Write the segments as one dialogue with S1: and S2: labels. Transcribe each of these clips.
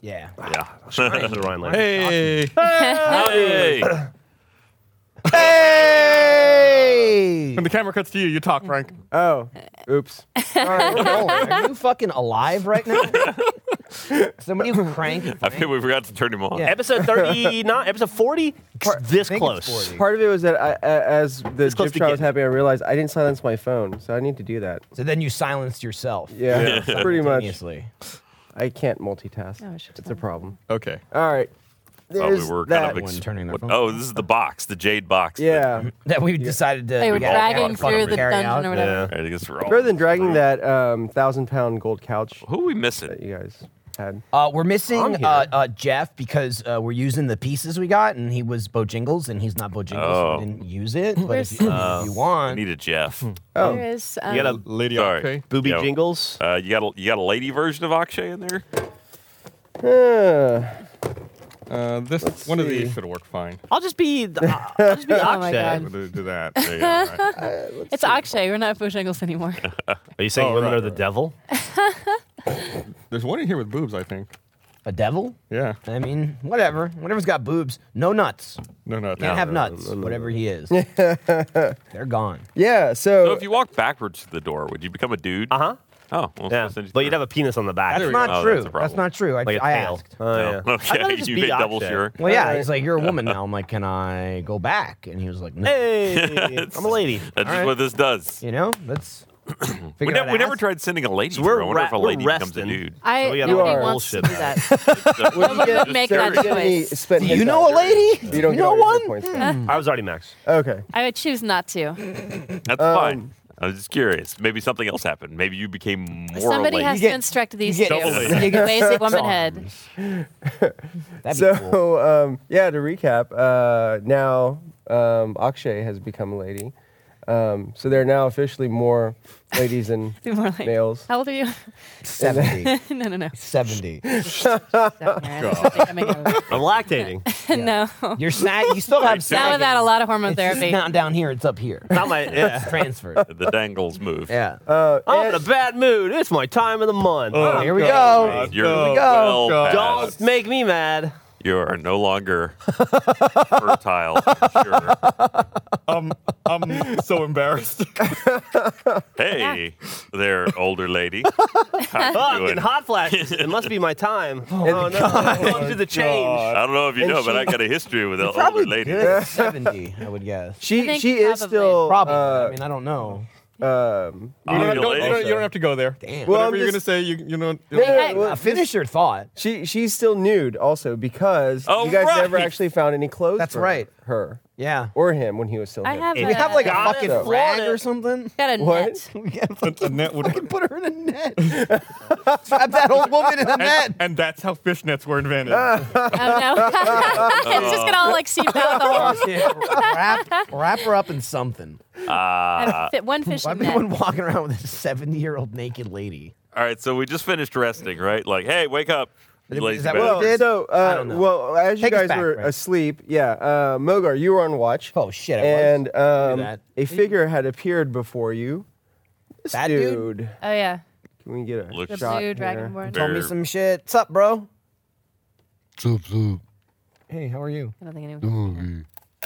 S1: Yeah.
S2: Straight to the Rhine language.
S3: Hey.
S1: Hey.
S4: Hey!
S3: When the camera cuts to you, you talk, Frank.
S4: Oh,
S5: Uh,
S4: oops.
S5: All right, we're rolling. Are you fucking alive right now? Somebody crank.
S1: I think we forgot to turn him on.
S5: Yeah.
S2: Episode 39, episode 40? This
S5: think it's
S2: close.
S5: 40.
S4: Part of it was that I, a- as the
S2: close to
S4: gift shot was
S2: getting-
S4: happening, I realized I didn't silence my phone, so I need to do that.
S5: So then you silenced yourself.
S4: Yeah, pretty much.
S5: simultaneously.
S4: I can't multitask.
S6: Oh, I should
S4: it's
S6: tell
S4: a
S6: you.
S4: problem.
S3: Okay.
S4: All right.
S1: Thought we
S4: There's
S1: were
S4: that.
S1: kind of
S5: one turning their
S1: what-
S5: phone.
S1: Oh, this is the box, the jade box. that-
S4: yeah.
S5: That we decided to.
S6: They were
S5: yeah,
S6: dragging
S5: have fun
S6: through
S5: and
S6: the
S5: carry
S6: dungeon
S5: out.
S6: or whatever.
S2: Yeah.
S1: I guess we're all
S4: Rather than dragging that um, thousand pound gold couch
S1: Who are we missing?
S4: that you guys had.
S5: Uh, we're
S4: I'm
S5: missing
S4: here.
S5: uh, uh, Jeff because uh, we're using the pieces we got, and he was Bojangles, and he's not Bojangles,
S1: Oh.
S5: so we didn't use it. But if,
S6: There's-
S5: you- if you
S1: I
S5: want,
S1: need a Jeff.
S4: Oh,
S6: There is. Um,
S2: You got a
S3: Lady
S1: Sorry.
S3: Octane.
S2: booby
S1: Yo.
S2: jingles?
S1: Uh, you got a you got a lady version of Akshay in there?
S4: uh,
S3: Uh, this one of
S4: see.
S3: these should work fine.
S2: I'll just be, uh, I'll just be
S6: Oh my
S2: Akshay.
S6: God.
S3: We'll do do that. There you go. All right.
S6: it's Akshay. We're not Bojangles anymore.
S2: Are you saying
S3: Oh,
S2: women
S3: right,
S2: are the
S3: right.
S2: devil?
S3: There's one in here with boobs, I think.
S5: a devil?
S3: Yeah.
S5: I mean, whatever. Whatever's got boobs, no nuts.
S3: No, no.
S5: Can't have
S3: no.
S5: nuts. Whatever he is, they're gone.
S4: yeah. So,
S1: So if you walk backwards to the door, would you become a dude?
S7: Uh-huh.
S2: Uh huh.
S1: Oh, well,
S2: Yeah.
S1: send you
S2: But you'd
S1: through.
S2: have a penis on the back.
S5: That's
S3: we
S5: not
S1: go. Oh,
S5: true.
S1: that's a
S5: That's,
S1: problem.
S5: not true. I,
S2: Like a
S5: I
S2: tail.
S5: asked.
S2: Oh, yeah.
S1: No.
S2: I'd rather
S1: Okay,
S2: just
S1: you
S2: be
S1: made double
S2: Akshay.
S1: sure.
S5: Well, yeah.
S4: Alright.
S5: He's like, you're a woman now. I'm like, can I go back? And he was like, no.
S2: Hey, I'm a lady.
S1: That's just
S5: Alright.
S1: what this does.
S5: You know, let's.
S1: We,
S5: figure out
S1: ne- we
S5: an
S1: never
S5: ass.
S1: tried sending a lady.
S2: So
S1: through.
S2: we're
S1: I wonder
S2: ra-
S1: if a
S2: we're
S1: lady becomes a
S2: resting.
S1: dude.
S6: I
S2: we got
S6: nobody
S2: all
S6: wants to
S2: bullshit
S6: do
S2: back.
S6: that.
S4: Would you
S6: Nobody
S4: get-
S6: would make
S4: Sarah,
S6: that
S4: you get any
S6: choice.
S4: spent
S5: Do you
S4: hits
S5: know
S4: out
S5: a lady?
S4: You don't
S5: You
S4: get
S5: know
S4: all your
S5: one?
S4: hit points back.
S2: I was already max.
S4: Okay.
S6: I would choose not to.
S1: That's fine. I was just curious. Maybe something else happened. Maybe you became more.
S6: Somebody
S1: lady.
S6: has
S5: get-
S6: to instruct these
S5: you
S6: two.
S5: get-
S1: Totally.
S5: You get
S6: Basic
S5: six
S6: woman
S5: arms.
S6: head.
S5: That'd be cool.
S4: So, um, yeah, to recap, uh, now um, Akshay has become a lady. Um, so there are now officially more ladies than
S6: Be more like,
S4: males.
S6: How old are you?
S5: 70.
S6: no, no, no.
S5: 70.
S2: I'm lactating.
S6: no.
S5: You're sad. You still have
S6: Not
S5: sad.
S6: without a lot of hormone
S5: It's
S6: therapy.
S5: not down here. It's up here.
S2: Not my. Yeah.
S5: It's transferred.
S1: the dangles move.
S5: Yeah.
S4: Uh,
S2: I'm in
S4: and-
S2: a bad mood. It's my time of the month.
S3: Oh,
S5: here we
S3: God.
S5: go.
S1: You're
S3: Oh,
S1: well
S3: God.
S2: Don't
S1: past.
S2: make me mad.
S1: You are no longer fertile. for Sure.
S3: Um, I'm so embarrassed.
S1: Hey there, older lady. How you
S2: Fucking
S1: doing?
S2: hot flashes. It must be my time. Oh no! I gone through the change.
S1: I don't know if you
S4: And
S1: know, but
S4: she-
S1: I got a history with an older
S5: Probably
S1: lady.
S5: good. 70, I would guess.
S6: I
S4: she
S6: think
S4: she is
S6: probably.
S4: still
S5: Probably. I
S4: uh,
S5: mean, I don't know.
S4: um,
S3: You don't,
S1: Older
S3: don't- you
S1: lady.
S3: don't- you don't have to go there.
S5: Damn.
S4: Well,
S3: Whatever
S4: I'm
S3: you're
S4: just-
S3: gonna say, you you know.
S4: no, no, no,
S6: Hey,
S4: well,
S5: Uh, finish your thought.
S4: she she's still nude also because
S1: Oh,
S4: you guys never
S1: right.
S4: actually found any clothes.
S5: That's
S4: for
S5: right.
S4: Her
S5: Yeah.
S4: or him when he was still.
S6: I
S4: him.
S6: have
S2: If
S6: a,
S2: you
S5: We have like a
S2: Got
S5: fucking
S2: it.
S5: flag
S2: Flaunt it.
S5: or something.
S6: got a
S4: What?
S6: net.
S5: We can't
S3: a net would-
S5: fucking put her in a net. Trap that old woman in a net.
S3: And, and that's how fishnets were invented.
S4: Ah.
S6: Oh, no. it's just gonna all like seep out the whole.
S5: Yeah, wrap, wrap her up in something.
S6: I have fit one fish
S5: Why
S6: in
S5: would anyone
S6: net.
S5: walking around with a 70 year old naked lady?
S1: All right, so we just finished resting, right? Like, hey, wake up.
S5: Is
S1: lazy
S5: that
S1: bastard.
S5: what
S4: Well,
S5: did?
S4: so
S5: I
S4: uh,
S5: don't know.
S4: well, as you
S5: Take us
S4: guys
S5: back,
S4: were
S5: Frank.
S4: asleep, yeah, uh, Mogar, you were on watch.
S5: Oh, shit. I was.
S4: and um,
S5: that.
S4: a figure had appeared before you. This
S5: That dude?
S4: dude.
S6: Oh yeah,
S4: Can we get a
S1: Looks- The
S6: the
S4: shot?
S6: blue
S4: here?
S6: dragonborn.
S1: Very-
S5: Told me some shit. What's up, bro?
S8: Sup, sup,
S5: Hey, how are you?
S6: I don't think anyone.
S8: doggy.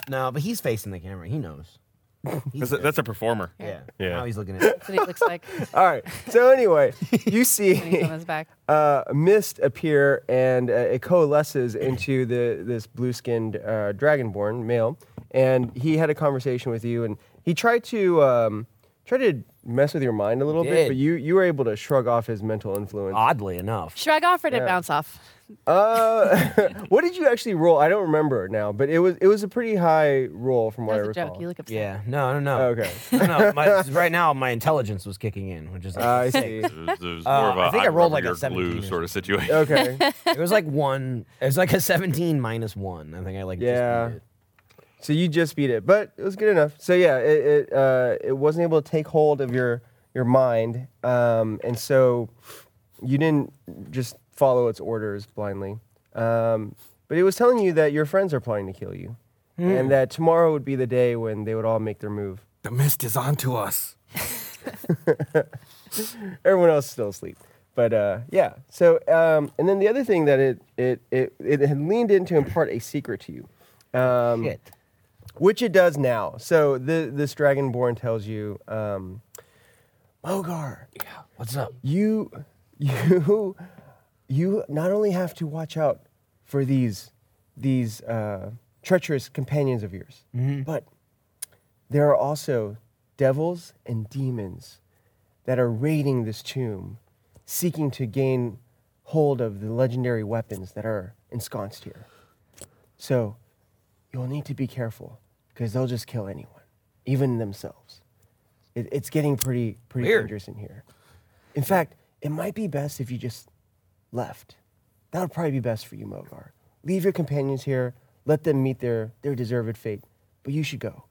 S5: No, but he's facing the camera. He knows. He's
S3: that's, a,
S5: there.
S3: that's a performer.
S5: yeah.
S2: Yeah.
S5: Now he's looking at it.
S6: That's what he looks like
S4: All right. So anyway, you
S6: when he's
S4: see
S6: on his back.
S4: uh, mist appear, and uh, it coalesces into the this blue-skinned uh, dragonborn male, and he had a conversation with you, and he tried to um, try to mess with your mind a little
S5: He
S4: bit,
S5: did. Uh,
S4: but you you were able to shrug off his mental influence.
S5: Oddly enough.
S6: Shrug off or did bounce off?
S4: Uh, what did you actually roll? I don't remember now, but it was it was a pretty high roll from what
S6: That was a
S4: I recall.
S6: joke. You look upset.
S5: Yeah. No, no, no.
S4: Okay.
S5: No, no. My, right now, my intelligence was kicking in, which is like,
S4: Ah, I
S5: sick.
S4: see.
S1: It was, it was
S5: Uh,
S1: more of a
S5: I think I
S1: hot
S5: rolled
S1: rubber
S5: like a
S1: your
S5: 17
S1: glue
S5: or
S1: sort of situation.
S4: Okay.
S5: It was like one. It was like a 17 minus one. I think I like.
S4: Yeah.
S5: Just beat it.
S4: So you just beat it, but it was good enough. So yeah, it it, uh, it wasn't able to take hold of your your mind, um, and so you didn't just follow its orders blindly. Um, but it was telling you that your friends are planning to kill you, and that tomorrow would be the day when they would all make their move.
S3: The mist is onto us.
S4: Everyone else is still asleep. But uh, yeah, so um, and then the other thing that it it it, it had leaned into impart a secret to you, um,
S5: Shit.
S4: which it does now. So the, this dragonborn tells you, um, Mogar,
S5: What's up?
S4: you you you not only have to watch out for these these uh, treacherous companions of yours,
S5: Mm-hmm.
S4: but there are also devils and demons that are raiding this tomb, seeking to gain hold of the legendary weapons that are ensconced here. So you'll need to be careful because they'll just kill anyone, even themselves. It, it's getting pretty pretty
S5: Weird.
S4: dangerous in here. In fact, it might be best if you just left. That would probably be best for you, Mogar. Leave your companions here. Let them meet their, their deserved fate. But you should go.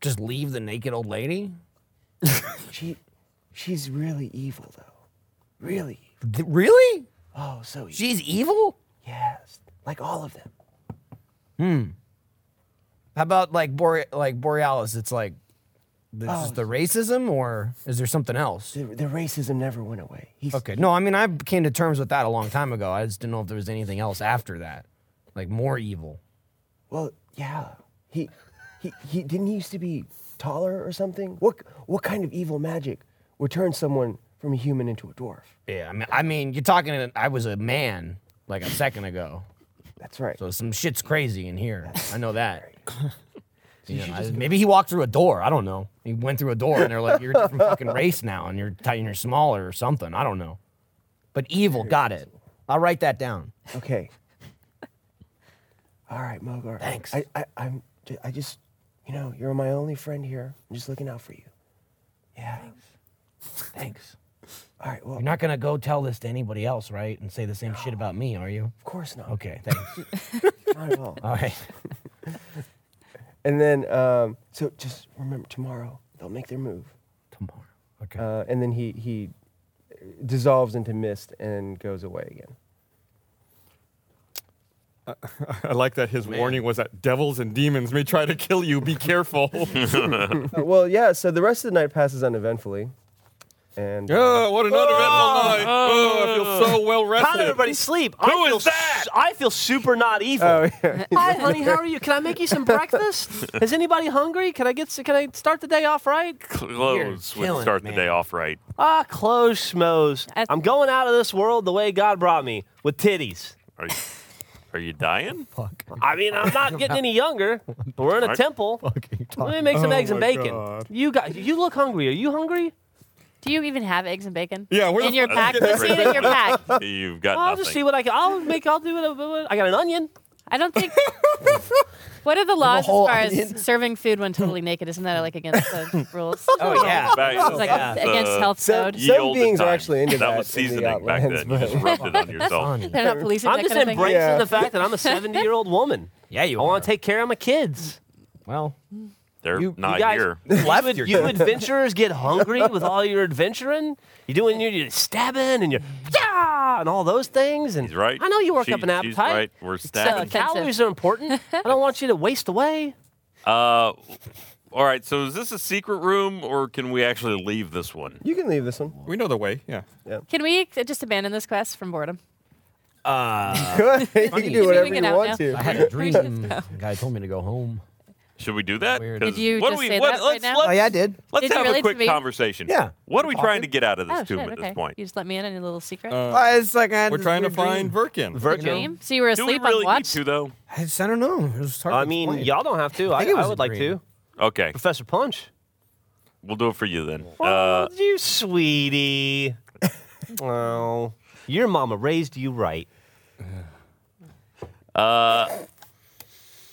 S5: Just leave the naked old lady?
S4: She, she's really evil, though. Really.
S5: Th- really?
S4: Oh, so evil.
S5: She's evil?
S4: yes, like all of them.
S5: How about like Bore- like Borealis? It's like this
S4: Oh.
S5: is the racism or is there something else?
S4: The, the racism never went away. He's,
S5: Okay. No, I mean I came to terms with that a long time ago. I just didn't know if there was anything else after that. Like more evil.
S4: Well, yeah. He, he, he didn't he used to be taller or something. What what kind of evil magic would turn someone from a human into a dwarf?
S5: Yeah, I mean I mean you're talking I was a man like a second ago.
S4: That's right.
S5: So some shit's crazy in here. I know that. You know, I- maybe he walked through a door. I don't know. He went through a door, and they're like, "You're a different fucking race now, and you're tight and you're smaller or something." I don't know. But evil, got it. I'll write that down.
S4: Okay. All right, Mogar.
S5: Thanks.
S4: I, I, I'm, ju- I just, you know, you're my only friend here. I'm just looking out for you. Yeah.
S5: Thanks.
S4: All right. Well,
S5: You're not gonna go tell this to anybody else, right? And say the same shit about me, are you?
S4: of course not.
S5: Okay, thanks.
S4: Not at all.
S5: All right.
S4: And then, um, so just remember, tomorrow they'll make their move.
S5: Tomorrow. Okay.
S4: Uh, and then he he dissolves into mist and goes away again.
S3: I like that his warning was that devils and demons may try to kill you. Be careful.
S4: Uh, well, yeah. So the rest of the night passes uneventful, and um,
S3: oh, what an uneventful night. Oh, I feel so well
S7: How
S3: rested.
S7: did everybody sleep? I
S1: Who
S7: feel
S1: is that?
S7: su- I feel super not evil.
S3: Oh,
S7: Hi, honey. How are you? Can I make you some breakfast? Is anybody hungry? Can I get? s- Can I start the day off right?
S1: Close would
S5: killing it,
S1: start the day
S5: man.
S1: off right.
S7: Ah, close schmoes.
S6: I-
S7: I'm going out of this world the way God brought me with titties.
S1: Are you, are you dying?
S5: Fuck.
S7: I mean, I'm not getting any younger. but We're in a
S1: Right.
S7: temple. Let me make some
S3: Oh
S7: eggs and
S3: my
S7: bacon.
S3: God.
S7: You got. You look hungry. Are you hungry?
S6: Do you even have eggs and bacon?
S3: Yeah, where the
S6: in your
S3: fuck-
S6: pack. Let's see it in your pack.
S1: You've got
S7: I'll
S1: nothing.
S7: just see what I can. I'll make. I'll do it. I got an onion.
S6: I don't think. What are the laws as
S5: whole
S6: far
S5: onion?
S6: as serving food when totally naked? Isn't that like against the rules?
S5: Oh yeah.
S1: Back-
S6: It's like
S1: Yeah.
S6: against
S1: Uh,
S6: health
S4: So-
S6: code.
S1: Ye
S4: Some
S1: olden
S4: beings are
S1: times.
S4: actually into that
S1: was
S4: in the
S1: seasoning back then. You
S4: Outlands,
S1: just rubbed it on yourself.
S5: Funny.
S6: They're not policing
S7: I'm
S6: that
S7: just
S6: kind of thing.
S7: embracing
S4: Yeah.
S7: the fact that I'm a 70 year old woman.
S5: Yeah, you.
S7: I want
S5: are.
S7: to take care of my kids.
S5: Well,
S1: They're
S7: You- you
S1: not
S7: guys-
S1: here.
S5: left
S7: Would
S5: your
S7: you
S5: kid.
S7: adventurers get hungry with all your adventuring? You're doing your, your stabbing and your yeah and all those things. And
S1: He's right.
S7: I know you work
S1: She-
S7: up an
S1: She's
S7: appetite.
S1: right. We're
S6: uh,
S7: So
S1: stabbing.
S6: Offensive.
S7: calories are important. I don't want you to waste away.
S1: Uh, all right. So is this a secret room, or can we actually leave this one?
S4: you can leave this one.
S3: We know the way. Yeah.
S6: Can we just abandon this quest from boredom?
S5: uh,
S4: you can do whatever
S6: Leaving it
S4: you
S6: out
S4: want
S6: now.
S5: I
S4: to.
S5: had a dream. guy told me to go home.
S1: Should we do that?
S5: Weird.
S1: 'Cause
S6: Did you
S1: what do
S6: just
S1: we,
S6: say
S1: what,
S6: that right
S1: let's,
S6: now?
S1: Let's,
S5: Oh yeah, I did.
S1: let's
S6: Did you
S1: have
S6: really
S1: a quick
S6: to me?
S1: conversation.
S5: Yeah.
S1: What are we trying to get out of this
S6: Oh
S1: tomb
S6: shit!
S1: at
S6: Okay,
S1: this point?
S6: you just let me in on your little secret.
S5: Uh, it's like I had
S3: We're
S5: this
S3: trying to
S5: weird dream.
S3: find Virkin.
S6: The dream. So you were
S1: Do we
S6: asleep
S1: really
S6: on
S1: need
S6: watch.
S1: to though?
S5: I, just, I don't know. It was hard
S7: I
S5: to
S7: mean,
S5: explain.
S7: y'all don't have to. I,
S5: think it was
S7: I
S5: a
S7: would like
S5: dream.
S7: to.
S1: Okay,
S7: Professor Punch.
S1: we'll do it for you then.
S7: Oh,
S1: Uh,
S7: you sweetie. well, your mama raised you right.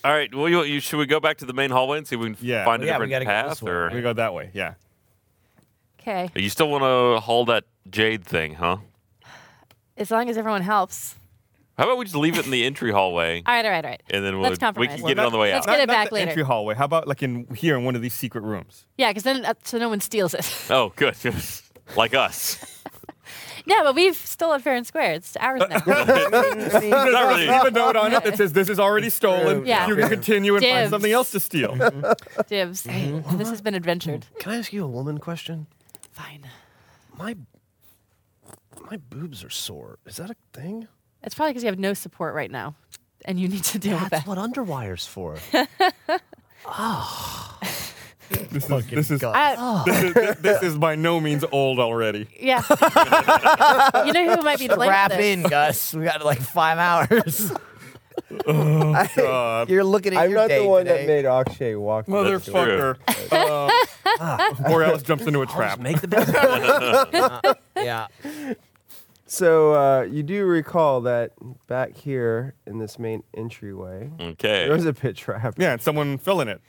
S1: all right. Well, you, you, should we go back to the main hallway and see if we can
S3: Yeah.
S1: find a
S5: Yeah, we
S1: different
S5: gotta go this
S1: path?
S5: way,
S1: Or
S3: We go that way. Yeah.
S6: Okay,
S1: you still want to haul that jade thing, huh?
S6: as long as everyone helps.
S1: How about we just leave it in the entry hallway,
S6: All right, all right, all right.
S1: and then we'll,
S6: Let's
S1: we can
S6: compromise.
S1: get it on the way
S6: Let's
S1: out.
S6: get it
S3: Not
S6: back
S3: the
S6: later.
S3: Entry hallway. How about like in here in one of these secret rooms?
S6: Yeah, because then uh, so no one steals it.
S1: Oh, good. like us.
S6: no, but we've stolen fair and square. It's ours now.
S1: Not really.
S3: Leave a note on it that says this is already stolen.
S6: Yeah.
S3: You can continue and find
S6: Dibs.
S3: something else to steal.
S6: Dibs.
S7: Mm-hmm.
S6: This has been adventured.
S7: Can I ask you a woman question?
S6: Fine.
S7: My My boobs are sore. Is that a thing?
S6: It's probably because you have no support right now, and you need to deal with
S7: That's
S6: that.
S7: what underwire's for.
S3: This is, this, is,
S6: I,
S3: this, is, this- this is by no means old already.
S6: yeah. you know who might be blamed
S5: Wrap
S6: for this?
S5: in, Gus. We got like five hours.
S3: God.
S5: You're looking at
S4: I'm
S5: your
S4: not the
S5: day
S4: one
S5: today.
S4: that made Akshay walk. to the store.
S3: Motherfucker. Uh, Borealis jumps into a trap.
S7: Make the best.
S5: Yeah.
S4: So uh, you do recall that back here in this main entryway, there
S1: Okay.
S4: was a pit trap.
S3: Yeah, and someone filling it.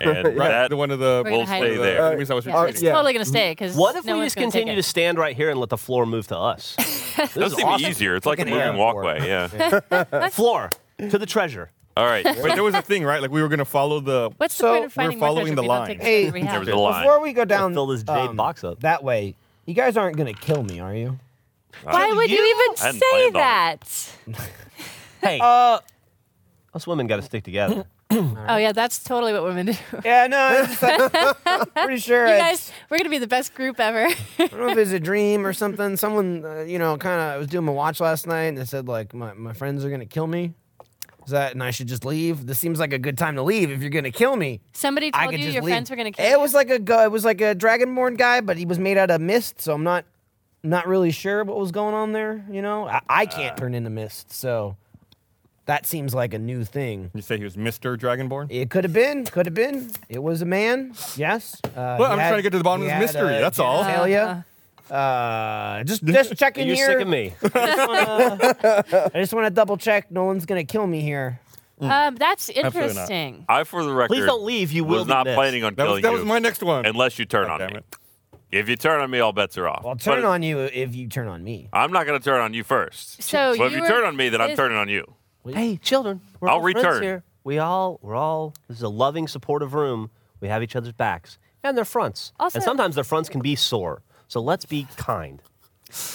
S1: And
S3: Right.
S1: that
S3: the one of the.
S6: Right.
S1: will
S6: Hide
S1: stay
S6: it.
S1: there.
S3: enemies I was
S6: Yeah,
S3: retreating.
S6: it's
S4: Yeah.
S6: totally gonna stay because
S7: What if
S6: no
S7: we
S6: one's
S7: just
S6: gonna take
S7: continue
S6: it.
S7: to stand right here and let the floor move to us? This
S1: That
S7: is
S1: seems
S7: awesome.
S1: easier. It's like a
S5: Fucking
S1: moving
S5: airport.
S1: walkway. Yeah.
S7: Floor to the treasure.
S1: All right.
S3: Wait, there was a thing, right? Like we were going to follow the.
S6: What's
S5: So
S6: the point of
S3: we're
S6: finding more treasure
S3: following the
S6: if we don't
S3: line.
S6: take
S5: Hey,
S6: treasure we
S1: There was
S6: have?
S1: a line.
S5: Before we go down um,
S7: fill this jade box up.
S5: that way, you guys aren't gonna kill me, are you?
S6: Why would you even
S1: I hadn't
S6: say
S1: planned on it.
S6: that?
S7: Hey,
S5: Uh,
S7: us women got to stick together.
S6: Oh yeah, that's totally what women do. You
S5: Yeah, no. I'm just, I'm pretty sure. it's-
S6: guys, we're gonna be the best group ever.
S5: I don't know if it's a dream or something. Someone, uh, you know, kind of. I was doing my watch last night, and they said like my, my friends are gonna kill me. Is that and I should just leave? This seems like a good time to leave if you're gonna kill me.
S6: Somebody
S5: I
S6: told
S5: could
S6: you
S5: just
S6: your
S5: leave.
S6: friends were gonna kill
S5: It
S6: you?
S5: was like a gu- it was like a dragonborn guy, but he was made out of mist, so I'm not not really sure what was going on there. You know, I, I
S3: Uh.
S5: can't turn into mist, so that seems like a new thing.
S3: You say he was Mr. Dragonborn?
S5: It could have been, could have been. It was a man, yes. Uh,
S3: Well,
S5: he
S3: I'm
S5: had-
S3: trying to get to the bottom
S5: he
S3: of this
S5: had,
S3: mystery, that's all.
S5: genitalia. Uh, just just checking
S7: You're
S5: here.
S7: sick of me.
S5: I just want to double check. No one's gonna kill me here.
S6: Um, that's
S3: not.
S6: interesting.
S1: I, for the record,
S7: Please don't leave. You will
S1: was
S7: be
S1: not
S7: missed.
S1: planning on
S3: That, was,
S1: killing
S3: that
S1: you
S3: was my next one.
S1: unless you turn on
S3: God damn
S1: me.
S3: it.
S1: If you turn on me, all bets are off.
S5: I'll
S1: But
S5: turn on you if you turn on me.
S1: I'm not going to turn on you first.
S6: So
S1: but if
S6: you
S1: you
S6: were-
S1: turn on me, then I'm
S6: is-
S1: turning on you.
S7: Hey, children, we're
S1: I'll
S7: all friends
S1: return.
S7: here. We all, we're all. This is a loving, supportive room. We have each other's backs and their fronts.
S6: Also-
S7: and sometimes their fronts can be sore. So let's be kind.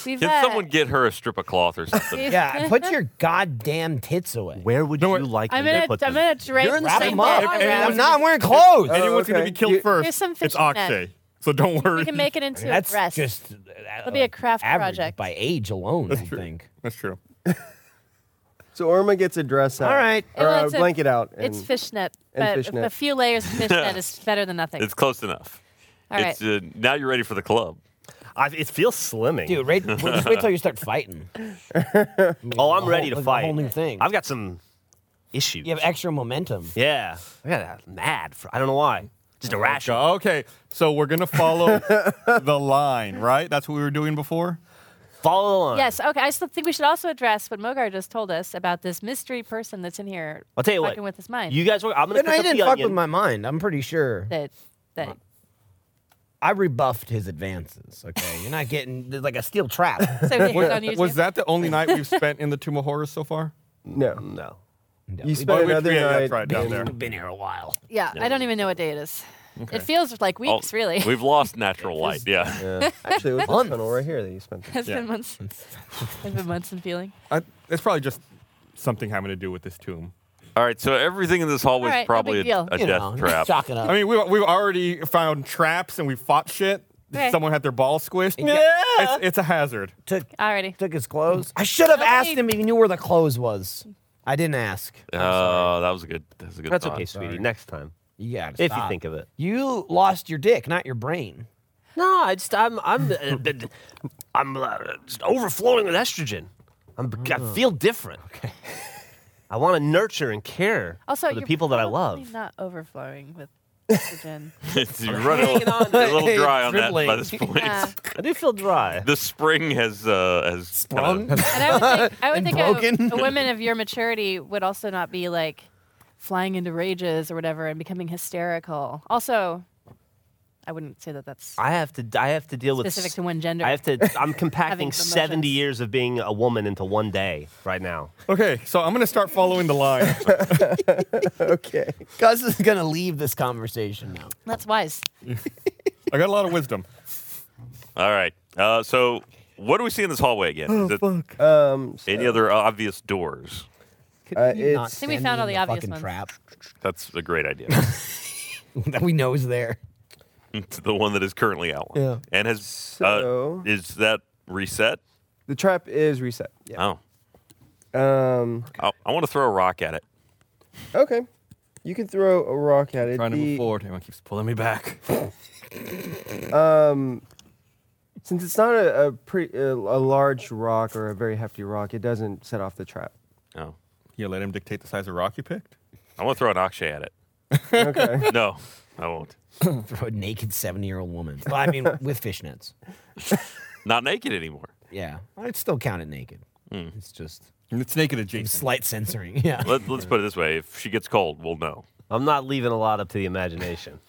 S6: We've,
S1: Can
S6: uh,
S1: someone get her a strip of cloth or something?
S5: Yeah, put your goddamn tits away.
S7: Where would
S3: No,
S7: you
S3: wait.
S7: like
S6: I'm
S7: me to
S6: gonna,
S7: put
S6: I'm
S7: them?
S6: gonna drape
S7: You're in the
S6: my
S7: same
S6: bed
S7: box.
S6: around.
S5: I'm not. I'm wearing clothes.
S3: Anyone's going
S4: okay.
S3: to be killed
S4: You-
S3: first.
S6: There's some
S3: it's
S6: fishnet.
S3: Akshay. So don't worry.
S6: We can make it into
S5: That's
S6: a dress.
S5: just it'll
S6: be a craft project.
S5: by age alone. I
S3: true.
S5: think.
S3: That's true.
S4: So Orma gets a dress out.
S5: All right.
S4: Or
S6: Well,
S4: a
S6: it's a-
S4: blanket out. And
S6: it's fishnet,
S4: and
S6: but
S4: fishnet.
S6: a few layers of fishnet is better than nothing.
S1: it's close enough.
S6: All right.
S1: It's, uh, now you're ready for the club.
S7: I, it feels slimming.
S5: Dude, right, well, just wait till you start fighting. I mean,
S7: oh, I'm
S5: a whole-
S7: ready to
S5: like
S7: fight.
S5: A whole new thing.
S7: I've got some issues.
S5: you have extra momentum.
S7: yeah, I got mad. For, I don't know why. Just irrational.
S3: Go- Okay, so we're going to follow the line, right? That's what we were doing before?
S7: Follow the line.
S6: yes. Okay. I still think we should also address what Mogar just told us about this mystery person that's in here.
S7: I'll tell you
S6: fucking
S7: what.
S6: with his mind.
S7: You guys were. I'm gonna
S5: But
S7: pick
S5: I
S7: up
S5: didn't
S7: the
S5: fuck
S7: onion.
S5: with my mind. I'm pretty sure.
S6: that that
S5: I rebuffed his advances. Okay, you're not getting there's like a steel trap.
S6: so he hit on you.
S3: Was
S6: too.
S3: that the only night we've spent in the Tomb of Horrors so far?
S4: no.
S7: No.
S4: You
S3: Well,
S4: spent
S3: we-
S4: another
S3: yeah,
S4: night.
S3: that's right, down
S4: in-
S3: there.
S5: We've been here a while.
S6: Yeah, I don't even know what day it is. It feels like
S1: Oh,
S6: weeks, really.
S1: We've lost natural light. Yeah.
S4: Yeah. Actually, it was this tunnel right here that you spent.
S6: it's
S3: yeah.
S6: been months. it's been months in feeling.
S3: I, it's probably just something having to do with this tomb.
S1: All right. So everything in this hallway
S6: All right,
S1: is
S6: no
S1: probably
S6: big
S1: a,
S6: deal.
S1: a
S5: You
S1: death
S5: know,
S1: trap.
S5: Chalk it up.
S3: I mean, we, we've already found traps and we fought shit.
S6: Okay.
S3: Someone had their ball squished. It's, it's a hazard.
S5: took
S6: Alrighty.
S5: took his clothes. I should have
S6: Nobody-
S5: asked him if he knew where the clothes was. I didn't ask.
S1: Oh, that was a good. That was a good.
S7: That's
S1: thought.
S7: okay, sweetie. Next time,
S5: You gotta
S7: if you
S5: stop.
S7: think of it.
S5: You lost your dick, not your brain.
S7: No, I just I'm I'm uh, d- d- I'm uh, just overflowing with estrogen. I'm I feel different. Oh. Okay. I want to nurture and care
S6: Also,
S7: for the
S6: you're
S7: people that I
S6: probably
S7: love.
S6: Not overflowing with oxygen.
S1: You're running a little, you're a little dry on that by this point.
S6: Yeah.
S7: I do feel dry.
S1: The spring has uh, has sprung.
S6: And I would think, I would
S5: And
S6: think a-
S5: broken.
S6: A, woman of your maturity would also not be like flying into rages or whatever and becoming hysterical. Also, I wouldn't say that that's
S7: I have to I have to deal with
S6: specific
S7: s-
S6: to one gender.
S7: I have to I'm compacting
S6: promotions.
S7: 70 years of being a woman into one day right now.
S3: Okay, so I'm going to start following the line.
S4: Okay.
S5: Gus is gonna leave this conversation now.
S6: That's wise.
S3: I got a lot of wisdom.
S1: All right. Uh, so what do we see in this hallway again? Is it
S4: Um, so,
S1: any other obvious doors?
S5: Could
S4: Uh,
S5: you not
S4: it's- I
S6: think we
S5: send
S6: found
S5: me
S6: all
S5: in
S6: the obvious
S5: fucking
S6: ones.
S5: Trap
S1: That's a great idea.
S5: that we know is there.
S1: It's the one that is currently outlined.
S5: Yeah.
S1: And has uh,
S4: So-
S1: is that reset?
S4: The trap is reset. Yeah.
S1: Oh,
S4: Um.
S1: I, I want to throw a rock at it.
S4: Okay. You can throw a rock at it.
S3: Trying to move
S4: The-
S3: forward. Everyone keeps pulling me back.
S4: Since it's not a a, pre, a a large rock or a very hefty rock, it doesn't set off the trap.
S1: Oh,
S3: You let him dictate the size of rock you picked?
S1: I want to throw an akshay at it.
S4: Okay.
S1: No, I won't.
S5: Throw a naked 70 year old woman. Well, I mean, with fishnets.
S1: Not naked anymore.
S5: Yeah. I'd still count it naked. It's just
S3: It's naked adjacent.
S5: slight censoring. Yeah.
S1: Let, let's put it this way: if she gets cold, we'll know.
S2: I'm not leaving a lot up to the imagination.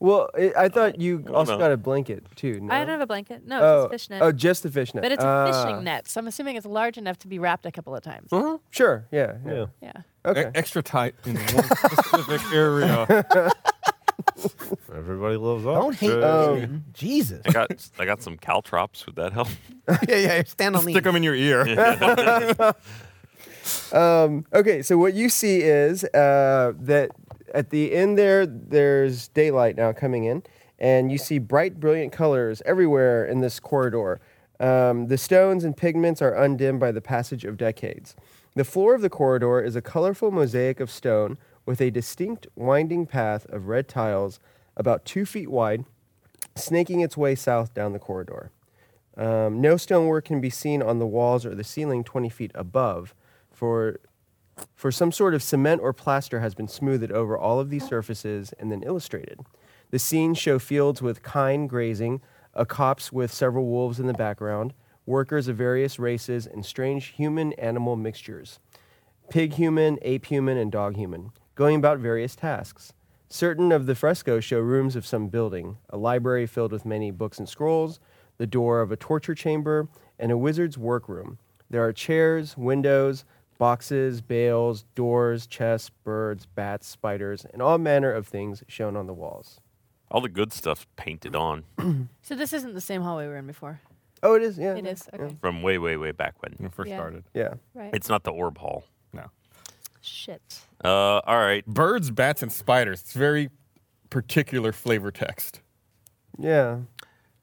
S4: well, it, I thought you also
S1: no.
S4: got a blanket too. No?
S6: I don't have a blanket. No,
S4: Oh,
S6: it's just fishnet.
S4: oh, just the fishnet.
S6: but it's a
S4: Ah.
S6: fishing net, so I'm assuming it's large enough to be wrapped a couple of times.
S4: Sure. Yeah. Yeah.
S2: Yeah.
S6: Yeah.
S3: E-
S4: Okay.
S3: extra tight in one specific area.
S2: Everybody loves
S5: Don't hate
S2: oxygen.
S5: this man. Jesus.
S1: I got I got some caltrops. Would that help?
S5: yeah, yeah. Stand on
S3: Stick them in your ear.
S4: Okay. So what you see is uh, that at the end there, there's daylight now coming in, and you see bright, brilliant colors everywhere in this corridor. Um, the stones and pigments are undimmed by the passage of decades. The floor of the corridor is a colorful mosaic of stone with a distinct winding path of red tiles about two feet wide, snaking its way south down the corridor. Um, no stonework can be seen on the walls or the ceiling 20 feet above, for, for some sort of cement or plaster has been smoothed over all of these surfaces and then illustrated. The scenes show fields with kine grazing, a copse with several wolves in the background, workers of various races, and strange human animal mixtures pig human, ape human, and dog human, going about various tasks. Certain of the frescoes show rooms of some building, a library filled with many books and scrolls, the door of a torture chamber, and a wizard's workroom. There are chairs, windows, boxes, bales, doors, chests, birds, bats, spiders, and all manner of things shown on the walls.
S1: All the good stuff painted on
S6: So this isn't the same hallway we were in before.
S4: Oh, it is, yeah.
S6: It is. Okay.
S1: from way way way back
S3: When
S1: when.
S3: it first
S6: Yeah.
S3: started.
S4: Yeah.
S6: Right.
S1: It's not the orb hall.
S3: No.
S6: Shit.
S1: Uh, all right.
S3: Birds, bats, and spiders. It's very particular flavor text.
S4: Yeah.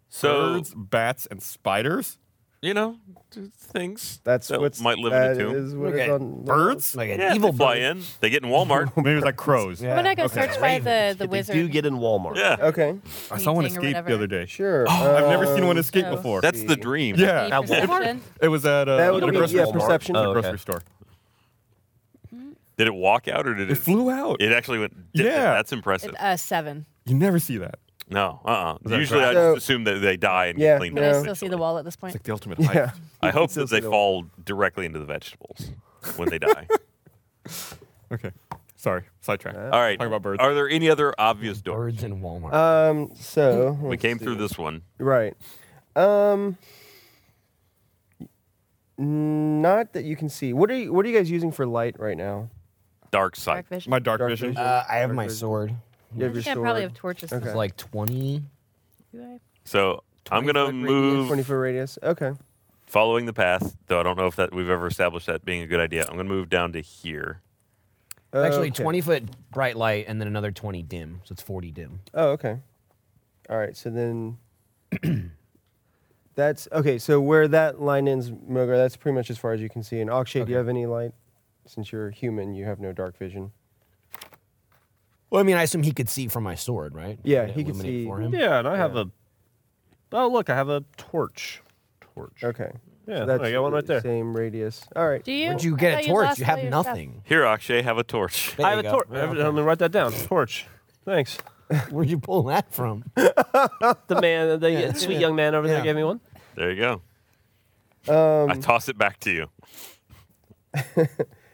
S1: So
S3: Birds, bats, and spiders?
S1: you know, th- things
S4: That's
S1: that
S4: what's
S1: might live in
S4: that
S1: a tomb.
S4: is what
S5: Okay.
S4: is on the
S3: Birds?
S5: Like an
S1: yeah,
S5: evil
S1: they fly
S5: bird.
S1: in. They get in Walmart.
S3: Maybe it's like crows.
S6: I'm gonna go
S4: okay.
S6: search by the the
S2: They
S6: wizard.
S2: do get in Walmart.
S1: yeah,
S4: Okay.
S3: I saw one
S6: meeting or
S3: escape the
S6: whatever.
S3: other day.
S4: Sure.
S3: Oh, I've never seen one
S4: Um,
S3: escape
S6: so-
S3: before.
S1: that's the dream.
S3: yeah.
S6: The perception.
S3: It was at uh,
S4: That would
S3: the
S4: be-
S3: grocery,
S4: yeah,
S3: Walmart.
S4: perception.
S3: The
S2: Oh, okay.
S3: grocery store.
S1: Did it walk out or did it?
S3: It flew out.
S1: It actually went. dip-
S3: Yeah.
S1: That's impressive.
S6: It- uh, seven.
S3: you never see that.
S1: no. Uh. uh
S3: that
S1: Usually, I
S4: right?
S1: just
S4: So-
S1: assume that they die and
S4: Yeah,
S1: get cleaned
S6: Can
S1: up.
S6: I still see the
S1: eventually.
S6: wall at this point?
S3: It's like the ultimate
S4: Um,
S3: hype.
S4: Yeah.
S1: I hope
S4: still
S1: that they
S4: see the
S1: fall directly into the vegetables when they die.
S3: Okay. Sorry. Sidetrack.
S1: All right.
S3: Talking about birds.
S1: Are there any other obvious doors?
S5: Birds in Walmart.
S4: Um, so
S1: We
S4: let's
S1: came
S4: see.
S1: through this one.
S4: Right. Um not that you can see. What are you what are you guys using for light right now?
S1: Dark side.
S6: Dark vision.
S3: My dark,
S4: Dark
S3: vision.
S4: vision.
S5: uh, I have my
S4: Birds.
S5: sword.
S4: You have your
S6: I think I
S4: sword.
S6: probably have torches.
S4: Okay.
S5: It's like 20.
S6: somewhere.
S1: So I'm
S5: 20 foot
S1: gonna
S5: radius.
S1: move
S4: 20 foot radius. Okay.
S1: following the path, though I don't know if that we've ever established that being a good idea. I'm gonna move down to here.
S5: Actually,
S4: Okay.
S5: 20 foot bright light and then another 20 dim. So it's 40 dim.
S4: Oh, okay. All right. So then that's okay. So where that line ends, Mogar, that's pretty much as far as you can see. And Akshay, do you have any light? Since you're human, you have no dark vision.
S5: Well, I mean, I assume he could see from my sword, right?
S4: Yeah,
S5: Would it
S4: he could
S5: illuminate
S4: see-
S5: For him?
S7: Yeah, and I have a. Oh, look, I have a torch. Torch.
S4: Okay.
S7: Yeah,
S4: so
S7: I
S4: that's
S7: got one right there.
S4: Same radius. All right.
S6: Do you?
S5: Would you
S6: I
S5: get
S6: thought
S5: a torch?
S6: lost
S5: You
S6: all
S5: have
S6: your stuff.
S5: nothing.
S1: Here, Akshay, have a torch.
S5: There
S7: I
S5: you
S7: have a
S5: go.
S7: torch. I'm
S5: um,
S7: going to write that down. Torch. Thanks.
S5: Where'd you pull that from?
S7: The man, the sweet young man over
S5: Yeah.
S7: there gave me one.
S1: There you go.
S4: Um,
S1: I toss it back to you.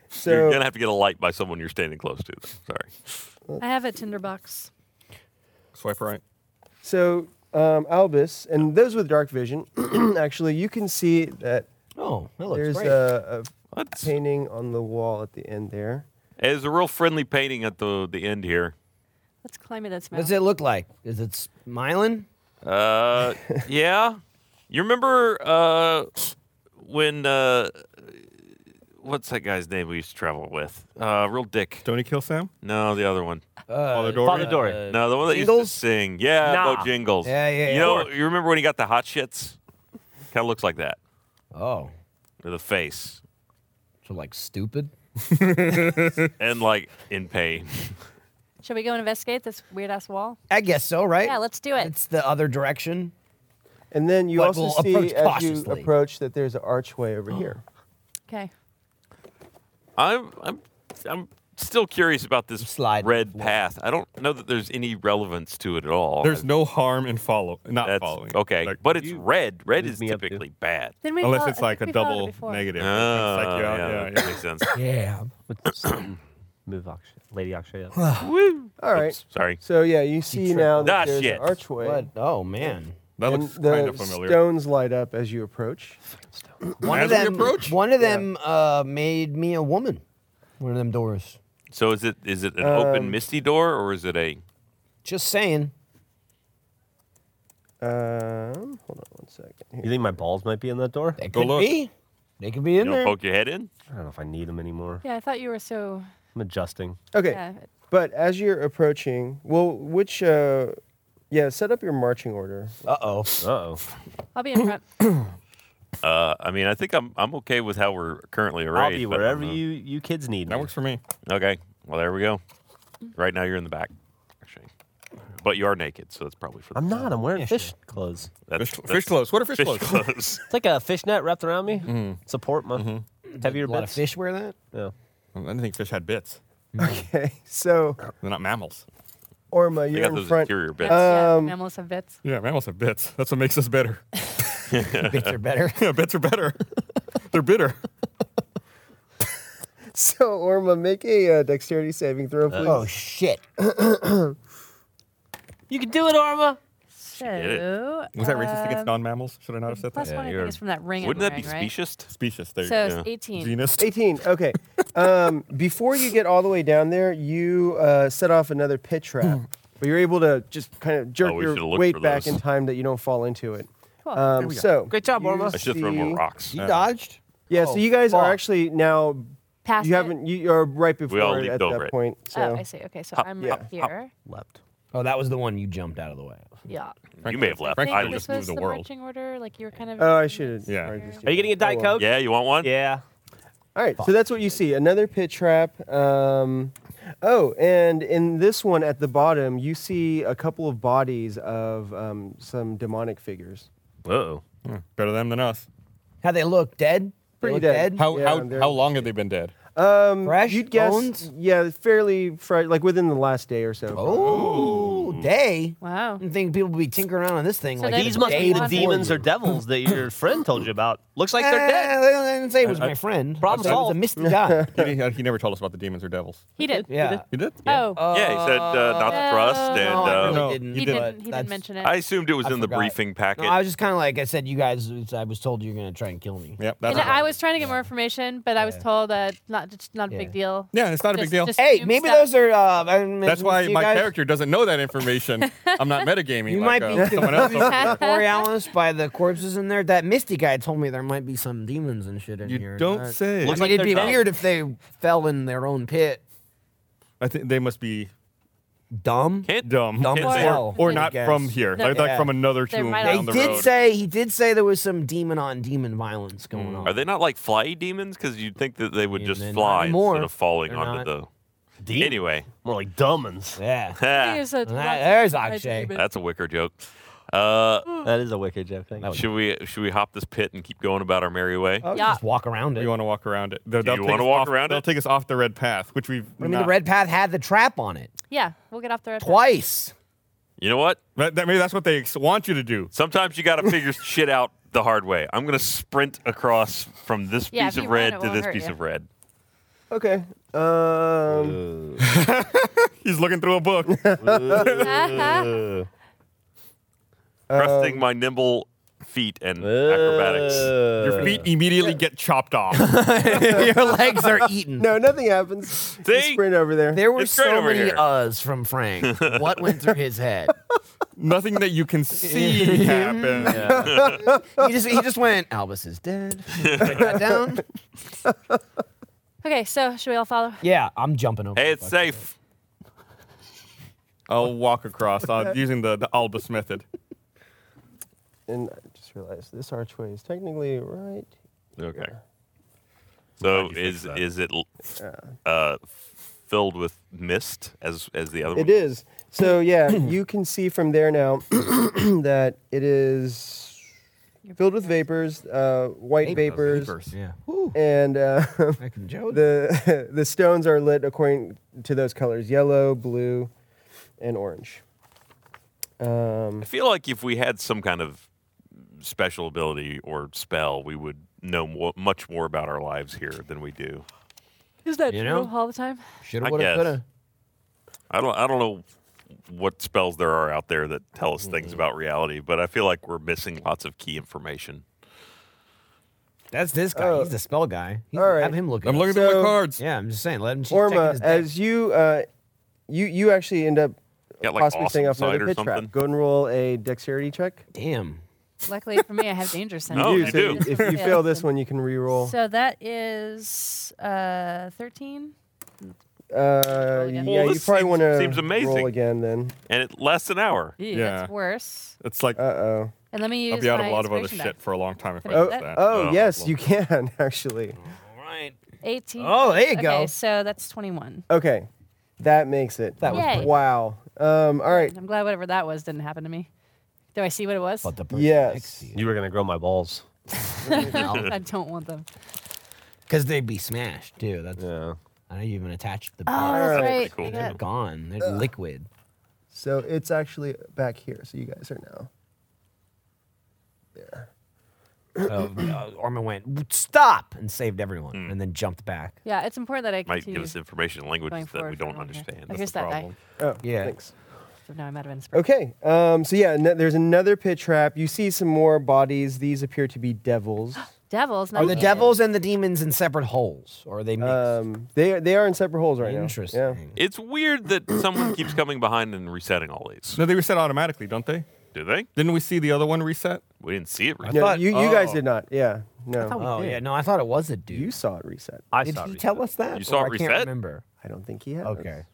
S4: so
S1: you're gonna have to get a light by someone you're standing close to. Though. Sorry.
S6: I have a tinderbox.
S3: Swipe right.
S4: So, um, Albus, and those with dark vision, actually, you can see that
S5: Oh, that looks
S4: there's
S5: great.
S4: a, a
S1: What?
S4: painting on the wall at the end there.
S1: There's a real friendly painting at the the end here.
S6: Let's climb it. That's
S5: What's it look like? Is it smiling?
S1: Uh, yeah. You remember uh, when uh, what's that guy's name we used to travel with? Uh, real dick.
S3: Tony kill Sam?
S1: No, the other one.
S3: Father Dory?
S7: Father Dory.
S5: Uh,
S1: No, the one that used
S5: Jingles?
S1: to sing. Yeah,
S7: Nah.
S1: about jingles.
S5: Yeah, yeah,
S1: You
S5: yeah.
S1: know, you remember when he got the hot shits? Kind of looks like that.
S5: Oh,
S1: The face.
S5: so like stupid.
S1: And like in pain.
S6: Should we go investigate this weird ass wall?
S5: I guess so, right?
S6: Yeah, let's do it.
S5: It's the other direction.
S4: And then you
S5: But
S4: also
S5: we'll approach
S4: see as you
S5: cautiously.
S4: approach that there's an archway over here.
S6: Okay.
S1: I'm I'm I'm still curious about this
S5: Slide
S1: red
S5: floor.
S1: path. I don't know that there's any relevance to it at all.
S3: There's no harm in follow, not
S1: That's,
S3: following.
S1: Okay,
S3: Like,
S1: but it's
S3: you-
S1: red. Red
S7: leads
S1: is
S7: me up to-
S1: typically bad.
S6: Then we
S3: unless
S6: follow-
S3: it's
S6: I
S3: like a
S6: think we followed it
S3: double
S6: before.
S3: negative.
S1: Oh,
S3: It's like, yeah, yeah,
S1: yeah,
S3: yeah.
S1: that makes sense.
S5: Yeah.
S7: What's move Akshay, Lady Akshay up?
S4: All right.
S1: Oops, sorry.
S4: So yeah, you see
S5: tripped.
S4: now
S1: Ah,
S4: that there's
S1: shit.
S4: an archway.
S5: What? Oh man.
S3: That
S4: and
S3: looks
S4: the
S3: kind of familiar.
S4: stones light up as you approach.
S5: One
S3: As
S5: of
S3: we
S5: them.
S3: approach?
S5: One of them uh, made me a woman. One of them doors.
S1: So is it is it an
S7: Um,
S1: open misty door or is it a
S5: Just saying.
S4: Um, hold on one second. Here.
S7: You think my balls might be in that door?
S5: They
S3: Go
S5: could
S3: look.
S5: be. They could be in
S1: you
S5: there.
S1: don't poke your head in?
S7: I don't know if I need them anymore.
S6: Yeah, I thought you were so.
S7: I'm adjusting.
S4: Okay,
S6: Yeah.
S4: but as you're approaching, well, which, uh, yeah, set up your marching order.
S5: Uh oh.
S7: Uh oh.
S6: I'll be in front.
S1: Uh, I mean, I think I'm I'm okay with how we're currently
S7: I'll
S1: arrayed.
S7: be
S1: but I don't
S7: wherever
S1: know.
S7: you, you kids need me.
S3: That works for me.
S1: Okay. Well, there we go. Right now you're in the back, actually, but you are naked, so that's probably for. The
S7: I'm not. I'm wearing fish clothes.
S1: That's,
S3: Fish,
S1: that's
S3: fish clothes. What are fish,
S1: Fish
S3: clothes?
S1: clothes.
S7: It's like a fishnet wrapped around me. Support my heavier
S5: Mm-hmm. A lot of
S7: bits.
S5: fish wear that.
S7: Yeah.
S3: I didn't think fish had bits.
S4: Okay, so
S3: They're not mammals.
S4: Orma,
S1: they
S4: you're
S1: got those
S4: in front.
S1: interior bits.
S6: Bits, yeah,
S4: Um,
S6: mammals have bits.
S3: Yeah, mammals have bits. That's what makes us better.
S5: Bits are better.
S3: yeah, bits are better. They're bitter.
S4: So Orma, make a uh, dexterity saving
S1: Uh,
S4: throw, please.
S5: oh shit.
S7: You can do it, Arma.
S6: So, um,
S1: it.
S3: Was that racist against non-mammals? Should I not have said that?
S6: plus one, Uh, I think, is from that ring. I'm
S1: Wouldn't that be
S6: wearing, right?
S1: specious?
S3: Specious. There.
S6: So it's
S1: yeah.
S6: 18.
S3: Genus.
S4: 18. Okay. Um, before you get all the way down there, you uh, set off another pit
S7: Hmm.
S4: trap, but you're able to just kind of jerk
S1: Oh, we should've
S4: your
S1: looked for
S4: weight back in
S1: those.
S4: time that you don't fall into it.
S6: Cool.
S5: uh,
S4: Um, so
S7: Great job,
S4: you
S7: Orma.
S1: I should have thrown
S4: see-
S1: more rocks.
S5: You dodged.
S4: Yeah,
S5: Oh,
S4: so you guys
S5: fuck.
S4: are actually now.
S6: Past
S4: you
S6: it?
S4: haven't. You are right before
S1: all
S4: it
S1: leaped
S4: at
S1: over
S4: that
S1: it.
S4: point. So
S6: Oh, I see. Okay, so I'm
S4: yeah,
S6: right here.
S7: Leapt.
S5: Oh, that was the one you jumped out of the way.
S6: Yeah.
S1: You may have left.
S3: Frankly,
S1: I
S3: I
S6: think
S1: just
S6: this
S3: moved
S6: was
S3: the
S6: the
S3: world.
S6: marching order. Like you were kind of.
S4: Oh, I should.
S3: Yeah.
S7: Are you getting a Diet
S4: Oh,
S7: Coke?
S1: Yeah, you want one?
S7: Yeah.
S4: All right. So that's what you see. Another pit trap. Um, oh, and in this one at the bottom, you see a couple of bodies of um, some demonic figures.
S7: Uh oh.
S3: Yeah, Better them than us.
S5: How they look dead. They
S4: Pretty
S5: look
S4: dead.
S3: How
S4: Yeah,
S3: how
S4: they're-
S3: how long have they been dead?
S4: Um,
S5: Fresh
S4: You'd guess.
S5: bones?
S4: Yeah, fairly fresh, like within the last day or so.
S5: Oh, day.
S6: Wow.
S5: I didn't think people would be tinkering around on this thing.
S6: So
S5: like
S6: they-
S5: it's
S6: These
S7: These must be
S5: day
S7: the
S5: before
S7: demons
S5: you.
S7: or devils that your friend told you about. Looks like
S5: Eh,
S7: they're dead.
S5: they don't- they didn't say it was my friend.
S7: Problem
S5: It was a
S7: solved.
S5: misty guy.
S3: He, didn't- he never told us about the demons or devils.
S6: He did.
S5: Yeah.
S3: You did?
S6: Oh.
S1: Yeah, he said uh, not to
S6: Uh,
S1: trust,
S6: no,
S1: and
S5: no, I
S1: uh,
S5: really
S3: No,
S5: didn't.
S3: you
S6: he
S3: did.
S6: didn't. He
S5: That's-
S6: didn't mention it.
S1: I assumed it was
S5: I
S1: in the
S5: forgot.
S1: briefing packet.
S5: No, I was just kind of like I said. You guys, I was told you were gonna try and kill me.
S3: Yep. That's
S6: and
S3: right.
S6: I was trying to get more information, but I was
S5: Yeah.
S6: told that not just not a big
S5: Yeah.
S6: deal.
S3: Yeah, it's not a big
S6: Just-
S3: deal.
S6: just
S5: Hey,
S6: assume
S5: maybe
S6: stuff.
S5: those are. Uh, I didn't
S3: That's
S5: mention
S3: why
S5: this to you
S3: my
S5: guys.
S3: character doesn't know that information. I'm not metagaming.
S5: You
S3: like,
S5: might be
S3: uh, someone else.
S5: confused Borealis by the corpses in there. That Misty guy told me there might be some demons and shit in
S3: You
S5: here.
S3: don't
S5: That-
S3: say.
S5: I
S3: Looks
S5: mean,
S7: like
S5: it'd
S7: they're
S5: be
S7: dead.
S5: weird if they fell in their own pit.
S3: I think they must be
S5: Dumb.
S1: Can't,
S3: dumb,
S5: Dumb
S1: Can't
S5: as
S1: say-
S5: hell.
S3: or
S5: I
S3: not
S5: guess.
S3: from here,
S6: No,
S3: like, like
S5: yeah.
S3: from another
S6: They
S3: tomb
S6: might
S5: They
S3: down
S6: on
S3: the
S5: did
S3: road.
S5: say he did say there was some demon on demon violence
S3: Mm.
S5: going on.
S1: Are they not like fly demons? Because you'd think that they would
S5: Yeah,
S1: just
S5: they're not
S1: fly
S5: anymore.
S1: instead of falling
S5: They're
S1: onto
S5: not.
S1: the.
S7: Demons.
S1: Anyway,
S7: More like dumbins.
S5: Yeah.
S1: ha,
S6: Here's a-
S5: there's
S6: I-
S5: Akshay.
S1: that's a wicker joke. Uh,
S7: That is a wicked joke. Thank
S5: Oh.
S7: you.
S1: should we should we hop this pit and keep going about our merry way?
S6: Yeah.
S5: Just walk around it.
S3: We want to walk around it. They'll,
S1: Do
S3: they'll
S1: you
S3: take
S1: wanna
S3: us
S1: walk
S3: off-
S1: around
S3: They'll
S1: it?
S3: take us off the red path, which we've.
S5: I mean, the red path had the trap on it
S6: Yeah, we'll get off the red. path.
S5: twice.
S1: You know what?
S3: That, that- maybe that's what they ex- want you to do.
S1: Sometimes you got to figure shit out the hard way. I'm gonna sprint across from this
S6: Yeah,
S1: piece
S6: if
S1: of
S6: you run,
S1: red
S6: it
S1: to
S6: won't
S1: this
S6: hurt
S1: piece
S6: you.
S1: of red.
S4: Okay. Um,
S3: He's looking through a book.
S1: trusting my nimble feet and acrobatics.
S3: Your feet immediately get chopped off.
S5: Your legs are eaten.
S4: no, nothing happens.
S1: See?
S4: Sprint over there.
S5: There were
S1: It's great
S5: so
S1: over
S5: many
S1: here.
S5: uhs from Frank. What went through his head?
S3: Nothing that you can see happen.
S5: He just he just went. Albus is dead. Put that down.
S6: Okay, so should we all follow?
S5: Yeah, I'm jumping over.
S1: Hey,
S5: the
S1: it's
S5: fucking-
S1: safe.
S3: I'll walk across uh, using the, the Albus method.
S4: and I just realized this archway is technically right.
S1: Okay. So
S9: Glad you fixed
S1: is
S9: that.
S1: is it l- uh, filled with mist as as the other one?
S4: It is. So yeah, you can see from there now that it is filled with vapors, uh, white vapors,
S5: Yeah.
S4: and uh,
S5: I can joke.
S4: the the stones are lit according to those colors: yellow, blue, and orange. Um,
S1: I feel like if we had some kind of special ability or spell, we would know more, much more about our lives here than we do.
S6: Is that
S5: You
S6: true
S5: know?
S6: all the time?
S5: Shoulda,
S1: I
S5: woulda,
S1: guess.
S5: coulda.
S1: I don't I don't know what spells there are out there that tell us things about reality, but I feel like we're missing lots of key information.
S5: That's this guy.
S4: Oh.
S5: He's the spell guy. He's,
S4: All right.
S5: Have him look. it
S3: I'm
S5: up.
S3: looking through
S4: So-
S3: my cards.
S5: Yeah, I'm just saying. Let him. She's checking
S4: Orma,
S5: his deck.
S4: as you uh, you you actually end up
S1: Got like
S4: possibly
S1: awesome
S4: setting off
S1: sight
S4: another
S1: or
S4: pit
S1: something.
S4: trap. Go and roll a dexterity check.
S5: Damn.
S6: Luckily for me, I have danger sense.
S1: Oh,
S4: You
S1: you
S4: so
S1: do.
S4: you- If you fail this one, you can re-roll.
S6: So that is uh, 13.
S4: Uh, yeah,
S6: Well,
S4: you
S1: this
S4: probably
S1: seems-
S4: want to
S1: seems amazing.
S4: roll again then.
S1: And it lasts an hour.
S6: Ew,
S3: Yeah.
S6: That's worse.
S3: It's like
S4: Uh oh.
S6: And let me use
S3: I'll be out of
S6: my
S3: a lot of other
S6: inspiration
S3: shit for a long time if I
S6: Oh,
S3: do
S4: Oh,
S3: that.
S4: oh
S1: Oh,
S4: yes,
S1: well.
S4: you can actually.
S5: All right.
S6: die. 18.
S5: Oh, there you go.
S6: Okay, so that's 21.
S4: Okay, that makes it.
S5: That
S6: was Yay. pretty.
S4: wow. Um, all right.
S6: I'm glad whatever that was didn't happen to me. Do I see what it was?
S5: But the person next
S4: Yes.
S5: to you.
S2: You were gonna grow my balls.
S6: I don't want them.
S5: Because they'd be smashed too. That's.
S2: Yeah.
S5: I know you even attached the.
S6: Oh,
S5: bar.
S6: that's
S4: Alright.
S6: right.
S1: Cool.
S6: I
S5: They're
S6: got-
S5: gone. They're liquid.
S4: So it's actually back here. So you guys are now.
S5: So, uh, Orman went stop and saved everyone, and then jumped back.
S6: Yeah, it's important that I
S1: Might
S6: continue.
S1: give us information in languages
S6: going
S1: that we
S6: forward for
S1: don't
S6: longer.
S1: understand.
S6: Oh,
S1: That's
S6: here's
S1: the
S6: that guy.
S1: problem.
S4: Oh,
S5: Yeah.
S4: Thanks.
S6: so now I'm out of inspiration.
S4: Okay. Um, so yeah, no, there's another pit trap. You see some more bodies. These appear to be devils.
S6: Devils.
S5: Are
S6: not
S5: the
S6: demons.
S5: devils and the demons in separate holes, or are they mixed?
S4: Um, they are- they are in separate holes right
S5: Interesting.
S4: now. Yeah.
S1: It's weird that someone keeps coming behind and resetting all these.
S3: No, they reset automatically, don't they?
S1: Do they?
S3: Didn't we see the other one reset?
S1: We didn't see it. Reset.
S4: No,
S5: thought-
S4: you you guys
S3: oh.
S4: did not. Yeah. No.
S5: Oh yeah, no, I thought it was a dude.
S4: You saw it reset.
S2: I
S5: Did
S2: saw
S5: he
S2: it.
S5: tell us that?
S1: You saw
S5: Or
S1: it
S5: I
S1: reset?
S5: can't remember.
S4: I don't think he has.
S5: Okay.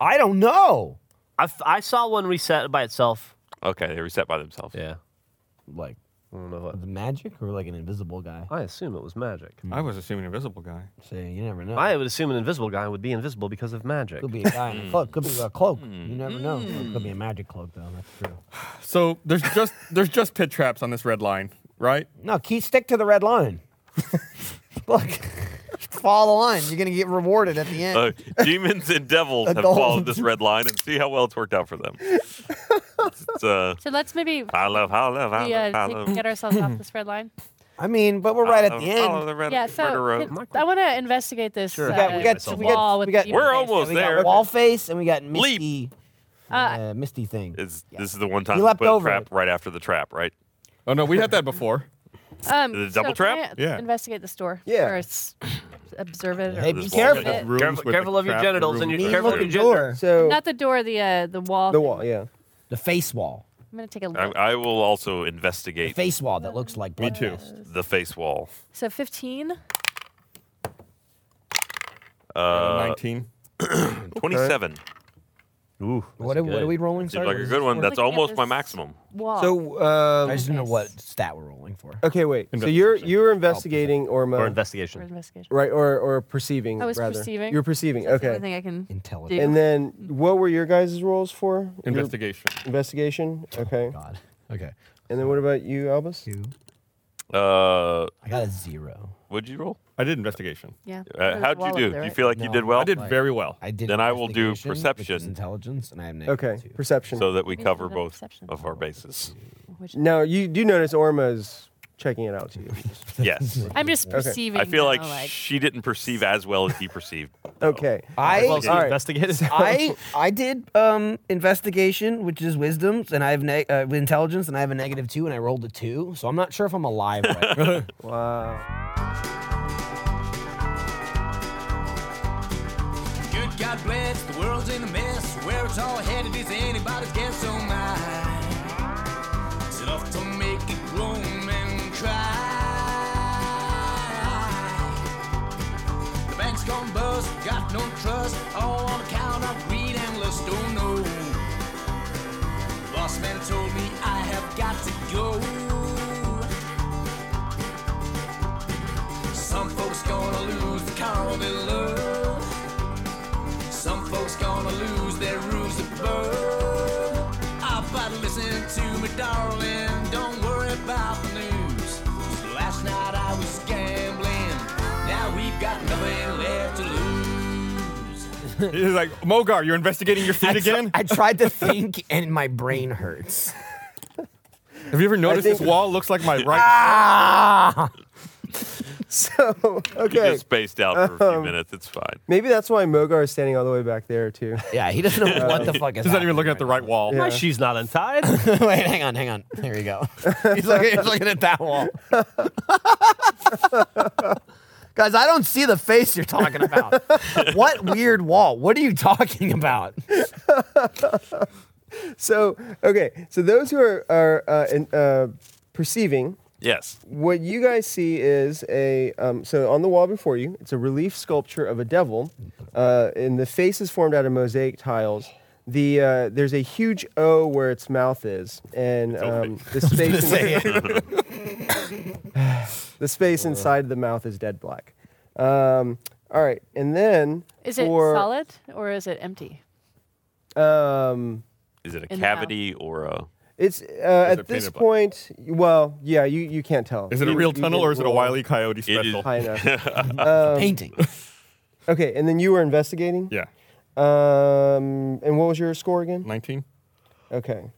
S5: I don't know.
S2: I, f- I saw one reset by itself.
S1: Okay, they reset by themselves.
S2: Yeah.
S5: Like
S2: I don't know what.
S5: the magic or like an invisible guy.
S2: I assume it was magic.
S3: I was assuming invisible guy.
S5: So you never know.
S2: I would assume an invisible guy would be invisible because of magic.
S5: could be a guy in a cloak. Could be a cloak. You never know. It could be a magic cloak though. That's true.
S3: So there's just there's just pit traps on this red line, right?
S5: No, keep stick to the red line. Look, follow the line. You're gonna get rewarded at the end.
S1: Uh, demons and devils have
S5: Adults.
S1: followed this red line and see how well it's worked out for them. It's, uh,
S6: So let's maybe
S1: I love, I love, I
S6: we,
S1: love, I
S6: uh,
S1: love.
S6: take- get ourselves off this red line.
S5: I mean, but we're right at the
S1: Follow
S5: end.
S1: the red,
S6: Yeah,
S1: red
S6: so
S1: road.
S6: can- I want to investigate this.
S2: Sure.
S6: Uh,
S2: We
S5: got- we got-
S6: myself
S5: we got-
S6: wall with
S5: we got-
S6: the demon
S1: We're
S6: face.
S1: almost
S5: We
S1: there.
S5: got wall face and we got
S1: Leap.
S5: misty,
S6: Uh,
S5: uh, misty thing.
S1: It's, This is the one time
S5: You
S1: we
S5: leapt
S1: put a
S5: over
S1: trap
S5: it.
S1: right after the trap, right?
S3: Oh no, we had that before.
S6: um,
S1: The
S6: so
S1: double
S6: can
S1: trap?
S6: I
S3: Yeah.
S6: Investigate this door.
S4: Yeah.
S6: Or s- observe it.
S5: Hey,
S6: Or
S5: be
S1: This
S5: careful.
S1: wall.
S3: There's rooms
S2: Careful-
S3: with the
S2: careful of your
S3: trap,
S2: genitals
S3: room
S2: and your-
S3: with
S5: Neat
S3: the
S2: careful of
S3: trap.
S5: looking
S2: your
S5: door.
S4: So
S6: Not the door. The uh, the wall.
S4: the
S6: thing.
S4: wall. Yeah.
S5: The face wall.
S6: I'm gonna take a
S1: I,
S6: look.
S1: I will also
S5: The
S1: investigate
S5: face wall that looks like
S3: Me
S5: blood
S3: too.
S5: test.
S1: the face wall.
S6: So 15.
S1: Uh,
S3: 19.
S1: 27.
S2: Ooh,
S5: What are, what are we rolling?
S1: Seems
S5: Sorry,
S1: like
S5: what
S1: a
S5: is
S1: good
S5: this
S1: one.
S5: for?
S1: That's
S6: Looking at
S1: almost my
S6: this-
S1: maximum.
S6: Wall.
S4: So
S5: I
S4: um,
S5: just don't know what stat we're rolling for.
S4: okay, wait. So you're you're investigating Orma.
S2: or
S6: for
S2: investigation.
S6: investigation.
S4: Right, or or perceiving.
S6: I was
S4: rather.
S6: perceiving.
S4: You're perceiving.
S6: That's the only
S4: okay.
S6: thing I can.
S5: Intelligence.
S4: And then, what were your guys' roles for? Your
S3: Investigation.
S4: investigation. Okay.
S5: God. Okay.
S4: and then, what about you, Albus?
S5: Two.
S1: Uh,
S5: I got a zero.
S1: what'd you roll?
S3: I did investigation.
S6: Yeah.
S1: Uh, how'd you do? Do you feel like you
S5: No,
S1: did well?
S3: I did very well.
S5: I did.
S1: Then I will do
S5: investigation, which
S1: perception.
S5: is intelligence, and I have negative
S4: Okay.
S5: two.
S4: Perception.
S1: so that we
S6: We
S1: cover
S6: did a
S1: both
S6: perception.
S1: of our bases.
S6: Which
S4: now you do notice Orma's checking it out to you.
S1: Yes.
S6: I'm just
S4: Okay.
S6: perceiving.
S1: I feel
S6: now,
S1: like, she didn't perceive as well as he perceived. though.
S4: Okay.
S5: I
S2: Well, so
S4: All
S2: you
S4: right.
S2: investigated.
S5: I I did um investigation, which is wisdom, and I have neg uh, with intelligence, and I have a negative two, and I rolled a two, so I'm not sure if I'm alive. Right now.
S4: Wow.
S10: Good God bless, the world's in a mess. Where it's all headed is anybody's guess, oh my. It's enough to make it groan and cry. The bank's gone bust, got no trust, all on account of greed and lust, don't know. Boss man told me I have got call it love. Some folks gonna lose their roofs above. Ah, but listen to me, darling. Don't worry about the news. Last night I was gambling. Now we've got nothing left to lose.
S3: He's like, Mogar, you're investigating your feet again?
S5: I tried to think and my brain hurts.
S3: Have you ever noticed this
S4: think-
S3: wall looks like my right?
S5: Ah!
S4: So
S1: You
S4: okay,
S1: just spaced out for a few
S4: Um,
S1: minutes. It's fine.
S4: maybe that's why Mogar is standing all the way back there too.
S5: Yeah, he doesn't know what the fuck is
S3: He's not even looking at the right wall.
S4: Yeah.
S2: My shoe's not untied.
S5: happening. Wait, hang on, hang on. There you go. He's looking, he's looking at that wall. Guys, I don't see the face you're talking about. what weird wall? What are you talking about?
S4: So okay, so those who are are uh, in, uh, perceiving
S1: Yes.
S4: what you guys see is a um, so on the wall before you it's a relief sculpture of a devil uh, and the face is formed out of mosaic tiles the uh, there's a huge o where its mouth is and um, the space in- the space inside the mouth is dead black um, all right and then
S6: Is it
S4: for,
S6: solid or is it empty?
S4: um,
S1: Is it a
S6: In the mouth.
S1: cavity or a?
S4: it's uh,
S3: Is
S4: at
S3: it
S4: this
S3: painted black?
S4: point well yeah you, you can't tell
S3: Is it a
S4: You-
S3: real
S4: you
S3: tunnel
S4: didn't
S3: or is it a
S4: roll
S3: Wile E. Coyote
S1: is.
S3: special?
S4: high enough
S5: Painting.
S4: okay and then you were investigating
S3: Yeah.
S4: Um, and what was your score again?
S3: 19?
S4: Okay.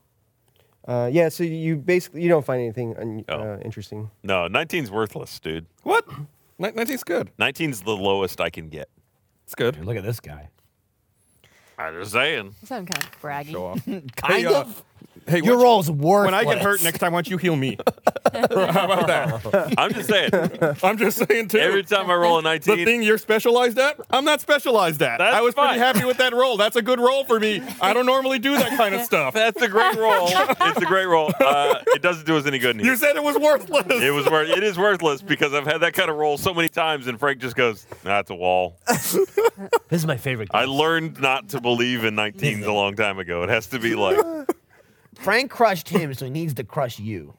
S4: Uh, yeah, so you basically you don't find anything un-
S3: Oh.
S4: uh, interesting.
S1: No, 19's worthless, dude.
S3: What? Ni- 19's good.
S1: 19's the lowest I can get.
S3: It's good.
S5: Look at this guy.
S1: I'm just saying.
S6: You sound kind of braggy.
S3: Go off. Hey,
S5: Kind
S3: uh,
S5: of.
S3: Hey,
S5: Your
S3: when-
S5: roll's worthless.
S3: When I get hurt next time, why don't you heal me? How about that?
S1: I'm just saying.
S3: I'm just saying, too.
S1: Every time I roll a
S3: the
S1: 19,
S3: thing you're specialized at, I'm not specialized at.
S1: That's
S3: I was
S1: fine.
S3: pretty happy with that roll. That's a good roll for me. I don't normally do that kind of stuff.
S1: that's a great roll. it's a great roll. Uh, it doesn't do us any good in
S3: You
S1: here.
S3: said it was worthless.
S1: It was worth. It is worthless because I've had that kind of roll so many times, and Frank just goes, "That's a wall."
S2: This is my favorite.
S1: I learned not to believe in 19s a long time ago. It has to be like,
S5: Frank crushed him, so he needs to crush you.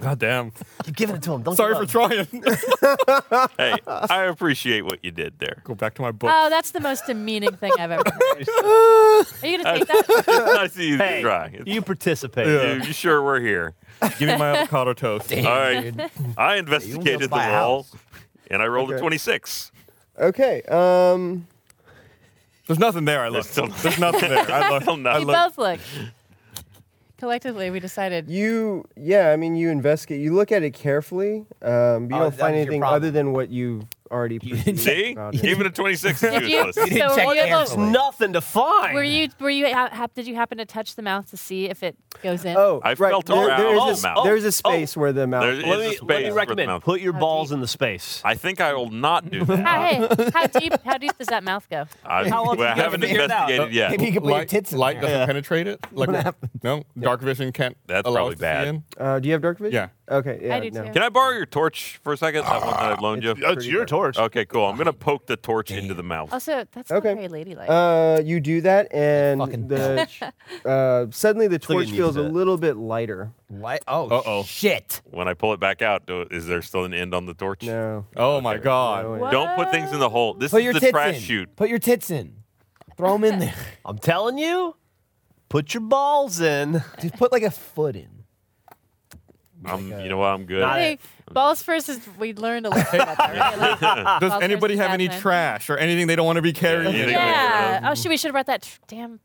S3: God damn.
S2: Keep giving it to him. Don't
S3: Sorry
S2: give
S3: for
S2: up.
S3: trying.
S1: "Hey, I appreciate what you did there."
S3: Go back to my book.
S6: Oh, that's the most demeaning thing I've ever heard. Are you gonna take that?
S1: I see you
S2: Hey,
S1: try. It's-
S2: You participate.
S3: Yeah.
S1: you, you sure we're here?
S3: Give me my avocado toast. Uh,
S1: All right. I investigated the
S5: buy a
S1: wall, and I rolled a
S4: Okay.
S1: 26.
S4: Okay. Um,
S3: There's nothing there. I looked.
S1: still
S3: There's nothing there. I looked.
S1: Still
S3: I
S1: nothing.
S6: We
S3: looked.
S6: both look. Collectively, we decided.
S4: you yeah, I mean you investigate, you look at it carefully. Um, but you
S5: Oh,
S4: don't
S5: that
S4: find
S5: was your
S4: anything
S5: problem.
S4: other than what you've already. perceived
S1: See,
S4: about it.
S1: even a 26
S6: Did
S1: is
S6: you,
S1: useless.
S6: so
S5: didn't check
S6: were you, able-
S5: carefully.
S2: Nothing to find.
S6: were you were you ha- hap- did you happen to touch the mouth to see if it goes in?
S4: Oh,
S1: I
S4: right.
S1: felt
S4: there,
S1: around
S4: there
S3: Oh,
S1: the
S4: is a,
S1: mouth.
S4: there's a space where the mouth.
S1: There is
S2: Let
S1: a
S2: me,
S1: space
S2: let me
S1: for the
S2: recommend
S1: mouth.
S2: put your
S6: How
S2: balls
S6: deep?
S2: in the space.
S1: I think I will not do that.
S6: How, Ah, hey, how deep how deep does that mouth go?
S1: I,
S2: How else
S1: well,
S2: you
S1: I
S2: gonna
S1: haven't
S2: figure it out?
S1: investigated yet.
S5: Maybe you could put your
S3: light
S5: tits in
S3: light
S5: there.
S3: doesn't penetrate it. Like what No, dark vision can't.
S1: That's
S3: allow
S1: probably
S3: us to see
S1: bad.
S3: in?
S4: Uh, do you have dark vision?
S3: Yeah.
S4: Okay. Yeah.
S6: do
S4: no.
S6: too.
S1: Can I borrow your torch for a second? That one that I loaned you.
S2: That's your torch.
S1: Okay, cool. I'm gonna poke the torch into the mouth.
S6: Also, that's
S4: Okay.
S6: not very ladylike.
S4: Uh, you do that,
S5: Fucking
S4: and the, uh, suddenly the
S2: like
S4: torch
S2: you
S4: feels a
S2: did it.
S4: little bit lighter.
S5: Light. Oh,
S3: Uh-oh.
S5: shit.
S1: When I pull it back out, do, is there still an end on the torch?
S4: No.
S3: Oh my god.
S6: What?
S1: Don't put things in the hole. This
S5: Put
S1: is
S5: your
S1: the
S5: tits
S1: trash
S5: in.
S1: chute.
S5: Put your tits in. Throw them in there.
S2: I'm telling you, put your balls in.
S5: Just put like a foot in. Oh
S1: I'm, you know what? I'm good.
S6: I think balls first is we learned a little about that. Right? Like,
S3: Does
S6: balls
S3: anybody
S6: versus
S3: have any
S6: abdomen.
S3: trash or anything they don't want to be carrying?
S1: Yeah, you think-
S6: Yeah. Oh, shoot, we should have brought that tr- damn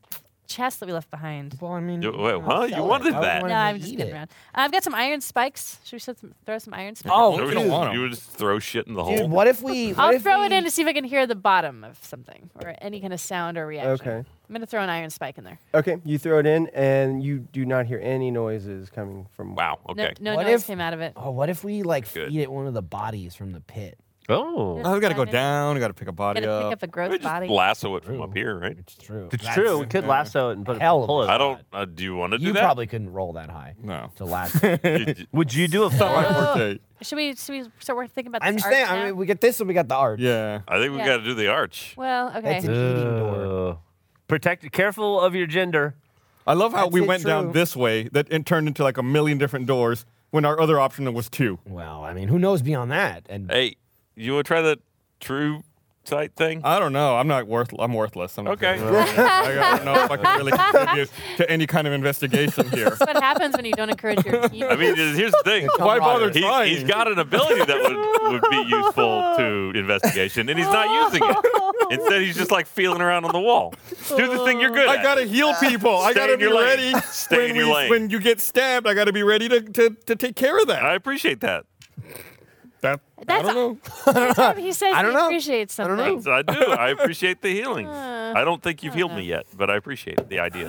S6: chest that we left behind.
S5: Well, I mean,
S1: You- wait, huh? You wanted that.
S6: No, I'm just kidding around. I've got some iron spikes. Should we set some, throw some iron spikes?
S5: Oh,
S1: No, we
S3: dude.
S1: don't want 'em. You would just throw shit in the hole.
S5: Dude, what if we? What
S6: I'll
S5: if
S6: throw
S5: we,
S6: it in to see if I can hear the bottom of something or any kind of sound or reaction.
S4: Okay.
S6: I'm gonna throw an iron spike in there.
S4: Okay, you throw it in, and you do not hear any noises coming from.
S1: Wow.
S6: No,
S1: Okay.
S6: no
S5: What
S6: noise
S5: if-
S6: came out of it.
S5: Oh, what if we like
S1: Good.
S5: feed it one of the bodies from the pit?
S2: Oh.
S3: Oh, we gotta go
S6: Find it.
S3: down. We gotta pick a
S6: Gotta
S3: body
S6: pick
S3: up.
S6: up a
S1: We
S6: gross
S1: just
S6: body.
S1: lasso it from up here, right?
S5: It's true.
S2: It's
S5: That's-
S2: true. We could lasso it and put
S5: hell
S2: a
S5: of
S2: pull
S5: a-
S2: it.
S1: I don't. Uh, do you want to do
S5: You
S1: that?
S5: probably couldn't roll that high.
S3: No.
S5: To lasso.
S1: Did-
S2: Would you do a
S3: Not my
S2: fuck?
S6: Oh.
S3: forte.
S6: Should we? Should we start worth thinking about
S5: I'm
S6: this
S5: just saying.
S6: art now?
S5: I mean, we get this and we got the art.
S3: Yeah.
S1: I think we
S6: Yeah.
S1: got to do the arch.
S6: well, okay.
S5: That's an eating door.
S2: Uh, Protect. Careful of your gender.
S3: I love how
S4: That's
S3: we
S4: it,
S3: went down
S4: true.
S3: this way that it turned into like a million different doors when our other option was two.
S5: Well, I mean, who knows beyond that? And
S1: Hey, You want to try the true site thing?
S3: I don't know. I'm not worth. I'm worthless. I'm not
S1: Okay.
S3: good at it. I don't know if I can really contribute to any kind of investigation here.
S6: That's what happens when you don't encourage your team.
S1: I mean, here's the thing.
S3: Why bother
S1: He's-
S3: trying?
S1: he's got an ability that would, would be useful to investigation, and he's not using it. Instead, he's just like feeling around on the wall. Do the thing you're good
S3: I
S1: at.
S3: gotta heal people. I
S1: Stay
S3: gotta
S1: in
S3: be
S1: your lane.
S3: ready.
S1: Stay
S3: when
S1: in your
S3: we-
S1: lane.
S3: When you get stabbed, I gotta be ready to, to, to take care of that.
S1: I appreciate that.
S3: that I
S6: That's-
S3: don't know.
S6: he says
S5: I don't
S6: he
S5: know.
S6: appreciates something.
S1: So I do. I appreciate the healing.
S2: Uh,
S1: I don't think you've healed me yet, but I appreciate the idea.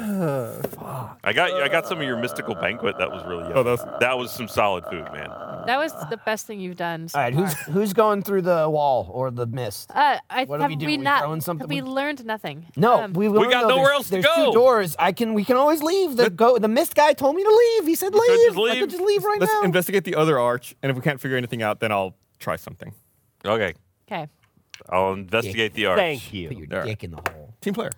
S1: I got I got some of your mystical banquet. That was really yummy.
S3: Oh, that's-
S1: that was some solid food, man.
S6: That was the best thing you've done. so
S5: All right, who's
S6: far.
S5: who's going through the wall or the mist?
S6: Uh, I,
S5: What do
S6: have
S5: we do? We
S6: not?
S5: throwing something?
S6: have we learned nothing.
S5: No,
S6: Um,
S5: we, learned,
S1: got
S5: though,
S1: nowhere
S5: there's-
S1: else to
S5: there's
S1: go.
S5: two doors. I can. We can always leave. The go. The mist guy told me to leave. He said leave.
S1: just
S5: I
S1: leave.
S5: could just leave right
S3: Let's
S5: now.
S3: investigate the other arch, and if we can't figure anything out, then I'll try something.
S1: Okay,
S6: Okay.
S1: I'll investigate the arch.
S2: Thank
S5: Put
S2: you.
S5: your
S3: All right.
S5: dick in the hole.
S3: Team player.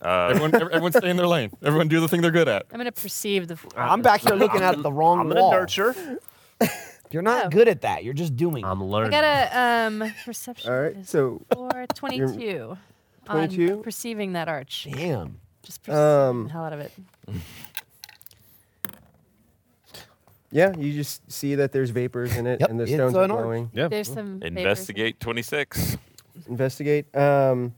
S1: Uh.
S3: everyone, ev- everyone stay in their lane. Everyone do the thing they're good at.
S6: I'm gonna perceive the. f-
S5: I'm back here looking at the wrong
S2: I'm gonna
S5: wall.
S2: nurture.
S5: You're
S6: Oh.
S5: not good at that. You're just doing. it.
S2: I'm
S6: I
S2: learning.
S6: got a um perception.
S4: All right, so
S6: Or 22. on
S4: 22?
S6: Perceiving that arch.
S5: Damn.
S6: Just perceiving
S4: Um,
S6: the hell out of it.
S4: yeah, you just see that there's vapors in it
S5: Yep,
S4: and the
S5: it's
S4: stones are
S5: an orange.
S4: glowing.
S7: Yeah.
S6: There's some. vapors.
S1: Investigate 26.
S4: Investigate. Um,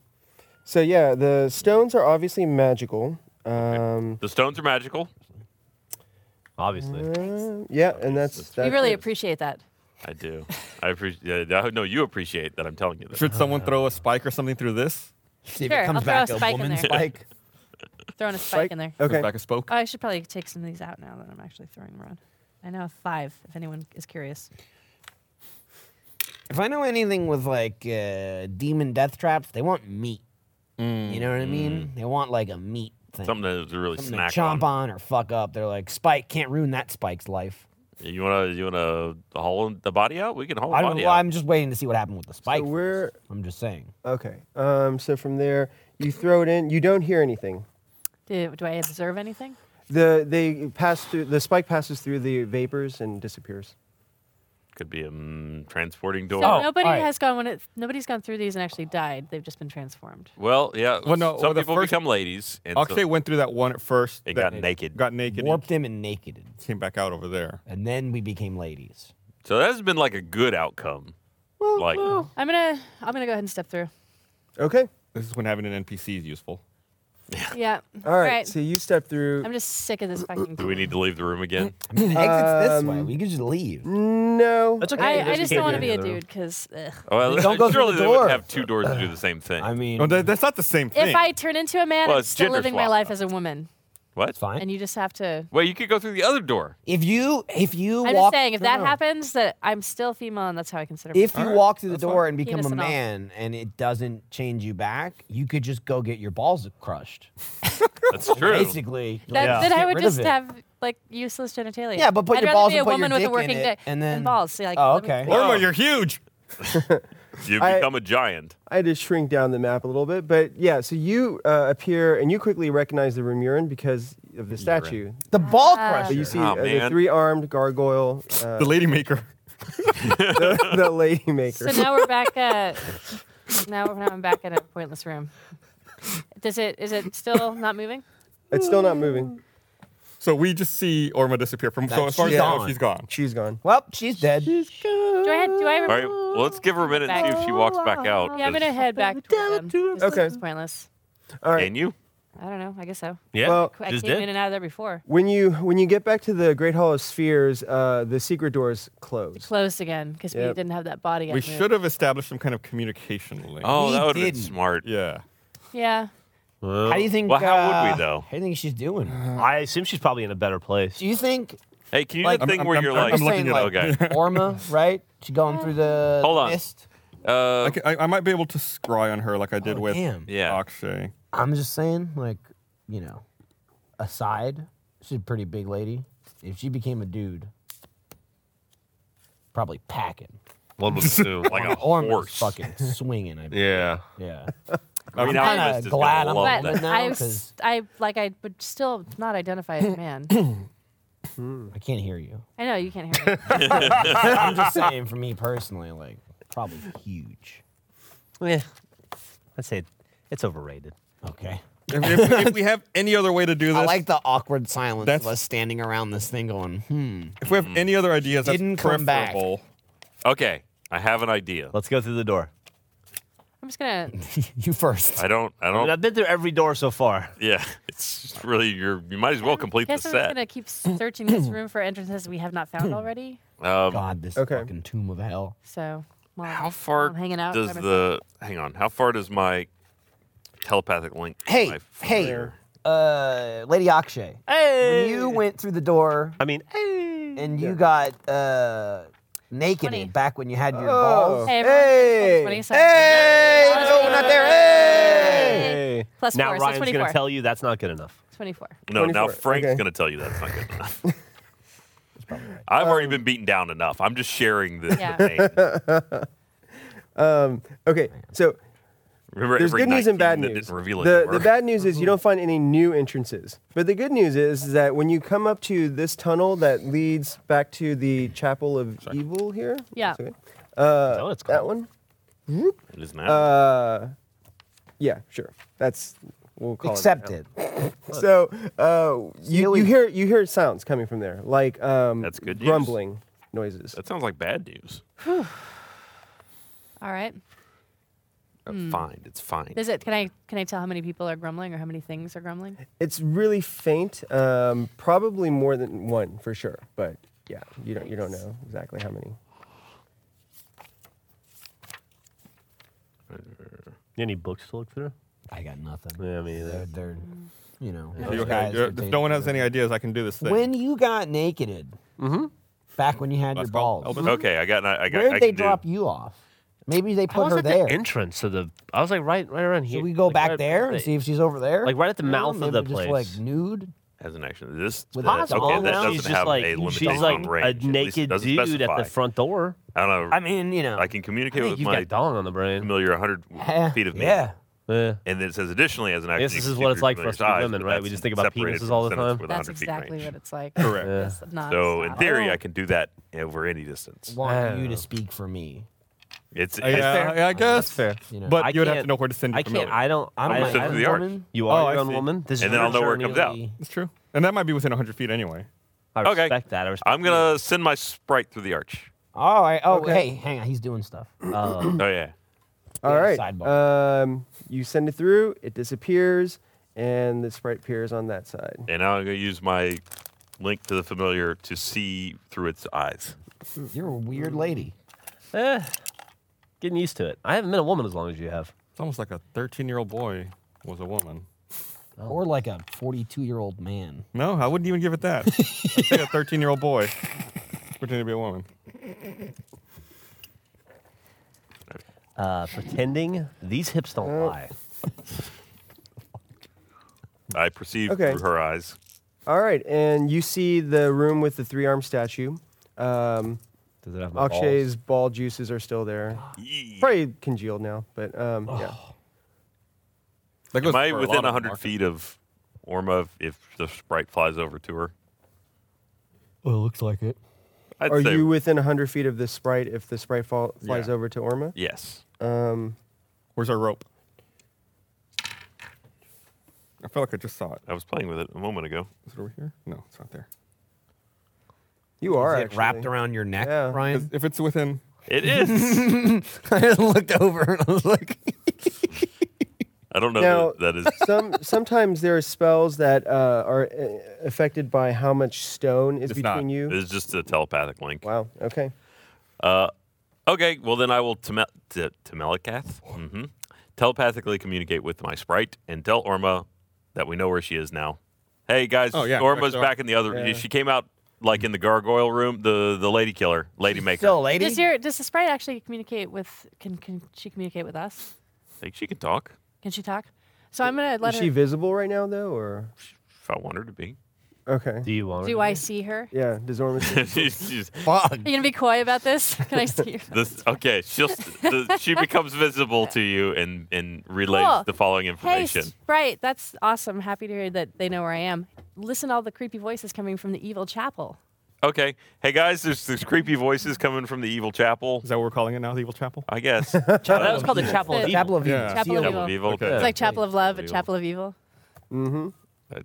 S4: so yeah, the stones are obviously magical. Um,
S1: The stones are magical.
S2: Obviously.
S4: uh, yeah, and that's that's
S6: We really
S4: it.
S6: appreciate that.
S1: I do. I appreciate. I know you appreciate that I'm telling you this.
S3: Should someone throw a spike or something through this?
S5: See if
S6: Sure,
S5: it comes
S6: I'll throw a
S5: back
S6: spike in
S5: woman's
S6: there.
S5: spike.
S6: Throwing a spike in there.
S3: Goes
S4: Okay.
S3: Back a spoke.
S6: Oh, I should probably take some of these out now that I'm actually throwing them around. I now have five, if anyone is curious.
S5: if I know anything with like uh, demon death traps, they want meat. You know what I mean? They want like a meat thing.
S1: Something to really
S5: Something
S1: snack
S5: to chomp on.
S1: on.
S5: or fuck up. They're like, Spike can't ruin that Spike's life.
S1: You wanna you wanna haul the body out? We can haul
S5: I
S1: the
S5: don't
S1: body
S5: know.
S1: out.
S5: I'm just waiting to see what happened with the Spike.
S4: So we're
S5: I'm just saying.
S4: okay. Um, so from there, you throw it in. You don't hear anything.
S6: Do, do I observe anything?
S4: The they pass through. The spike passes through the vapors and disappears.
S1: Could be a mm, transporting
S6: So
S1: door.
S6: nobody
S5: all right.
S6: has gone when it, nobody's gone through these and actually died. They've just been transformed.
S1: Well, yeah.
S3: Well, no,
S1: Some
S3: well, the
S1: people
S3: first-
S1: become ladies. And
S3: Oxay
S1: so
S3: went through that one at first.
S1: It got
S3: that
S1: naked.
S3: Got naked.
S5: Warped them and nakeded.
S3: and came back out over there.
S5: And then we became ladies.
S1: so that's been like a good outcome. Like
S4: Oh.
S6: I'm gonna I'm gonna go ahead and step through.
S4: Okay.
S3: This is when having an NPC is useful.
S6: Yeah.
S4: All right. So you step through.
S6: I'm just sick of this fucking.
S1: do we need to leave the room again?
S5: I mean, the exit's this
S1: Um,
S5: way. We could just leave.
S4: no.
S7: That's okay.
S6: I,
S7: there's
S6: I just
S7: kid
S6: don't want to
S7: in
S6: be a
S7: the other room.
S6: dude because
S1: Well,
S5: Don't go through
S1: surely
S5: the
S1: they wouldn't
S5: door.
S1: have two doors to do the same thing.
S5: I mean,
S3: No, that, that's not the same thing.
S6: if I turn into a man,
S1: Well,
S6: I'm
S1: it's
S6: still
S1: gender
S6: living my
S1: swap,
S6: life
S1: though.
S6: as a woman,
S1: what?
S5: it's fine.
S6: and you just have to.
S1: Well, you could go through the other door.
S5: if you if you
S6: I'm just
S5: walk
S6: saying, if
S5: no,
S6: that
S5: no.
S6: happens, that I'm still female, and that's how I consider.
S5: if you
S6: myself.
S5: walk through the door and become
S6: Penis
S5: a
S6: and all.
S5: man and it doesn't change you back, you could just go get your balls crushed.
S1: That's true.
S5: Basically,
S6: that,
S5: like,
S6: then I
S5: get
S6: would
S5: rid of
S6: just
S5: it.
S6: have like useless genitalia.
S5: Yeah, but put
S6: I'd
S5: your
S6: rather
S5: balls
S6: be
S5: and
S6: a
S5: put your
S6: woman with
S5: dick
S6: a
S5: in
S6: working
S5: it,
S6: dick
S5: and then-
S6: balls. See, like,
S5: Oh,
S6: let me-
S5: okay.
S3: Orma, you're huge.
S1: You've
S4: I-
S1: become a giant.
S4: I had to shrink down the map a little bit, but yeah. So you uh, appear and you quickly recognize the room you're in because of the statue.
S5: The ball
S4: But
S5: crusher.
S4: you see
S1: Oh,
S4: uh, the
S1: man.
S4: three-armed gargoyle, uh,
S3: The lady maker.
S4: the, the lady maker.
S6: So now we're back at. now we're now I'm back in a pointless room. Does it? Is it still not moving?
S4: It's still not moving.
S3: So we just see Orma disappear from. So
S5: That
S3: as far as
S5: she's
S3: I know,
S5: gone.
S3: she's gone.
S4: She's gone.
S5: Well, she's dead.
S6: Do I? Have, do I?
S1: All
S6: Remember?
S1: right, well, let's give her a minute and see if she walks back out.
S6: Yeah, I'm gonna
S1: 'cause-
S6: head back. Toward them. This
S4: Okay.
S6: is pointless.
S4: All right.
S1: Can you?
S6: I don't know. I guess so.
S7: Yeah.
S4: Well,
S6: I
S7: just
S6: came
S7: did.
S6: in and out of there before.
S4: When you when you get back to the Great Hall of Spheres, uh, the secret doors close.
S6: Closed again because we
S4: Yep.
S6: didn't have that body. yet
S3: We
S6: moved.
S3: should have established some kind of communication link.
S1: Oh,
S5: We
S1: that would have been
S5: didn't.
S1: smart.
S3: Yeah.
S6: Yeah.
S5: How do you think?
S1: Well, how would we,
S5: uh,
S1: though?
S5: How do you think she's doing?
S2: I assume she's probably in a better place.
S5: Do you think?
S1: Hey, can you
S5: Like-
S1: do the thing
S3: I'm-
S1: where
S3: I'm-
S1: you're
S3: I'm
S1: like,
S3: looking it up.
S1: okay,
S5: Orma, right? She going through the
S1: Hold on.
S5: mist.
S1: uh,
S3: I, ca- I, I might be able to scry on her like I did
S5: Oh,
S3: with
S5: damn.
S1: Yeah.
S3: Akshay.
S5: I'm just saying, like, you know, aside, she's a pretty big lady. If she became a dude, probably packing.
S7: One would assume.
S1: like a
S5: Orma's
S1: horse.
S5: fucking swinging. I bet.
S7: yeah.
S5: Yeah.
S1: I
S5: I'm
S1: mean, Optimus
S5: kind
S1: is
S5: of
S1: gonna
S5: glad I'm
S1: love
S5: not
S6: But
S5: woman
S1: that.
S5: now
S6: I, s-
S5: because
S6: I like I would still not identify as a man.
S5: I can't hear you.
S6: I know you can't hear me.
S5: I'm just saying, for me personally, like, probably huge.
S7: Yeah, I'd say it's overrated.
S5: Okay.
S3: If, if- if we have any other way to do this,
S5: I like the awkward silence
S3: That's-
S5: of us standing around this thing going, hmm.
S3: if we have any other ideas, that's
S5: Didn't come back.
S3: preferable.
S1: Okay, I have an idea.
S7: Let's go through the door.
S6: I'm just gonna.
S5: you first.
S1: I don't. I
S7: I mean,
S1: don't.
S7: I've been through every door so far.
S1: Yeah, it's just really your. You might as well complete the
S6: guess I'm just
S1: set.
S6: gonna keep searching this room for entrances we have not found already.
S1: Um,
S5: God, this
S4: Okay.
S5: fucking tomb of hell.
S6: So. well,
S1: how far
S6: I'm hanging out
S1: does
S6: by
S1: the? Hang on. How far does my telepathic link?
S5: Hey,
S1: my
S5: hey,
S1: familiar-
S5: uh, Lady Akshay. When you went through the door
S7: I mean, eh.
S5: and you got uh, naked
S6: Funny.
S5: back when you had your
S4: Oh.
S5: balls.
S6: Hey,
S4: Hey!
S6: everyone, it's 20
S4: Hey!
S6: seconds.
S4: No, we're not there. Hey!
S6: Hey! Plus
S7: now
S6: four, so
S7: Ryan's going
S6: 24.
S7: to tell you that's not good enough.
S6: 24.
S1: No, now
S4: 24,
S1: Frank's
S4: okay.
S1: gonna tell you that's not good enough. I've already
S5: Um,
S1: been beaten down enough. I'm just sharing the, the
S6: Yeah.
S1: pain.
S4: Okay, so
S1: Remember,
S4: there's
S1: every
S4: good news
S1: 19
S4: and bad
S1: that
S4: news.
S1: Didn't reveal it
S4: the,
S1: anymore.
S4: the bad news is you don't find any new entrances. But the good news is, is that when you come up to this tunnel that leads back to the Chapel of Evil here.
S6: Yeah.
S4: That's okay. Uh,
S7: that what it's
S4: that
S7: called?
S4: one.
S1: It is now.
S4: Uh, yeah, sure. That's we'll call it.
S5: Accepted.
S4: that. So uh, you, you hear you hear sounds coming from there, like um,
S1: That's good news.
S4: grumbling noises.
S1: that sounds like bad news.
S6: All right.
S1: Uh,
S5: hmm.
S1: Fine, it's fine.
S6: Is it? Can I can I tell how many people are grumbling or how many things are grumbling?
S4: It's really faint. Um, probably more than one for sure, but yeah, you don't you don't know exactly how many.
S7: Any books to look through?
S5: I got nothing.
S7: Yeah, me either.
S1: uh,
S5: They're, they're you know.
S3: Are you
S5: those
S3: okay?
S5: guys,
S3: You're-
S5: they're
S3: If no one has
S5: taking-
S3: any ideas, I can do this thing.
S5: When you got nakeded,
S7: Mm-hmm.
S5: back when you had your
S3: Last call,
S5: balls,
S3: Elvis?
S1: Okay, I got. I got.
S5: where
S1: I
S5: did they
S1: can do-
S5: drop you off? Maybe they
S7: I
S5: put
S7: was
S5: her
S7: at
S5: there.
S7: the entrance to the. I was like right, right around here.
S5: Should we go
S7: Like,
S5: back
S7: right-
S5: there and
S7: right-
S5: see if she's over there?
S7: like, right at the
S5: I don't
S7: mouth
S5: know,
S7: of the
S5: maybe
S7: place.
S5: Just like nude.
S1: As an action, this
S5: With
S1: that-
S5: hot
S1: okay,
S5: sauce. She's
S1: that doesn't
S7: she's
S1: have
S7: just like
S1: a limitation
S7: she's like
S1: on range.
S7: a
S1: at least it
S7: naked
S1: doesn't
S7: dude at
S1: specify.
S7: the front door.
S1: I don't know.
S5: I mean, you know.
S1: I can communicate
S7: I think
S1: with
S7: you've
S1: my
S7: got dong on the brain.
S1: familiar 100
S5: Eh, Yeah.
S1: feet of me.
S5: Yeah.
S7: Yeah.
S1: And then it says additionally as an action.
S7: guess
S1: you
S7: this
S1: can
S7: is
S1: see
S7: what
S1: through
S7: it's like
S1: familiar
S7: for us
S1: eyes,
S7: women,
S1: but
S7: right? We
S1: that's
S7: just think about
S1: separated
S7: penises
S1: from
S7: all the
S1: sentence
S7: time.
S1: with
S6: That's
S1: 100 feet
S6: exactly
S1: range.
S6: what it's like.
S3: Correct.
S6: That's nonstop.
S1: So in theory,
S6: Oh.
S1: I can do that over any distance.
S7: Oh.
S5: Want you to speak for me.
S1: It's,
S3: Uh,
S1: it's
S3: yeah, yeah, I guess.
S7: fair.
S5: You know,
S3: But
S7: I
S3: you would have
S7: can't-
S3: to know where to send your
S7: I can't.
S3: familiar.
S7: I don't. I
S5: I'm
S7: don't.
S1: Just
S5: like,
S1: through
S5: I'm
S1: the arch.
S5: woman.
S7: you
S3: Oh,
S7: are
S3: I
S7: your own
S3: see.
S7: woman. This is
S1: And then
S7: your
S1: I'll know where it
S7: journey.
S1: comes out.
S5: Really-
S3: It's true. And that might be within 100 feet anyway.
S7: I
S1: Okay.
S7: respect that. I respect
S1: I'm gonna send my sprite through the arch.
S5: All right. Oh,
S4: Okay.
S5: hey, hang on. He's doing stuff.
S7: Uh,
S1: Oh yeah.
S4: All
S5: Yeah,
S4: right.
S5: sidebar.
S4: Um, you send it through, it disappears, and the sprite appears on that side.
S1: And now I'm gonna use my link to the familiar to see through its eyes.
S5: You're a weird lady.
S7: eh, getting used to it. I haven't been a woman as long as you have.
S3: It's almost like a 13 year old boy was a woman.
S7: Oh.
S5: Or like a 42 year old man.
S3: No, I wouldn't even give it that. I'd say a 13 year old boy pretending to be a woman.
S7: Uh, pretending these hips don't
S5: Oh.
S7: lie.
S1: I perceive
S4: Okay.
S1: through her eyes.
S4: All right, and you see the room with the three armed statue. Um,
S7: Does it have my balls?
S4: Akshay's ball juices are still there.
S1: Yee.
S4: Probably congealed now, but um, yeah.
S3: That
S1: Am I
S3: for a
S1: within
S3: lot of
S1: 100
S3: market-
S1: feet of Orma if the sprite flies over to her?
S5: Well, it looks like it.
S1: I'd
S4: Are
S1: say
S4: you within 100 feet of the sprite if the sprite fall, flies
S3: Yeah.
S4: over to Orma?
S1: yes.
S4: Um,
S3: Where's our rope? I feel like I just saw it.
S1: I was playing with it a moment ago.
S3: Is it over here? No, it's not there.
S4: you are
S5: Is it
S4: actually.
S5: wrapped around your neck,
S4: Yeah.
S3: Because
S5: Ryan?
S3: If it's within.
S1: It is.
S5: I just looked over and I was like,
S1: I don't know
S4: Now-
S1: that that is.
S4: Some sometimes there are spells that uh, are uh, affected by how much stone is
S3: It's not.
S4: between you.
S1: It's just a telepathic link.
S4: Wow. Okay.
S1: Okay, well then I will teme- t- Temelikath, hmm telepathically communicate with my sprite and tell Orma that we know where she is now. Hey guys,
S3: Oh, yeah,
S1: Orma's
S3: correct, Orma.
S1: back in the other.
S4: Yeah.
S1: She came out like in the gargoyle room, the the lady killer, lady maker.
S7: Oh,
S5: still a lady?
S6: Does your does the sprite actually communicate with? Can can she communicate with us?
S1: I think she can talk
S6: Can she talk? So I'm gonna let
S4: is
S6: her.
S4: she visible right now though, or
S1: if I want her to be.
S4: okay?
S7: Do you want?
S6: do I see her?
S4: Yeah. Does Orma? see-
S1: She's- she's-
S5: Fuck.
S6: Are you gonna be coy about this? Can I see her?
S1: this- okay, she'll, the, she becomes visible to you and and relays
S6: Cool.
S1: the following
S6: Hey,
S1: information.
S6: Sprite, that's awesome. Happy to hear that they know where I am. Listen to all the creepy voices coming from the evil chapel.
S1: Okay. Hey guys, there's there's creepy voices coming from the evil chapel. Is
S3: that what we're calling it now? The evil chapel?
S1: I guess.
S6: That was called the Chapel of Evil.
S5: Chapel of Evil.
S3: Yeah.
S6: Chapel of
S1: Chapel
S6: Evil.
S1: of Evil. Okay.
S6: It's like Chapel of Love and
S1: Evil.
S6: Chapel of Evil.
S4: Mm-hmm.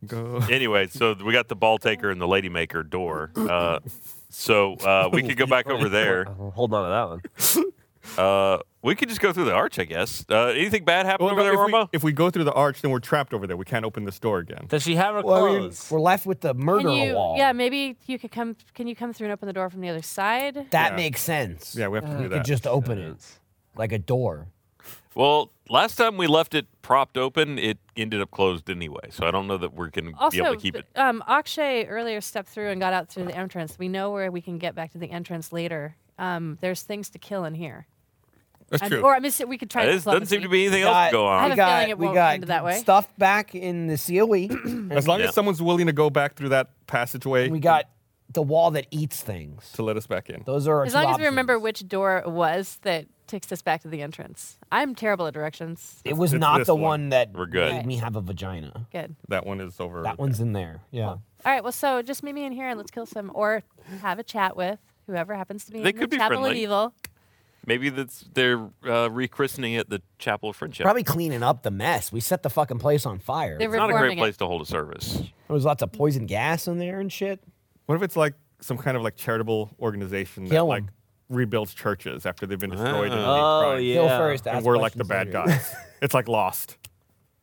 S3: Go.
S1: anyway, so we got the ball taker and the lady maker door. Uh, so uh, we could go back over there.
S7: Hold on to that one.
S1: Uh, we could just go through the arch, I guess. Uh, anything bad happen
S3: Well,
S1: over
S3: no,
S1: there,
S3: if, we,
S1: Ormo?
S3: if we go through the arch, then we're trapped over there. We can't open this door again.
S7: Does she have her
S5: Well, I mean,
S7: clothes?
S5: we're left with the murder
S6: Can you,
S5: wall.
S6: yeah, maybe you could come. Can you come through and open the door from the other side?
S5: That
S3: Yeah.
S5: makes sense.
S3: Yeah, we have to do
S5: You
S3: that.
S5: could just open it like a door.
S1: Well, last time we left it propped open, it ended up closed anyway. So I don't know that we're going to be
S6: Also,
S1: able to keep it.
S6: um, Akshay earlier stepped through and got out through the entrance. We know where we can get back to the entrance later. Um, there's things to kill in here.
S3: That's
S6: I'm-
S3: true.
S6: Or I miss it. We could try.
S1: It is- doesn't seem to be anything else
S5: Got-
S1: to go
S6: I
S1: on.
S6: have
S5: we
S6: a feeling
S5: got-
S6: it
S5: we
S6: won't
S5: got
S6: end that way.
S5: Stuff back in the E. COE.
S3: As long
S1: Yeah.
S3: as someone's willing to go back through that passageway
S5: we got the wall that eats things.
S3: to let us back in.
S5: Those are our
S6: As
S5: two
S6: long as we
S5: options.
S6: remember which door it was that takes us back to the entrance. I'm terrible at directions.
S5: It was
S3: It's
S5: not
S3: this
S5: the
S3: one.
S5: one that
S1: We're good.
S5: made me have a vagina.
S6: Good.
S3: That one is over.
S5: That one's in there. Yeah.
S6: All right. Well, so just meet me in here and let's kill some or have a chat with whoever happens to be
S1: They
S6: in
S1: could
S6: the
S1: be
S6: Chapel of
S1: friendly.
S6: Evil.
S1: Maybe that's they're uh, rechristening it the Chapel of Friendship.
S5: Probably cleaning up the mess. We set the fucking place on fire.
S6: They
S5: There
S6: were-
S1: it's not a great
S6: reforming it.
S1: place to hold a service.
S5: was lots of poison gas in there and shit.
S3: What if it's like some kind of like charitable organization that
S5: Kill 'em.
S3: like rebuilds churches after they've been destroyed in
S7: Oh,
S3: a
S7: yeah.
S5: Kill first.
S3: and
S5: ask
S3: we're like the
S5: questions
S3: bad
S5: later.
S3: guys. it's like Lost.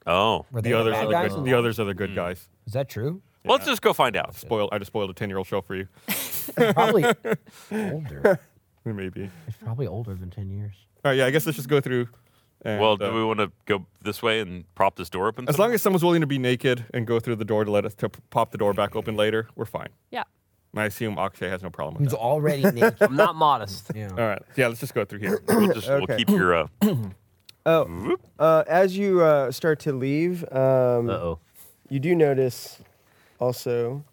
S1: Oh.
S5: Were they
S3: The others
S5: bad
S3: are the
S5: guys?
S3: good. The others are the good guys.
S5: Is that true?
S1: Let's just go find out.
S3: Spoil. I just spoiled a ten-year-old show for you.
S5: Probably older.
S3: Maybe.
S5: It's probably older than ten years.
S3: All right. Yeah. I guess let's just go through. and,
S1: Well,
S3: uh,
S1: do we want to go this way and prop this door open?
S3: as long as someone's willing to be naked and go through the door to let us to p- pop the door back open later, we're fine.
S6: Yeah.
S3: And I assume Akshay has no problem with
S5: Who's
S3: that.
S5: already naked?
S7: I'm not modest.
S5: Yeah.
S3: All right. Yeah. Let's just go through here.
S1: we'll, just, we'll
S4: Okay.
S1: keep your uh,
S4: Oh, uh, as you uh, start to leave, um,
S7: Uh oh.
S4: you do notice also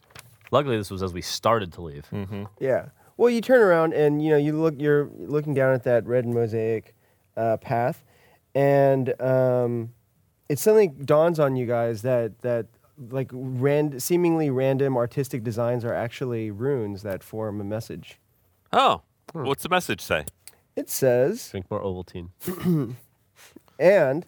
S7: Luckily, this was as we started to leave.
S5: Hmm.
S4: Yeah. Well, you turn around and you know you look. You're looking down at that red mosaic uh, path, and um, it suddenly dawns on you guys that that like rand- seemingly random artistic designs are actually runes that form a message.
S1: Oh, what's the message say?
S4: It says,
S7: Drink more Ovaltine.
S4: and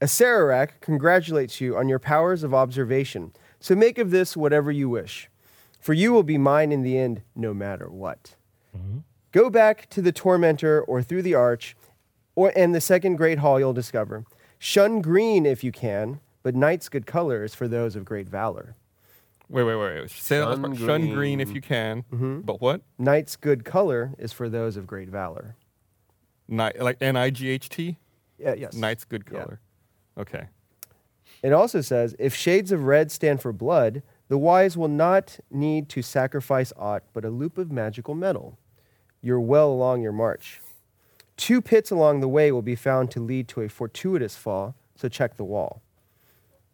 S4: Acerarak congratulates you on your powers of observation. So make of this whatever you wish, for you will be mine in the end, no matter what.
S7: Mm-hmm.
S4: Go back to the tormentor or through the arch, or and the second great hall you'll discover. Shun green if you can, but knight's good color is for those of great valor.
S3: Wait, wait, wait. wait. Say that last part. Shun green. if you can.
S5: Mm-hmm.
S3: But what?
S4: Knight's good color is for those of great valor.
S3: Ni- like N I G H T.
S4: Yeah, yes.
S3: Knight's good
S4: Yeah.
S3: color. Okay.
S4: It also says if shades of red stand for blood, the wise will not need to sacrifice aught but a loop of magical metal. You're well along your march. Two pits along the way will be found to lead to a fortuitous fall, so check the wall.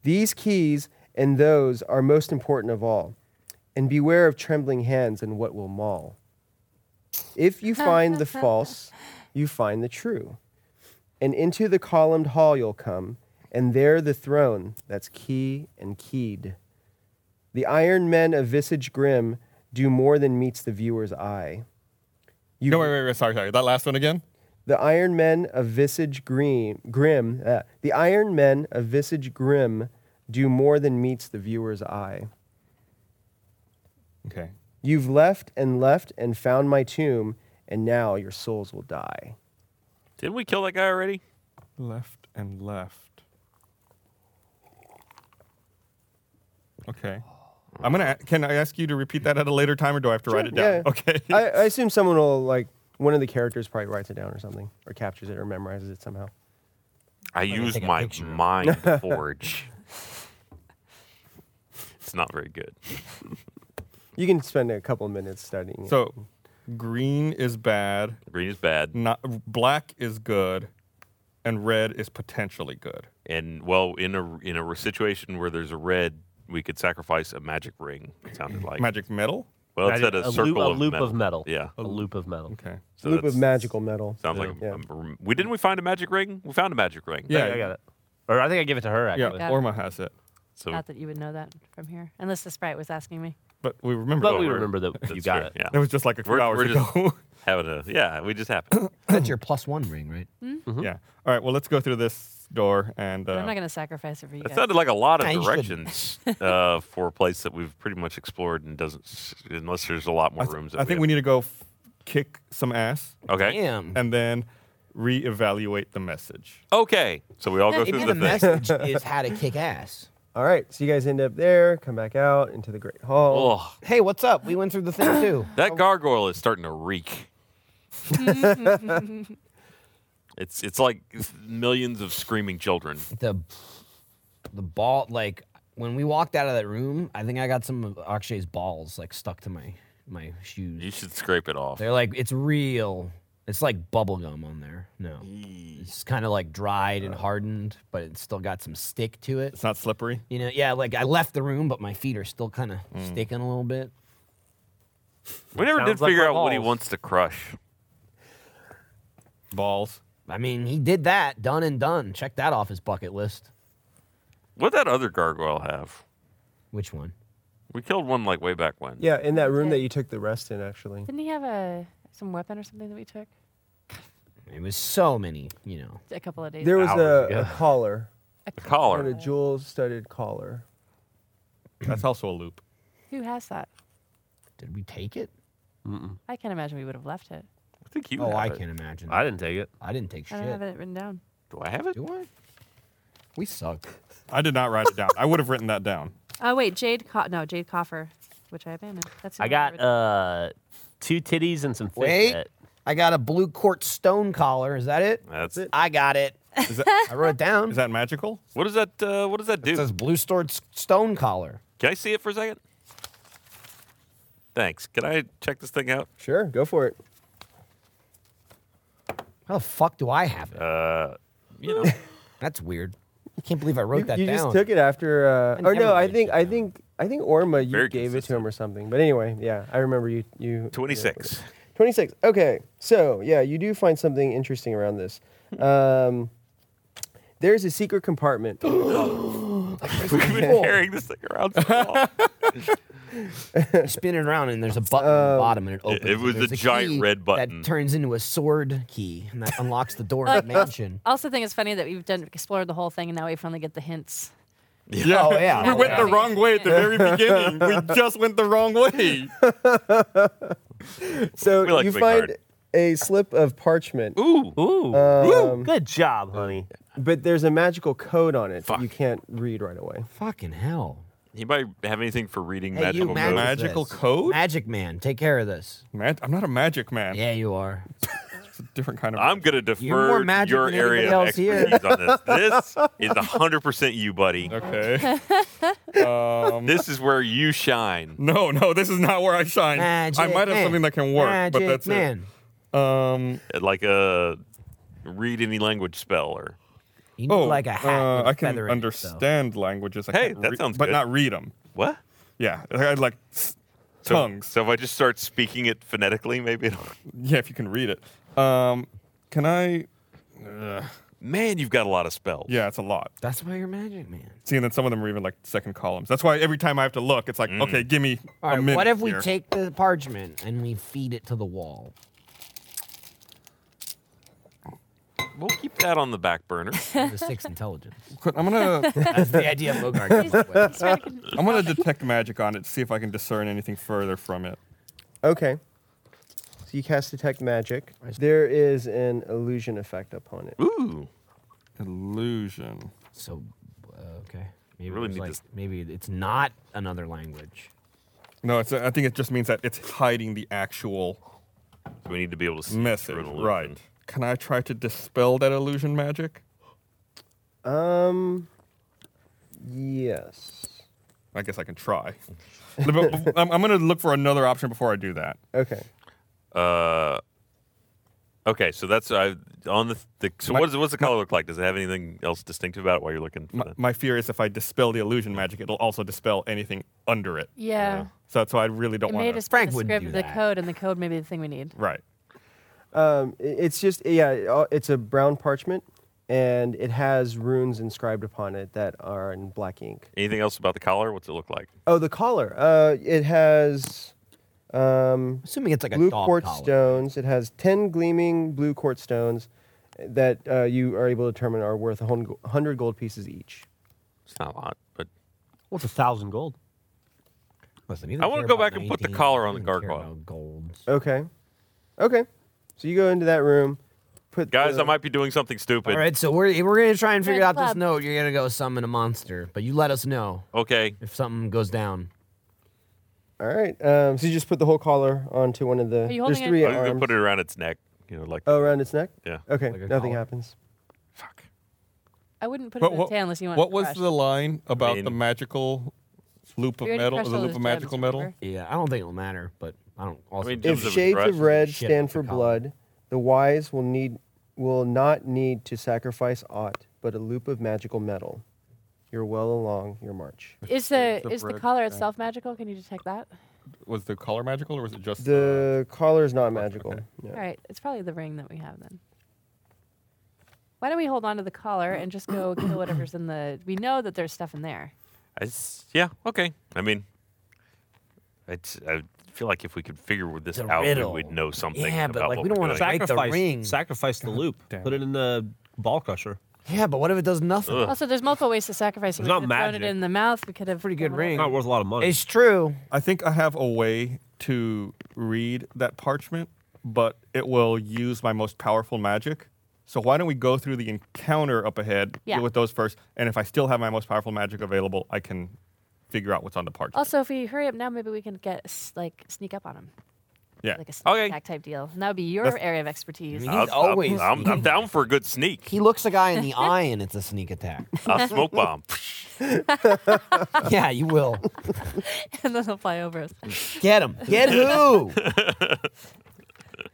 S4: These keys and those are most important of all. And beware of trembling hands and what will maul. If you find the false, you find the true and into the columned hall you'll come, and there the throne that's key and keyed. The iron men of visage grim do more than meets the viewer's eye. You,
S3: No, wait, wait, wait. Sorry, sorry. That last one again.
S4: The iron men of visage grim, grim uh, the iron men of visage grim do more than meets the viewer's eye.
S3: Okay.
S4: You've left and left and found my tomb, and now your souls will die.
S1: Didn't we kill that guy already?
S3: Left and left. Okay. I'm gonna. a- Can I ask you to repeat that at a later time, or do I have to write it down?
S4: yeah.
S3: Okay.
S4: I, I assume someone will like one of the characters probably writes it down or something, or captures it or memorizes it somehow.
S1: I use
S5: take a
S1: my
S5: picture.
S1: mind forge. It's not very good.
S4: You can spend a couple of minutes studying. it.
S3: so, green is bad.
S1: Green is bad,
S3: Not black is good, and red is potentially good.
S1: and well, in a in a situation where there's a red, we could sacrifice a magic ring. It sounded like
S3: Magic metal.
S1: Well, it said
S7: Magic-
S1: a,
S7: a loop-
S1: circle
S7: a
S1: of,
S7: loop
S1: metal.
S7: of metal.
S1: Yeah,
S7: A loop of metal.
S3: Okay.
S1: so
S4: loop
S1: that's-
S4: of magical metal.
S1: Sounds like a-
S4: Yeah.
S1: a- we didn't we find a magic ring? We found a magic ring.
S3: Yeah.
S7: I got it. Or I think I give it to her
S3: Yeah.
S7: actually.
S6: Got it.
S3: Orma has it.
S1: So
S6: Not that you would know that from here, unless the sprite was asking me.
S3: But we remember.
S7: But we remember that you
S1: That's
S7: got
S1: true,
S7: it.
S1: Yeah.
S3: It was just like a few
S1: we're,
S3: hours
S1: we're
S3: ago.
S1: Just having a yeah, we just happened.
S5: That's your plus one ring, right?
S7: Mm-hmm.
S5: Mm-hmm.
S3: Yeah. All right. Well, let's go through this door and. Uh,
S6: I'm not gonna sacrifice it for you
S1: That
S6: guys.
S1: sounded like Oh. a lot of
S5: Yeah, you
S1: directions uh, for a place that we've pretty much explored and doesn't, s- unless there's a lot more
S3: I, th-
S1: rooms.
S3: I think we need to go f- kick some ass
S1: need. Okay.
S5: Damn.
S3: and then reevaluate the message.
S1: Okay. So we all go
S5: Maybe
S1: through
S5: the
S1: the thing.
S5: message is how to kick ass.
S4: All right, so you guys end up there, come back out into the Great Hall.
S1: Ugh.
S5: Hey, what's up? We went through the thing too.
S1: that gargoyle is starting to reek. it's it's like millions of screaming children.
S5: the the ball like when we walked out of that room, I think I got some of Akshay's balls like stuck to my my shoes.
S1: You should scrape it off.
S5: They're like it's real. It's like bubble gum on there. No. It's kind of like dried and hardened, but it's still got some stick to it.
S3: It's not slippery.
S5: You know, yeah, like I left the room, but my feet are still kind of sticking a little bit.
S1: We never did
S7: Sounds like
S1: figure
S7: my
S1: out what he
S7: balls.
S1: wants to crush.
S3: Balls.
S5: I mean, he did that, done and done. Check that off his bucket list.
S1: What that other gargoyle have?
S5: Which one?
S1: We killed one like way back when.
S4: Yeah, in that room that you took the rest in, actually.
S6: Didn't he have a some weapon or something that we took?
S5: It was so many, you know.
S6: A couple of days.
S4: There was
S7: Hours
S4: a,
S7: ago.
S4: a collar,
S1: A
S4: and a
S1: collar.
S4: jewel-studded collar.
S3: That's also a loop.
S6: Who has that?
S5: Did we take it?
S6: I can't imagine we would have left it.
S1: I think you.
S5: Oh,
S1: have
S5: I
S1: it.
S5: can't imagine.
S7: I didn't take it.
S5: I didn't take
S6: I
S5: shit.
S6: don't have it written down.
S1: Do I have it?
S5: Do I? We suck.
S3: I did not write it down. I would have written that down.
S6: Oh wait, Jade. Co- no, Jade Coffer, which I abandoned. That's who
S7: I got
S6: wrote-
S7: uh, two titties and some fish.
S5: Wait,
S7: net.
S5: I got a blue quartz stone collar. Is that it?
S1: That's it.
S5: I got it.
S3: Is that,
S5: I wrote it down.
S3: is that magical?
S1: What does that? Uh, what does that do?
S5: it says blue stored s- stone collar.
S1: Can I see it for a second? Thanks. Can I check this thing out?
S4: Sure, go for it.
S5: How the fuck do I have it?
S1: Uh, you know,
S5: That's weird. I can't believe I wrote that
S4: you
S5: down.
S4: just took it after. Uh,
S5: I
S4: or
S5: never
S4: no, I
S5: write
S4: think
S5: shit
S4: I
S5: down.
S4: think I think Orma, you
S1: Very
S4: gave it to him or something. But anyway, yeah, I remember you. You
S1: 26.
S4: 26. Okay. So, yeah, you do find something interesting around this. Um, there's a secret compartment.
S1: We've been carrying this thing around for a while.
S5: You spin it around, and
S3: Oh.
S5: there's a button on the bottom, and it opens.
S1: it was
S5: There's
S1: the giant
S5: key
S1: red button.
S5: that turns into a sword key, and that unlocks the door to the mansion.
S6: I also think it's funny that we've done explored the whole thing and now we finally get the hints.
S3: Yeah.
S5: Oh, yeah.
S3: We
S5: Oh,
S3: went
S5: yeah.
S3: the wrong way at the very beginning. We just went the wrong way.
S4: So,
S1: We like
S4: you
S1: big
S4: find
S1: heart.
S4: a slip of parchment,
S1: Ooh.
S7: Ooh.
S5: Um,
S7: Good job, honey.
S4: but there's a magical code on it that you can't read right away.
S5: Fucking hell!
S1: He might have anything for reading
S5: Hey,
S1: magical
S5: you
S1: codes.
S5: magic
S3: Magical
S5: this.
S3: code?
S5: Magic man, take care of this.
S3: Man, I'm not a magic man.
S5: Yeah, you are.
S3: It's a different kind of.
S1: I'm going to
S5: You're more
S1: defer
S5: magic
S1: your
S5: than anybody
S1: area of
S5: else here.
S1: expertise on this. This is 100% you, buddy.
S3: okay. Um,
S1: This is where you shine.
S3: No, no, this is not where I shine.
S5: Magic.
S3: I might have
S5: man.
S3: something that can work,
S5: Magic
S3: but that's
S5: man.
S3: it. Um,
S1: Like a read any language spell or.
S5: You need
S3: oh,
S5: like a hat.
S3: uh,
S5: with a
S3: I can
S5: feather in it, though.
S3: understand languages. I
S1: Hey,
S3: can't
S1: that
S3: re-
S1: sounds
S3: But
S1: good.
S3: not read them.
S1: What?
S3: Yeah, I like
S1: So-
S3: tongues.
S1: So if I just start speaking it phonetically, maybe it'll.
S3: yeah, if you can read it. Um, can I?
S1: Man, you've got a lot of spells.
S3: Yeah, it's a lot.
S5: That's why you're magic man.
S3: See, and then some of them are even like second columns. That's why every time I have to look, it's like,
S1: Mm.
S3: okay, give me
S5: All
S3: a
S5: right,
S3: minute.
S5: what if we
S3: here.
S5: take the parchment and we feed it to the wall?
S1: We'll keep that on the back burner.
S5: The six intelligence.
S3: Qu- I'm gonna,
S5: That's the idea of Logard.
S6: He's trying to-
S3: I'm gonna detect magic on it to see if I can discern anything further from it.
S4: Okay. So, you cast Detect Magic. There is an illusion effect upon it.
S1: Ooh.
S3: Illusion.
S5: so, uh, okay. Maybe,
S1: Really
S5: there's
S1: need
S5: like-
S1: this-
S5: maybe it's not another language.
S3: No, it's. I think it just means that it's hiding the actual
S1: So we need to be able to see
S3: message.
S1: through an illusion.
S3: Right. Can I try to dispel that illusion magic?
S4: Um, yes.
S3: I guess I can try. But- but I'm, I'm gonna look for another option before I do that.
S4: Okay.
S1: Uh, okay, so that's uh, on the, the so
S3: My-
S1: what does what's the color look like? Does it have anything else distinctive about it while you're looking? For
S3: My,
S1: the-
S3: my fear is if I dispel the illusion magic, it'll also dispel anything under it.
S6: yeah.
S3: So that's why I really don't
S6: It made
S3: want
S6: us
S3: to.
S6: put
S5: Frank
S6: the
S5: wouldn't
S6: script,
S5: do
S6: the
S5: that.
S6: code, and the code may be the thing we need.
S3: Right.
S4: Um, i- it's just yeah, it- uh, it's a brown parchment, and it has runes inscribed upon it that are in black ink.
S1: Anything else about the collar? What's it look like?
S4: Oh, the collar. Uh, it has. Um,
S5: Assuming it's like a
S4: blue
S5: dog
S4: quartz
S5: collar.
S4: stones. It has ten gleaming blue quartz stones that uh, you are able to determine are worth a hun- hundred gold pieces each.
S1: It's not a lot, but
S7: What's a thousand gold?
S5: Listen,
S1: I want to go back and put the collar on the gargoyle.
S4: Okay, okay. So you go into that room. Put
S1: Guys,
S3: Uh,
S4: the-
S1: I might be doing something stupid.
S5: All right, so we're we're gonna try and figure
S6: Red
S5: out this
S6: club.
S5: note. You're gonna go summon a monster, but you let us know
S1: Okay.
S5: if something goes down.
S4: All right. Um, so you just put the whole collar onto one of the.
S6: Are you
S4: there's
S6: holding it?
S4: three
S1: I'm going to
S4: arms.
S1: put it around its neck. You know,
S3: Uh,
S1: like,
S4: oh, around its neck.
S1: yeah.
S4: Okay.
S5: Like a
S4: nothing
S5: collar.
S4: happens.
S1: Fuck.
S6: I wouldn't put it
S3: But
S6: in
S3: what,
S6: the tail unless you want.
S3: what
S6: it
S3: was
S6: crushed.
S3: the line about
S1: mean-
S3: the magical loop of
S6: We already
S3: metal?
S6: crushed
S3: The
S6: all
S3: loop
S6: those
S3: of magical
S6: gems,
S3: metal?
S6: remember?
S5: Yeah, I don't think it'll matter, but I don't. Also,
S1: mean,
S4: If
S1: Gives it a
S4: shades
S1: brush.
S4: of red
S5: Shit,
S4: stand
S5: it's a
S4: for
S5: collar.
S4: blood, the wise will need will not need to sacrifice aught but a loop of magical metal. You're well along your march.
S6: Is the
S3: the
S6: is the
S3: bread
S6: collar
S3: thing.
S6: itself magical? Can you detect that?
S3: Was the collar magical or was it just
S4: The collar is not magical.
S6: All
S4: No.
S6: right, it's probably the ring that we have then. Why don't we hold on to the collar and just go kill whatever's in the? We know that there's stuff in there.
S1: I s- yeah, okay. I mean, it's, I feel like if we could figure this
S5: It's a
S1: out,
S5: riddle.
S1: we would know something.
S5: Yeah, but,
S1: about
S5: like,
S1: what
S5: we don't
S1: we're
S5: wanna
S1: doing.
S5: Break the ring.
S7: Sacrifice the loop.
S3: damn
S7: Put it in the ball crusher.
S5: yeah, but what if it does nothing?
S1: Ugh.
S6: Also, there's multiple ways to sacrifice. it.
S7: It's
S6: We
S7: not
S6: could have Thrown
S7: magic.
S6: it in the mouth. We could have
S5: Pretty good
S6: done
S5: ring.
S6: whatever.
S7: Not worth a lot of money.
S5: It's true.
S3: I think I have a way to read that parchment, but it will use my most powerful magic. So why don't we go through the encounter up ahead
S6: Yeah.
S3: with those first, and if I still have my most powerful magic available, I can figure out what's on the parchment.
S6: Also, if we hurry up now, maybe we can get s- like sneak up on him,
S3: yeah.
S6: like a sneak
S1: Okay.
S6: attack type deal. And that would be your
S3: That's-
S6: area of expertise.
S5: I mean,
S1: I'll-
S5: He's
S1: I'll-
S5: always
S1: I'm, I'm down for a good sneak.
S5: He looks a guy in the eye, and it's a sneak attack.
S1: I'll smoke bomb.
S5: yeah, you will
S6: and then he'll fly over us.
S5: get him. Get who?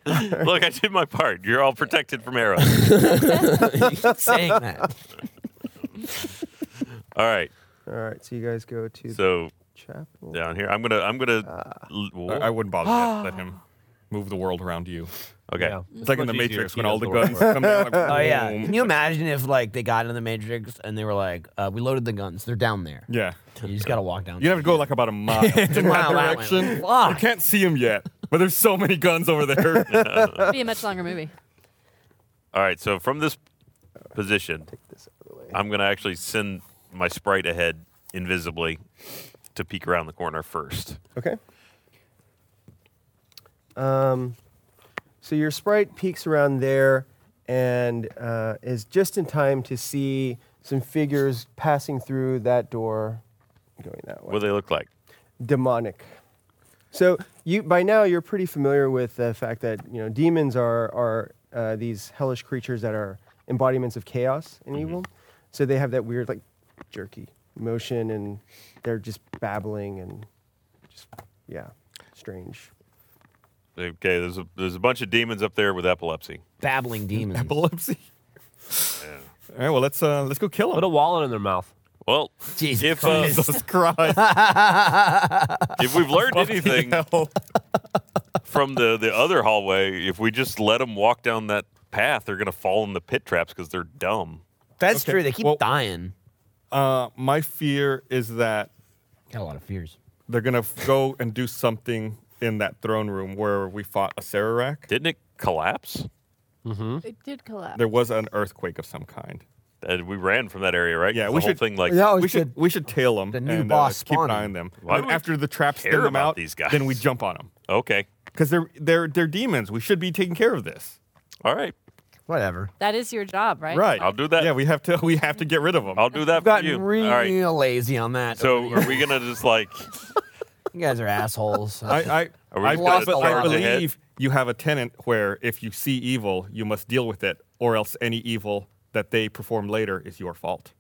S1: Look, I did my part. You're all protected from arrows.
S5: you keep saying that.
S1: All right.
S4: All right. So you guys go to the
S1: So
S4: chapel.
S1: down here, I'm gonna, I'm gonna. l-
S3: I, I wouldn't bother yet. Let him move the world around you.
S1: okay.
S7: Yeah.
S3: It's like in
S9: much
S3: the
S9: easier
S3: Matrix
S9: if he
S3: when all
S9: does
S3: the
S9: the work
S3: guns come down. Like,
S5: Oh yeah.
S3: boom.
S5: Can you imagine if like they got in the Matrix and they were like, uh, "We loaded the guns. They're down there.
S3: Yeah.
S5: You just gotta walk down."
S3: You'd have to go like about a mile in
S5: Wow,
S3: that
S5: wow, wow.
S3: direction.
S5: Fuck.
S3: I can't see him yet, but there's so many guns over there.
S6: It'd be a much longer movie.
S1: All right. So from this position,
S4: This out of the way.
S1: I'm gonna actually send my sprite ahead invisibly to peek around the corner first.
S4: Okay. Um, so your sprite peeks around there and uh, is just in time to see some figures passing through that door, going that way.
S1: What do they look like?
S4: Demonic. So you by now you're pretty familiar with the fact that you know demons are are uh, these hellish creatures that are embodiments of chaos and evil. So they have that weird like jerky motion and they're just babbling and just yeah, strange.
S1: Okay, there's a there's a bunch of demons up there with epilepsy.
S5: babbling demons.
S3: Epilepsy. All right, well let's uh let's go kill
S7: Put a
S3: him.
S7: wallet in their mouth.
S1: Well,
S5: Jesus
S1: if uh,
S5: Christ.
S3: Jesus Christ!
S1: if we've learned anything
S3: hell.
S1: from the the other hallway, if we just let them walk down that path, they're gonna fall in the pit traps because they're dumb.
S5: That's
S3: Okay,
S5: true. They keep
S3: well-
S5: dying.
S3: Uh, my fear is that
S5: Got a lot of fears.
S3: they're gonna f- go and do something in that throne room where we fought a Sararak.
S1: Didn't it collapse?
S6: It did collapse.
S3: There was an earthquake of some kind.
S1: And we ran from that area, right?
S3: Yeah,
S1: 'Cause the
S3: we
S1: whole
S3: should-
S1: thing like
S5: Yeah,
S3: we should we should tail them.
S5: the new
S3: and,
S5: boss
S3: uh, keep an eye
S5: spawning.
S3: on them.
S1: Why
S3: And
S1: do
S3: then
S1: we
S3: after the traps
S1: care
S3: send them
S1: about
S3: out,
S1: these
S3: then we
S1: guys?
S3: jump on them
S1: okay,
S3: because they're they're they're demons. We should be taking care of this.
S1: all right,
S5: Whatever.
S6: That is your job, right?
S3: Right.
S1: I'll do that.
S3: Yeah, we have to we have to get rid of them.
S1: I'll do that
S5: I've
S1: for
S5: gotten
S1: you.
S5: real
S1: all right.
S5: lazy on that.
S1: So are we gonna just like?
S5: you guys are assholes.
S3: I I
S1: Are we
S3: I,
S1: just
S5: gonna
S3: I, but
S5: charge
S3: I
S1: ahead?
S3: believe you have a tenant where if you see evil, you must deal with it, or else any evil that they perform later is your fault.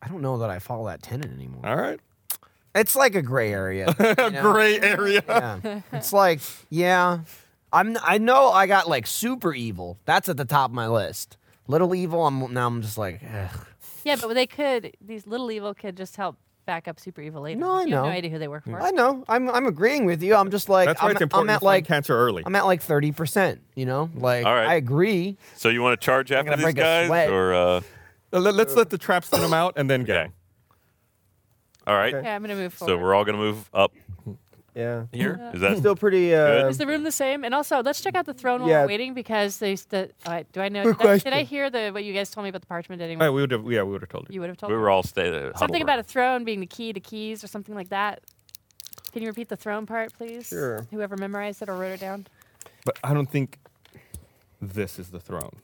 S5: I don't know that I follow that tenant anymore.
S3: All right,
S5: It's like a gray area. you know?
S3: gray area.
S5: Yeah. It's like, yeah. I'm I know I got like super evil. That's at the top of my list. Little evil, I'm now I'm just like, ugh.
S6: Yeah, but they could. These little evil could just help back up super evil later.
S5: No, I
S6: you
S5: know.
S6: have no idea who they work for.
S5: I know. I'm I'm agreeing with you. I'm just like
S3: That's why
S5: I'm,
S3: it's important
S5: I'm
S3: to
S5: at
S3: find
S5: like
S3: cancer early.
S5: I'm at like thirty percent. You know, like
S1: All right.
S5: I agree.
S1: So you want to charge after
S5: gonna
S1: these
S5: break a
S1: guys,
S5: sweat.
S1: or uh,
S3: Uh, let- Let's let the traps thin them out and then go.
S1: all right?
S6: Okay, I'm gonna move
S1: So
S6: forward.
S1: we're all gonna move up
S4: Yeah.
S1: here. Is that
S4: Still pretty. Uh,
S1: Good?
S6: Is the room the same? And also, let's check out the throne while
S4: Yeah.
S6: we're waiting because they. The, uh, do I know?
S4: Good
S6: did I- Did I
S4: question.
S6: hear the what you guys told me about the parchment? Anyone?
S3: Uh, we would have. Yeah, we would have told you.
S6: you would have told
S1: we
S6: me
S1: were all stay there?
S6: something about a throne being the key to keys or something like that. Can you repeat the throne part, please?
S4: Sure.
S6: Whoever memorized it or wrote it down.
S3: But I don't think this is the throne.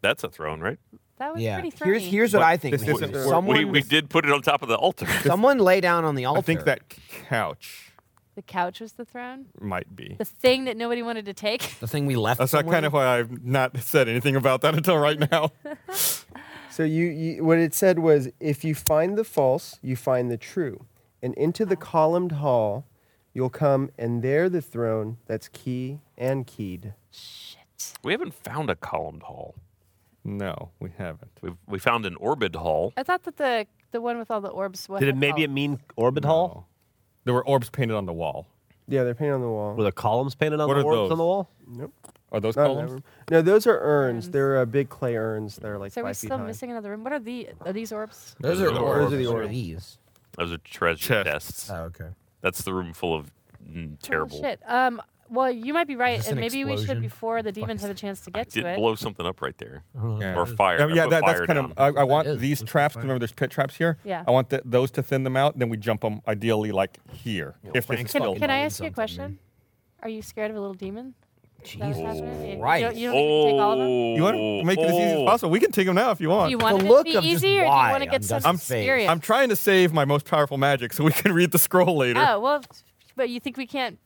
S1: That's a throne, right?
S6: That was
S5: Yeah.
S6: pretty throwny.
S5: Here's here's what I think.
S3: This
S5: we should
S3: isn't
S5: do.
S3: work-
S5: Someone
S1: We, we did put it on top of the altar.
S5: someone lay down on the altar.
S3: I think that couch
S6: the couch was the throne.
S3: might be.
S6: The thing that nobody wanted to take.
S5: the thing we left.
S3: That's not kind of why I've not said anything about that until right now.
S4: so you, you, what it said was, if you find the false, you find the true, and into the columned hall, you'll come, and there the throne that's key and keyed.
S1: we haven't found a columned hall.
S3: no, we haven't.
S1: We've, we found an orbit hall.
S6: I thought that the the one with all the orbs was.
S7: Did it maybe it mean orbit hall?
S3: No. There were orbs painted on the wall.
S4: Yeah, they're painted on the wall.
S7: Were the columns painted on
S3: What
S7: the
S3: are
S7: orbs
S3: those?
S7: on the wall?
S3: Are those
S1: Oh.
S4: Not in that
S3: columns?
S4: room. No, those are urns. They're uh, big clay urns. They're like
S6: So we're
S4: five feet
S6: still
S4: high.
S6: missing another room. What are the are these orbs?
S5: Those are
S1: Those
S5: the
S1: are
S5: orbs.
S4: the
S5: What are
S4: orbs.
S5: these.
S1: Those are treasure
S3: Chest.
S1: chests.
S5: okay.
S1: That's the room full of mm, terrible.
S6: Oh, shit. Um. Well, you might be right,
S5: this
S6: and
S5: an
S6: maybe we should
S5: explosion?
S6: before the demons have a chance to get
S1: Did
S6: to it.
S1: blow something up right there,
S3: Oh, Yeah.
S1: or fire?
S3: Yeah,
S1: I
S3: yeah,
S1: put
S3: that, that's
S1: fire
S3: kind
S1: down.
S3: of. uh, I, I want
S5: is.
S3: these
S5: That's
S3: traps. Remember, there's pit traps here.
S6: Yeah.
S3: I want th- those to thin them out. Then we jump them ideally like here. if this
S5: Frank's
S3: is
S5: fucking
S3: still
S6: Can, can I
S5: knowing
S6: ask you a
S5: something,
S6: question?
S5: man.
S6: Are you scared of a little demon? Is that what's
S5: Jesus.
S6: happening? You-
S5: Christ.
S6: You don't, you don't even
S1: oh,
S6: take all of them?
S3: You want to make it as easy as
S1: oh.
S3: possible. We can take them now if you
S6: Do
S3: want.
S6: you want
S5: The
S6: it
S5: look
S6: to
S5: of
S6: be
S5: just
S6: easy, or do you
S5: why
S6: want to
S5: on
S6: get some
S5: Dustin's face.
S6: experience?
S3: I'm trying to save my most powerful magic so we can read the scroll later.
S6: Oh well, but you think we can't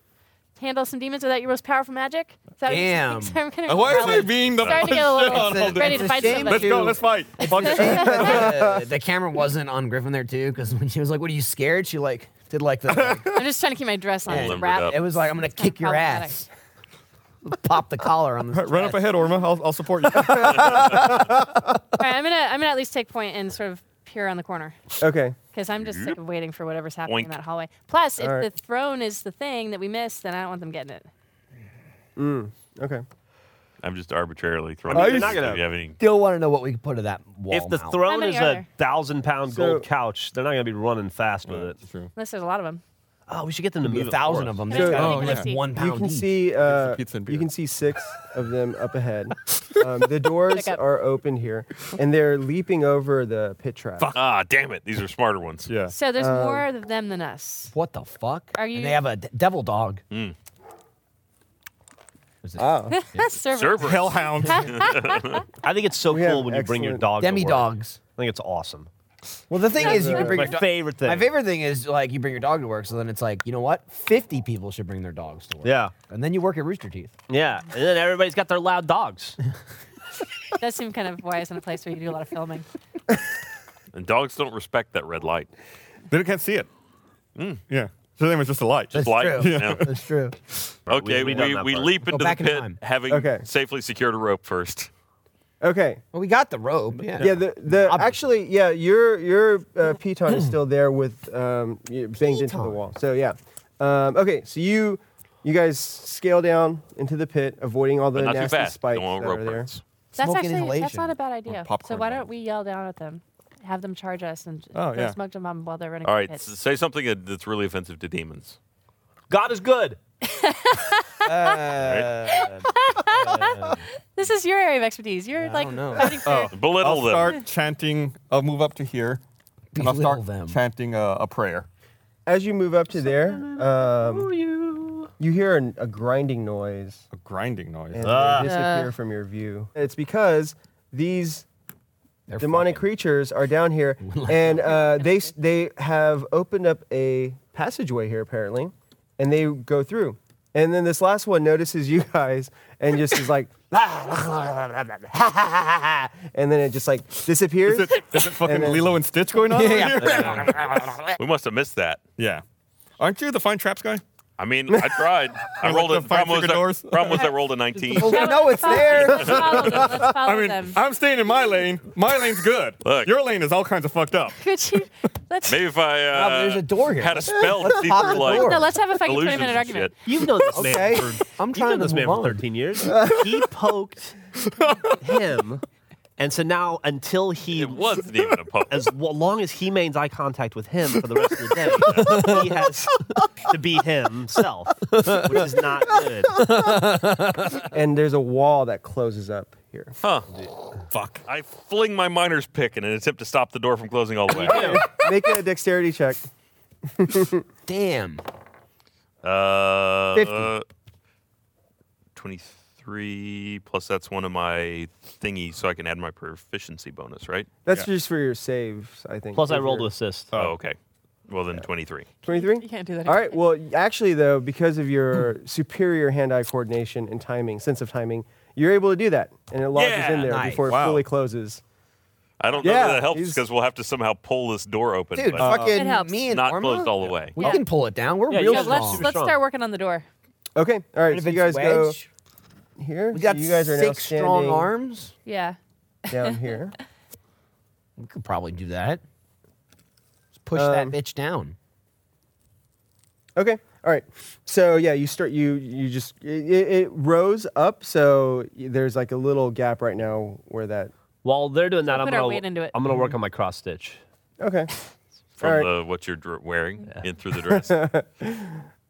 S6: handle some demons without your most powerful magic? Is that what you
S5: Damn.
S6: think? So I'm gonna
S3: Uh, Why
S6: I'm
S3: am I being the
S6: Starting to get a
S3: shit
S6: little
S3: on all this?
S6: ready
S5: It's
S6: to
S5: a
S6: fight
S5: shame
S3: Let's
S6: somebody.
S5: to-
S3: go. Let's fight. Fuck it.
S5: Uh, the camera wasn't on Griffin there too, because when she was like, "What are you scared?" She like did like the. like,
S6: I'm just trying to keep my dress on.
S1: Yeah,
S6: It's a
S1: limbered
S6: wrap.
S1: up.
S5: it was like, "I'm gonna kick your ass." Pop the collar on the.
S3: Run up ahead, Orma. I'll, I'll support you.
S6: All right, I'm gonna I'm gonna at least take point and sort of peer on the corner
S4: Okay.
S6: because I'm just sick of waiting for whatever's happening in
S1: Oink.
S6: that hallway. Plus, if
S4: All
S6: the
S4: right.
S6: throne is the thing that we missed, then I don't want them getting it.
S4: Okay.
S1: I'm just arbitrarily throwing.
S7: I mean,
S1: these.
S7: they're not gonna-
S1: If you have any-
S5: Still want to know what we could put to that wall.
S7: If the
S5: mount.
S6: How
S7: throne
S6: many
S7: is
S6: are
S7: a
S6: there?
S7: thousand pound gold
S4: So-
S7: couch, they're not going to be running fast with it.
S6: Unless there's a lot of them.
S7: Oh, we should get them to
S5: There'd be a
S7: move it
S5: thousand
S7: for
S5: of
S7: us.
S5: them.
S6: Can I
S5: They'd
S6: try to
S5: gotta
S6: make
S3: Oh,
S5: be
S6: a
S5: like
S6: receipt?
S5: one
S4: You
S5: pound
S4: can
S5: each.
S4: see uh,
S3: pizza and
S4: you
S3: beer.
S4: can see six of them up ahead. Um, the doors
S6: Check out.
S4: are open here, and they're leaping over the pit trap.
S1: Ah, damn it! These are smarter ones.
S3: Yeah.
S6: So there's
S5: Uh,
S6: more of them than us.
S5: What the fuck?
S6: Are
S5: And
S6: you-
S5: they have a d- devil dog.
S7: Hmm.
S5: There's this
S4: Oh,
S6: That's servant.
S1: Cerberus.
S3: Hellhound.
S7: I think it's so
S4: We
S7: cool
S4: have
S7: when you bring your
S4: excellent-
S7: dog. to
S5: Demi
S7: work.
S5: dogs.
S7: I think it's awesome.
S5: Well, the thing is, you can bring
S7: My
S5: your dog.
S7: favorite thing.
S5: My favorite thing is like you bring your dog to work, so then it's like you know what? Fifty people should bring their dogs to work.
S7: Yeah.
S5: and then you work at Rooster Teeth.
S7: Yeah, and then everybody's got their loud dogs.
S6: That seemed kind of wise in a place where you do a lot of filming.
S1: And dogs don't respect that red light.
S3: They can't see it. Yeah. So then it was Hmm. just a light.
S5: That's
S1: light.
S5: true.
S1: Yeah.
S5: That's true.
S1: Okay, we,
S7: we done
S1: we,
S7: that part.
S1: leap into the
S5: back in
S1: pit,
S5: time.
S1: having
S4: Okay.
S1: safely secured a rope first.
S4: okay.
S5: Well, we got the rope. Yeah.
S4: Yeah, the, the
S5: Obviously.
S4: actually, yeah, your your
S1: Oh.
S4: uh, piton is still there with um, you- banged into the
S5: Piton.
S4: wall. So yeah, um, okay. So you you guys scale down into the pit, avoiding all the
S1: But not too
S4: nasty
S1: fast.
S4: spikes
S1: Don't want
S4: that
S1: rope
S4: are there.
S1: burns.
S6: That's
S5: Smoke
S6: actually that's
S5: inhalation.
S6: not a bad idea. So
S3: popcorn
S6: why
S3: bun.
S6: don't we yell down at them, have them charge us, and
S3: Oh,
S6: throw
S3: yeah.
S6: smoke them on while they're running.
S1: All
S6: the
S1: right,
S6: pit.
S1: s- say something that- that's really offensive to demons.
S7: God is good.
S5: Uh,
S6: This is your area of expertise. You're like
S5: don't know.
S6: fighting
S1: Oh.
S6: for.
S1: Belittle
S3: I'll
S1: them.
S3: start chanting. I'll move up to here. And I'll
S5: Belittle
S3: start
S5: them.
S3: chanting a, a prayer.
S4: As you move up to there, um, you hear an, a grinding noise.
S3: A grinding noise. Uh,
S4: and they disappear from your view. It's because these
S5: They're
S4: demonic
S5: fucking-
S4: creatures are down here, and uh, they s- they have opened up a passageway here apparently, and they go through. And then this last one notices you guys and just is like, "Ah, and then it just like disappears.
S3: Is it, is it fucking
S4: And then-
S3: Lilo and Stitch going on over here?
S1: We must have missed that.
S3: yeah. Aren't you the fine traps guy?
S1: I mean, I tried. I
S3: Like
S1: rolled a
S3: the five
S1: problem was,
S3: finger doors?
S1: I, problem was I rolled a 19.
S5: Oh,
S4: Well, we know it's there.
S3: I mean, I'm staying in my lane. My lane's good.
S1: Look.
S3: Your lane is all kinds of fucked up.
S6: Could you? Let's,
S1: Maybe if I uh,
S5: but there's a door here.
S1: had a spell to see
S5: pop the
S1: through like
S5: door.
S6: no, let's have a fucking
S1: illusions
S6: 20 minute
S1: and
S6: argument.
S1: shit.
S7: You've known this
S4: Okay.
S7: man for
S5: I'm
S7: You've known
S5: trying to
S7: this man
S5: move
S7: for
S5: on.
S7: 13 years. he poked him, and so now until he
S1: It wasn't even a poke.
S7: as w- long as he maintains eye contact with him for the rest of the day, he has to be himself, which is not good.
S4: and there's a wall that closes up here.
S1: Huh. Fuck. I fling my miner's pick in an attempt to stop the door from closing all the way.
S4: Make a dexterity check.
S5: Damn.
S1: Uh,
S4: 50.
S1: 23 plus that's one of my thingies, so I can add my proficiency bonus, right?
S4: That's
S3: Yeah.
S4: just for your saves, I think.
S7: Plus, I
S4: If
S7: rolled
S4: you're-
S7: to assist.
S1: Oh, okay. Well, then 23.
S6: You
S4: 23?
S6: can't do that.
S4: All right. Well, y- actually, though, because of your superior hand eye coordination and timing, sense of timing, you're able to do that. And it lodges
S1: Yeah,
S4: in there
S5: nice.
S4: before it
S3: Wow.
S4: fully closes.
S1: I don't know
S4: Yeah,
S1: if that helps
S4: he's-
S1: because we'll have to somehow pull this door open.
S5: Dude,
S1: but
S5: fucking
S6: It helps.
S5: me
S1: it's
S5: and
S1: not
S5: Orma,
S1: closed all the way.
S5: We can pull it down. We're
S7: Yeah,
S5: real
S7: you
S6: Yeah,
S7: guys-
S5: strong.
S6: let's
S7: Super
S6: let's
S7: strong.
S6: start working on the door.
S4: Okay. All
S5: But
S4: right.
S5: if
S4: So you
S5: it's
S4: guys go
S5: wedge,
S4: here.
S5: we got
S4: so you guys are now
S5: six strong
S4: standing
S5: arms.
S6: Yeah.
S4: down here.
S5: We could probably do that. Let's push
S4: Um,
S5: that bitch down.
S4: Okay. All right. So yeah, you start. You you just it, it it rose up. So y- there's like a little gap right now where that.
S7: While they're doing that,
S6: So
S7: I'm
S6: put our
S7: gonna
S6: weight into it.
S7: I'm gonna work on my cross stitch.
S4: Okay.
S1: From
S4: All
S1: the, what you're dr- wearing in through the dress.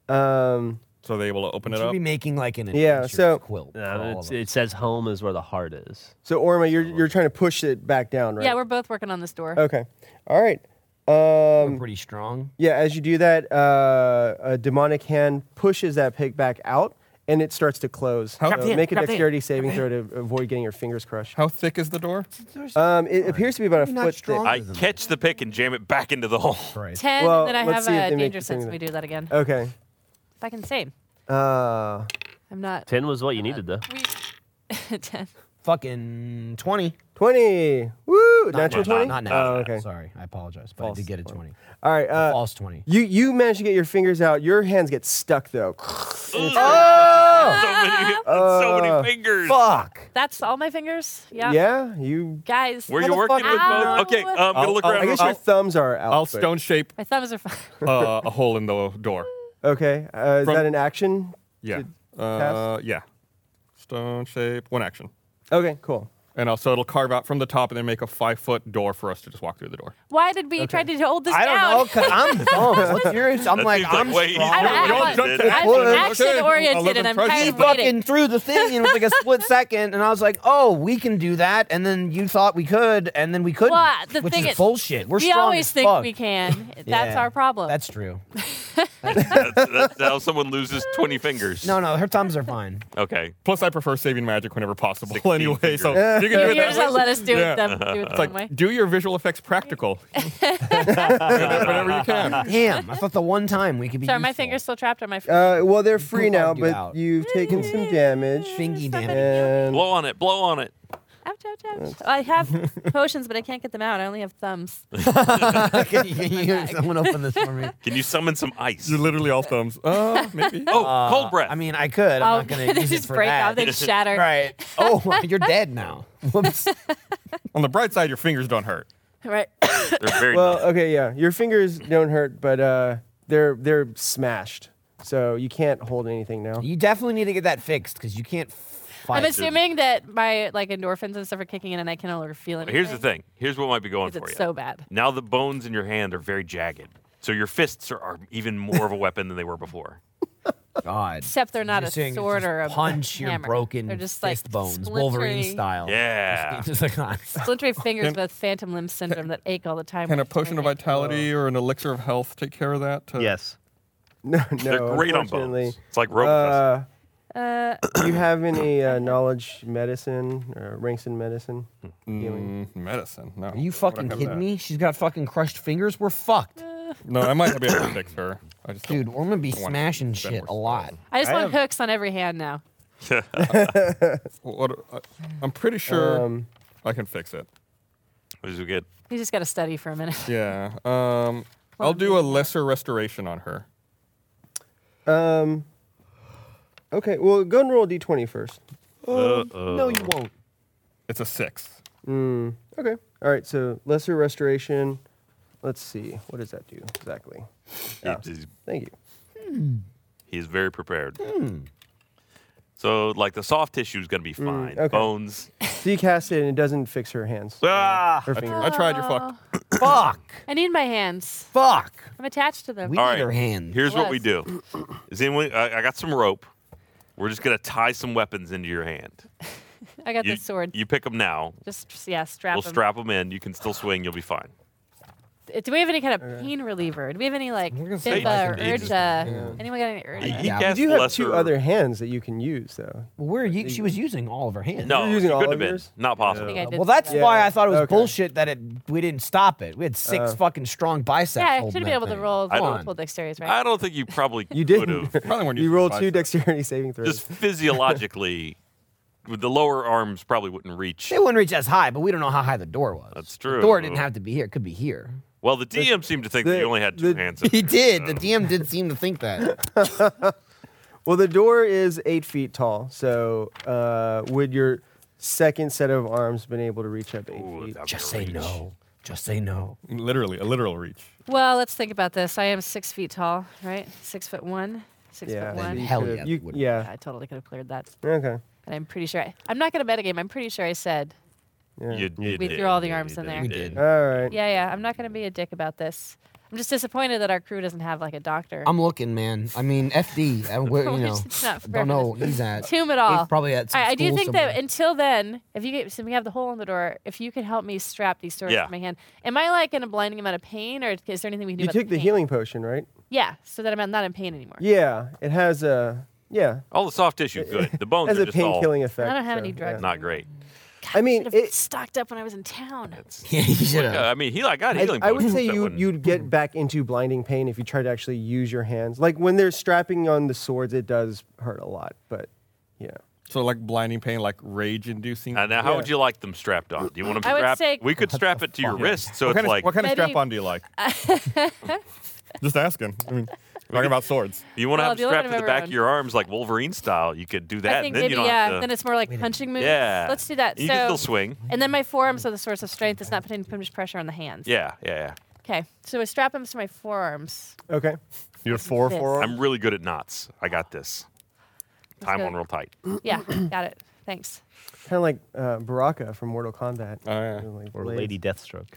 S4: Um.
S3: So they're able to open it
S5: Should
S3: up.
S5: be making like an
S4: Yeah,
S5: adventurous
S4: so-
S5: quilt. for all
S7: Uh,
S5: of
S7: it's,
S5: us.
S7: it says home is where the heart is.
S4: So Orma, you're you're trying to push it back down, right? Uh,
S6: Yeah, we're both working on this door.
S4: Okay. All right.
S5: We're
S4: Um.
S5: pretty strong.
S4: Yeah. As you do that, uh, a demonic hand pushes that pig back out, and it starts to close.
S3: How-
S4: So
S3: Grab the hand,
S4: make a
S5: grab the hand,
S4: dexterity saving throw to avoid getting your fingers crushed.
S3: How thick is the door?
S4: Um. It appears to be about a
S5: Maybe not
S4: foot thick.
S5: strong.
S1: I catch the pick and jam it back into the hole.
S5: Right.
S6: 10,
S4: Well,
S6: and then I
S4: let's
S6: have
S4: see if they
S6: a
S4: make
S6: danger
S4: the
S6: sense
S4: thing Uh,
S6: when we do that again.
S4: Okay.
S6: Fucking same.
S4: Uh.
S6: I'm not.
S7: Ten was what you needed though.
S6: We, 10.
S5: Fucking 20.
S4: Twenty. Woo! Natural twenty.
S5: Not now.
S4: Oh, okay.
S5: Sorry. I apologize. But
S4: False
S5: I did get a
S4: one.
S5: 20.
S4: All right. Uh,
S5: False 20.
S4: You you manage to get your fingers out. Your hands get stuck though.
S1: so, many, so many fingers.
S4: Fuck.
S6: That's all my fingers? Yeah.
S4: Yeah. you.
S6: Guys.
S1: Where you working with
S6: Ow.
S1: both? Okay, um, I'm going to
S3: I'll-
S1: look
S3: I'll-
S1: around.
S4: I
S1: real
S4: guess your
S1: quick.
S4: thumbs are out.
S3: I'll
S4: but-
S3: stone shape
S6: My thumbs are fine.
S3: uh, a hole in the door.
S4: Okay. Uh, is
S3: From-
S4: that an action?
S3: Yeah.
S4: pass?
S3: Uh, yeah. Stone shape, one action.
S4: Okay. Cool.
S3: And also, it'll carve out from the top and then make a five foot door for us to just walk through the door.
S6: Why did we try to hold this
S5: I
S6: down?
S5: don't know, because I'm dumb. What's yours? I'm
S1: That
S5: like,
S1: seems like
S5: I'm
S1: way
S5: strong.
S1: easier
S6: I'm,
S1: than
S6: I'm,
S1: yours
S6: I'm,
S1: did.
S3: Okay.
S6: action oriented and I'm
S5: He
S6: tired of waiting.
S5: fucking threw the thing, and it was like a split second, and I was like, "Oh, we can do that." And then you thought we could, and then we couldn't.
S6: Well, the
S5: which
S6: thing
S5: is,
S6: is,
S5: bullshit. We're
S6: we
S5: strong
S6: always
S5: as
S6: think
S5: fuck.
S6: we can. That's
S5: Yeah.
S6: our problem.
S5: That's true.
S1: That's, that's how someone loses 20 fingers.
S5: No, no, her thumbs are fine.
S1: Okay.
S3: Plus, I prefer saving magic whenever possible
S1: 16
S3: anyway. So
S1: fingers.
S3: you can do
S6: You're
S3: it that
S6: just gonna
S3: way.
S6: let us do
S3: Yeah.
S6: it them, do it the
S3: It's
S6: same way.
S3: like, do your visual effects practical. Do that whenever you can.
S5: Damn, I thought the one time we could be.
S6: So are my
S5: useful.
S6: fingers still trapped or my fingers?
S4: Uh, well, they're free
S5: Coupon
S4: now,
S5: due
S4: but
S5: out.
S4: you've taken some damage.
S5: Fingy damage.
S4: And
S1: Blow on it. Blow on it.
S6: ouch, ouch, ouch. I have potions, but I can't get them out. I only have thumbs.
S5: Can you- can you- Someone open this for me.
S1: Can you summon some ice?
S3: You're literally all thumbs. Uh, maybe.
S1: Oh, cold breath.
S5: I mean, I could. I'm
S6: oh,
S5: not gonna
S6: they
S5: use
S6: just
S5: it for
S6: break
S5: that.
S6: off. They just shatter.
S5: right. Oh, you're dead now. Whoops.
S3: On the bright side, your fingers don't hurt.
S6: Right.
S1: They're very
S4: well, uh,
S1: nice.
S4: okay, yeah. Your fingers don't hurt, but uh, they're they're smashed, so you can't hold anything now.
S5: You definitely need to get that fixed because you can't fight.
S6: I'm assuming that my like endorphins and stuff are kicking in, and I can no longer feel anything.
S1: Here's the thing. Here's what might be going
S6: 'cause
S1: for
S6: It's
S1: you.
S6: so bad.
S1: now the bones in your hand are very jagged, so your fists are, are even more of a weapon than they were before.
S5: God.
S6: Except they're not
S5: You're
S6: a
S5: saying
S6: sword
S5: just
S6: or a
S5: punch your
S6: hammer.
S5: broken
S6: They're just like
S5: fist bones, Wolverine
S6: splintery-
S5: style.
S1: Yeah.
S5: Just like, "Ah."
S6: Splintery fingers with phantom limb syndrome that ache all the time.
S3: Can
S6: when
S3: a
S6: I turn
S3: potion of
S6: it.
S3: vitality or an elixir of health take care of that? Uh, to-
S7: Yes.
S4: No, no.
S1: They're great on
S4: unfortunately.
S1: bones. It's like rope. dust.
S4: Uh,
S6: Uh,
S4: do you have any uh, knowledge medicine or ranks in medicine? Healing?
S3: Mm, medicine. No.
S5: Are you fucking kidding me? She's got fucking crushed fingers. We're fucked.
S3: No, I might not be able to fix her. I just don't-
S5: Dude, we're gonna be
S3: One.
S5: smashing shit
S3: we're
S5: a lot.
S6: I just want hooks on every hand now.
S3: What, I, I'm pretty sure
S4: Um,
S3: I can fix it.
S1: What did we get?
S6: You just got to study for a minute.
S3: Yeah. Um, I'll do a lesser restoration on her.
S4: Um. Okay. Well, go and roll a d20 first.
S7: no, you won't.
S3: It's a six.
S4: Mm, okay. All right. So lesser restoration. Let's see. What does that do exactly?
S1: He-
S4: Ah,
S1: he's-
S4: thank you.
S1: He's very prepared.
S4: Hmm.
S1: So, like, the soft tissue is going to be fine.
S4: okay.
S1: Bones.
S4: So you cast it and it doesn't fix her hands.
S1: Ah!
S4: Her
S3: I,
S4: fingers.
S3: I tried. You're
S6: Oh.
S3: fucked.
S5: Fuck.
S6: I need my hands.
S5: Fuck.
S6: I'm attached to them.
S5: We
S1: All
S5: need
S1: right.
S5: her hand.
S1: Here's what we
S6: Bless.
S1: do. Is anyone? I, I got some rope. We're just going to tie some weapons into your hand.
S6: I got
S1: You,
S6: this sword.
S1: You pick them now.
S6: Just yeah, strap
S1: we'll
S6: 'em.
S1: strap them in. You can still swing. You'll be fine.
S6: Uh, Do we have any kind of pain reliever? Do we have any like
S5: We're gonna say
S6: Bimba or
S1: like an agent.
S6: Urja? uh, Anyone got any Urja?
S1: He, he
S5: Yeah.
S1: cast
S4: You do have
S1: lesser-
S4: two other hands that you can use, though.
S5: Well, we're, you, she was using all of her hands.
S1: No,
S4: You're
S1: you
S4: using all
S1: couldn't
S4: of
S1: have been.
S4: yours?
S1: Not
S6: I
S1: possible.
S6: think I did
S5: Well, that's
S6: that.
S5: why I thought it was
S4: Okay.
S5: bullshit that it we didn't stop it. We had six fucking strong biceps.
S6: Yeah, I
S5: holding
S6: should have
S5: that
S6: been able to
S5: thing.
S6: roll
S1: I don't-
S6: multiple dexterities,
S1: I
S6: right?
S1: don't think you probably
S4: You
S1: could
S4: didn't.
S1: have.
S3: Probably weren't
S4: you
S3: using
S4: rolled
S3: the
S4: two
S3: biceps.
S4: dexterity saving throws.
S1: Just physiologically, with the lower arms probably wouldn't reach.
S5: They wouldn't reach as high, but we don't know how high the door was.
S1: That's
S5: The door
S1: true.
S5: didn't have to be here. It could be here.
S1: Well, the DM seemed to think that
S4: the-
S1: you only had two
S4: the-
S1: hands.
S5: He did.
S1: Um,
S5: The DM did seem to think that.
S4: Well, the door is eight feet tall, so uh, would your second set of arms been able to reach up eight
S1: Ooh,
S4: feet?
S1: that'd be
S5: Just
S1: a
S5: say
S1: reach.
S5: no. Just say no.
S3: Literally, a literal reach.
S6: Well, let's think about this. I am six feet tall, right? Six foot one. Six
S4: Yeah.
S6: foot
S4: so
S6: one.
S4: you
S6: Yeah,
S5: Hell
S4: could've-
S5: yeah,
S4: you-
S5: would-
S4: yeah.
S6: I totally could have cleared that.
S4: Okay.
S6: And I'm pretty sure. I, I'm not going to metagame. I'm pretty sure I said,
S4: Yeah.
S1: You, you
S6: We
S1: did.
S6: threw all the
S1: You
S6: arms in
S1: did.
S6: there.
S1: You
S6: We
S5: did.
S4: All right.
S6: yeah, yeah, I'm not going to be a dick about this. I'm just disappointed that our crew doesn't have like a doctor.
S5: I'm looking, man. I mean, FD. I, we you
S6: We're
S5: know,
S6: just not
S5: don't know where he's at.
S6: Tomb it all.
S5: He's probably at some
S6: I, I do
S5: school
S6: think
S5: somewhere.
S6: that until then, if you get, since we have the hole in the door, if you could help me strap these swords
S1: Yeah.
S6: to my hand, am I like in a blinding amount of pain, or is there anything we can do?
S4: You
S6: about
S4: took the
S6: pain?
S4: healing potion, right?
S6: Yeah, so that I'm not in pain anymore.
S4: Yeah. It has a yeah.
S1: All the soft tissue, good. The bones
S4: Has
S1: are
S4: a
S1: just
S4: pain
S1: Oh, all
S4: killing effect.
S6: I don't have
S4: so,
S6: any drugs.
S1: not great.
S4: I mean,
S6: Should have
S4: it,
S6: stocked up when I was in town.
S5: yeah, he should have.
S1: Yeah, I mean, he like got
S4: I,
S1: healing.
S4: I would
S1: potions
S4: say
S1: that
S4: you
S1: wouldn't-
S4: you'd get back into blinding pain if you try to actually use your hands. Like when they're strapping on the swords, it does hurt a lot. But yeah,
S3: So like blinding pain, like rage inducing.
S1: Uh, now, how
S4: Yeah.
S1: would you like them strapped on? Do you want them
S6: I would
S1: strapped?
S6: say-
S1: we could strap it to your wrist, so
S3: what
S1: it's
S3: kind,
S1: like
S3: of, what kind of
S6: Maybe-
S3: strap on do you like? Just asking. I mean, talking about swords.
S1: you want to
S6: Well,
S1: have
S6: the
S1: them
S6: only
S1: strapped to
S6: one
S1: the
S6: I've
S1: back
S6: ever
S1: of your arms, like Wolverine style. You could do that,
S6: I think
S1: and then
S6: maybe
S1: you don't
S6: yeah.
S1: have to.
S6: Then it's more like punching moves.
S1: yeah,
S6: let's do that.
S1: You
S6: so
S1: can still swing.
S6: and then my forearms are the source of strength. It's not putting too much pressure on the hands.
S1: Yeah, yeah, yeah.
S6: Okay, so I strap them to my forearms.
S4: okay.
S3: You have four
S6: This.
S3: forearms.
S1: I'm really good at knots. I got this. Time
S6: go.
S1: on real tight.
S6: Yeah, got it. Thanks.
S4: Kind of like uh, Baraka from Mortal Kombat.
S3: Oh, yeah.
S4: Like
S7: Or
S4: blades.
S7: Lady Deathstroke.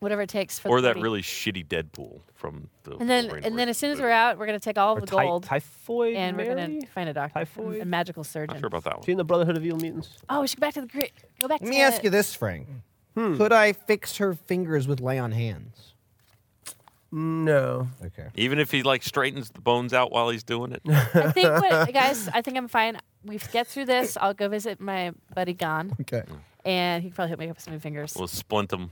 S6: Whatever it takes for.
S1: Or
S6: the
S1: that
S6: party.
S1: really shitty Deadpool from the.
S6: And then,
S1: Wolverine
S6: and then,
S1: movie.
S6: as soon as we're out, we're gonna take all
S7: Or
S6: of the
S7: ty-
S6: gold,
S7: typhoid
S6: and we're
S7: Mary?
S6: gonna find a doctor, a- a
S7: Typhoid?
S6: magical surgeon.
S1: not sure about that one.
S7: Seen the Brotherhood of Evil Mutants?
S6: Oh, we should go back to the grid. Go back.
S5: Let
S6: to
S5: me ask
S6: the-
S5: you this, Frank. Could I fix her fingers with lay on hands?
S4: No.
S5: Okay.
S1: Even if he like straightens the bones out while he's doing it.
S6: I think what, guys. I think I'm fine. We get through this. I'll go visit my buddy Gon,
S5: Okay.
S6: and he can probably hook me up with some new fingers.
S1: We'll splint them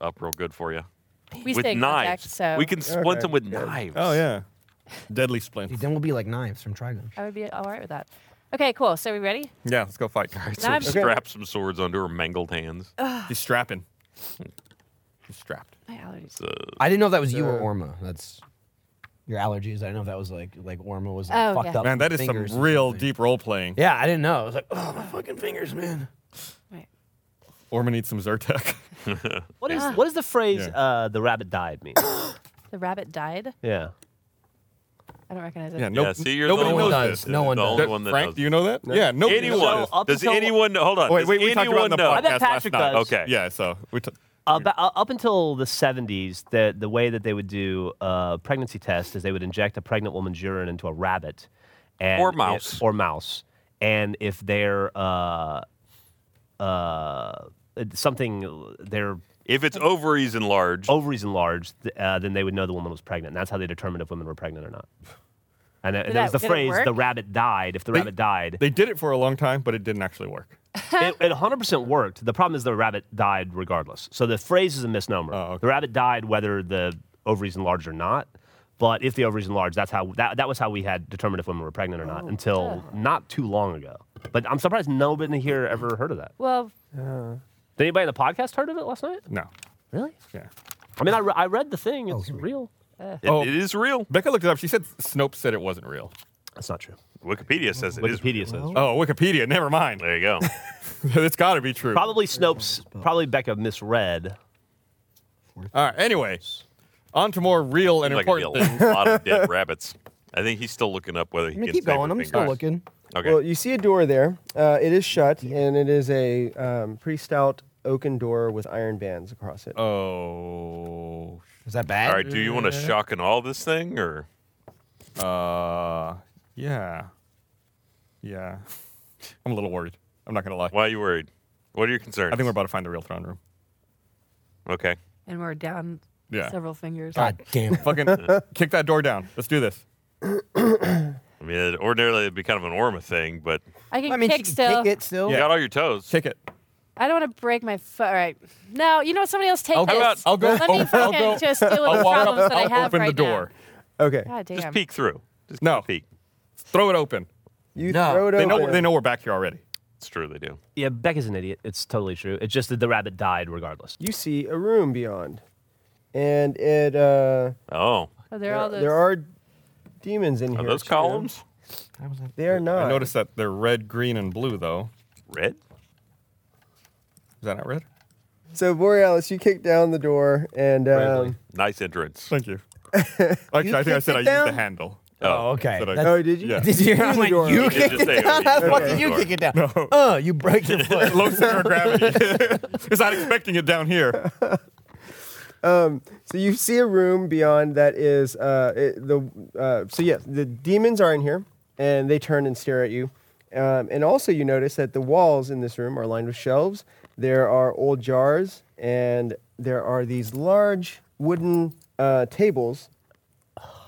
S1: up real good for you.
S6: we
S1: with
S6: stay in
S1: knives.
S6: contact, so
S1: We can splint
S4: Okay,
S1: them with
S4: good.
S1: knives.
S3: Oh yeah. Deadly splint.
S5: Then we'll be like knives from Trigon.
S6: I would be all right with that. Okay, cool. So we ready?
S3: Yeah, let's go fight.
S1: So
S6: I'm-
S1: strap some swords onto her mangled hands.
S3: He's strapping. He's strapped.
S6: My allergies.
S5: I didn't know if that was you or Orma. That's your allergies. I didn't know if that was like like Orma was like,
S6: Oh,
S5: fucked
S6: yeah.
S5: up.
S3: Man,
S5: with
S3: that is
S5: fingers
S3: some
S5: or
S3: real
S5: something.
S3: deep role playing.
S5: Yeah, I didn't know. I was like, oh my fucking fingers, man.
S6: Wait.
S3: Orma needs some Zyrtec.
S7: What
S6: Ah.
S7: is what is the phrase
S3: Yeah.
S7: uh, "the rabbit died" mean?
S6: The rabbit died.
S7: yeah.
S6: I don't recognize it.
S3: yeah, no,
S1: yeah, see, you're
S3: nobody
S1: the only
S3: knows
S1: one
S5: does.
S1: that-
S5: No one
S1: the
S5: does.
S1: only one that
S3: Frank,
S1: knows.
S3: do you know that? Yeah, nobody
S1: anyone?
S3: knows.
S7: up
S1: does
S7: until-
S1: anyone? know- Hold on.
S3: Oh, wait,
S1: does
S3: wait, we talked
S1: anyone
S3: about it in the
S1: know?
S7: I bet
S3: podcast last
S7: Patrick
S3: night.
S7: does.
S1: Okay.
S3: Yeah, so we t-
S7: Aba- uh, up until the 70s, the, the way that they would do a pregnancy test is they would inject a pregnant woman's urine into a rabbit. And
S1: Or
S7: if-
S1: mouse.
S7: or mouse. And if they're uh, uh, it's something, their
S1: If it's ovaries enlarged,
S3: Oh,
S7: ovaries enlarged, th- uh, then they would know the woman was pregnant. And that's how they determined if women were pregnant or not. And that,
S6: Did
S7: that was
S6: that-
S7: the
S6: did it
S7: phrase,
S6: work?
S7: the rabbit died. If the
S3: They-
S7: rabbit died,
S3: they did it for a long time, but it didn't actually work.
S7: it, it 100% worked. The problem is the rabbit died regardless. So the phrase is a misnomer.
S3: Oh, okay.
S7: The rabbit died whether the ovaries enlarged or not. But if the ovaries enlarged, that's how that, that was how we had determined if women were pregnant or not until not too long ago. But I'm surprised nobody here ever heard of that.
S6: Well,
S7: Did anybody in the podcast heard of it last night?
S3: No.
S7: Really?
S3: Yeah.
S7: I mean, I, re- I read the thing.
S5: Oh,
S7: It's
S5: here we go.
S7: real.
S1: It-
S3: oh.
S1: it is real.
S3: Becca looked it up. She said Snopes said it wasn't real.
S7: That's not true.
S1: Wikipedia says it is.
S7: Wikipedia says.
S3: Oh, Wikipedia. Never mind.
S1: There you go.
S3: it's got to be true.
S7: Probably Snopes. Probably Becca misread.
S3: All right. Anyway, on to more real and
S1: Like
S3: important
S1: it'd
S3: things.
S1: be a lot of dead rabbits. I think he's still looking up whether he
S5: gonna
S1: can
S5: keep
S1: save
S5: going.
S1: her
S5: I'm still
S1: fingers.
S5: looking.
S1: Okay.
S4: Well, you see a door there. Uh, it is shut, and it is a um, pretty stout oaken door with iron bands across it.
S3: Oh.
S5: Is that bad?
S1: All right. Do you want to shock and all this thing, or
S3: Uh, yeah. Yeah. I'm a little worried. I'm not going to lie.
S1: why are you worried? What are your concerns?
S3: I think we're about to find the real throne room.
S1: Okay.
S6: And we're down
S3: Yeah.
S6: several fingers.
S5: God damn. it.
S3: Fucking kick that door down. Let's do this.
S1: I mean, it- ordinarily it'd be kind of an Orma thing, but
S6: I can
S5: I mean, she
S6: kick
S5: can
S6: still.
S5: kick it
S7: Oh.
S5: still.
S1: you
S3: Yeah.
S1: got all your toes.
S3: Kick it.
S6: I don't want to break my foot. All right. No, you know what? Somebody else take
S3: How
S6: this.
S3: about- I'll go-
S6: Let me
S3: I'll
S6: fucking
S3: go-
S6: just deal with the
S3: I'll walk up,
S6: problems that I
S3: I'll
S6: have
S3: open
S6: right
S3: the door.
S4: Okay,
S6: now. God damn.
S1: Just peek through. Just
S3: No.
S1: peek.
S3: Throw it open.
S4: you
S5: No.
S4: throw it
S3: They
S4: open.
S3: know, they know we're back here already.
S1: It's true. They do.
S7: Yeah, Becca's an idiot. It's totally true. It's just that the rabbit died regardless.
S4: You see a room beyond, and it uh,
S1: Oh,
S6: Oh, they're
S4: there,
S6: all those.
S4: there are demons in
S1: are
S4: here.
S1: those
S4: too.
S1: columns
S4: They are not.
S3: I noticed that they're red, green, and blue, though.
S1: red?
S3: Is that not red?
S4: So Borealis, you kick down the door, and um,
S1: Nice entrance.
S3: Thank you. Actually, I think I
S4: kicked
S3: said
S4: it
S3: I
S4: down?
S3: used the handle.
S5: Oh, okay.
S3: Said I-
S5: That's-
S4: oh, did you?
S3: Yeah.
S5: Did you hear
S4: Through
S5: him
S4: the
S5: like,
S4: door.
S5: you
S4: It
S5: kick
S1: just
S5: it
S1: say
S5: down?
S1: it was
S5: How the
S1: you.
S5: fuck did you
S1: Door.
S5: kick it down? Uh, you break your foot.
S3: low center of gravity. Because not expecting it down here.
S4: So you see a room beyond that is uh, it, the uh, so yes, the demons are in here and they turn and stare at you. Um, and also, you notice that the walls in this room are lined with shelves. There are old jars and there are these large wooden uh, tables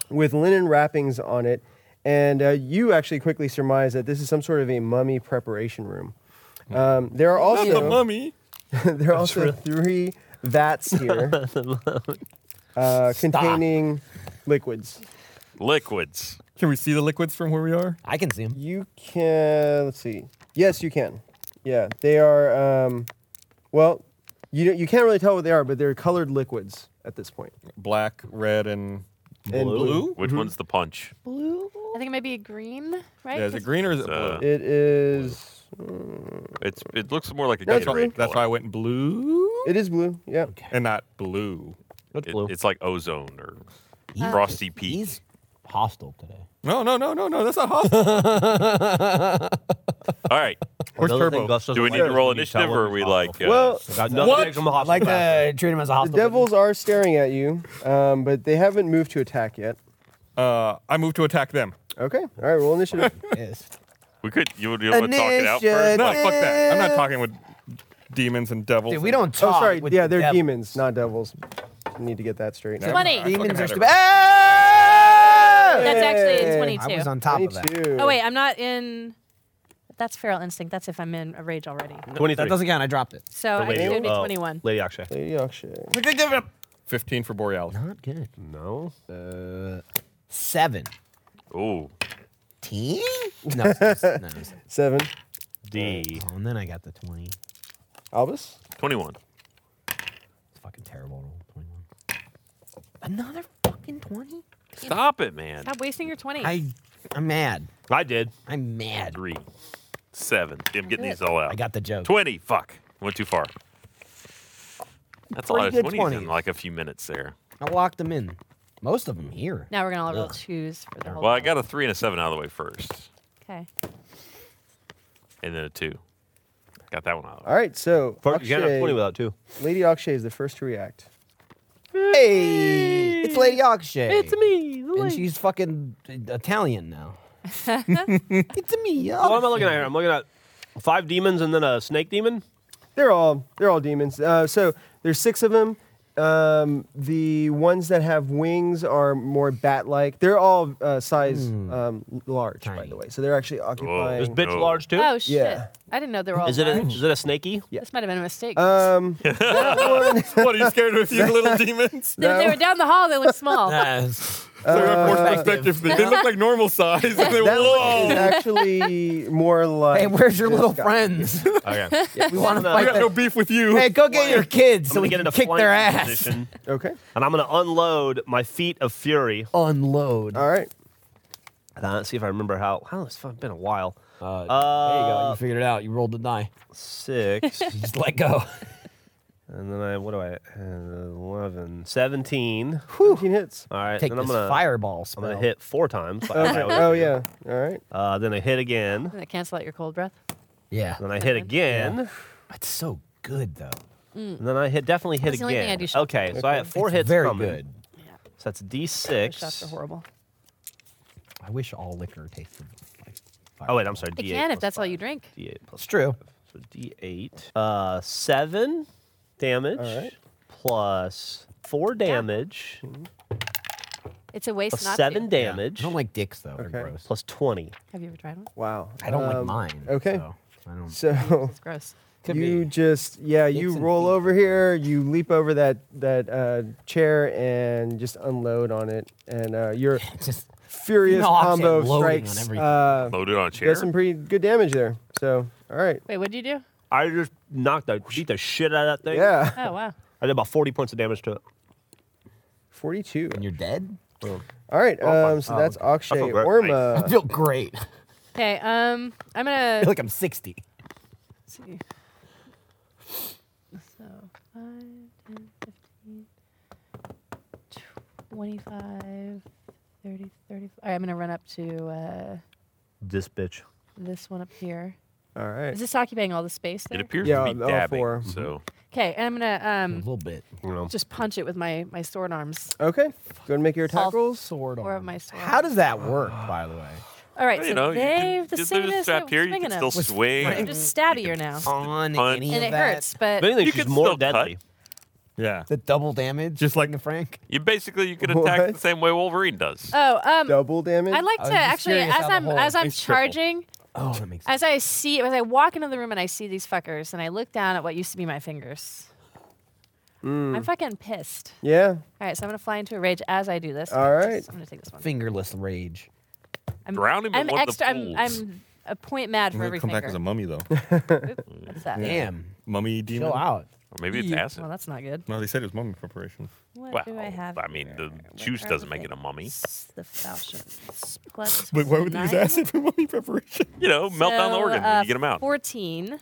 S4: with linen wrappings on it. And uh, you actually quickly surmise that this is some sort of a mummy preparation room. Um, there are also
S3: the mummy.
S4: there are also three vats here uh, containing liquids.
S1: Liquids.
S3: Can we see the liquids from where we are?
S5: I can see him.
S4: You can let's see. Yes, you can. Yeah, they are. Um, well, you you can't really tell what they are, but they're colored liquids at this point.
S3: Black, red, and blue.
S4: And blue.
S7: Mm-hmm.
S1: Which one's the punch?
S6: I think it might be green, right?
S3: Yeah, is it
S6: 'Cause-
S3: green or is it
S1: It's,
S3: blue?
S1: uh,
S4: It is.
S1: It's it looks more like a
S4: That's
S1: Gatorade.
S3: That's why I
S1: color.
S3: went blue
S4: It is blue. Yeah.
S3: and not blue.
S7: That's
S1: It-
S7: blue.
S1: it's like ozone or frosty peak.
S5: He's hostile today.
S3: No, no, no, no, no. That's not hostile.
S1: All right.
S3: Where's
S7: Another thing
S3: Turbo?
S7: Gus doesn't
S1: Do we need
S7: like
S1: to
S7: is
S1: roll
S7: when you tell
S1: initiative,
S7: him
S1: or are we
S7: he's
S1: like?
S7: hostile.
S1: Uh,
S4: Well,
S7: Got nothing
S3: What?
S7: against him, a hostile
S5: Like
S7: person.
S5: to treat him as a
S4: the
S5: hostile.
S4: devils are staring at you, um, but they haven't moved to attack yet.
S3: Uh, I moved to attack them.
S4: Okay. All right. Roll initiative.
S5: Yes.
S1: we could. You, you want to talk it out first?
S3: No,
S1: Like,
S3: fuck that. I'm not talking with demons and devils.
S5: Dude, we
S3: and-
S5: don't
S4: oh,
S5: talk.
S4: sorry.
S5: with
S4: Yeah,
S5: the
S4: they're
S5: devil.
S4: demons, not devils. Need to get that straight.
S3: Never
S6: Twenty.
S3: mind.
S5: Demons are
S3: Fucking
S5: stupid.
S3: matter.
S6: That's actually
S4: Hey.
S5: I
S6: in 22.
S5: was on top of that.
S4: 22.
S6: oh, wait, I'm not in. That's feral instinct. That's if I'm in a rage already.
S5: That
S7: 23.
S5: doesn't count. I dropped it.
S6: So I
S7: Lady-
S6: still need
S7: uh,
S6: 21.
S7: Lady Akshay.
S4: Lady Akshay.
S3: 15 for Borealis.
S5: Not good.
S7: No.
S5: Uh, seven.
S1: Ooh,
S5: Ten? No. it's- it's- no it's-
S4: Seven.
S7: D.
S5: oh, and then I got the twenty.
S4: Albus?
S1: 21.
S5: It's fucking terrible. Roll twenty-one. Another fucking twenty?
S1: Stop it, man.
S6: Stop wasting your 20.
S5: I, I'm mad.
S7: I did.
S5: I'm mad.
S1: Three, seven. I'm getting
S6: did.
S1: these all out.
S5: I got the joke.
S1: 20. Fuck. Went too far. That's a lot of
S5: Pretty
S1: 20s
S5: good
S1: in
S5: 20s.
S1: like a few minutes there.
S5: I locked them in. Most of them here.
S6: now we're going to all roll
S5: Ugh.
S6: twos for the whole
S1: Well, I
S6: thing.
S1: got a three and a seven out of the way first,
S6: Okay.
S1: and then a two. Got that one out. Of the way.
S4: All right, so
S7: First, you can't have 20
S4: Akshay-
S7: without two.
S4: Lady Akshay is the first to react.
S5: Hey, it's Lady Akshay.
S6: me.
S5: And she's fucking Italian now. it's me.
S7: What am I looking at here? I'm looking at five demons and then a snake demon.
S4: They're all they're all demons. Uh, so there's six of them. Um, the ones that have wings are more bat-like. They're all uh, size um, l- large, by
S5: Hmm. Tiny.
S4: the way. So they're actually
S7: Is
S4: occupying.
S7: bitch
S1: No.
S7: large too?
S6: Oh, shit.
S4: Yeah.
S6: I didn't know they were all
S7: Is it a,
S6: large.
S7: is it a snakey?
S4: Yeah.
S6: This might have been a mistake.
S4: Um, that one,
S3: what, are you scared of a few little demons?
S6: they, they
S4: that-
S6: were down the hall. They looked small.
S5: That's
S3: So we have more
S4: Uh,
S3: perspective. They look like normal size. And then,
S4: That
S3: whoa!
S4: one is actually more like.
S5: Hey, where's your
S4: this
S5: little
S4: guy.
S5: friends?
S7: Oh,
S1: Okay.
S5: We want to
S3: I
S5: fight
S3: got no
S5: that.
S3: beef with you.
S5: Hey, go get your kids so
S7: I'm
S5: we
S7: gonna
S5: can
S7: get into
S5: kick
S7: flanking
S5: their ass.
S7: Position,
S4: Okay.
S7: and I'm gonna unload my feet of fury.
S5: Unload.
S4: All right.
S7: Uh, let's see if I remember how. Wow, it's fu- been a while.
S5: there you go.
S7: Uh,
S5: You figured it out. You rolled the die.
S7: Six,
S5: Just let go.
S7: and then I what do I? uh, Eleven, seventeen.
S4: 17 hits.
S7: All right,
S5: Take
S7: then I'm
S5: this
S7: gonna
S5: fireball
S7: I'm
S5: spell.
S7: gonna hit four times. like
S4: Okay.
S7: I always
S4: Oh,
S7: do.
S4: yeah. All right.
S7: Uh, then I hit again.
S6: Does it cancel out your cold breath?
S5: Yeah.
S7: Then I hit again.
S5: That's so good though.
S7: And then I hit definitely hit
S6: Hmm. That's the only
S7: again.
S6: thing I do shots
S7: okay, so I have four
S5: It's
S7: hits.
S5: Very
S7: coming.
S5: good.
S7: So that's D
S6: Your shots
S7: six.
S6: are horrible.
S5: I wish all liquor tasted like fire.
S7: Oh wait, I'm sorry.
S6: It
S7: D eight.
S6: can if that's all you drink.
S7: D eight plus.
S5: It's true.
S7: So D eight. Uh, seven damage.
S4: right.
S7: Plus four damage.
S6: It's a waste
S7: Plus
S6: not
S7: seven
S6: to.
S5: Yeah.
S7: damage.
S5: I don't like dicks though. They're
S4: Okay.
S5: gross.
S7: plus twenty.
S6: Have you ever tried one?
S4: Wow.
S5: I don't like
S4: Um,
S5: mine.
S4: okay.
S5: So I don't.
S4: So
S6: It's gross.
S5: Could
S4: you
S5: be.
S4: just yeah,
S5: Dicks
S4: you
S5: and
S4: roll
S5: feet.
S4: over here, you leap over that that uh, chair and just unload on it, and uh, your
S5: Just
S4: furious
S5: No, I'm saying
S4: combo of
S5: loading on
S4: strikes
S5: everything.
S4: uh,
S1: Loaded on a chair.
S4: does some pretty good damage there. So all right,
S6: Wait, what did you do?
S7: I just knocked the beat the shit out of that thing.
S4: yeah,
S6: Oh wow.
S7: I did about forty points of damage to it.
S4: forty-two.
S5: and you're dead.
S4: All right, um, so
S7: oh,
S4: that's
S7: I
S4: Akshay
S7: feel great.
S5: I
S4: Orma.
S5: feel great. I
S6: Okay. Um, I'm gonna
S5: feel like I'm 60.
S6: let's see. So five, 10, 15, 25, 30, 35. All right, I'm gonna run up to uh,
S7: This bitch.
S6: this one up here.
S4: All right,
S6: Is this occupying all the space
S1: It
S6: there?
S1: appears
S4: Yeah,
S1: to be
S4: all
S1: dabbing.
S4: four.
S1: So
S6: Okay, and I'm gonna
S5: A
S6: um
S5: little bit.
S7: You know.
S6: just punch it with my my sword arms.
S4: okay, go ahead and make your attack rolls.
S5: sword
S6: Or
S5: arm.
S6: my sword.
S5: How does that work, by the way?
S6: All right,
S1: you
S6: so
S1: know, you
S6: they
S1: can,
S6: the
S1: they're
S6: same
S1: just
S6: as
S1: strapped here. You can still
S5: Was-
S1: swing.
S6: I'm just stabbier now,
S5: On
S1: Punch.
S5: any
S6: and
S5: of
S6: it
S5: that?
S6: hurts.
S7: If
S6: But
S7: anything,
S1: You
S7: she's
S1: can
S7: more
S1: still cut.
S7: deadly.
S3: Yeah.
S5: The double damage,
S3: Just like-
S5: the Frank.
S1: You basically you could attack
S4: What?
S1: the same way Wolverine does.
S6: oh, um,
S4: Double damage.
S6: I'd like
S5: I was
S6: to
S5: just
S6: actually,
S5: curious
S6: as
S5: how the
S6: I'm
S5: whole
S6: as I'm
S1: thing's tripled.
S6: charging,
S5: Oh, that makes sense.
S6: as I see, as I walk into the room and I see these fuckers, and I look down at what used to be my fingers.
S1: Mm.
S6: I'm fucking pissed.
S4: yeah,
S6: All right, so I'm gonna fly into a rage as I do this.
S4: All right.
S6: I'm gonna take this one.
S5: Fingerless rage.
S6: I'm
S1: Drown him in
S6: I'm
S1: one of the
S6: extra. I'm,
S1: pools.
S6: I'm a point mad for every
S3: come back
S6: finger.
S3: as a mummy though.
S6: What's that?
S5: Damn.
S3: mummy demon.
S5: Chill out.
S1: Or maybe it's acid.
S6: Well, that's not good.
S3: No, they said it was mummy preparation.
S6: What
S1: Well,
S6: do I have?
S1: I mean, the
S6: here? What
S1: juice
S6: are
S1: doesn't
S6: the
S1: make it a mummy.
S6: things? The falchions. Plus
S3: Wait, why would they use
S6: nine.
S3: acid for mummy preparation?
S1: You know, melt down the
S6: So,
S1: organ
S6: uh,
S1: when you get them out.
S6: Fourteen.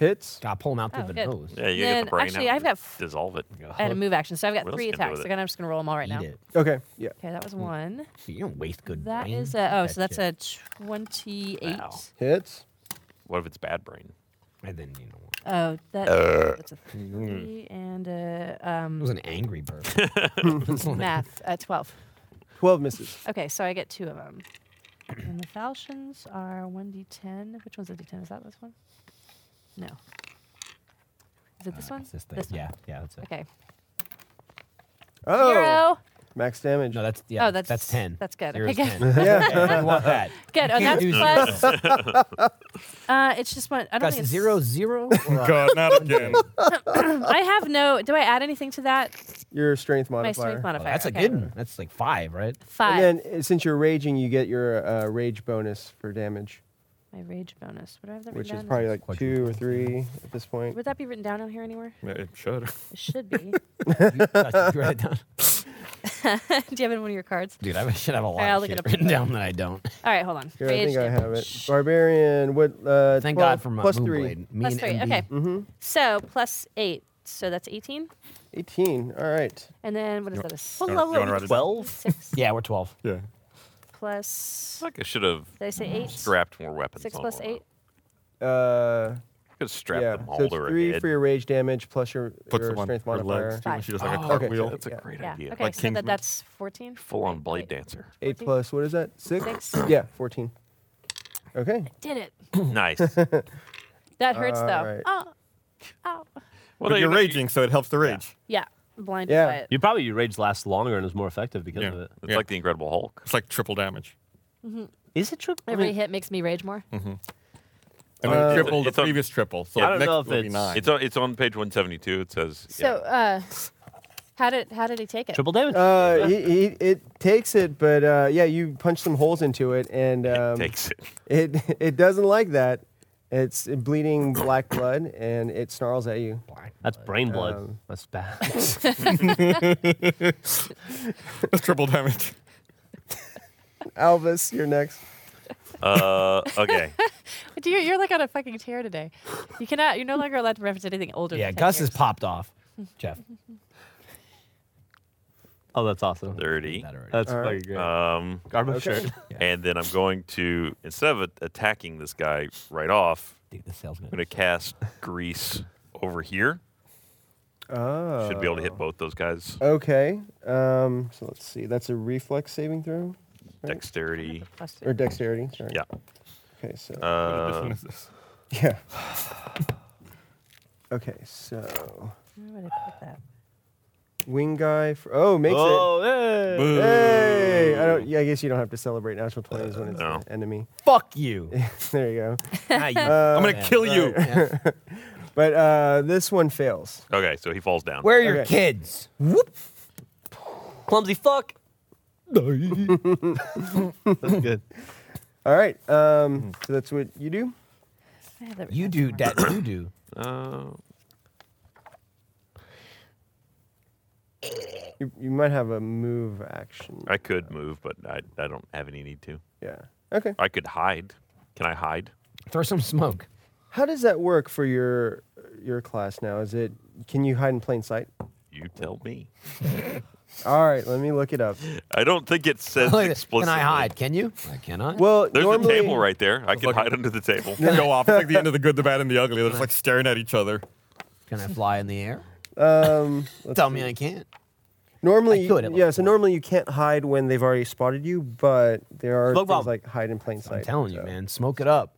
S4: hits.
S5: God, pull him out through
S6: Oh,
S5: the
S6: good.
S5: nose.
S1: Yeah, you
S6: Then,
S1: get the brain
S6: actually,
S1: out.
S6: I've got
S1: just
S6: f-
S1: dissolve it.
S6: And a move action. So I've got
S1: What
S6: three
S1: else can I do
S6: attacks.
S1: with
S6: So
S1: it?
S6: I'm just gonna roll them all right
S5: Eat
S6: now.
S5: it.
S4: Okay, yeah.
S6: Okay, that was one.
S5: See, you don't waste good.
S6: That
S5: brain
S6: is
S5: with
S6: a oh,
S5: that
S6: so that's
S5: shit.
S6: a twenty-eight.
S1: Wow.
S4: Hits.
S1: What if it's bad brain?
S5: And then you know what?
S6: Oh, that, that's a
S5: Mm-hmm.
S6: three and a
S5: It
S6: um,
S5: was an angry bird. It's like-
S6: math uh, twelve.
S4: 12 misses.
S6: Okay, so I get two of them. And the falchions are one d10. Which one's a d10? Is that this one? No. Is it this one?
S5: Uh, It's this thing.
S6: one.
S5: yeah, yeah, that's it.
S6: Okay.
S4: Oh,
S6: Zero.
S4: max damage.
S5: No, that's yeah.
S6: Oh,
S5: that's,
S6: that's-
S5: that's ten.
S6: that's good.
S5: Zero's
S6: Okay.
S5: 10.
S4: Yeah.
S5: you want that?
S6: Good. And
S5: can't
S6: that's
S5: do
S6: plus. uh, it's just one. I don't
S5: Guys,
S6: think it's
S5: zero zero. or a-
S3: God, not again.
S6: I have no. Do I add anything to that?
S4: Your strength
S6: My
S4: modifier.
S6: strength
S5: Oh,
S6: modifier.
S5: that's a
S6: okay.
S5: good one. That's like five, right?
S6: Five.
S4: And then uh, since you're raging, you get your uh, rage bonus for damage,
S6: My rage bonus. Would I have that
S4: which
S6: written
S4: is
S6: down?
S4: probably like two
S5: Quadruple.
S4: or three at this point.
S6: Would that be written down on here anywhere?
S3: Yeah, it should.
S6: It should be. Do
S5: You- Josh, you write it down.
S6: you have it in one of your cards?
S5: Dude, I should have a lot
S6: I'll
S5: of
S6: look it
S5: shit
S6: up.
S5: written down that I don't.
S6: All right, hold on.
S4: Here, I
S6: Rage
S4: think I
S6: damage.
S4: have it. Barbarian. What? Uh,
S5: Thank
S4: 12
S5: God for my
S4: plus
S5: boom
S4: three.
S5: blade. Me
S6: Plus
S5: and
S6: three.
S5: MB.
S6: Okay.
S4: Mm-hmm.
S6: So plus eight. So that's 18.
S4: 18. All right.
S6: And then what is that? A s-
S3: you wanna write it down?
S7: Twelve.
S6: Six
S5: Yeah, we're twelve.
S3: Yeah.
S6: plus.
S1: It's like I should have
S6: Did I say eight?
S1: strapped more weapons.
S6: Six
S1: on
S6: plus
S1: one.
S6: eight.
S4: Uh,
S1: I could have strapped
S4: yeah.
S1: them
S4: So
S1: all
S4: it's
S1: to her
S4: three
S1: head.
S4: for your rage damage plus your,
S3: Puts
S4: your
S3: them on
S4: strength
S3: her
S4: modifier.
S3: legs too, and she does like
S6: Five.
S3: a
S6: Oh,
S4: okay,
S3: cartwheel.
S4: so
S1: That's a
S4: yeah.
S1: great
S6: Yeah.
S1: idea.
S6: Okay.
S3: Like
S6: so that,
S3: Kingsman.
S6: that's 14.
S1: Full on
S6: Wait,
S1: blade
S6: wait.
S1: dancer.
S4: Eight
S6: 14.
S4: plus. What is that? Six.
S6: Six.
S4: Yeah, 14. Okay.
S6: Did it.
S1: nice. Well,
S6: That hurts though.
S4: Alright.
S6: Oh. Oh.
S3: but
S1: no,
S3: you're
S1: not-
S3: raging, so it helps the rage.
S6: Yeah. Blinded
S4: Yeah.
S6: by it.
S7: You probably your rage lasts longer and is more effective because of
S3: Yeah.
S7: it.
S1: It's like the Incredible Hulk.
S3: It's like triple damage.
S7: Is it true? I
S6: Every
S7: mean,
S6: hit makes me rage more.
S3: I mean,
S4: Uh,
S3: triple the
S1: it's on-
S3: previous triple. So
S7: I don't
S3: next
S7: know if
S3: will be
S7: it's-
S3: nine.
S1: It's on, it's on page 172. It says.
S6: So, uh, How did how did he take it?
S7: damage.
S4: Uh, he, he, it takes it, but uh, yeah, you punch some holes into it, and um,
S1: takes it.
S4: It it doesn't like that. It's bleeding black blood, and it snarls at you.
S7: That's brain blood.
S4: um,
S7: That's bad.
S3: That's triple damage.
S4: Alvis, you're next.
S1: Uh, okay.
S6: Dude, you're, you're like on a fucking tear today. You cannot. You're no longer allowed to reference anything older.
S5: Yeah,
S6: than 10
S5: Gus has
S6: years.
S5: popped off. Jeff.
S7: Oh, that's awesome.
S1: 30.
S7: That's
S4: All right.
S7: fucking great.
S1: Um,
S7: Garbo shirt.
S1: And then I'm going to, instead of a- attacking this guy right off,
S5: Dude, the
S1: I'm
S5: salesman.
S1: going to cast Grease over here.
S4: Oh.
S1: Should be able to hit both those guys.
S4: Okay. Um, so let's see. That's a reflex saving throw
S1: Dexterity.
S6: Plus-
S4: or dexterity. Sorry.
S1: Yeah.
S4: Okay. So.
S3: This one
S1: Uh,
S3: is this.
S4: yeah. okay. So
S6: Where would I put that?
S4: wing guy. For, oh, makes
S7: Oh,
S4: it.
S7: hey.
S4: Hey. I don't. Yeah. I guess you don't have to celebrate natural twenties when it's
S1: Uh, no.
S4: an enemy.
S5: Fuck you.
S4: there you go.
S5: Ah, you-
S4: Uh,
S3: I'm gonna
S5: yeah.
S3: kill you.
S4: But uh, this one fails.
S1: okay, so he falls down.
S5: Where are your
S4: Okay.
S5: kids?
S7: Clumsy fuck. that's good.
S4: All right.
S1: Hmm.
S4: Um, so that's what you do.
S6: I have that
S5: You
S6: written
S5: do
S6: somewhere.
S5: that. You do.
S1: Uh,
S4: You, you might have a move action.
S1: I could move, but I, I don't have any need to.
S4: Yeah. Okay.
S1: I could hide. Can I hide?
S5: Throw some smoke.
S4: How does that work for your your class now? Is it can you hide in plain sight?
S1: You tell me.
S4: All right, let me look it up.
S1: I don't think it says
S5: Can
S1: explicitly.
S5: I hide? Can you? I cannot.
S4: Well,
S1: There's
S4: normally,
S1: a table right there. I can hide under the table.
S3: Go off. It's like the end of the good, the bad, and the ugly. They're just like staring at each other.
S5: Can I fly in the air?
S4: Um, let's
S5: Tell
S4: see.
S5: me I can't.
S4: Normally,
S5: I could at
S4: yeah.
S5: level
S4: So normally you can't hide when they've already spotted you, but there are
S7: Smoke
S4: things
S7: bomb.
S4: like hide in plain sight.
S5: I'm telling you,
S4: so-
S5: man. Smoke it up.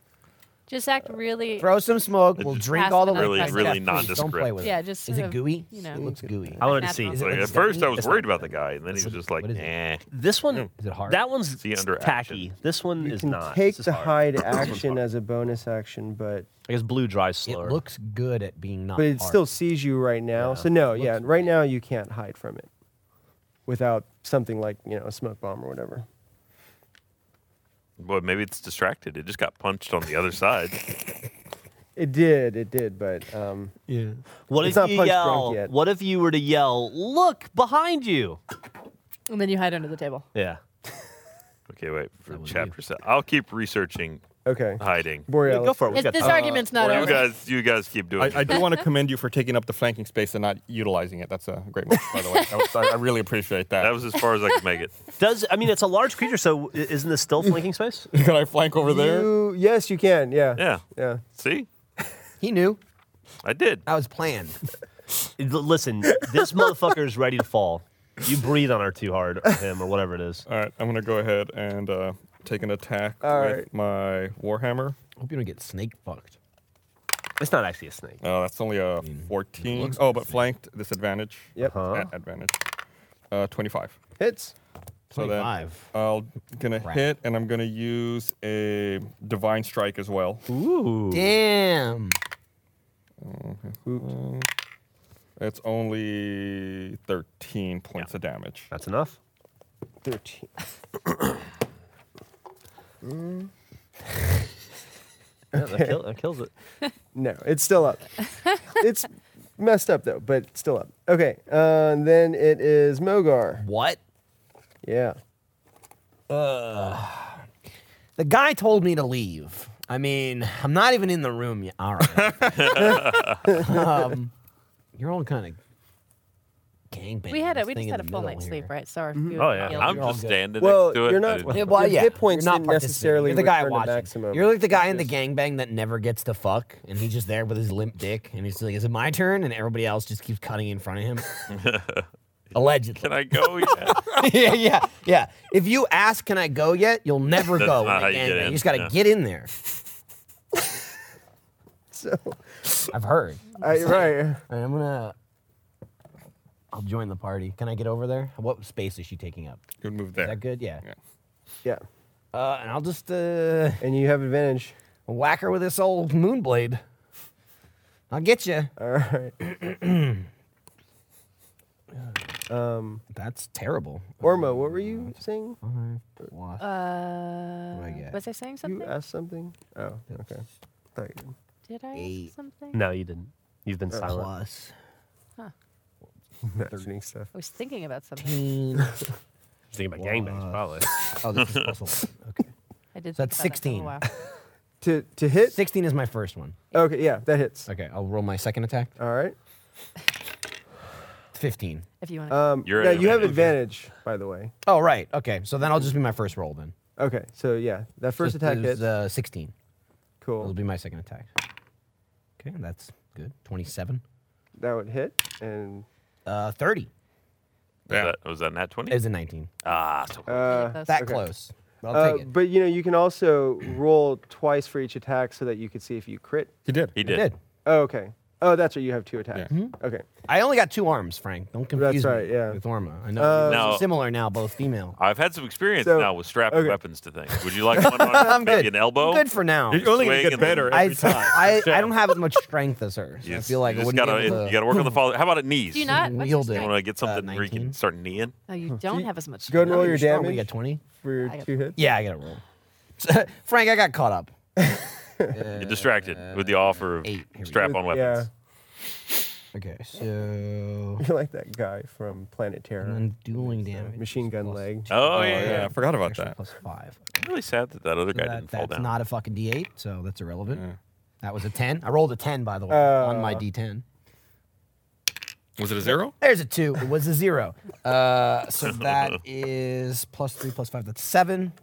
S6: Just act really.
S5: Throw some smoke. We'll
S1: Just
S5: drink
S6: pass
S5: all the
S6: it
S5: way.
S6: on. Really-
S5: Jeff,
S6: really
S5: please, Don't play
S1: nondescript.
S5: with it.
S6: yeah, just
S5: Is
S6: sort
S5: it
S6: of,
S5: gooey?
S6: You know,
S5: It looks gooey.
S7: I wanted to see.
S6: Natural.
S5: Is it-
S1: Like, at
S5: is that
S1: first,
S5: me?
S1: I was
S5: It's
S1: worried
S5: not-
S1: about the guy, and then he was
S5: What is
S1: just
S5: it?
S1: like,
S5: What is it?
S1: "Eh."
S7: This one.
S5: Is it hard?
S7: Mm. That one's
S1: See under
S7: tacky.
S1: action.
S7: This one
S4: You
S7: is
S4: can
S7: not.
S4: take
S7: This is
S4: the
S7: hard.
S4: hide action as a bonus action, but
S7: I guess blue dries
S5: It
S7: slower.
S5: looks good at being not.
S4: but it
S5: hard.
S4: still sees you right now. So no, yeah, right now you can't hide from it without something like you know a smoke bomb or whatever.
S1: Well, maybe it's distracted. It just got punched on the other side.
S4: It did, it did, but um,
S7: what
S4: It's
S7: if
S4: not
S7: you
S4: punch drunk
S7: yell?
S4: yet.
S7: What if you were to yell? Look behind you.
S6: and then you hide under the table.
S7: Yeah.
S1: Okay, wait. For chapter seven, I'll keep researching
S4: okay.
S1: hiding.
S4: Borealis.
S7: Go for it. We
S6: This,
S7: got
S6: this
S7: time.
S6: argument's not
S7: Oh,
S1: You
S6: over.
S1: guys, you guys keep doing.
S3: I, I
S1: it.
S3: do want to commend you for taking up the flanking space and not utilizing it. That's a great move, by the way. That was- I, I really appreciate that.
S1: that was as far as I could make it.
S7: Does I mean it's a large creature, so i- isn't this still flanking space?
S3: Can I flank over there?
S4: You, yes, you can. Yeah.
S1: Yeah.
S4: Yeah.
S1: See,
S5: He knew.
S1: I did.
S5: That was planned.
S7: L- Listen, this motherfucker is ready to fall. You breathe on her too hard, or him, or whatever it is.
S3: All right, I'm gonna go ahead and uh, take an attack
S4: All
S3: with
S4: right.
S3: my warhammer.
S5: Hope you don't get snake fucked.
S7: It's not actually a snake.
S3: Uh, that's only a 14. Oh, but flanked disadvantage.
S4: Yep.
S7: Huh?
S5: Uh-huh.
S3: At advantage. Uh, 25.
S4: Hits.
S3: So then
S5: Twenty-five.
S3: I'll gonna
S5: Crap.
S3: hit, and I'm gonna use a divine strike as well.
S7: Ooh.
S5: Damn.
S3: It's only 13 points of damage.
S7: That's enough.
S4: Thirteen.
S7: Yeah, that, kill, that kills it.
S4: No, it's still up. it's messed up though, but it's still up. Okay. Uh, and then it is Mogar.
S5: What?
S4: Yeah.
S5: The guy told me to leave. I mean, I'm not even in the room yet. All right. um, you're all kind of gangbang.
S6: We had a we just had a full night's sleep, right? So
S7: Mm-hmm.
S6: our food
S1: Oh yeah,
S6: guilt-
S1: I'm
S6: guilt-
S1: just standing
S4: Well,
S1: next to it.
S4: you're
S1: I
S4: not.
S1: didn't-
S5: Yeah, well,
S4: your
S5: yeah.
S4: hit points
S5: You're not
S4: didn't
S5: participating.
S4: necessarily
S5: You're the guy
S4: return to
S5: watching.
S4: maximum.
S5: You're like the guy in the
S4: Yes.
S5: gangbang that never gets to fuck, and he's just there with his limp dick, and he's like, "Is it my turn?" And everybody else just keeps cutting in front of him. Allegedly.
S1: Can I go?
S5: yeah,
S1: Yeah.
S5: yeah, yeah. If you ask, "Can I go yet?" You'll never
S1: That's
S5: go.
S1: not
S5: in a
S1: how you get
S5: gangbang.
S1: in,
S5: You just got to
S1: yeah.
S5: get in there.
S4: So,
S5: I've heard.
S4: I, right.
S5: All right, I'm gonna. I'll join the party. Can I get over there? What space is she taking up? Is
S3: You would move there.
S5: that good? Yeah.
S3: Yeah.
S4: Yeah.
S5: Uh, and I'll just uh,
S4: And you have advantage.
S5: whack her with this old moon blade. I'll get you.
S4: All right. Um,
S5: That's terrible.
S4: Orma, what were you saying?
S5: What?
S6: Uh,
S5: Oh,
S4: I get?
S6: was I saying something?
S5: uh,
S4: You asked something? Oh, okay. Thought you did.
S6: Did I ask
S5: Eight.
S6: something?
S7: No, you didn't. You've been
S4: Uh,
S7: silent.
S5: Plus
S4: Mentioning stuff.
S6: I was thinking about something.
S5: teen.
S7: Just thinking about gangbangs, probably.
S5: oh, this is puzzle. Okay.
S6: I did.
S5: So that's
S6: think about that for a
S5: 16.
S6: while.
S4: To to hit.
S5: Sixteen is my first one.
S4: Okay, yeah, that hits.
S5: Okay, I'll roll my second attack.
S4: All right.
S5: Fifteen.
S6: If you want to.
S4: Um,
S1: You're
S4: now
S1: at
S4: you have
S1: advantage.
S4: advantage, by the way.
S5: Oh right. Okay. So then I'll just be my first roll then.
S4: Okay, so yeah, that first
S5: Just
S4: attack
S5: is,
S4: hits.
S5: uh, sixteen. It'll
S4: cool.
S5: be my second attack. Okay, that's good. Twenty-seven.
S4: That would hit, and
S5: Uh, thirty
S1: Was that, was that nat 20?
S5: is a nineteen.
S1: Ah, so
S4: uh,
S6: That's
S5: That
S4: Okay.
S5: close. I'll
S4: uh,
S5: take it.
S4: but you know you can also roll twice for each attack so that you could see if you crit.
S3: He did.
S1: he
S5: I
S1: did.
S5: did.
S4: Oh, okay. Oh, that's right. You have two attacks.
S5: Mm-hmm.
S4: Okay.
S5: I only got two arms, Frank. Don't confuse
S4: right,
S5: me
S4: yeah.
S5: with Orma. I know they're
S4: Uh,
S1: No.
S5: similar now, both female.
S1: I've had some experience
S4: So-
S1: now with strapping
S4: okay.
S1: weapons to things. Would you like one on maybe an elbow?
S5: Good for now.
S1: You're only gonna Swing get and better
S5: I, I, I don't have as much strength as hers.
S1: You
S5: I
S1: s-
S5: feel like
S1: you
S5: I
S1: just
S5: wouldn't
S1: gotta,
S5: be able to
S1: you gotta work on the follow. How about at knees?
S6: Do you not? What's your
S5: Wield it.
S1: You
S6: strength?
S1: want to get something where you can
S5: 19?
S1: start kneeing?
S6: Oh, you don't have as much.
S4: Go ahead and
S6: strength.
S4: roll your
S5: Strong, what do You
S4: damage
S5: got twenty.
S4: for your
S6: I got-
S4: two hits.
S5: Yeah, I gotta roll. Frank, I got caught up.
S1: You're distracted with the offer of
S5: Uh, eight. Here we go.
S1: strap on
S4: Yeah.
S1: weapons.
S5: Okay, so
S4: You're like that guy from Planet Terror.
S5: and dueling damage.
S4: Machine gun
S5: plus
S4: leg.
S5: two.
S1: Oh,
S5: Oh,
S1: yeah.
S3: Yeah, I forgot about
S5: Actually,
S3: that.
S5: Plus five.
S1: I'm really sad that that other guy
S5: That-
S1: didn't fall
S5: that's
S1: down.
S5: not a fucking D8, so that's irrelevant. That was a 10. I rolled a 10, by the way, on
S4: Uh.
S5: my D10.
S9: Was it a zero?
S5: There's a 2. It was a 0. Uh, so that is plus 3, plus 5. That's 7.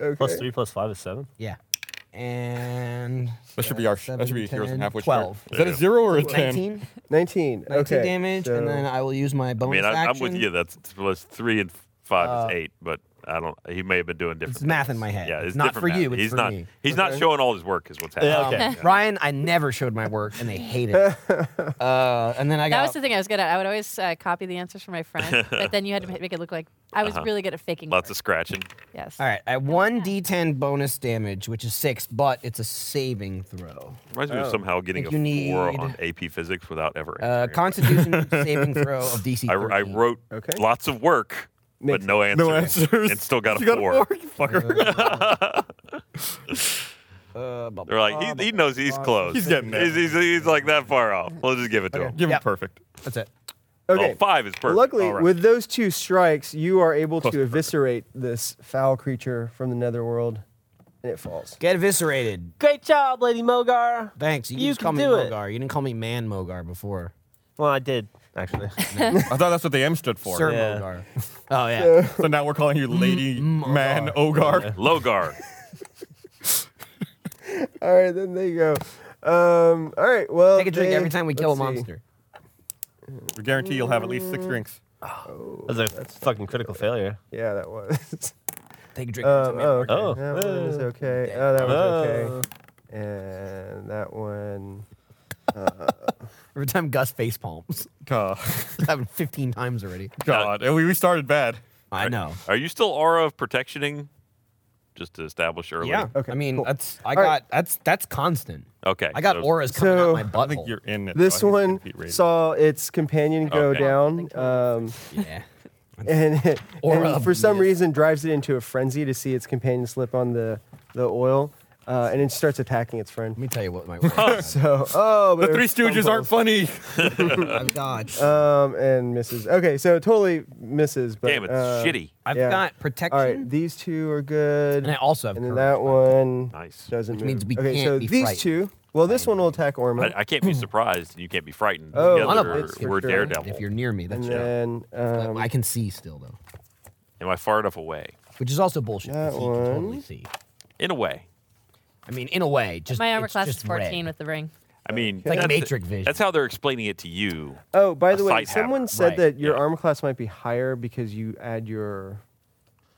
S4: Okay.
S7: Plus three plus five is seven.
S5: Yeah. And.
S3: That should be our.
S5: seven,
S3: that should be heroes in
S5: 10,
S3: half witch.
S5: 12.
S3: Is that a zero or a ten?
S5: 19,
S4: 19.
S5: 19
S4: okay.
S5: damage,
S4: so-
S5: and then I will use my
S1: I
S5: bonus
S1: mean, I, I'm
S5: action. Um, Uh,
S1: with you. That's plus three and five is eight, but I don't. He may have been doing different.
S5: It's math in
S1: things.
S5: my head.
S1: Yeah, it's
S5: Not
S1: different
S5: for you,
S1: math.
S5: it's
S1: he's
S5: for
S1: not.
S5: me.
S1: He's not showing all his work. Is what's happening.
S7: Yeah,
S5: Um,
S7: okay.
S5: Ryan, I never showed my work, and they hated it. Uh, and then I
S6: That
S5: got
S6: was the thing I was good at. I would always uh, copy the answers from my friends, but then you had to make it look like I was really good at faking.
S1: Uh-huh. Lots
S6: work.
S1: of scratching.
S6: yes.
S5: All right, I have one D10 bonus damage, which is six, but it's a saving throw.
S1: Reminds me of somehow getting a
S5: Think
S1: four
S5: you
S1: on
S5: need-
S1: AP Physics without ever.
S5: Uh,
S1: answering it.
S5: Constitution saving throw of DC.
S1: I, I
S5: 13.
S1: wrote
S4: Okay.
S1: lots of work, but
S4: Makes-
S1: no answers.
S3: No answers.
S1: And still got a
S3: You got a
S1: four.
S3: four, you fucker.
S5: Uh, blah, blah,
S1: They're
S5: blah,
S1: like, he, he knows he's close.
S3: He's getting there.
S1: He's, he's, he's like that far off. We'll just give it to him.
S3: Give him
S5: Yep.
S3: perfect.
S5: blah. That's it.
S1: Oh, five is perfect.
S4: Luckily,
S1: All right.
S4: with those two strikes, you are able
S3: Close
S4: to
S3: to perfect.
S4: eviscerate this foul creature from the netherworld, and it falls.
S5: Get eviscerated.
S2: Great job, Lady Mogar.
S5: Thanks. You,
S2: You
S5: just call
S2: can
S5: me
S2: do it.
S5: Mogar. You didn't call me Man Mogar before.
S2: Well, I did actually.
S3: I thought that's what the M stood for.
S5: Sir
S2: Yeah.
S5: Mogar. Oh yeah.
S3: So now we're calling you
S4: Mm,
S3: Lady Man Ogar.
S1: Logar.
S4: All right, then there you go. Um, all right, well,
S5: Take a drink
S4: they-
S5: every time we kill a
S4: let's see.
S5: monster.
S3: We guarantee you'll have at least
S4: Mm.
S3: six drinks.
S7: That's a fucking critical failure.
S4: Yeah, that was.
S5: Take a drink. every time
S4: Um,
S5: we have
S4: oh, okay.
S7: Oh.
S4: that one is
S7: Uh.
S4: okay. Oh, that one's okay. And that one.
S5: Every time Gus face palms.
S3: God,
S5: It's happened 15 times already.
S3: God. and we, we started bad.
S5: I know.
S1: Are you still aura of protectioning? Just to establish early.
S5: Yeah.
S4: Okay,
S5: I mean,
S4: cool.
S5: that's I
S4: right.
S5: got that's that's constant.
S1: Okay.
S5: I got
S1: so-
S5: auras coming out
S4: So-
S5: my
S3: I think
S5: butthole.
S3: you're in it.
S4: This
S3: so Oh, I think
S4: one
S3: it's gonna be rated.
S4: saw its companion go
S1: Okay.
S4: down, um,
S5: yeah.
S4: and, it-
S5: Aura
S4: and
S5: of
S4: for some
S5: mist.
S4: reason drives it into a frenzy to see its companion slip on the the oil, uh, and it starts attacking its friend.
S5: Let me tell you what my aura is.
S4: So, oh,
S3: The
S4: but it
S3: Three
S4: was
S3: Stooges aren't funny.
S5: I've got
S4: Um, and misses. Okay, so totally misses. But
S1: Damn, it's
S4: uh,
S1: shitty.
S5: I've
S4: yeah.
S5: got protection.
S4: All right, these two are good,
S5: And I also have
S4: and then
S5: courage.
S4: that one
S1: Nice.
S4: doesn't
S5: Which
S4: move.
S5: means we
S4: okay,
S5: can't
S4: so
S5: be
S4: these
S5: frightened.
S4: two. Well, this one will attack Orma,
S1: I, I can't be surprised, and you can't be frightened.
S4: Oh,
S1: Together,
S5: One of us,
S4: for
S1: we're
S4: sure.
S1: daredevil.
S5: if you're near me.
S4: and
S5: That's
S4: then
S5: But
S4: um,
S5: I can see still though,
S1: Am I far enough away?
S5: which is also bullshit. 'cause
S4: That
S5: he can totally
S4: one.
S5: see.
S1: In a way.
S5: I mean, in a way, just
S6: My armor
S5: it's
S6: class
S5: just
S6: is 14
S5: red.
S6: with the ring.
S1: I mean,
S5: like
S1: that's the-
S5: Matrix vision.
S1: That's how they're explaining it to you.
S4: oh, by the
S1: a
S4: way,
S1: sight hammer.
S4: someone said
S5: Right,
S4: that your
S1: yeah.
S4: armor class might be higher because you add your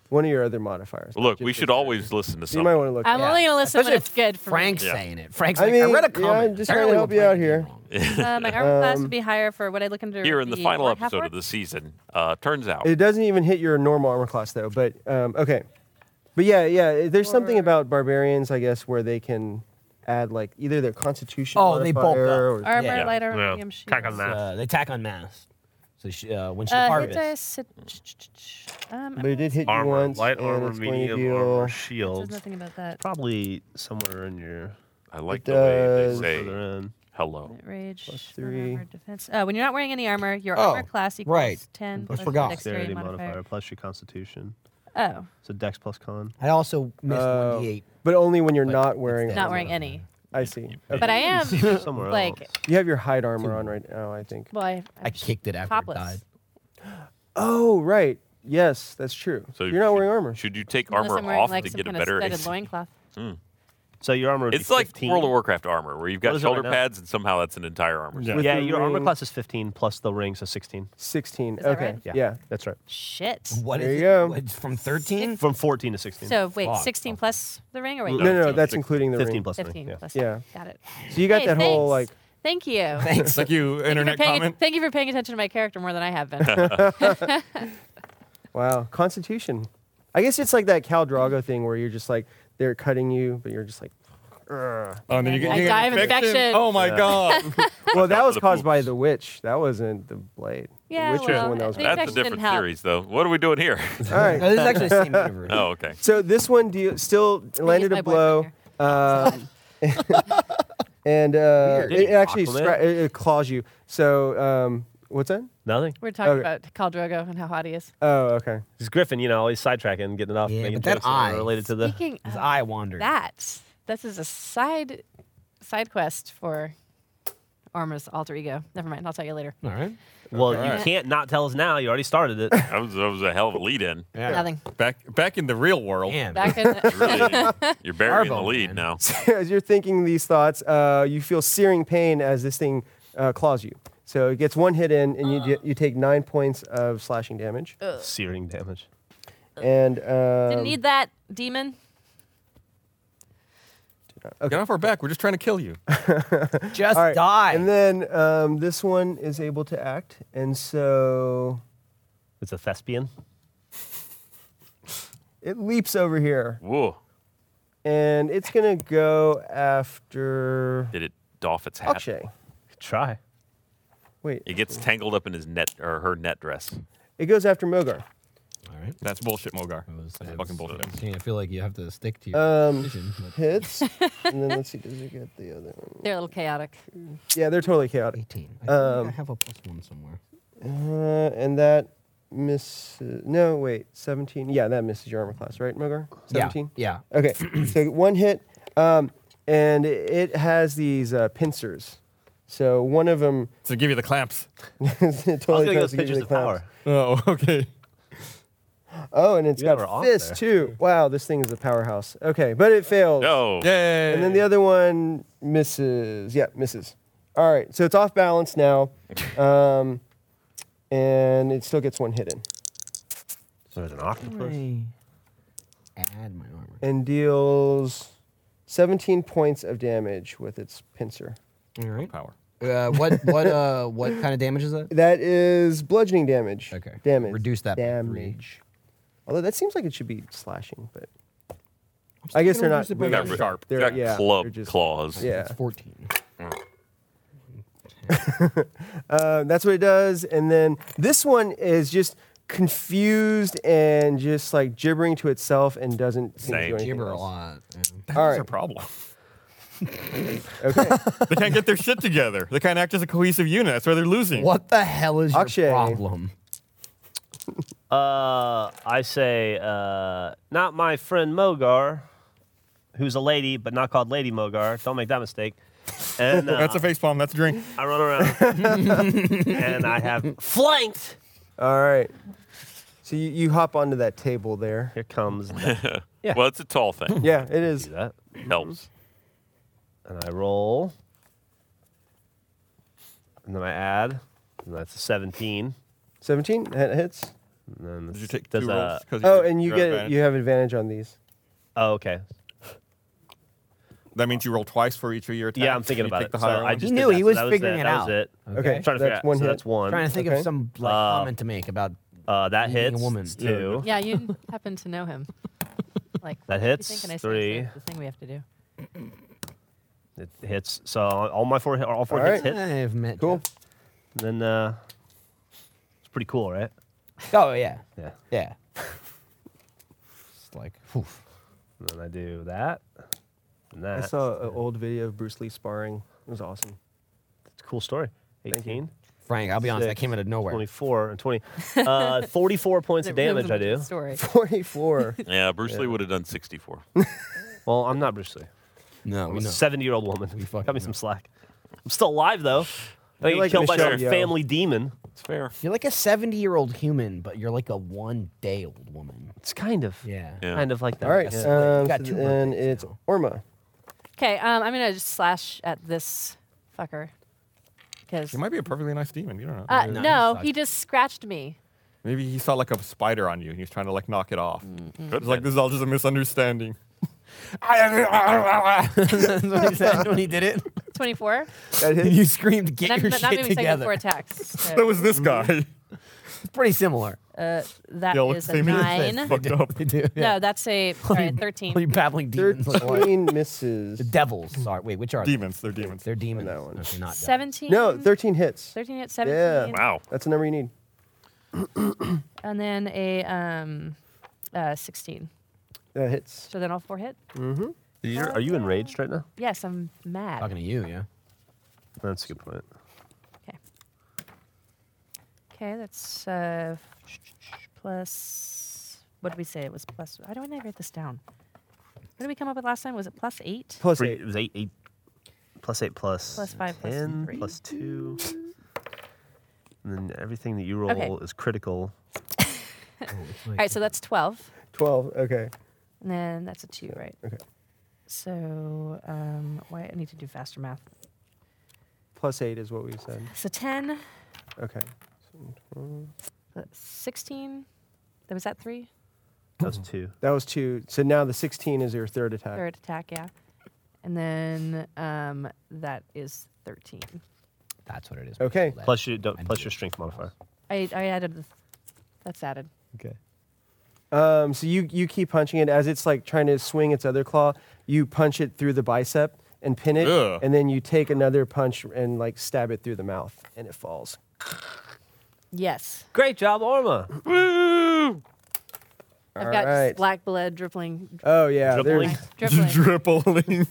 S4: one of your other modifiers. not
S1: Look,
S4: just
S1: we
S4: your
S1: should
S4: character.
S1: always listen to
S4: So you might
S1: something.
S4: want to look.
S6: I'm
S5: Yeah.
S6: only gonna listen
S5: Especially
S6: when it's
S5: if
S6: good for
S5: Frank's
S6: me.
S1: Yeah.
S5: saying it. Frank's
S4: I
S5: like, I
S4: mean,
S5: read a
S4: yeah,
S5: comment.
S4: I'm just
S5: Apparently
S4: trying to
S5: we're
S4: help you out
S5: playing
S4: here.
S5: wrong.
S6: Uh, my armor class would be higher for what I look under.
S1: Here Um, in the final
S6: orc, half
S1: episode of
S6: orc.
S1: the season, uh, turns out
S4: It doesn't even hit your normal armor class though. But um, okay, but yeah, yeah. There's something
S6: Or-
S4: about barbarians, I guess, where they can add like either their constitution
S5: Oh, they bulk
S4: modifier
S5: up.
S4: or
S6: armor,
S5: Yeah.
S6: light armor,
S7: Yeah.
S6: medium shield.
S7: Tack on that.
S5: Uh, they attack on mass. So she, uh, when she
S6: Uh, hit
S5: harvests,
S6: dice. uh, ch- ch- ch- ch- um, I
S4: But it did hit you
S7: Armor,
S4: once.
S7: light
S4: and
S7: armor,
S4: it's going to
S7: medium
S4: deal-
S7: armor,
S6: don't- It
S7: shield.
S6: says nothing about that.
S7: Probably somewhere in your
S1: I like
S4: It
S1: the way
S4: does.
S1: they
S7: further
S1: say
S7: in.
S1: hello.
S6: Rage. not
S4: three.
S6: armored, defense. Uh, when you're not wearing any armor, your
S5: Oh,
S6: armor class equals
S5: right.
S6: 10
S5: I
S6: plus your
S5: forgot.
S6: dexterity
S7: Dexterity
S6: modifier.
S7: modifier plus your constitution.
S6: Oh,
S7: So dex plus con.
S5: I also missed
S4: Oh.
S5: one d8.
S4: But only when you're
S5: But
S4: not wearing.
S5: it's
S4: armor.
S6: not wearing any.
S4: I see. Okay.
S6: But I am,
S7: Somewhere
S6: like,
S7: else.
S4: You have your hide armor on right now, I think.
S6: well, I,
S5: I kicked it after
S6: topless.
S5: it died.
S4: Oh, right. Yes, that's true.
S1: So
S4: you're not
S1: should-
S4: wearing armor.
S1: Should you take
S6: Unless
S1: armor
S6: I'm wearing
S1: off
S6: like
S1: to
S6: some
S1: get a
S6: kind
S1: better
S6: of studded
S1: AC?
S6: loincloth.
S7: So your armor. Would
S1: It's
S7: be
S1: like
S7: 15.
S1: World of Warcraft armor, where you've
S7: What
S1: got
S7: is it right
S1: shoulder
S7: now?
S1: pads, and somehow that's an entire armor.
S3: Yeah.
S1: set.
S4: With
S7: Yeah,
S4: the
S7: your armor
S4: ring-
S7: class is 15 plus the ring, so 16.
S4: 16.
S6: Is that
S4: Okay.
S6: right?
S4: Yeah.
S7: that's right.
S6: Shit.
S5: What is
S4: There you
S5: it?
S4: go.
S5: What- from 13?
S7: From 14 to 16.
S6: So wait,
S5: Fuck.
S6: 16 plus the ring, or wait,
S4: No, no, no,
S1: it's
S4: that's
S1: six-
S4: including the
S7: 15
S4: ring.
S7: plus the ring,
S6: 15
S7: yeah.
S6: plus.
S4: Yeah.
S6: Got it.
S4: So you got
S6: Hey,
S4: that whole like
S6: thanks. Thank you.
S5: Thanks.
S3: Thank you, internet
S6: paying,
S3: comment.
S6: Thank you for paying attention to my character more than I have been.
S4: wow, constitution. I guess it's like that Cal Drago thing where you're just like they're cutting you, but you're just like
S3: Oh, and then you
S6: I
S3: get, you
S6: die
S3: get
S6: of
S3: infection.
S6: infection.
S3: Oh my god.
S4: Well, that
S1: for
S4: was
S1: the
S4: caused by
S1: poops.
S4: the witch. That wasn't the blade. the
S6: Yeah,
S4: witch was
S6: well,
S4: the one that was.
S6: they-
S4: All
S1: That's a
S6: actually didn't
S1: different
S6: help.
S1: series, though. What are we doing here?
S5: No,
S4: right.
S5: this is actually the same universe.
S1: oh, okay.
S4: So this one deal still landed
S6: my
S4: a blow,
S6: boyfriend
S4: um, and uh,
S7: Weird.
S4: it actually
S7: Aquaman?
S4: stra- it, it claws you. So um, what's that?
S7: Nothing.
S6: We're talking
S4: Okay.
S6: about Khal Drogo and how hot he is.
S4: Oh, okay.
S7: It's Griffin, you know, always sidetracking, getting off.
S5: Yeah,
S7: making
S5: but that
S7: jokes that aren't
S5: eye.
S7: related to the.
S6: Speaking
S5: His
S6: of
S5: eye wandered.
S6: Uh, that, this is a side side quest for Arma's alter ego. Never mind, I'll tell you later.
S5: All right.
S7: Well,
S3: Alright.
S7: you can't not tell us now. You already started it.
S1: That was, that was a hell of a lead in.
S5: Yeah.
S6: Nothing.
S3: Back back in the real world.
S5: Damn.
S6: Back in the-
S1: You're burying the
S5: Garbo,
S1: lead
S5: man.
S1: now.
S4: as you're thinking these thoughts, uh, you feel searing pain as this thing uh, claws you. So it gets one hit in,
S6: Uh.
S4: and you get, you take nine points of slashing damage.
S7: Searing damage.
S4: And um,
S6: Didn't need that demon.
S3: Get off our back. We're just trying to kill you.
S5: Just
S4: all right.
S5: die.
S4: And then um, this one is able to act, and so
S7: It's a thespian.
S4: it leaps over here,
S1: Whoa.
S4: and it's gonna go after
S1: Did it doff its hat?
S4: Akshay.
S7: Try.
S4: Wait,
S1: It gets tangled up in his net or her net dress.
S4: it goes after Mogar.
S5: All right.
S3: That's bullshit, Mogar.
S5: I was- I
S3: That's
S5: was-
S3: fucking bullshit.
S5: I feel like you have to stick to your
S4: Um,
S5: decision. but-
S4: Hits, and then let's see, does it get the other one?
S6: They're a little chaotic.
S4: Yeah, they're totally chaotic.
S5: 18. I, think I
S4: Um,
S5: have a plus one somewhere.
S4: Uh, and that misses. No, wait, 17. Yeah, that misses your armor class, right, Mogar? 17?
S5: Yeah.
S4: Okay, so one hit, um, and it has these uh, pincers. So one of them
S3: So give you the clamps.
S7: I was gonna
S4: totally
S7: give
S4: tries
S7: us
S4: to give you
S7: pictures
S4: the
S7: of power.
S4: clamps.
S3: Oh, okay.
S4: Oh, and it's
S7: You were
S4: got
S7: off
S4: fists
S7: there.
S4: too. Wow, this thing is a powerhouse. Okay, but it fails.
S1: No.
S3: Yay.
S4: And then the other one misses. Yeah, misses. All right, so it's off balance now, um, and it still gets one hit in.
S7: So there's an octopus.
S5: Hooray. Add my armor.
S4: and deals 17 points of damage with its pincer.
S5: All right.
S3: Power.
S5: Uh, what what uh what kind of damage is that?
S4: That is bludgeoning damage.
S5: Okay.
S4: Damage.
S5: Reduce that by three.
S4: damage. Although that seems like it should be slashing, but I guess they're
S5: gonna
S4: not.
S5: reduce it by
S4: really-
S1: Got, ri-
S3: Sharp.
S4: They're,
S1: got
S4: yeah, they're
S1: club
S4: just-
S1: claws.
S4: Yeah.
S5: It's 14.
S4: Uh, that's what it does. And then this one is just confused and just like gibbering to itself and doesn't seem to
S1: Same.
S4: do anything
S5: Gibber a
S4: else.
S5: lot. yeah.
S4: All
S3: That's our
S4: right.
S3: problem.
S4: Okay.
S3: They can't get their shit together. They can't act as a cohesive unit. That's why they're losing.
S5: What the hell is your
S4: Akshay.
S5: problem?
S7: Uh, I say, uh, not my friend Mogar, who's a lady, but not called Lady Mogar. Don't make that mistake. And uh,
S3: That's a face palm. That's a drink.
S7: I run around and I have flanked.
S4: All right. So you, you hop onto that table there.
S7: Here comes. That. Yeah.
S1: Well, it's a tall thing.
S4: Yeah, it is.
S7: Do that.
S1: Helps.
S7: and I roll, and then I add, and that's a 17.
S4: 17? That hits.
S7: And then
S3: Did
S7: this
S3: you take
S7: does
S3: two
S7: a-
S3: rolls? 'Cause
S4: Oh, and you
S3: you're
S4: get
S3: advantage.
S4: you have advantage on these.
S7: Oh, okay.
S3: That means you roll twice for each of your attacks.
S7: Yeah, I'm thinking
S3: You
S7: about
S3: take
S7: it.
S3: The
S7: So
S3: higher
S7: I
S3: one.
S7: just
S5: He
S7: did
S5: knew,
S7: that,
S5: he
S7: so
S5: was
S7: that
S5: figuring
S7: that.
S5: it
S7: That was
S5: out.
S7: it.
S4: Okay.
S7: Trying to figure
S4: That's
S7: out-
S4: one
S7: so
S4: hit.
S7: that's one.
S5: Trying to think
S4: Okay.
S5: of some like
S7: Uh,
S5: comment to make about
S7: uh, that
S5: being a
S7: hits.
S5: woman.
S7: Two.
S6: Yeah, you happen to know him. Like
S7: That
S6: what did you
S7: hits,
S6: think? And I said,
S7: three.
S6: "That's The thing we have to do.
S7: It hits. So all my four, hit- all four
S5: Eh,
S4: All
S7: hits
S4: right.
S7: hit.
S5: I've met
S4: Cool.
S7: And then uh, pretty cool, right?
S5: Oh yeah.
S7: Yeah.
S5: Yeah. it's like, whew.
S7: And then I do that. And
S4: I
S7: that.
S4: saw an old video of Bruce Lee sparring. It was awesome.
S7: It's a cool story. 18.
S5: Frank, I'll be honest, that
S7: Six,
S5: came out of nowhere.
S7: 24 and 20. Uh, 44 points of damage I do.
S6: Story.
S4: Forty-four.
S1: Yeah, Bruce Lee would have done 64.
S7: Well, I'm not Bruce Lee.
S5: No,
S7: I'm
S5: we
S7: a
S5: know.
S7: 70 year old woman.
S5: fucking
S7: Cut me some slack. I'm still alive, though. I
S4: You're
S7: got
S4: like
S7: killed by
S4: Michelle
S7: some
S4: Yeoh.
S7: family demon.
S1: It's fair.
S5: You're like a 70 year old human, but you're like a one day old woman.
S7: It's kind of.
S5: Yeah.
S1: Yeah.
S7: Kind of like that.
S4: All right.
S7: Yeah.
S4: Um,
S5: got
S4: so
S5: two
S4: then
S5: birthdays
S4: it's Orma.
S6: Okay, um, I'm gonna just slash at this fucker because
S3: He might be a perfectly nice demon. You don't know.
S6: uh,
S5: No,
S6: no,
S5: he's
S6: he just scratched me.
S3: Maybe he saw like a spider on you and he was trying to like knock it off.
S1: Good
S6: Mm-hmm.
S3: It's like this is all just a misunderstanding.
S5: That's what he said when he did it.
S6: Twenty-four.
S4: That
S5: And
S4: is
S5: you screamed, get
S6: not
S5: your
S6: not, not
S5: shit
S6: moving second four
S5: together.
S6: attacks. So,
S3: That was this guy.
S5: It's pretty similar.
S6: uh, Mm-hmm. that
S3: Yo,
S6: is
S3: same
S6: a
S3: as the
S6: nine.
S3: Fucked up.
S5: They do, yeah.
S6: No, that's a sorry, thirteen.
S5: All you babbling demons. look alike.
S4: thirteen misses.
S5: The devils. Sorry, wait, which are they?
S3: Demons. They're demons.
S5: They're demons.
S4: that one.
S5: Okay, not devils.
S6: Seventeen.
S4: No, thirteen hits.
S6: Thirteen at seventeen.
S1: Wow.
S4: That's the number you need.
S6: And then a um, uh, sixteen.
S4: That hits.
S6: So then all four hit.
S7: You're- Are you enraged right now?
S6: Yes, I'm mad.
S5: Talking to you, yeah.
S7: That's a good point.
S6: Okay, that's uh, plus. What did we say? It was plus. Why do I not write this down? What did we come up with last time? Was it plus eight?
S4: Plus
S7: Three,
S4: eight.
S7: it was eight, eight, plus eight, plus
S6: Plus five, plus
S7: ten,
S6: three.
S7: plus two. And then everything that you roll
S6: Okay.
S7: is critical.
S6: All right, so that's twelve,
S4: Twelve. Okay.
S6: and then that's a two, right?
S4: Okay.
S6: So um, why I need to do faster math.
S4: Plus eight is what we said.
S6: So ten,
S4: Okay.
S6: that's sixteen. That was that three.
S7: That was two.
S4: That was two. So now the sixteen is your third attack.
S6: Third attack, yeah. And then um, that is thirteen.
S5: That's what it is.
S4: Okay.
S5: That-
S7: Plus, you don't,
S5: I
S7: plus
S5: knew
S7: your
S5: it.
S7: strength modifier.
S6: I I added the. That's added.
S4: Okay. Um, so you you keep punching it as it's like trying to swing its other claw. You punch it through the bicep and pin it,
S3: Ugh.
S4: and then you take another punch and like stab it through the mouth, and it falls.
S6: Yes.
S7: Great job, Orma.
S4: All
S6: I've got just
S4: right.
S6: black blood drippling.
S4: Oh yeah,
S7: Dribbling.
S4: there's
S6: drippling.
S3: Dribbling.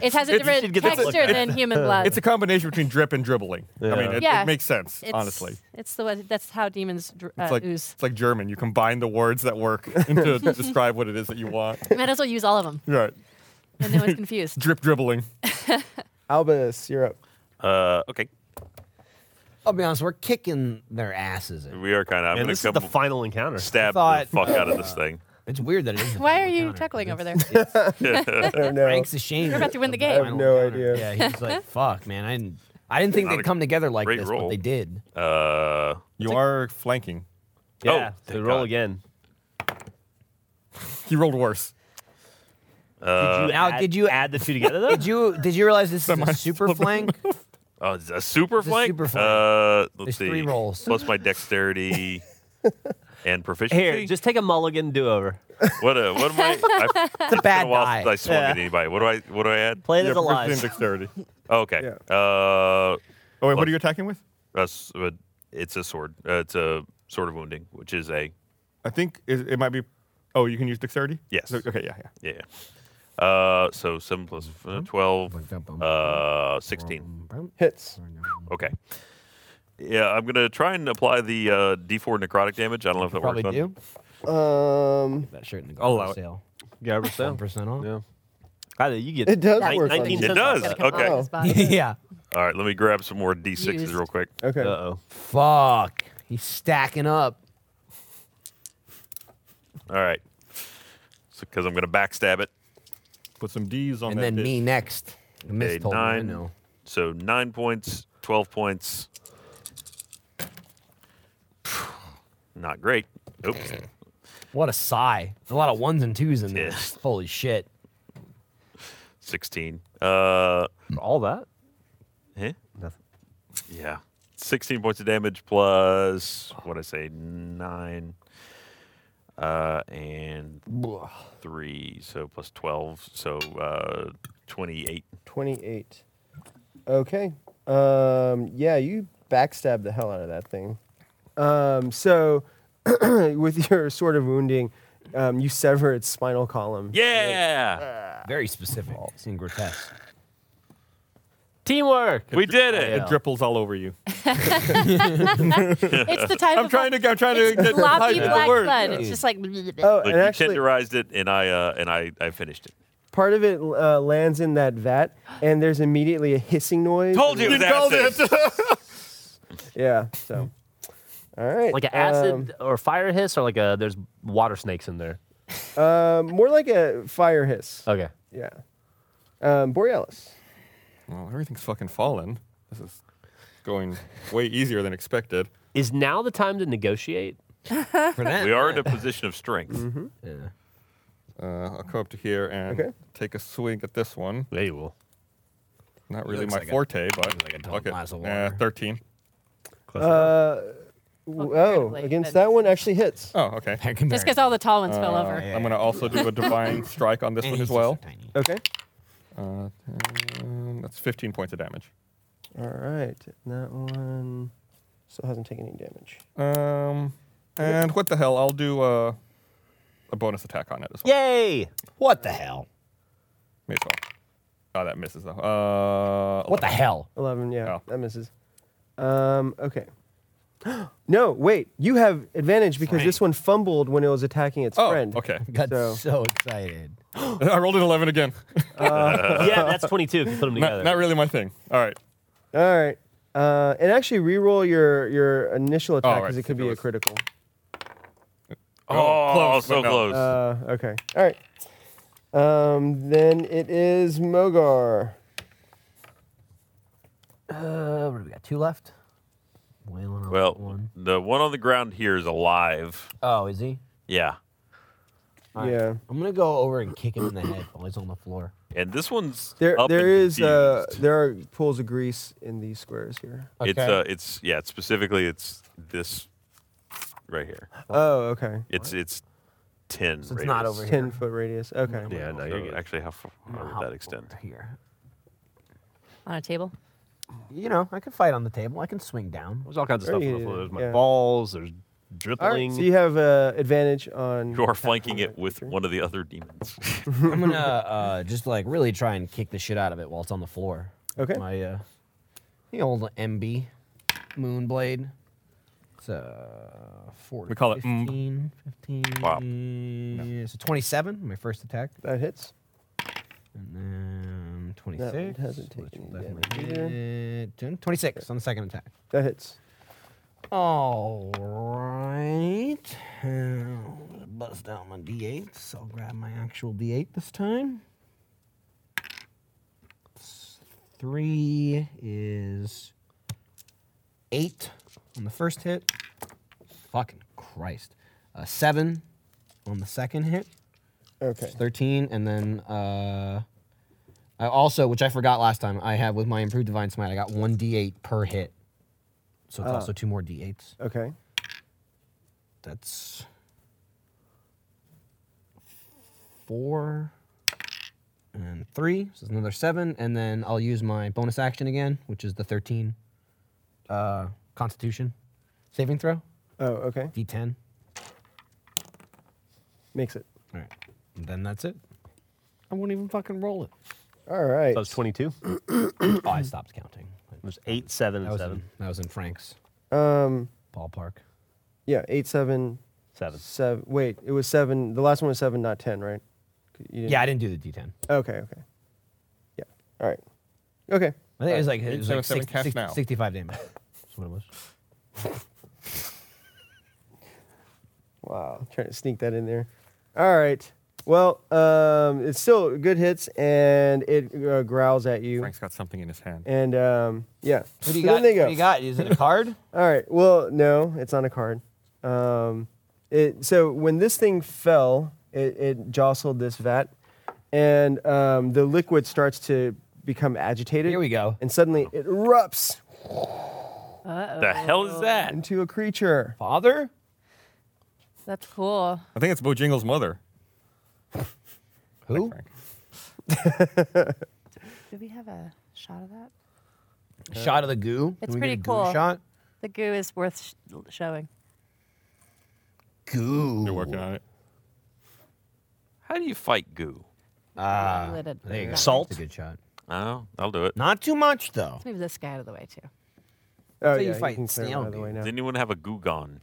S6: It has a
S3: It-
S6: different
S7: should get that look.
S6: texture than human blood.
S3: It's a combination between drip and dribbling. I mean,
S7: Yeah.
S3: it,
S6: Yeah.
S3: it makes sense,
S6: It's-
S3: honestly.
S6: It's the way, that's how demons dr- uh,
S3: It's like
S6: ooze.
S3: it's like German. You combine the words that work to describe what it is that you want.
S6: Might as well use all of them,
S3: Right.
S6: and no one's confused.
S3: Drip dribbling.
S4: Albus. You're up.
S1: Uh, okay.
S5: I'll be honest, we're kicking their asses. In.
S1: We are kind of. I'm
S7: And
S1: going
S7: this
S1: to
S7: is
S1: come
S7: the final encounter.
S1: stab
S5: thought-
S1: the fuck out of this thing.
S5: It's weird that it is. the
S6: Why are
S5: final
S6: you
S5: encounter.
S6: chuckling over there?
S4: I don't know.
S5: Frank's ashamed.
S6: We're about to win the game. I
S4: have no idea.
S5: Yeah, he's like, fuck, man. I didn't, I didn't think
S1: Not
S5: they'd
S1: a
S5: come together like
S1: great
S5: this, but
S1: roll.
S5: they did.
S1: Uh,
S3: You are flanking.
S7: Yeah,
S1: Oh,
S7: so
S1: thank
S7: roll
S1: God.
S7: again.
S3: He rolled worse.
S7: did you
S5: Now,
S7: add,
S5: did you-
S7: add the two together though?
S5: Did you did you realize this is a super flank?
S1: uh, is it a super
S5: It's a
S1: flank?
S5: super flank.
S1: Uh, let's
S5: There's
S1: see.
S5: three rolls.
S1: Plus my dexterity and proficiency.
S7: Here, just take a mulligan do over.
S1: what? A, what am I? I it's
S5: a bad
S1: been a while
S5: die.
S1: since I swung
S7: Yeah.
S1: at anybody. What do I? What do I add?
S7: Play it
S3: Yeah,
S7: as a
S3: proficient in
S7: lies.
S3: dexterity.
S1: Oh, okay.
S4: Yeah.
S1: Uh,
S3: Oh wait, what are you attacking with?
S1: that's, uh, it's a sword. Uh, it's a sword of wounding, which is a
S3: I think it, it might be. Oh, you can use dexterity.
S1: Yes.
S3: So- okay. Yeah. Yeah.
S1: yeah. Uh, so seven plus uh, twelve. Uh, sixteen.
S4: Hits.
S1: Okay. Yeah, I'm gonna try and apply the uh, D4 necrotic damage. I don't know if that
S5: Probably
S1: works. on-
S5: do.
S4: Um,
S5: That shirt in the
S3: I'll
S1: Oh,
S5: garage
S3: allow it.
S5: sale.
S7: Garbage
S5: One percent off.
S7: Yeah. Either you get
S4: It does
S7: nine-
S4: work on
S7: 19
S4: these.
S1: It does.
S6: Gotta come
S1: Okay.
S6: out of this box.
S5: yeah.
S1: All right, let me grab some more D6s
S6: Used.
S1: real quick.
S4: okay.
S7: Uh oh.
S5: Fuck. He's stacking up.
S1: All right, because I'm gonna backstab it.
S3: Put some D's on
S5: And
S3: that.
S5: then
S3: bit.
S5: me next. The
S1: Okay,
S5: miss told me, I
S1: nine.
S5: know.
S1: So nine points, twelve points. Not great. Oops.
S5: What a sigh. A lot of ones and twos in there.
S1: Yeah.
S5: Holy shit.
S1: Sixteen. Uh,
S7: All that?
S1: eh?
S7: Nothing.
S1: yeah. Sixteen points of damage plus what I say nine. Uh, and three, so plus twelve, so uh, twenty-eight.
S4: 28. Okay. Um, yeah, you backstab the hell out of that thing. Um, so, with your sword of wounding, um, you sever its spinal column.
S1: Yeah.
S5: Very specific. It's in grotesque.
S2: Teamwork.
S1: We did it.
S3: It dripples all over you.
S6: it's the type
S3: I'm
S6: of
S3: trying to. I'm trying to
S6: it's
S3: get
S6: gloppy
S3: hide the
S6: black
S3: word.
S6: blood.
S3: Yeah.
S6: It's just like.
S4: Oh,
S1: Look,
S4: and
S1: you
S4: actually,
S1: tenderized it, and I uh, and I, I finished it.
S4: part of it uh, lands in that vat, and there's immediately a hissing noise.
S1: Told you, it was acid.
S4: Yeah. So, all right.
S7: Like an acid or fire hiss, or like a there's water snakes in there.
S4: Um, um, more like a fire hiss.
S7: Okay.
S4: Yeah. Um, Borealis.
S3: Well, everything's fucking fallen. This is going way easier than expected.
S7: Is now the time to negotiate?
S5: For that.
S1: We are in a position of strength.
S4: Mm-hmm.
S5: Yeah.
S3: Uh, I'll come up to here and
S4: Okay.
S3: take a swing at this one.
S7: Yeah, you will.
S3: Not really
S5: looks
S3: my
S5: like a-
S3: forte, but
S5: like a dumb
S3: fuck it.
S5: glass of
S3: Eh,
S5: water.
S3: Thirteen.
S4: Uh, w- oh,
S6: critically,
S4: against
S6: but-
S4: that one actually hits.
S3: Oh, okay.
S5: That can
S6: Just
S5: vary.
S6: because all the tall ones fell
S3: Uh,
S6: over.
S3: I'm gonna also do a divine strike on this
S5: And
S3: one
S5: he's
S3: as
S5: just
S3: well.
S5: so tiny.
S4: Okay.
S3: Uh, um, that's 15 points of damage.
S4: All right. That one still hasn't taken any damage.
S3: Um, and what the hell? I'll do uh, a bonus attack on it as well.
S7: Yay!
S5: What the hell?
S3: May as well. Oh, that misses though. Uh,
S5: What the hell?
S4: 11, yeah.
S3: Oh.
S4: That misses. Um, okay. no, wait. You have advantage because this one fumbled when it was attacking its
S3: Oh,
S4: friend.
S3: okay.
S5: Got
S4: So-
S5: so, excited.
S3: I rolled an 11 again.
S7: yeah, that's 22 if you put them together.
S3: Not, not really my thing. All right.
S4: All right. Uh, and actually, re-roll your, your initial attack
S3: right,
S4: because
S3: I
S4: it could
S3: think
S4: be
S3: it
S4: a
S3: was-
S4: critical.
S1: Oh,
S3: close,
S1: so
S3: but no.
S1: close.
S4: Uh, okay. All right. Um, then it is Mogar.
S5: Uh, what do we got? Two left. Waylon on
S1: well,
S5: one.
S1: the one on the ground here is alive.
S5: Oh, is he?
S1: Yeah,
S5: All right.
S4: Yeah.
S5: I'm gonna go over and kick him in the head while he's on the floor.
S1: and this one's
S4: There,
S1: up
S4: there
S1: and
S4: is uh,
S1: confused.
S4: there are pools of grease in these squares here.
S1: It's uh, it's yeah, it's specifically it's this right here.
S4: Oh, okay.
S1: It's it's ten.
S5: So it's not over here.
S4: Ten foot radius. Okay.
S1: Yeah, no,
S7: you're
S1: you're
S7: good.
S1: actually how far would
S5: How
S1: that extend?
S5: far Here.
S6: on a table.
S5: You know, I can fight on the table. I can swing down.
S7: There's all kinds of stuff on the
S4: Yeah,
S7: floor. There's my
S4: yeah.
S7: balls. There's
S4: All right.
S7: dribbling.
S4: So you have uh, advantage on.
S1: You are
S4: attack
S1: flanking
S4: roll,
S1: it with
S4: right?
S1: one of the other demons.
S5: I'm gonna uh, just like really try and kick the shit out of it while it's on the floor.
S4: Okay.
S5: My uh, the old MB Moonblade. It's uh, four.
S3: We call it MB.
S5: 15, 15.
S1: Wow.
S5: So 27, my first attack,
S4: That hits.
S5: and then 26.
S4: hasn't
S5: which
S4: taken
S5: will
S4: any
S5: definitely
S4: damage
S5: hit. 26 on the second attack.
S4: That hits.
S5: All right. I'll Bust out my D8s. I'll grab my actual D8 this time. Three is eight on the first hit. Fucking Christ. Uh, seven on the second hit.
S4: Okay.
S5: It's 13. And then uh, I also, which I forgot last time, I have with my improved divine smite, I got one D8 per hit. So it's also two more D8s.
S4: Okay.
S5: That's four and three. So it's another seven. And then I'll use my bonus action again, which is the 13 uh, Constitution saving throw,
S4: Oh, okay.
S5: D10.
S4: Makes it.
S5: All right. And then that's it. I won't even fucking roll it.
S4: All right.
S7: that was 22. It
S5: oh, I stopped counting.
S7: was 8, 7,
S5: That
S7: and
S5: was,
S7: 7.
S5: in, that was in Frank's
S4: Um.
S5: ballpark.
S4: Yeah. Eight, seven,
S7: 7.
S4: seven. Wait, it was seven. The last one was seven, not ten, right? You didn't-
S5: Yeah, I didn't do the D10.
S4: Okay. Okay. Yeah. All right. Okay.
S5: I think it was like, it was like
S3: 877
S5: six-
S3: cast
S5: six-
S3: now.
S5: 65 damage. That's what it was.
S4: Wow, trying to sneak that in there. All right. Well, um, it's still good hits, and it uh, growls at you.
S3: Frank's got something in his hand.
S4: And um, yeah,
S5: What do you
S4: So
S5: got?
S4: then they go.
S5: What do you got? Is it a card?
S4: All right. Well, no, it's on a card. Um, it, so when this thing fell, it, it jostled this vat, and um, the liquid starts to become agitated.
S5: Here we go.
S4: And suddenly it erupts
S1: the hell is that?
S4: into a creature. Oh,
S5: Father?
S6: That's cool.
S3: I think it's Bojingle's mother.
S5: Who?
S6: Do we have a shot of that?
S5: Shot of the goo?
S6: It's
S5: Can we
S6: pretty
S5: get a goo
S6: cool.
S5: Shot.
S6: The goo is worth sh- showing.
S5: Goo.
S3: You're working on it.
S1: How do you fight goo?
S5: Ah,
S6: Let it
S5: there you go.
S6: melt.
S5: Salt. That's a good shot.
S1: Oh, I'll do it.
S5: Not too much though.
S6: Let's move this guy out of the way too.
S4: Oh,
S5: So you
S4: yeah,
S5: fight
S4: can clear him
S5: snail
S4: out of the way now.
S1: Does anyone have a goo gun?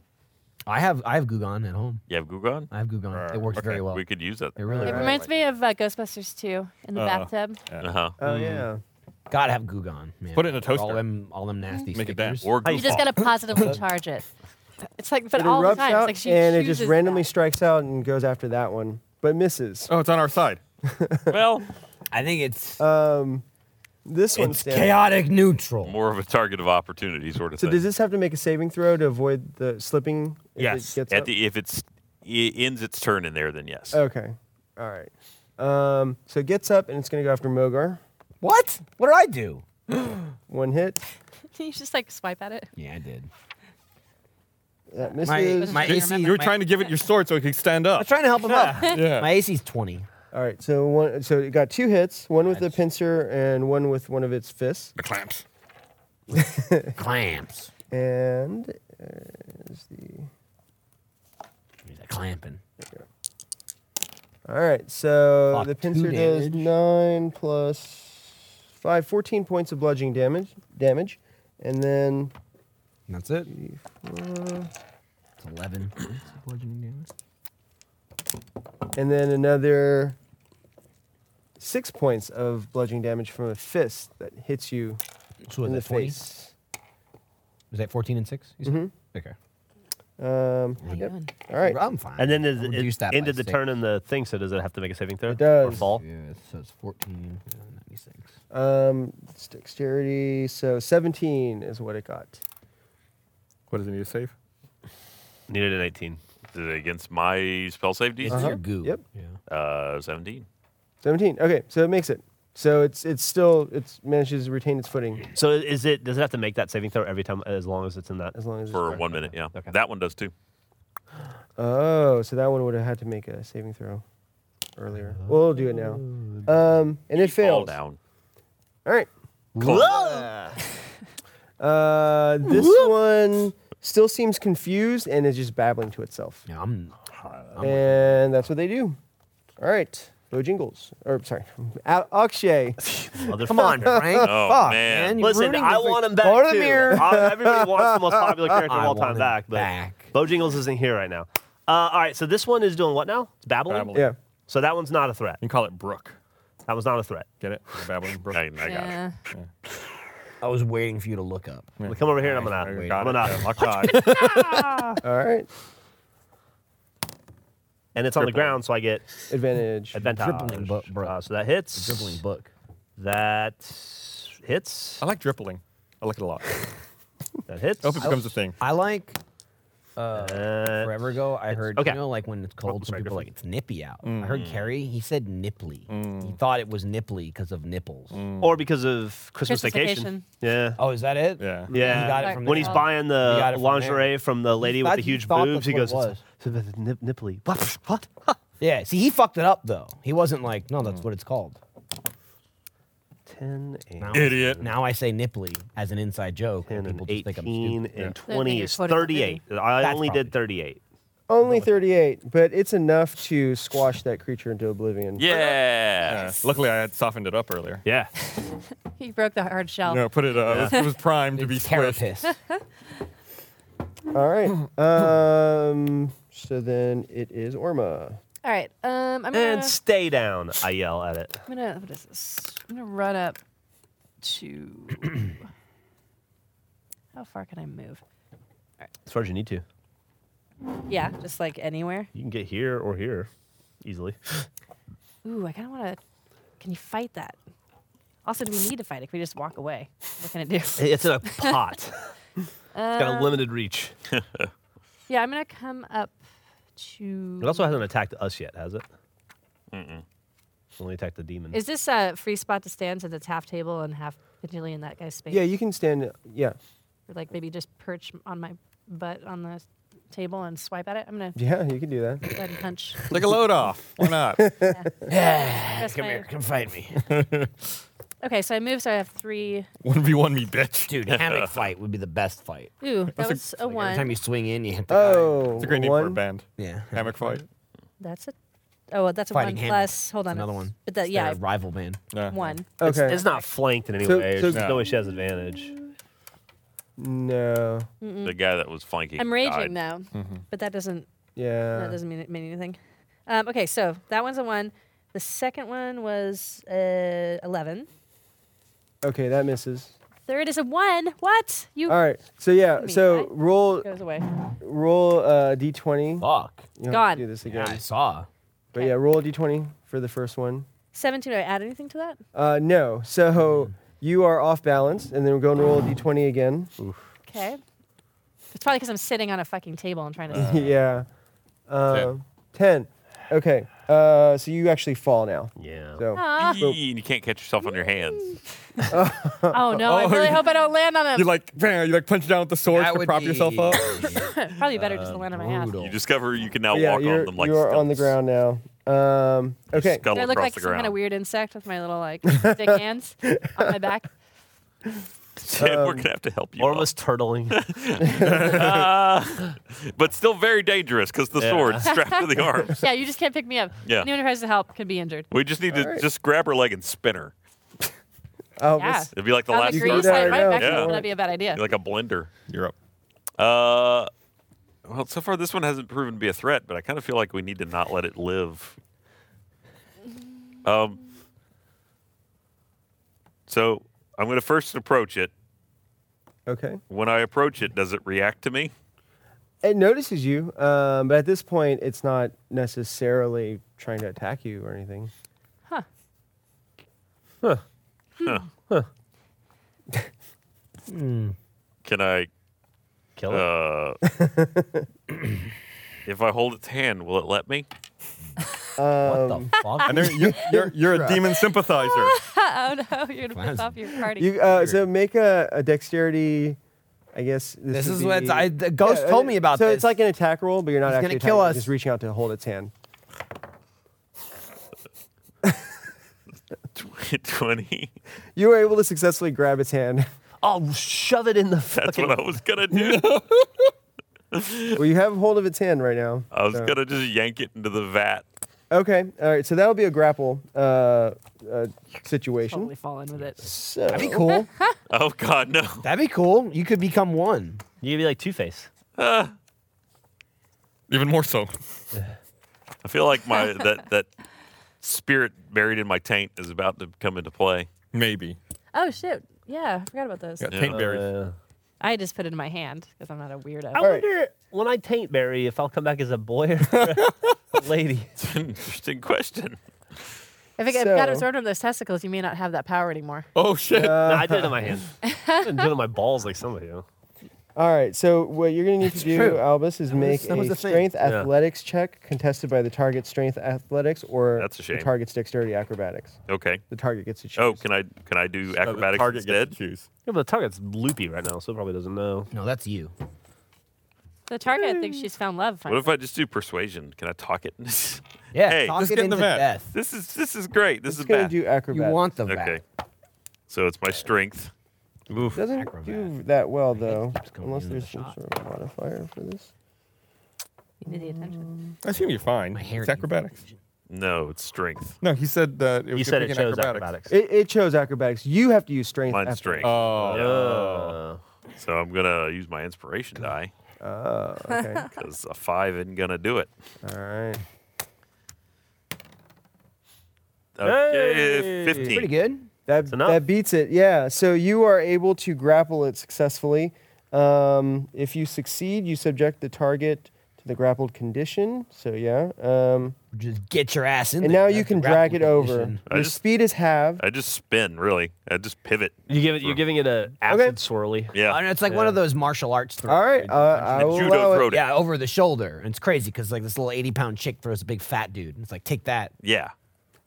S5: I have I have Gugon at home.
S1: You have goo gun?
S5: I have Gugon. It works very well.
S1: We could use that.
S5: It really
S6: It
S5: works.
S6: reminds me of uh, Ghostbusters 2 in the
S3: Uh,
S6: bathtub.
S1: Uh huh.
S4: Oh yeah.
S5: Gotta have Gugon, man.
S3: Put it in a toaster.
S5: All them, all them nasty
S3: Make
S5: stickers.
S3: it dance.
S1: Or
S6: You
S1: goo
S6: just gotta positively charge it. It's like, but
S4: It
S6: all the
S4: erupts
S6: time, it's
S4: out
S6: like she
S4: and it just
S6: chooses
S4: randomly
S6: that.
S4: strikes out and goes after that one, but misses.
S3: Oh, it's on our side.
S1: well,
S5: I think it's
S4: Um, this one.
S5: it's
S4: stands-
S5: chaotic neutral.
S1: more of a target of opportunity sort of
S4: So
S1: thing.
S4: does this have to make a saving throw to avoid the slipping? If
S3: Yes.
S4: It gets
S1: At
S4: up?
S1: the, if it's it ends its turn in there, then yes.
S4: okay. All right. Um, so it gets up and it's going to go after Mogar.
S5: What? What did I do?
S4: One hit.
S6: you just like swipe at it?
S5: Yeah, I did.
S4: That
S5: My,
S4: misses.
S5: my AC.
S3: You were trying to give it your sword so it could stand
S5: I
S3: up.
S5: was trying to help him up.
S3: Yeah.
S5: My AC's twenty.
S4: All right. So one. So it got two hits. One with the pincer and one with one of its fists.
S9: The clamps.
S5: Clamps.
S4: And uh, is the
S5: He's like clamping.
S4: All right, so
S5: Fuck,
S4: the
S5: two
S4: pincer does
S5: damage.
S4: 9 plus 5, 14 points of bludgeoning damage, damage and then
S5: That's it. It's eleven. Bludgeoning damage.
S4: and then another 6 points of bludgeoning damage from a fist that hits you
S5: So was
S4: in the
S5: that 20?
S4: face.
S5: Was that fourteen and six? You said?
S7: Mm-hmm.
S5: Okay.
S4: Um,
S6: How you
S4: yep.
S6: doing?
S4: All right.
S5: I'm fine.
S7: And then
S5: I
S7: there's
S5: reduced
S7: it
S5: that by
S7: ended the
S5: six.
S7: turn in the thing, so does it have to make a saving throw?
S4: It does.
S7: Or fall?
S5: Yeah, so it's fourteen ninety six.
S4: Um, it's dexterity, so 17 is what it got.
S3: What does it need to save?
S7: Needed an 18.
S1: Is it against my spell save
S5: It's
S1: DC?
S5: your goo.
S4: Yep.
S5: Yeah.
S1: Uh, 17.
S4: 17. Okay, so it makes it. So it's it's still it's manages to retain its footing
S7: So is it? Does it have to make that saving throw every time as long as it's in that?
S4: as long as it's
S1: For
S4: dark.
S1: one minute, yeah.
S7: Okay.
S1: That one does too.
S4: Oh, so that one would have had to make a saving throw earlier. Well, we'll do it now. Um, and it
S1: Fall
S4: fails.
S1: down.
S4: All right. Uh, this one still seems confused and is just babbling to itself.
S5: Yeah, I'm. I'm
S4: and that's what they do. All right. Bo Jingles. Or, sorry. Al- Akshay.
S5: Come on, Frank.
S1: Oh,
S5: Fuck,
S1: man.
S5: You're
S7: Listen,
S5: ruining
S7: I
S5: the-
S7: want him back
S5: Go to the
S7: too.
S5: mirror.
S7: I- everybody wants the most popular character of
S5: I
S7: all
S5: want
S7: time
S5: him
S7: back, but
S5: back.
S7: Bojangles isn't here right now. Uh, all right, so this one is doing what now? It's babbling.
S3: Babbling.
S4: Yeah.
S7: So that one's not a threat.
S3: You can call it Brook.
S7: That was not a threat.
S3: Get it? The babbling Brook.
S1: I, I got it.
S6: Yeah.
S5: I was waiting for you to look up.
S7: Well, Come over here, and I'm gonna.
S5: Wait.
S7: I'm gonna.
S3: I'll try. It's
S4: All right.
S7: And it's on the
S3: Tripling.
S7: ground, so I get
S4: Advantage.
S7: advantage.
S5: Dribbling bu- bro.
S7: Uh, so that hits.
S5: Dribbling book.
S7: That hits.
S3: I like dribbling. I like it a lot.
S7: That hits.
S3: I hope it becomes
S5: Oh.
S3: a thing.
S5: I like.
S7: Uh,
S5: Forever ago, I heard
S7: okay.
S5: you know like when it's cold, some
S7: sorry,
S5: people are like
S7: Griffin.
S5: it's nippy out. I
S7: Mm.
S5: heard Carrie. He said nipply. He thought it was nipply because of nipples.
S7: or because of Christmas,
S6: Christmas
S7: vacation.
S6: vacation.
S7: Yeah.
S5: Oh, is that it?
S3: Yeah.
S7: Yeah.
S5: He got it from
S7: when
S5: there.
S7: he's buying
S5: He got
S7: the
S5: it from
S7: lingerie from the lady with
S5: thought-
S7: the
S5: he
S7: huge
S5: thought that's
S7: boobs, he
S5: what it
S7: goes, "It's- it's nip- nipply. What? What? Huh.
S5: Yeah. See, he fucked it up though. He wasn't like, no, that's what it's called.
S7: 10 and
S5: Now,
S3: Idiot.
S5: Now I say nipply as an inside joke,
S7: 10
S5: and
S7: and
S5: people just think I'm
S7: 18
S5: stupid.
S7: and
S6: think
S7: 20
S6: you're
S7: is
S6: quoting the
S7: 38. I
S5: That's
S7: only did
S5: probably-
S7: 38.
S4: Only 38, but it's enough to squash that creature into oblivion.
S1: Yeah.
S3: Yeah. Luckily, I had softened it up earlier.
S7: Yeah.
S6: He broke the hard shell.
S3: No, put it. Uh, it, was, it was primed to be squished.
S5: Therapist.
S4: All right. Um, so then it is Orma.
S6: All right. Um, I'm gonna.
S7: And stay down, I yell at it.
S6: I'm gonna. What is this? I'm gonna run up to. How far can I move?
S7: As far as you need to.
S6: Yeah, just like anywhere.
S7: You can get here or here easily.
S6: Ooh, I kind of want to. Can you fight that? Also, do we need to fight it? Can we just walk away? What can it do?
S7: It's in a pot. it's
S6: Uh,
S7: got a limited reach.
S6: Yeah, I'm gonna come up to.
S7: It also hasn't attacked us yet, has it? Mm-mm. Only attacked the demon.
S6: Is this a free spot to stand since it's half table and half potentially in that guy's space?
S4: Yeah, you can stand. Yeah.
S6: Or like maybe just perch on my butt on the table and swipe at it. I'm gonna go
S4: Yeah, you can do that.
S6: ahead and punch.
S3: Take a load off. Why not?
S6: Press
S5: Come
S6: my-
S5: here, come fight me.
S6: Okay, so I move, so I have three.
S3: One v one me, bitch.
S5: Dude, hammock fight would be the best fight.
S6: Ooh, that
S5: That's a-
S6: was a,
S5: Like, every
S6: one. Uh,
S5: time you swing in, you hit the
S4: Oh,
S3: It's a great name for a
S4: one?
S3: band.
S5: Yeah.
S3: Hammock fight.
S6: That's a. Oh, well, that's a
S5: Fighting
S6: one
S5: hand.
S6: plus. Hold
S5: guy.
S6: on.
S5: Another one.
S6: But that,
S5: It's
S6: yeah,
S5: their rival band.
S3: Yeah.
S6: one.
S7: It's,
S4: Okay.
S7: it's not flanked in any
S4: So-
S7: way.
S4: so-
S7: There's no way she has advantage.
S4: No.
S1: The guy that was flanking.
S6: I'm raging
S1: died.
S6: now,
S5: Mm-hmm.
S6: but that doesn't
S4: Yeah.
S5: Uh.
S6: that doesn't mean, mean anything. Um, okay, so that one's a one. The second one was uh, eleven.
S4: okay, that misses.
S6: Third is a one. What you?
S4: All right. So yeah.
S6: Me,
S4: So
S6: right?
S4: roll
S6: Goes away.
S4: roll uh, d20.
S3: Oh.
S5: Fuck.
S4: You don't
S6: Gone.
S4: Do this again.
S5: Yeah, I saw.
S4: But
S6: Okay.
S4: yeah, roll a d20 for the first one.
S6: Seventeen. Do I add anything to that?
S4: Uh, no.
S3: Hmm.
S4: So you are off balance, and then we're going to roll a d20 again.
S6: Okay. It's probably because I'm sitting on a fucking table and trying to.
S4: yeah. Um, ten. Okay. Uh, so you actually fall now.
S7: Yeah.
S4: So
S6: Aw.
S4: Boop.
S1: Yee, and you can't catch yourself on your hands.
S6: oh no! I
S3: Oh,
S6: really
S3: you-
S6: hope I don't land on
S3: You
S6: him.
S3: like, bam, you like punch down with the sword
S5: That
S3: to
S5: would
S3: prop yourself
S5: be
S3: up.
S6: probably better just to land on my ass.
S5: brutal.
S1: uh, You discover you can now
S4: yeah,
S1: walk
S4: you're
S1: on them like
S4: you are on the
S1: stilts.
S4: ground now. Um, okay.
S1: Scuttle
S6: Do I look
S1: across
S6: like
S1: the
S6: some
S1: ground.
S6: kind of weird insect with my little like thick hands on my back?
S1: Sam,
S4: Um,
S1: we're gonna have to help you.
S7: Or
S1: up.
S7: was turtling.
S1: Uh, but still very dangerous because the
S7: Yeah.
S1: sword strapped to the arms.
S6: Yeah, you just can't pick me up.
S1: Yeah.
S6: Anyone who tries to help can be injured.
S1: We just need to
S4: Alright.
S1: just grab her leg and spin her.
S4: Oh,
S6: Yeah.
S4: this-
S1: It'd be like the
S6: I'll
S1: last
S6: agree
S4: You
S6: with
S4: do
S1: person.
S4: that
S6: that.
S4: right
S6: Right
S4: now.
S6: back
S1: Yeah.
S6: yeah. That'd be a bad idea.
S1: You're like a blender.
S3: You're up.
S1: Uh, well, so far this one hasn't proven to be a threat, but I kind of feel like we need to not let it live. Um, so I'm going to first approach it.
S4: Okay.
S1: When I approach it, does it react to me?
S4: It notices you, um, but at this point, it's not necessarily trying to attack you or anything.
S1: Can I?
S7: Kill it.
S1: Uh, if I hold its hand, will it let me?
S5: What the fuck?
S3: And there, you're, you're, you're a demon sympathizer.
S6: oh no, you're gonna piss
S5: Fine.
S6: off your party.
S4: You uh, so make a, a dexterity. I guess
S5: This
S4: this, would
S5: is what
S4: be-
S5: I- the ghost
S4: uh,
S5: told me about
S4: So
S5: this.
S4: it's like an attack roll, but you're not
S5: He's gonna
S4: actually
S5: kill
S4: attacking,
S5: us.
S4: Just reaching out to hold its hand.
S1: Twenty.
S4: You were able to successfully grab its hand.
S7: I'll shove it in the
S1: That's
S7: fucking.
S1: what I was gonna do.
S4: well, you have hold of its hand right now.
S1: I was
S4: so-
S1: gonna just yank it into the vat.
S4: Okay, all right. So that'll be a grapple uh, uh, situation.
S6: totally fall in with it.
S4: so
S5: That'd be cool.
S1: Oh God, no!
S5: That'd be cool. You could become one.
S7: You could be like Two Face.
S3: Even more so.
S1: I feel like my that that spirit buried in my taint is about to come into play.
S3: Maybe.
S6: Oh shit! Yeah, I forgot about those.
S3: Got taint berries.
S7: Uh,
S6: I just put it in my hand because I'm not a weirdo.
S7: I
S4: All right.
S7: wonder Uh, when I taint Barry if I'll come back as a boy or a lady.
S1: It's an interesting question.
S6: if I get if God
S4: so-
S6: absorbed of those testicles, you may not have that power anymore.
S3: Oh, shit.
S7: No, I did it on my hand. I didn't do it on my balls like some of you.
S4: All right. So what you're gonna need to do,
S5: true.
S4: Albus, is make
S5: that was
S4: a
S5: the thing.
S4: strength
S7: Yeah.
S4: athletics check contested by the target strength athletics or
S1: That's a shame.
S4: the target's dexterity acrobatics.
S1: Okay.
S4: The target gets to choose.
S1: Oh, can I can I do
S3: Uh, the
S1: acrobatics
S3: target gets
S1: instead?
S3: to choose.
S7: Yeah, but the target's loopy right now, so it probably doesn't know.
S5: No, that's you.
S6: The target thinks she's found love.
S1: What
S6: Finally.
S1: if I just do persuasion? Can I talk it? this
S5: Yeah,
S1: Hey,
S5: talk
S3: just
S5: it
S3: get in the
S5: into
S3: vat.
S5: death.
S1: is this is great. This
S4: It's
S1: is
S4: gonna
S1: bad.
S4: do
S5: You
S4: acrobatics.
S5: want the vat.
S1: okay. So it's my strength.
S4: Doesn't
S5: Acrobat.
S4: do that well though,
S5: keeps going
S4: unless
S5: into the
S4: there's some
S5: shot.
S4: sort of modifier for this.
S6: You need the attention.
S3: I assume you're fine.
S5: My hair
S3: It's acrobatics.
S1: No, it's strength.
S3: No, he said that it was
S7: You
S3: gonna
S7: said
S3: be
S7: it
S3: an
S7: chose
S3: acrobatics.
S7: acrobatics.
S4: It, it chose acrobatics. You have to use strength.
S1: Mine's
S4: after-
S1: strength.
S3: Oh.
S7: Oh.
S1: So I'm gonna use my inspiration die
S4: Oh, okay.
S1: because a five isn't gonna do it.
S4: All right.
S1: Okay,
S7: Hey!
S1: fifteen.
S5: Pretty good.
S4: That
S7: enough.
S4: that beats it. Yeah. So you are able to grapple it successfully. Um, if you succeed, you subject the target to the grappled condition. So yeah. Um,
S5: Just get your ass in
S4: and
S5: there.
S4: now
S5: That's
S4: you
S5: the
S4: can drag it
S5: grapple
S4: over.
S5: condition.
S1: I
S4: Your
S1: just-
S4: speed is halved.
S1: I just spin, really. I just pivot.
S7: You give it. You're giving it a acid swirly.
S1: Yeah.
S5: I know, it's like one of those martial arts throws.
S4: All right. Uh, I will
S1: judo
S4: allow it.
S1: throw.
S5: Yeah, over the shoulder. And it's crazy because like this little 80 pound chick throws a big fat dude. And it's like, take that.
S1: Yeah.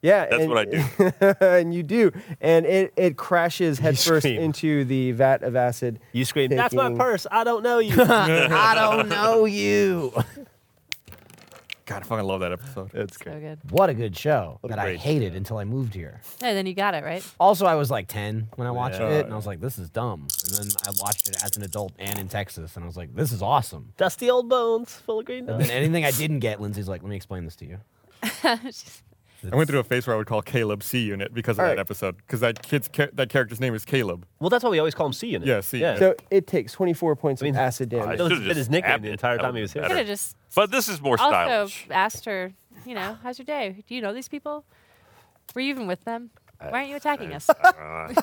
S4: Yeah.
S1: That's
S4: and,
S1: what I do.
S4: and you do, and it it crashes headfirst
S7: scream.
S4: into the vat of acid.
S7: You scream. That's my
S4: Taking-
S7: purse. I don't know you.
S5: I don't know you.
S3: God, I fucking love that episode.
S7: It's
S1: Mm,
S6: So good.
S5: What a good show that I
S3: great
S5: hated until I moved here.
S6: Yeah, then you got it right.
S5: Also, I was like 10 when I watched
S3: Yeah.
S5: it, and I was like, this is dumb. And then I watched it as an adult and in Texas, and I was like, this is awesome.
S7: Dusty old bones full of green
S5: And then anything I didn't get, Lindsay's like, let me explain this to you.
S3: I went through a phase where I would call Caleb C Unit because of
S4: All
S3: that
S4: right.
S3: episode, because that kid's cha- that character's name is Caleb.
S7: Well, that's why we always call him C Unit.
S3: Yeah, C Unit.
S4: So it takes 24 points
S7: mean,
S4: of acid damage.
S7: That was
S1: should've
S7: been his
S1: just
S7: nickname
S1: added
S7: the
S1: it.
S7: entire
S1: That
S7: time
S1: would've
S7: he was here.
S1: been
S6: Could have
S1: better.
S6: just
S1: But this is more
S6: also
S1: stylish.
S6: asked her, you know, how's your day? Do you know these people? Were you even with them? Why aren't you attacking us?
S1: Uh,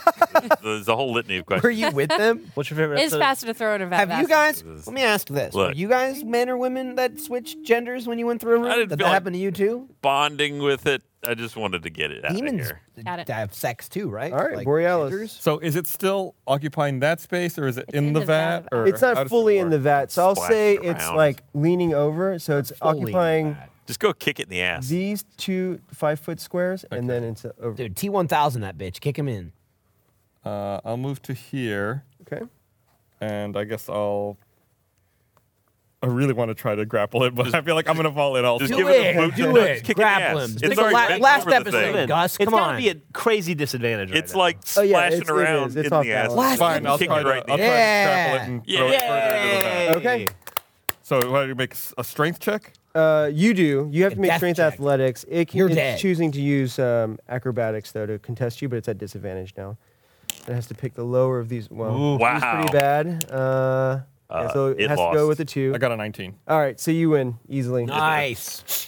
S1: there's a whole litany of
S5: Were
S1: questions.
S5: you with them?
S7: What's your favorite
S6: It's
S7: episode?
S6: faster to throw in a vat.
S5: Have you guys? Let me ask this: Were
S1: Look.
S5: you guys men or women that switched genders when you went through a room?
S1: I didn't
S5: Did that
S1: feel like-
S5: happen to you too?
S1: Bonding with it, I just wanted to get it out of
S5: Demons
S1: here.
S6: Got it.
S5: have sex too, right?
S4: All right,
S5: Like
S4: Borealis.
S5: genders?
S3: So is it still occupying that space, or is it in, the, vat? Or
S4: It's
S3: how
S4: not
S3: does
S4: fully
S3: it
S4: in the
S3: work?
S4: vat, so I'll
S1: Splashing
S4: say it's
S1: around.
S4: like leaning over, so it's
S5: Fully
S4: occupying
S5: that.
S1: Just go kick it in the ass.
S4: these two five foot squares, and then it's over.
S5: Dude, T one thousand that bitch, kick him in.
S3: Uh, I'll move to here,
S4: Okay.
S3: and I guess I'll. I really want to try to grapple it, but I feel like I'm gonna fall in also.
S1: just
S5: Do
S1: give it a
S5: it,
S1: boot
S5: do
S1: job. Just
S5: it,
S1: kick it in the
S5: grapple
S1: ass.
S5: him.
S1: It's
S5: Pick a
S1: already
S5: la-
S1: bent
S5: last
S1: over the
S5: episode,
S1: thing.
S5: Gus.
S7: It's
S5: Come
S7: gotta
S5: on.
S7: be a crazy disadvantage.
S1: It's
S7: right
S1: like
S4: Oh, yeah,
S1: splashing
S4: it's- it
S1: around
S4: is. It's
S1: in
S4: off
S1: the ass.
S4: balance.
S5: Last
S3: Fine, I'll
S1: Kick
S3: try
S1: it
S3: to,
S1: right in
S3: I'll
S1: the
S3: try
S1: ass.
S5: Yeah.
S3: to grapple it and
S1: Yeah.
S3: throw it further into the vat.
S4: Okay.
S3: So what do you make s- a strength check?
S4: Uh, you do. You have to
S5: A
S4: make
S5: death
S4: strength
S5: check.
S4: athletics. It can,
S5: You're
S4: it's
S5: dead.
S4: choosing to use um, acrobatics though to contest you, but it's at disadvantage now. It has to pick the lower of these. Well,
S3: Ooh.
S4: it's
S1: Wow.
S4: pretty bad. Uh, yeah,
S1: Uh,
S4: so it,
S1: it
S4: has to go
S1: lost.
S4: with the two.
S3: I got a 19.
S4: All right, so you win easily.
S5: Nice.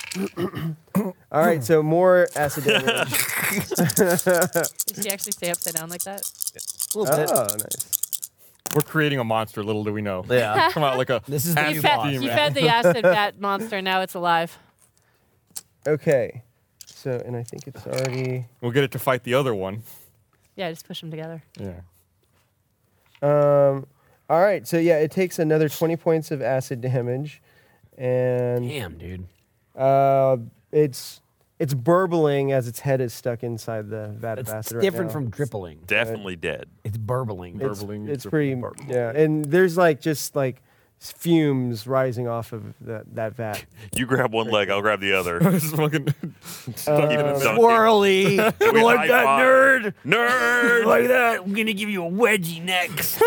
S4: All right, so more acid damage.
S6: Did you actually stay upside down like that?
S4: oh, nice.
S3: We're creating a monster, little do we know.
S7: Yeah.
S3: Come out like a
S5: This is
S3: Have
S6: You
S3: you
S6: fed,
S3: lost?
S6: you fed the acid bat monster. Now it's alive.
S4: Okay. So, and I think it's already.
S3: We'll get it to fight the other one.
S6: Yeah, just push them together.
S3: Yeah.
S4: Um, all right, so yeah, it takes another 20 points of acid damage. And
S5: Damn, dude.
S4: Uh, it's it's burbling as its head is stuck inside the vat of
S5: That's
S4: acid. right
S5: different
S4: now.
S5: from drippling.
S1: Definitely dead.
S5: It's burbling.
S4: it's,
S3: burbling,
S4: It's pretty
S3: dripping,
S4: yeah, and there's like just like s- fumes rising off of that that vat.
S1: You grab one leg, I'll grab the other.
S3: This is fucking
S4: Uh,
S3: stuck in
S1: Keep it
S3: a
S1: dunk it.
S5: Swirly. like
S1: We high-five. Nerd!
S5: Like that. I'm gonna give you a wedgie next.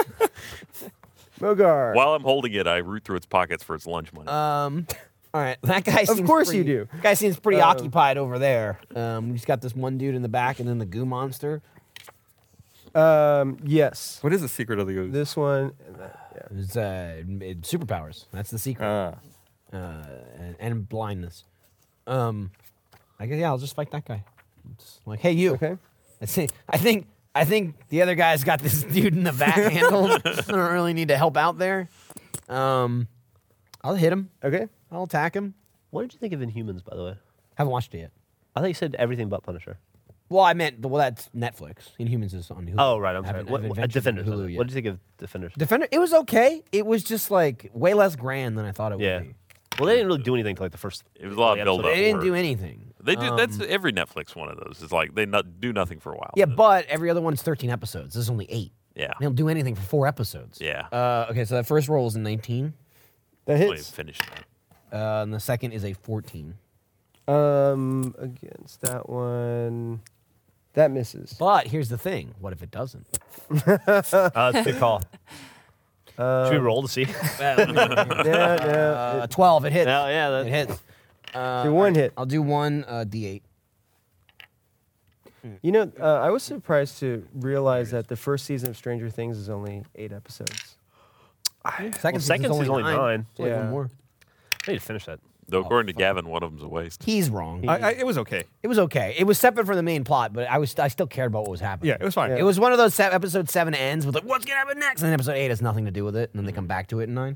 S4: Mogar,
S1: While I'm holding it, I root through its pockets for its lunch money.
S5: um. All right, that guy. Seems
S4: course you
S5: pretty,
S4: do.
S5: Guy seems pretty
S4: Um,
S5: occupied over there. Um, we just got this one dude in the back, and then the goo monster.
S4: um, yes,
S3: What is the secret of the ooze?
S4: this one. and that, yeah.
S5: It's uh, it- superpowers. That's the secret.
S3: Ah.
S5: uh, and, and blindness. Um, I guess yeah, I'll just fight that guy. Just like, hey, you.
S4: Okay.
S5: I think I think I think the other guy's got this dude in the back handled. I don't really need to help out there. Um, I'll hit him.
S4: Okay.
S5: I'll attack him.
S7: What did you think of Inhumans, by the way?
S5: Haven't watched it yet.
S7: I thought you said everything but Punisher.
S5: Well, I meant well, that's Netflix. Inhumans is on Hulu.
S7: Oh, right. I'm
S5: I
S7: sorry.
S5: haven't- I
S7: What,
S5: haven't
S7: what,
S5: ventured
S7: Defenders.
S5: into
S7: was
S5: Hulu
S7: it?
S5: yet.
S7: What did you think of Defenders?
S5: Defender. It was okay. It was just like way less grand than I thought it
S7: yeah.
S5: would be.
S7: Well, they didn't really do anything to like the first.
S1: It was a lot of
S7: Yeah,
S1: build
S7: absolutely.
S1: up.
S5: They didn't do anything.
S1: They do.
S5: Um,
S1: that's every Netflix one of those. It's like they not, do nothing for a while.
S5: Yeah, but every other one's 13 episodes. This is only eight.
S1: Yeah.
S5: They don't do anything for four episodes.
S1: Yeah.
S5: Uh, okay, so that first roll is a 19,
S4: That
S1: Let me
S4: hits.
S1: finish that.
S5: uh, and the second is a 14.
S4: Um, against that one, that misses.
S5: But here's the thing what if it doesn't?
S7: Uh, it's a good call. Should we roll to see?
S5: uh,
S4: Yeah, yeah. it-
S5: 12, it hits.
S7: No, yeah, that-
S5: It hits. Uh,
S4: Do one
S5: alright,
S4: hit.
S5: I'll do one uh, D8.
S4: you know, uh, I was surprised to realize that the first season of Stranger Things is only eight episodes.
S5: Second, season's
S7: second season's only nine.
S5: It's like one
S4: Yeah.
S5: more.
S7: I need to finish that.
S1: Though according to Gavin, one of them's a waste.
S5: He's wrong.
S3: I, I, it was okay.
S5: it was okay. It was separate from the main plot, but I was I still cared about what was happening.
S3: Yeah, it was fine.
S5: It was one of those se- episode seven ends with like, what's gonna happen next? And then episode eight has nothing to do with it, and then they
S3: Mm-hmm.
S5: come back to it in nine.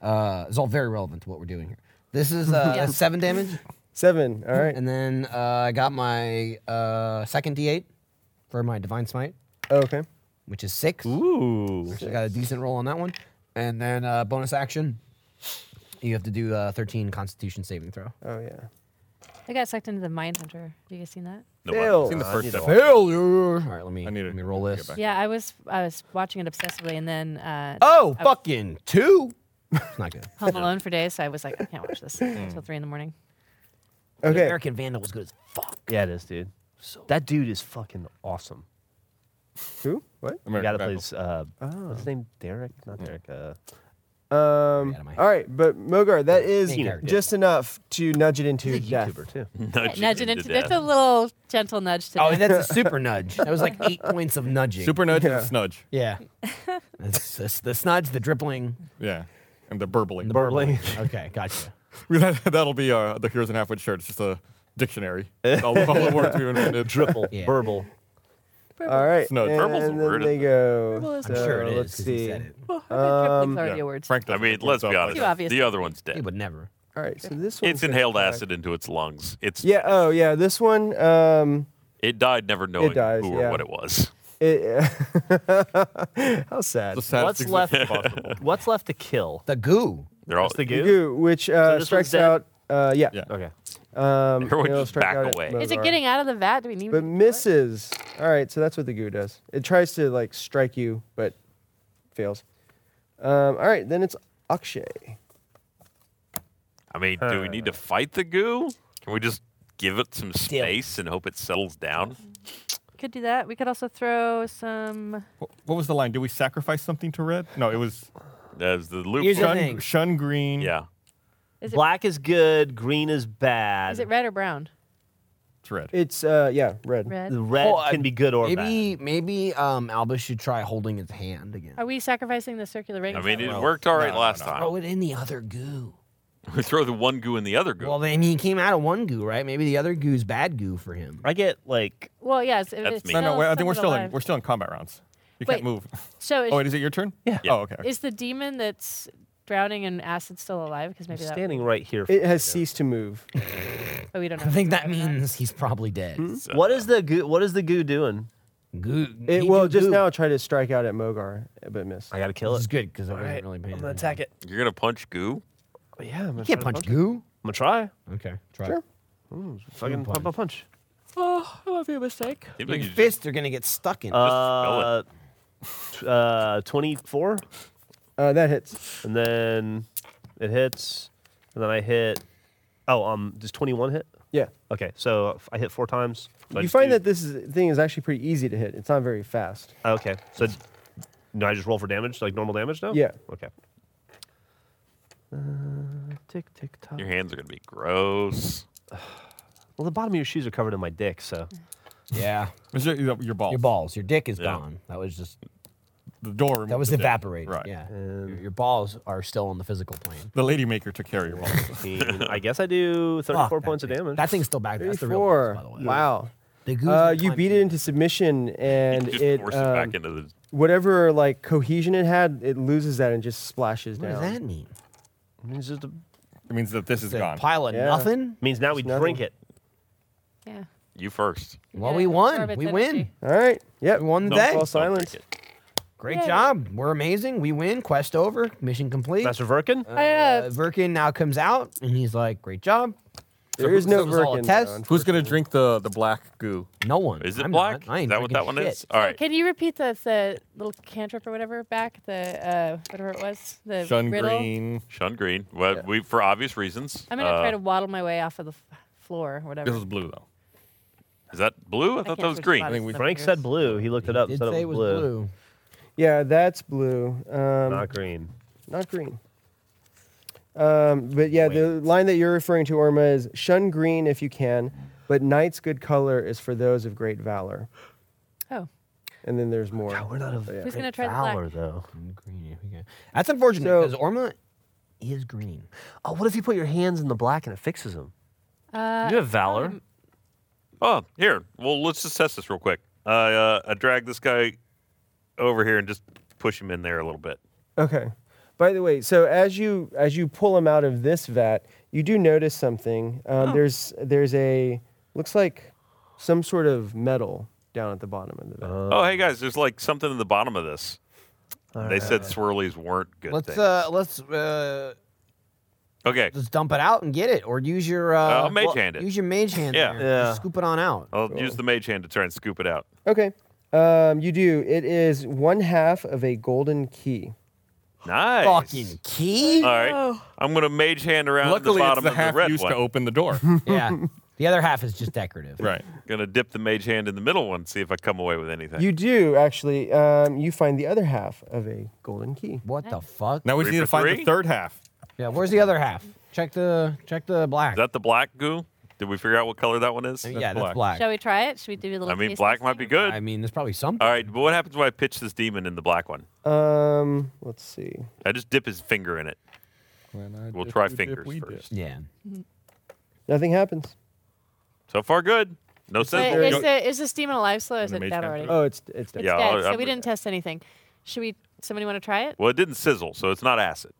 S5: Uh, it's all very relevant to what we're doing here. This is uh,
S6: Yeah.
S5: seven damage,
S4: Seven. All right.
S5: and then uh, I got my uh, second D8 for my divine smite,
S4: Oh, Okay.
S5: which is six.
S7: Ooh.
S5: So I got a decent roll on that one, and then uh, bonus action. You have to do uh, 13 Constitution saving throw.
S4: Oh yeah.
S6: I got sucked into the mind hunter. Have you guys seen that?
S1: No,
S4: Fail.
S1: I've seen the
S4: Uh, I
S1: first
S4: need to
S1: episode.
S5: Failure. All right, let me
S3: I need to
S5: let me roll this.
S6: Yeah, I was I was watching it obsessively, and then uh,
S5: Oh, fucking two. It's not good.
S6: Home Alone for days. So I was like, I can't watch this until three in the morning.
S7: Okay.
S5: The American Vandal was good as fuck.
S7: Yeah, it is, dude. that dude is fucking awesome.
S4: Who? What?
S7: The guy that
S4: American
S7: plays uh, what's
S4: Oh.
S7: his name? Derek? Not Derek. Uh,
S4: Um, all right, but Mogar, that is
S7: Main character.
S4: just enough to nudge it into death.
S6: Nudge it into that's a little gentle nudge to
S5: Oh,
S6: death.
S5: that's a super nudge. That was like eight points of nudging.
S3: Super nudge and snudge.
S5: Yeah. That's- that's the snudge, the dribbling,
S3: Yeah. And the burbling.
S5: the burbling. okay, gotcha.
S3: That- That'll be uh, the Heroes in Halfwood shirt. It's just a dictionary. all, all the words we invented.
S7: Dribble,
S5: Yeah.
S7: burble.
S4: All right,
S3: Snudge.
S4: and
S3: Purple's a
S4: then
S3: word,
S4: they
S3: isn't
S4: go.
S6: Purple is
S5: I'm sure it
S4: so
S5: is,
S4: Let's
S5: 'cause he
S4: see.
S5: said it.
S6: Well, I think
S4: Um,
S6: Tripling's already
S3: yeah.
S6: a word.
S3: Frank
S1: I
S3: doesn't
S1: mean,
S3: look
S1: let's
S3: up
S1: be
S3: like
S1: honest.
S6: Too obvious.
S1: The other one's
S5: He
S1: dead.
S5: would never.
S4: All right, so this one.
S1: It's inhaled acid into its lungs. It's
S4: Yeah. Oh, yeah. This one. Um,
S1: it died never knowing
S4: dies,
S1: who or
S4: yeah.
S1: what it was.
S4: it, how sad.
S3: The saddest
S7: What's left?
S3: existence possible.
S7: What's left to kill?
S5: The goo.
S1: They're all
S7: That's the goo.
S4: The goo, which
S7: this
S4: uh,
S7: one's
S4: strikes
S7: dead?
S4: out. Uh, yeah.
S3: Yeah.
S7: Okay.
S4: Um,
S1: Everyone
S4: it'll
S1: just
S4: strike
S1: back
S4: out at
S1: away.
S6: Is it
S4: Mogar.
S6: getting out of the vat? Do we need
S4: But misses. All right, so that's what the goo does. It tries to like strike you, but fails. Um, all right, then it's Akshay.
S1: I mean, do we need to fight the goo? Can we just give it some space and hope it settles down?
S6: Could do that. We could also throw some.
S3: Wh- What was the line? Did we sacrifice something to red? No, it was
S1: There's the loop.
S5: Here's the
S1: one.
S5: thing.
S3: shun, shun green.
S1: Yeah.
S6: Is it
S7: Black is good. Green is bad.
S6: is it red or brown?
S3: It's red.
S4: It's uh yeah, red.
S6: Red.
S7: The red
S5: Well,
S7: can
S5: I-
S7: be good or
S5: Maybe maybe um, Albus should try holding its hand again.
S6: Are we sacrificing the circular ring?
S1: I mean, it
S6: Well,
S1: worked all right
S3: no,
S1: last
S3: no.
S1: time.
S5: Throw it in the other goo.
S1: We throw the one goo in the other goo.
S5: Well, I mean, he came out of one goo, right? Maybe the other goo's bad goo for him.
S7: bad. I get like
S6: well, yes. If
S1: That's
S6: it's
S1: me.
S3: No,
S6: Still
S3: no. Wait, I think we're
S6: somewhat
S3: still in
S6: alive.
S3: we're still in combat rounds. You
S6: Wait.
S3: can't move.
S6: So is,
S3: Oh, wait, is it your turn?
S7: Yeah.
S1: Yeah.
S3: Oh, okay.
S6: is the demon that's drowning in acid still alive? Because maybe that.
S7: standing right here.
S4: It has ceased to move.
S6: Oh, we don't know.
S5: I think that means he's probably dead.
S4: Hmm?
S1: So-
S7: What is the goo? What is the goo doing?
S5: Goo.
S4: It
S5: he
S4: will
S5: do
S4: just
S5: goo.
S4: now try to strike out at Mogar, but miss.
S7: I gotta kill
S5: This
S7: it.
S5: is good because I wasn't really paying. attention.
S7: it.
S1: You're gonna punch goo?
S7: Yeah, I'm gonna
S5: You can't
S7: try to
S5: punch goo.
S7: I'm gonna try.
S5: Okay, try.
S4: Sure.
S7: Fucking
S5: punch.
S7: pump a punch.
S6: Oh, I love your mistake.
S5: Your
S1: Seems like you just-
S5: fists are gonna get stuck in. it.
S1: spell
S7: Uh, t- uh, twenty-four,
S4: Uh, that hits.
S7: and then it hits, and then I hit. Oh, um, does twenty-one hit?
S4: Yeah.
S7: Okay, so f- I hit four times. so I
S4: you
S7: just
S4: find
S7: do- Oh,
S4: that this is, thing is actually pretty easy to hit. It's not very fast.
S7: Okay, so d- no, I just roll for damage, like normal damage now.
S4: Yeah.
S7: Okay. Uh, tick tick tock.
S1: your hands are gonna be gross.
S7: Well, the bottom of your shoes are covered in my dick, so
S5: yeah,
S3: Is it your, your ball?
S5: your balls, your dick is
S1: Yeah.
S5: gone. That was just
S3: The door.
S5: that
S3: removed
S5: was
S3: the dick.
S5: evaporated.
S3: Right.
S5: Yeah, your, your balls are still on the physical plane.
S3: The lady maker took care of your ball.
S7: I guess I do
S5: Fuck,
S7: thirty-four
S5: that
S7: points of
S5: thing.
S7: damage.
S5: That thing's still back there. That's the real
S4: Thirty-four.
S5: boss, by the way.
S4: Wow.
S5: The goo's
S4: Uh,
S5: gonna
S4: you
S5: climb in.
S4: beat it into submission,
S1: You
S4: and
S1: just
S4: it,
S1: force it
S4: um,
S1: back into the
S4: whatever like cohesion it had, it loses that and just splashes
S5: What
S4: down.
S5: does that mean?
S7: means, just a-
S3: it means that this is
S5: The
S3: gone.
S5: pile of
S4: Yeah.
S5: nothing.
S7: means now we
S4: There's
S7: drink
S4: nothing.
S7: it.
S6: Yeah.
S1: you first.
S5: Well,
S6: Yeah,
S5: we
S6: absorb
S5: won.
S6: its
S5: We
S6: energy.
S5: win.
S4: All right. Yep.
S5: We won the
S1: No,
S5: day.
S1: don't drink
S4: silence.
S1: it.
S5: Great
S6: Yay.
S5: job. We're amazing. We win. Quest over. Mission complete.
S7: Master Verkin.
S5: Uh,
S6: Yeah.
S5: Verkin now comes out and he's like, "Great job."
S4: There is no
S5: So it was all a
S4: Birkin.
S5: test?
S4: though,
S3: Who's gonna drink the the black goo?
S5: No one.
S1: Is it
S5: I'm
S1: black?
S5: Not. I
S1: Is
S5: ain't
S1: that what that
S5: drinking
S1: one
S5: shit.
S1: is? All right.
S6: Can you repeat the, the little cantrip or whatever back? The uh, whatever it was. The
S3: Shun
S6: riddle.
S3: green.
S1: Shun Green. Well, we for obvious reasons.
S6: I'm gonna try
S1: uh,
S6: to waddle my way off of the f- floor or whatever.
S3: This is blue though.
S1: Is that blue? I thought
S6: can't
S1: that was
S6: switch
S1: green.
S6: bodies
S3: I think we-
S6: with my
S7: Frank
S6: fingers.
S7: said blue. He looked it up.
S5: Did
S7: said
S5: say
S7: it was blue.
S4: Yeah, that's blue. Um,
S7: Not green.
S4: not green. Um, but yeah, the line that you're referring to, Orma, is shun green if you can, but knight's good color is for those of great valor.
S6: Oh,
S4: And then there's more.
S7: we're not a
S4: yeah.
S6: who's gonna try the black?
S7: though.
S5: And green, yeah, we got- That's unfortunate
S4: So-
S5: because Orma is green.
S7: Oh, what if you put your hands in the black and it fixes them?
S6: Uh, um,
S7: you have valor.
S1: Oh, here. Well, let's just test this real quick. I uh, I drag this guy over here and just push him in there a little bit.
S4: Okay. By the way, so as you as you pull him out of this vat, you do notice something.
S7: Oh.
S4: Um, There's there's a looks like some sort of metal down at the bottom of the vat.
S7: Uh-huh.
S1: oh, hey guys, there's like something in the bottom of this. They said swirlies weren't good
S5: Let's
S1: things.
S5: uh, let's uh,
S1: okay,
S5: let's dump it out and get it, or use your
S1: Uh,
S5: uh,
S1: I'll mage hand it.
S5: Use your mage hand.
S1: Yeah.
S5: there.
S7: Yeah.
S5: Just Scoop it on out.
S1: I'll use the mage hand to try and scoop it out.
S4: Okay. Um, you do. It is one half of a golden key.
S1: Nice.
S5: Fucking key.
S1: All right. I'm going to mage hand around
S3: Luckily,
S1: the
S3: it's
S1: bottom
S3: the
S1: of
S3: half
S1: the red
S3: used
S1: one.
S3: to open the door.
S5: yeah. The other half is just decorative.
S3: right.
S1: Going to dip the mage hand in the middle one, see if I come away with anything.
S4: You do actually. Um, you find the other half of a golden key.
S5: What the fuck?
S3: Now we
S1: Three
S3: just need
S1: for
S3: to find
S1: three?
S3: the third half.
S5: Yeah, where's the other half? Check the check the black.
S1: is that the black goo? Did we figure out what color that one is?
S5: yeah, that's
S3: black.
S5: black.
S6: Shall we try it? Should we do a little?
S1: I mean,
S6: taste
S1: black
S6: testing?
S1: might be good.
S5: I mean, there's probably something.
S1: All right, but what happens when I pitch this demon in the black one?
S4: Um, let's see.
S1: I just dip his finger in it. We'll dip, try you dip, fingers we dip. first.
S5: Yeah.
S4: Nothing happens.
S1: So far, good. No
S6: Wait,
S1: sense.
S6: is, the, is this demon alive slow? Is
S3: Wanna
S6: it
S3: mage
S6: dead
S3: hand
S6: already?
S3: through
S4: Oh, it's it's
S6: It's
S4: dead.
S1: Yeah, I'll-
S6: dead. So
S1: I'm-
S6: we didn't test anything. Should we? Somebody want to try it?
S1: Well, it didn't sizzle, so it's not acid,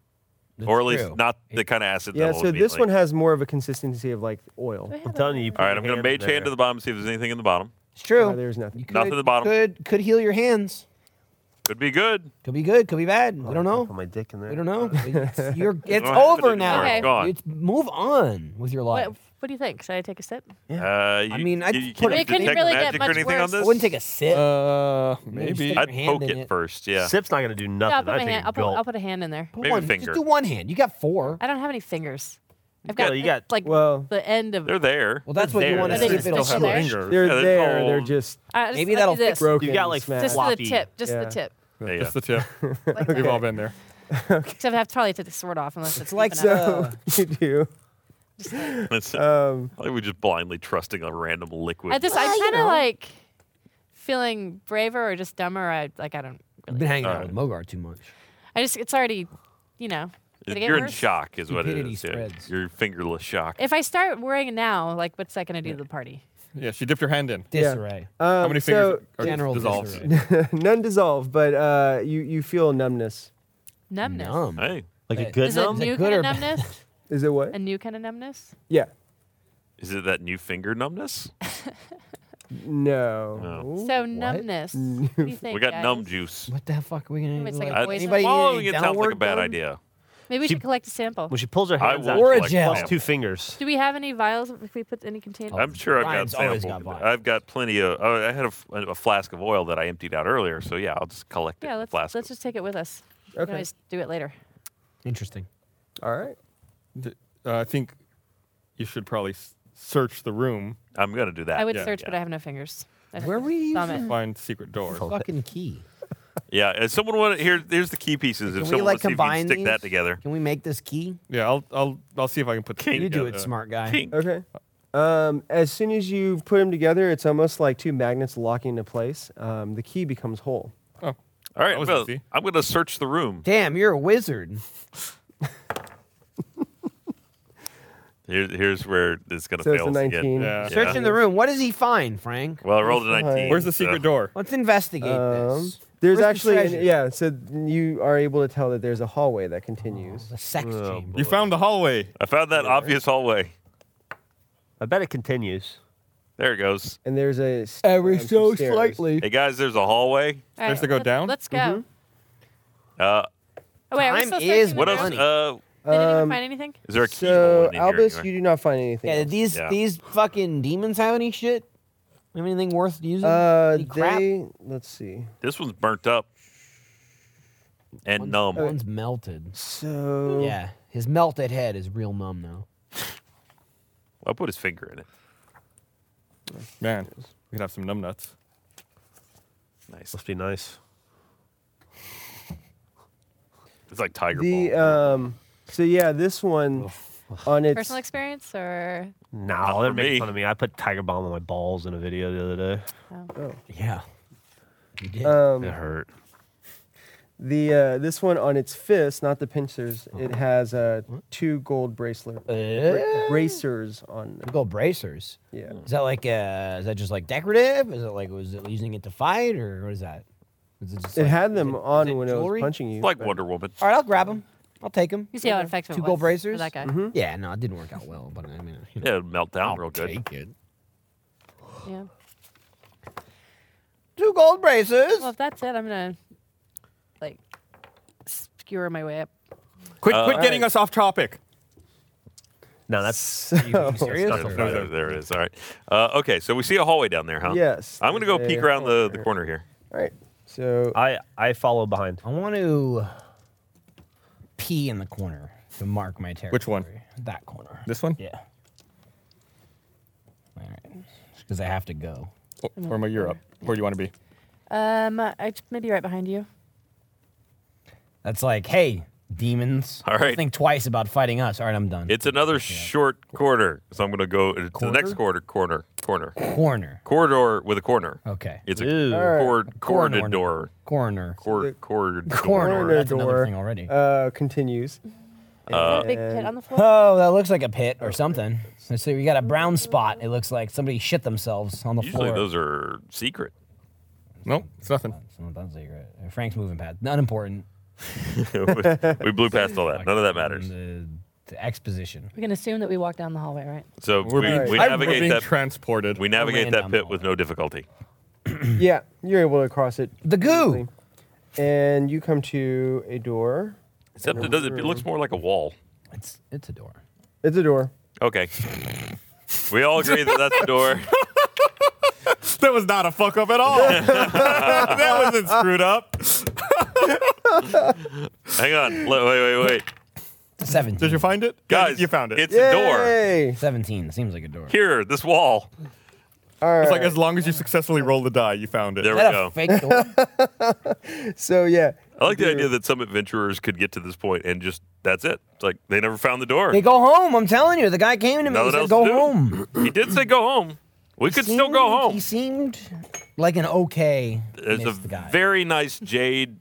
S5: That's
S1: or at least
S5: true.
S1: not the kind of acid.
S4: Yeah.
S1: that'll
S4: So this
S1: immediately-
S4: one has more of a consistency of like oil.
S6: Do we have
S7: I'm
S6: a-
S7: telling you. you put
S1: All right,
S7: your
S1: I'm gonna
S7: hand
S1: mage
S7: in
S1: hand to
S7: there.
S1: the bottom. See if there's anything in the bottom.
S5: It's true.
S4: Uh, there's nothing.
S1: Nothing at the bottom.
S5: Could could heal your hands.
S1: Could be good.
S5: Could be good. Could be bad.
S4: Oh,
S5: We don't
S7: Put
S5: know.
S7: my dick in there.
S5: We don't know. It's, you're, it's
S1: don't have to
S5: over
S1: do
S5: now.
S6: more. It's
S1: gone.
S5: It's move on with your life.
S6: What, what do you think? Should I take a sip?
S1: Uh, you,
S5: mean, I'd
S1: you, you
S5: put
S1: can
S5: it-
S1: you
S5: It couldn't
S1: detect
S6: really get
S1: magic
S6: much
S1: or anything on
S6: worse.
S1: this.
S5: I wouldn't take a sip.
S3: Uh,
S5: Maybe.
S1: I'd
S5: your hand
S1: poke
S5: in
S1: it,
S5: it.
S1: first. Yeah.
S7: Sip's not gonna do
S6: Yeah, I'll
S7: nothing.
S6: put
S7: I
S6: my
S7: take
S6: hand.
S7: a
S6: I'll put,
S7: gulp.
S6: I'll put a hand in there.
S5: Put
S1: Maybe
S5: one,
S1: finger.
S5: Just do one hand. You got four.
S6: I don't have any fingers. I've
S7: Yeah,
S6: got,
S7: you got-
S6: like
S4: Well-
S6: the end of.
S1: They're there.
S5: Well, that's what you
S7: There,
S5: want to
S6: I
S5: see
S6: think
S5: if
S6: it's
S5: it'll
S6: still
S5: heal.
S6: there.
S4: They're
S1: Yeah, they're
S4: there. They're
S1: old.
S4: just
S6: I just-
S5: Maybe
S6: I'll do
S5: that'll
S6: this.
S5: fix
S4: broken.
S7: You got
S4: and
S7: like
S4: smashed.
S6: Just
S7: floppy.
S6: the tip. Just
S4: Yeah.
S6: the tip.
S1: There you
S3: Just
S1: go.
S3: the tip.
S6: Like
S3: We've
S6: that.
S3: all been there.
S6: Except I've probably took the sword off unless
S5: It's
S6: it's,
S5: like
S6: leaping out.
S5: uh,
S4: you do.
S1: That's-
S4: Um,
S1: I think we're just blindly trusting a random liquid.
S6: At this,
S5: Well,
S6: I'm
S5: you
S6: kind of
S5: know.
S6: like feeling braver or just dumber. I like I don't.
S5: I've been hanging out
S1: Alright.
S5: with Mogar too much.
S6: I just it's already, you know. could it get
S1: You're in
S6: worse?
S1: shock, is what it
S5: Stupidity
S1: is. Yeah.
S5: spreads.
S1: You're fingerless shock.
S6: If I start worrying now, like what's that gonna do to the party?
S3: Yeah, she dipped her hand in.
S4: Yeah.
S5: Disarray.
S4: Um,
S3: How many
S4: so-
S3: fingers? are
S5: General
S3: dissolved?
S5: disarray.
S4: None dissolve, but uh, you you feel numbness.
S6: Numbness.
S5: Numb.
S1: Hey,
S7: Like a
S5: Hey.
S7: good
S6: Is it a
S7: numb.
S5: Is it
S6: new
S5: good
S6: kind
S5: or
S6: of
S5: bad?
S6: numbness?
S4: Is it what?
S6: a new kind of numbness?
S4: yeah.
S1: is it that new finger numbness?
S4: No.
S6: So numbness. What do you think?
S1: we got
S6: guys?
S1: numb juice.
S5: What the fuck are we gonna
S6: It's
S5: do?
S6: like a
S5: Like,
S6: poison.
S5: anybody
S1: Swallowing
S5: need any
S1: it sounds like a
S5: downward
S1: bad
S5: bone?
S1: idea.
S6: Maybe we
S7: She-
S6: should collect a sample.
S7: When she pulls her
S1: I
S7: hands
S1: will
S7: out,
S5: Or a
S1: collect
S5: gel.
S1: samples.
S7: two fingers.
S6: Do we have any vials if we put any container?
S5: Oh.
S1: I'm sure I've
S5: Ryan's
S1: got
S5: always
S1: sample.
S5: got vials.
S1: I've got plenty of. Oh, I had a, f- a flask of oil that I emptied out earlier, so yeah, I'll just collect it.
S6: yeah,
S1: in a
S6: let's
S1: flask.
S6: let's just take it with us. We
S4: Okay.
S6: can always do it later.
S5: Interesting.
S4: All right.
S3: D- uh, I think you should probably s- search the room,
S1: I'm gonna do that.
S6: I would
S3: yeah,
S6: search, but
S1: yeah.
S6: I have no fingers. I'd have
S5: Where
S6: to
S5: were you
S6: thumb it.
S3: find secret door.
S5: Fucking key.
S1: Yeah, if someone want to, here, here's the key pieces.
S5: Can
S1: if
S5: we,
S1: someone
S5: like,
S1: wants to see if you can
S5: combine
S1: stick that
S5: these?
S1: together,
S5: Can we make this key?
S3: Yeah, I'll I'll I'll see if I can put. the key
S5: You do it,
S3: together.
S5: smart guy.
S1: Pink.
S4: Okay. Um, as soon as you put them together, it's almost like two magnets locking into place. Um, the key becomes whole.
S3: Oh,
S1: All right,
S3: That was
S1: well,
S3: easy.
S1: I'm gonna search the room.
S5: Damn, you're a wizard.
S1: Here, here's where it's gonna
S4: So it's
S1: fail.
S4: a
S1: us again.
S4: 19.
S3: yeah.
S5: Searching the room. What does he find, Frank?
S1: Well, I rolled a
S4: Where's the
S1: 19.
S3: Where's the
S1: so-
S3: secret door?
S5: Let's investigate
S4: Um,
S5: this.
S4: there's
S5: Where's the
S4: actually, an-
S5: treasure?
S4: yeah. So you are able to tell that there's a hallway that continues.
S5: The sex
S1: Oh,
S5: chamber.
S3: You found the hallway.
S1: I found that obvious hallway.
S7: I bet it continues.
S1: There it goes.
S4: And there's a stair and some stairs.
S1: Hey guys, there's a hallway.
S6: All
S3: Stairs to go
S6: let's-
S3: down?
S6: Let's go.
S1: Uh,
S6: Oh, wait, are
S5: Mm-hmm.
S6: we
S5: Time
S6: still
S5: is
S6: searching the
S1: what else?
S6: room?
S5: Money.
S1: Uh,
S6: Did anyone
S4: Um,
S6: find anything?
S1: is there a key?
S4: So
S1: in here
S4: Albus,
S1: anywhere?
S4: you do not find anything.
S5: Yeah,
S4: else.
S5: did these
S1: Yeah.
S5: these fucking demons have any shit? Have anything worth using?
S4: uh,
S5: Any crap?
S4: they. Let's see.
S1: This one's burnt up and numb.
S5: One's melted.
S4: So
S5: Yeah, his melted head is real numb now.
S1: I put his finger in it.
S3: Man, we could have some numb nuts.
S1: Nice.
S7: Must be nice.
S1: It's like Tiger
S4: the
S1: Ball.
S4: um. So yeah, this one on its
S6: Personal experience or
S7: No, they're
S1: for
S7: making
S1: me.
S7: fun of me. I put Tiger Bomb on my balls in a video the other day.
S5: Yeah. You did.
S4: um
S7: It hurt.
S4: the uh, this one on its fist, not the pincers. It has uh, two gold bracelet
S5: Uh,
S4: bra- bracers on them.
S5: go bracers.
S4: Yeah.
S5: Is that like uh is that just like decorative? Is it like was it using it to fight or what is that? Is it, just
S4: It
S5: like-
S4: had
S5: is
S4: them
S5: it- is
S4: on
S5: it
S4: when it
S5: jewelry?
S4: was punching you.
S1: It's like
S4: but-
S1: Wonder Woman.
S5: All right, I'll grab them. I'll take them.
S6: you see how effective
S5: Two
S6: it
S5: gold
S6: was for
S5: bracers.
S6: that guy.
S4: Mm-hmm.
S5: Yeah, no, it didn't work out well, but I mean, you know,
S1: Yeah, it'd melt down
S5: I'll
S1: real good.
S5: Take it. Mm-hmm.
S6: Yeah.
S5: Two gold bracers.
S6: Well, if that's it, I'm gonna like skewer my way up.
S3: Quit,
S1: Uh,
S3: quit getting
S4: Alright.
S3: us off topic.
S7: No, that's
S5: Are you, are you serious?
S1: There,
S5: or-
S1: there- there- there it is. All right. Uh, okay, so we see a hallway down there, huh?
S4: Yes,
S1: I'm gonna go
S4: there's a
S1: peek around the, the
S4: hallway.
S1: corner here.
S4: All right. So
S7: I I follow behind.
S5: I want to P in the corner to mark my territory.
S3: Which one?
S5: That corner.
S3: This one?
S5: Yeah. Because I have to go.
S3: Or, or am I Europe? Where do you want to be?
S6: Um, I maybe right behind you.
S5: That's like, hey, demons.
S1: All right.
S5: Think twice about fighting us. All right, I'm done.
S1: It's another short quarter, so I'm going to go to the next quarter, corner, corner,
S5: Corner.
S1: corridor with a corner.
S3: Oh.
S5: Okay.
S1: It's a
S5: Ew.
S1: cor-
S5: Corner.
S1: corridor,
S5: Corner.
S1: cor- corridor,
S5: Corner. That's another thing already.
S4: Uh, continues.
S1: Uh,
S6: Big pit on the floor.
S5: Oh, that looks like a pit or something. Let's see, we got a brown spot. It looks like somebody shit themselves on the
S1: Usually
S5: floor.
S1: those are secret.
S3: Nope, it's nothing.
S5: Well, that's a secret. Frank's moving pad. Not important.
S1: we blew past all that. None of that matters.
S5: The, the exposition.
S6: We can assume that we walk down the hallway, right?
S1: So we,
S3: being-
S1: we
S3: I'm-
S1: navigate
S3: we're being
S1: that.
S3: transported.
S1: we navigate
S5: ran
S1: that
S5: down
S1: pit
S5: the
S1: with no difficulty.
S4: yeah, you're able to cross it.
S5: The goo.
S4: And you come to a door.
S1: Except it does. It looks more like a wall.
S5: It's it's a door.
S4: It's a door.
S1: Okay. we all agree that that's the door.
S3: That was not a fuck up at all. that wasn't screwed up.
S1: Hang on. Le- Wait, wait, wait.
S5: Seventeen.
S3: Did you find it?
S1: Guys,
S3: you found it.
S1: It's a door.
S4: Yay!
S5: Seventeen seems like a door.
S1: Here, this wall.
S4: All right.
S3: It's like as long as you successfully roll the die, you found it.
S1: There
S5: Is
S1: we
S5: that
S1: go.
S5: a fake door?
S4: so yeah.
S1: I like the idea that some adventurers could get to this point and just that's it. It's like they never found the door.
S5: they go home. I'm telling you, the guy came to me and
S1: Nothing
S5: said,
S1: else
S5: "Go
S1: to do.
S5: home."
S1: He did say go home. We could still go
S5: Seemed-
S1: home.
S5: He seemed like an okay.
S1: There's a
S5: missed guy.
S1: very nice jade
S6: only-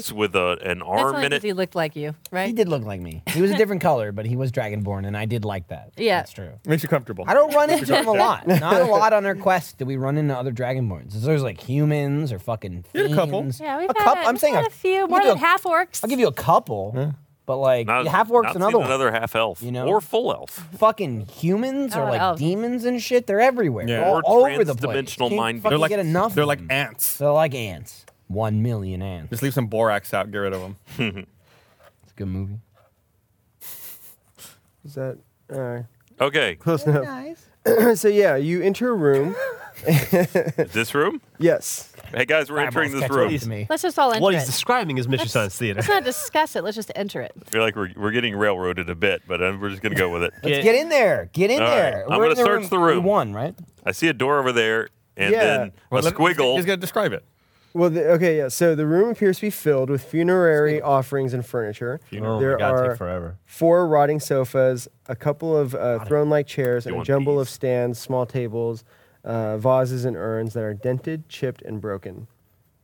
S1: box with a, an
S6: That's
S1: arm
S6: only
S1: in
S6: 'cause
S1: it.
S6: he looked like you, right?
S5: He did look like me. He was a different color, but he was dragonborn, and I did like that.
S6: Yeah.
S5: that's true.
S3: Makes you comfortable.
S5: I don't run into him a lot. Not a lot on our quest do we run into other dragonborns. Is there's like humans or fucking
S3: You had a couple.
S5: fiends.
S6: Yeah, we've
S5: a
S6: had
S5: couple.
S6: a-
S5: I'm
S6: we've
S5: saying
S6: had a few, more
S5: I'll give
S6: than
S5: you a-
S6: half orcs.
S5: I'll give you a couple, but like
S1: Not-
S5: half
S1: not
S5: orcs
S1: seen
S5: another one.
S1: another half elf
S5: You know?
S1: or full elf.
S5: Fucking humans
S6: Oh,
S5: or like
S6: elves.
S5: demons and shit. They're everywhere.
S3: Yeah.
S5: They're all
S1: Or
S5: over the place.
S1: trans-dimensional
S5: Can't
S1: mind-
S5: fucking
S1: They're
S5: get enough.
S3: They're
S5: of
S3: like
S5: them.
S3: ants.
S5: they're like ants. One million ants.
S3: Just leave some borax out. Get rid of them.
S5: It's a good movie.
S4: Is that all right?
S1: Okay,
S4: Close enough. so yeah, you enter a room.
S1: this room.
S4: Yes.
S1: Hey guys, we're entering
S5: Eyeballs
S1: this
S5: catch
S1: room.
S5: up to me.
S6: Let's just all enter
S7: What
S6: it.
S7: he's describing is Mission Science Theater.
S6: Let's not discuss it. Let's just enter it.
S1: I feel like we're, we're getting railroaded a bit, but uh, we're just gonna go with it.
S5: Let's get in there. Get in
S1: All right.
S5: there.
S1: I'm
S5: We're
S1: gonna
S5: in
S1: search
S5: room-
S1: the room.
S5: We won, right?
S1: I see a door over there, and
S4: Yeah.
S1: then a
S3: Let-
S1: squiggle.
S3: He's gonna describe it.
S4: Well, the, okay, yeah. So the room appears to be filled with funerary offerings and furniture.
S7: Oh my
S4: there
S7: God, take
S4: are
S7: forever.
S4: four rotting sofas, a couple of uh, throne-like chairs, and a
S1: want
S4: jumble of
S1: these?
S4: stands, small tables, uh, vases, and urns that are dented, chipped, and broken.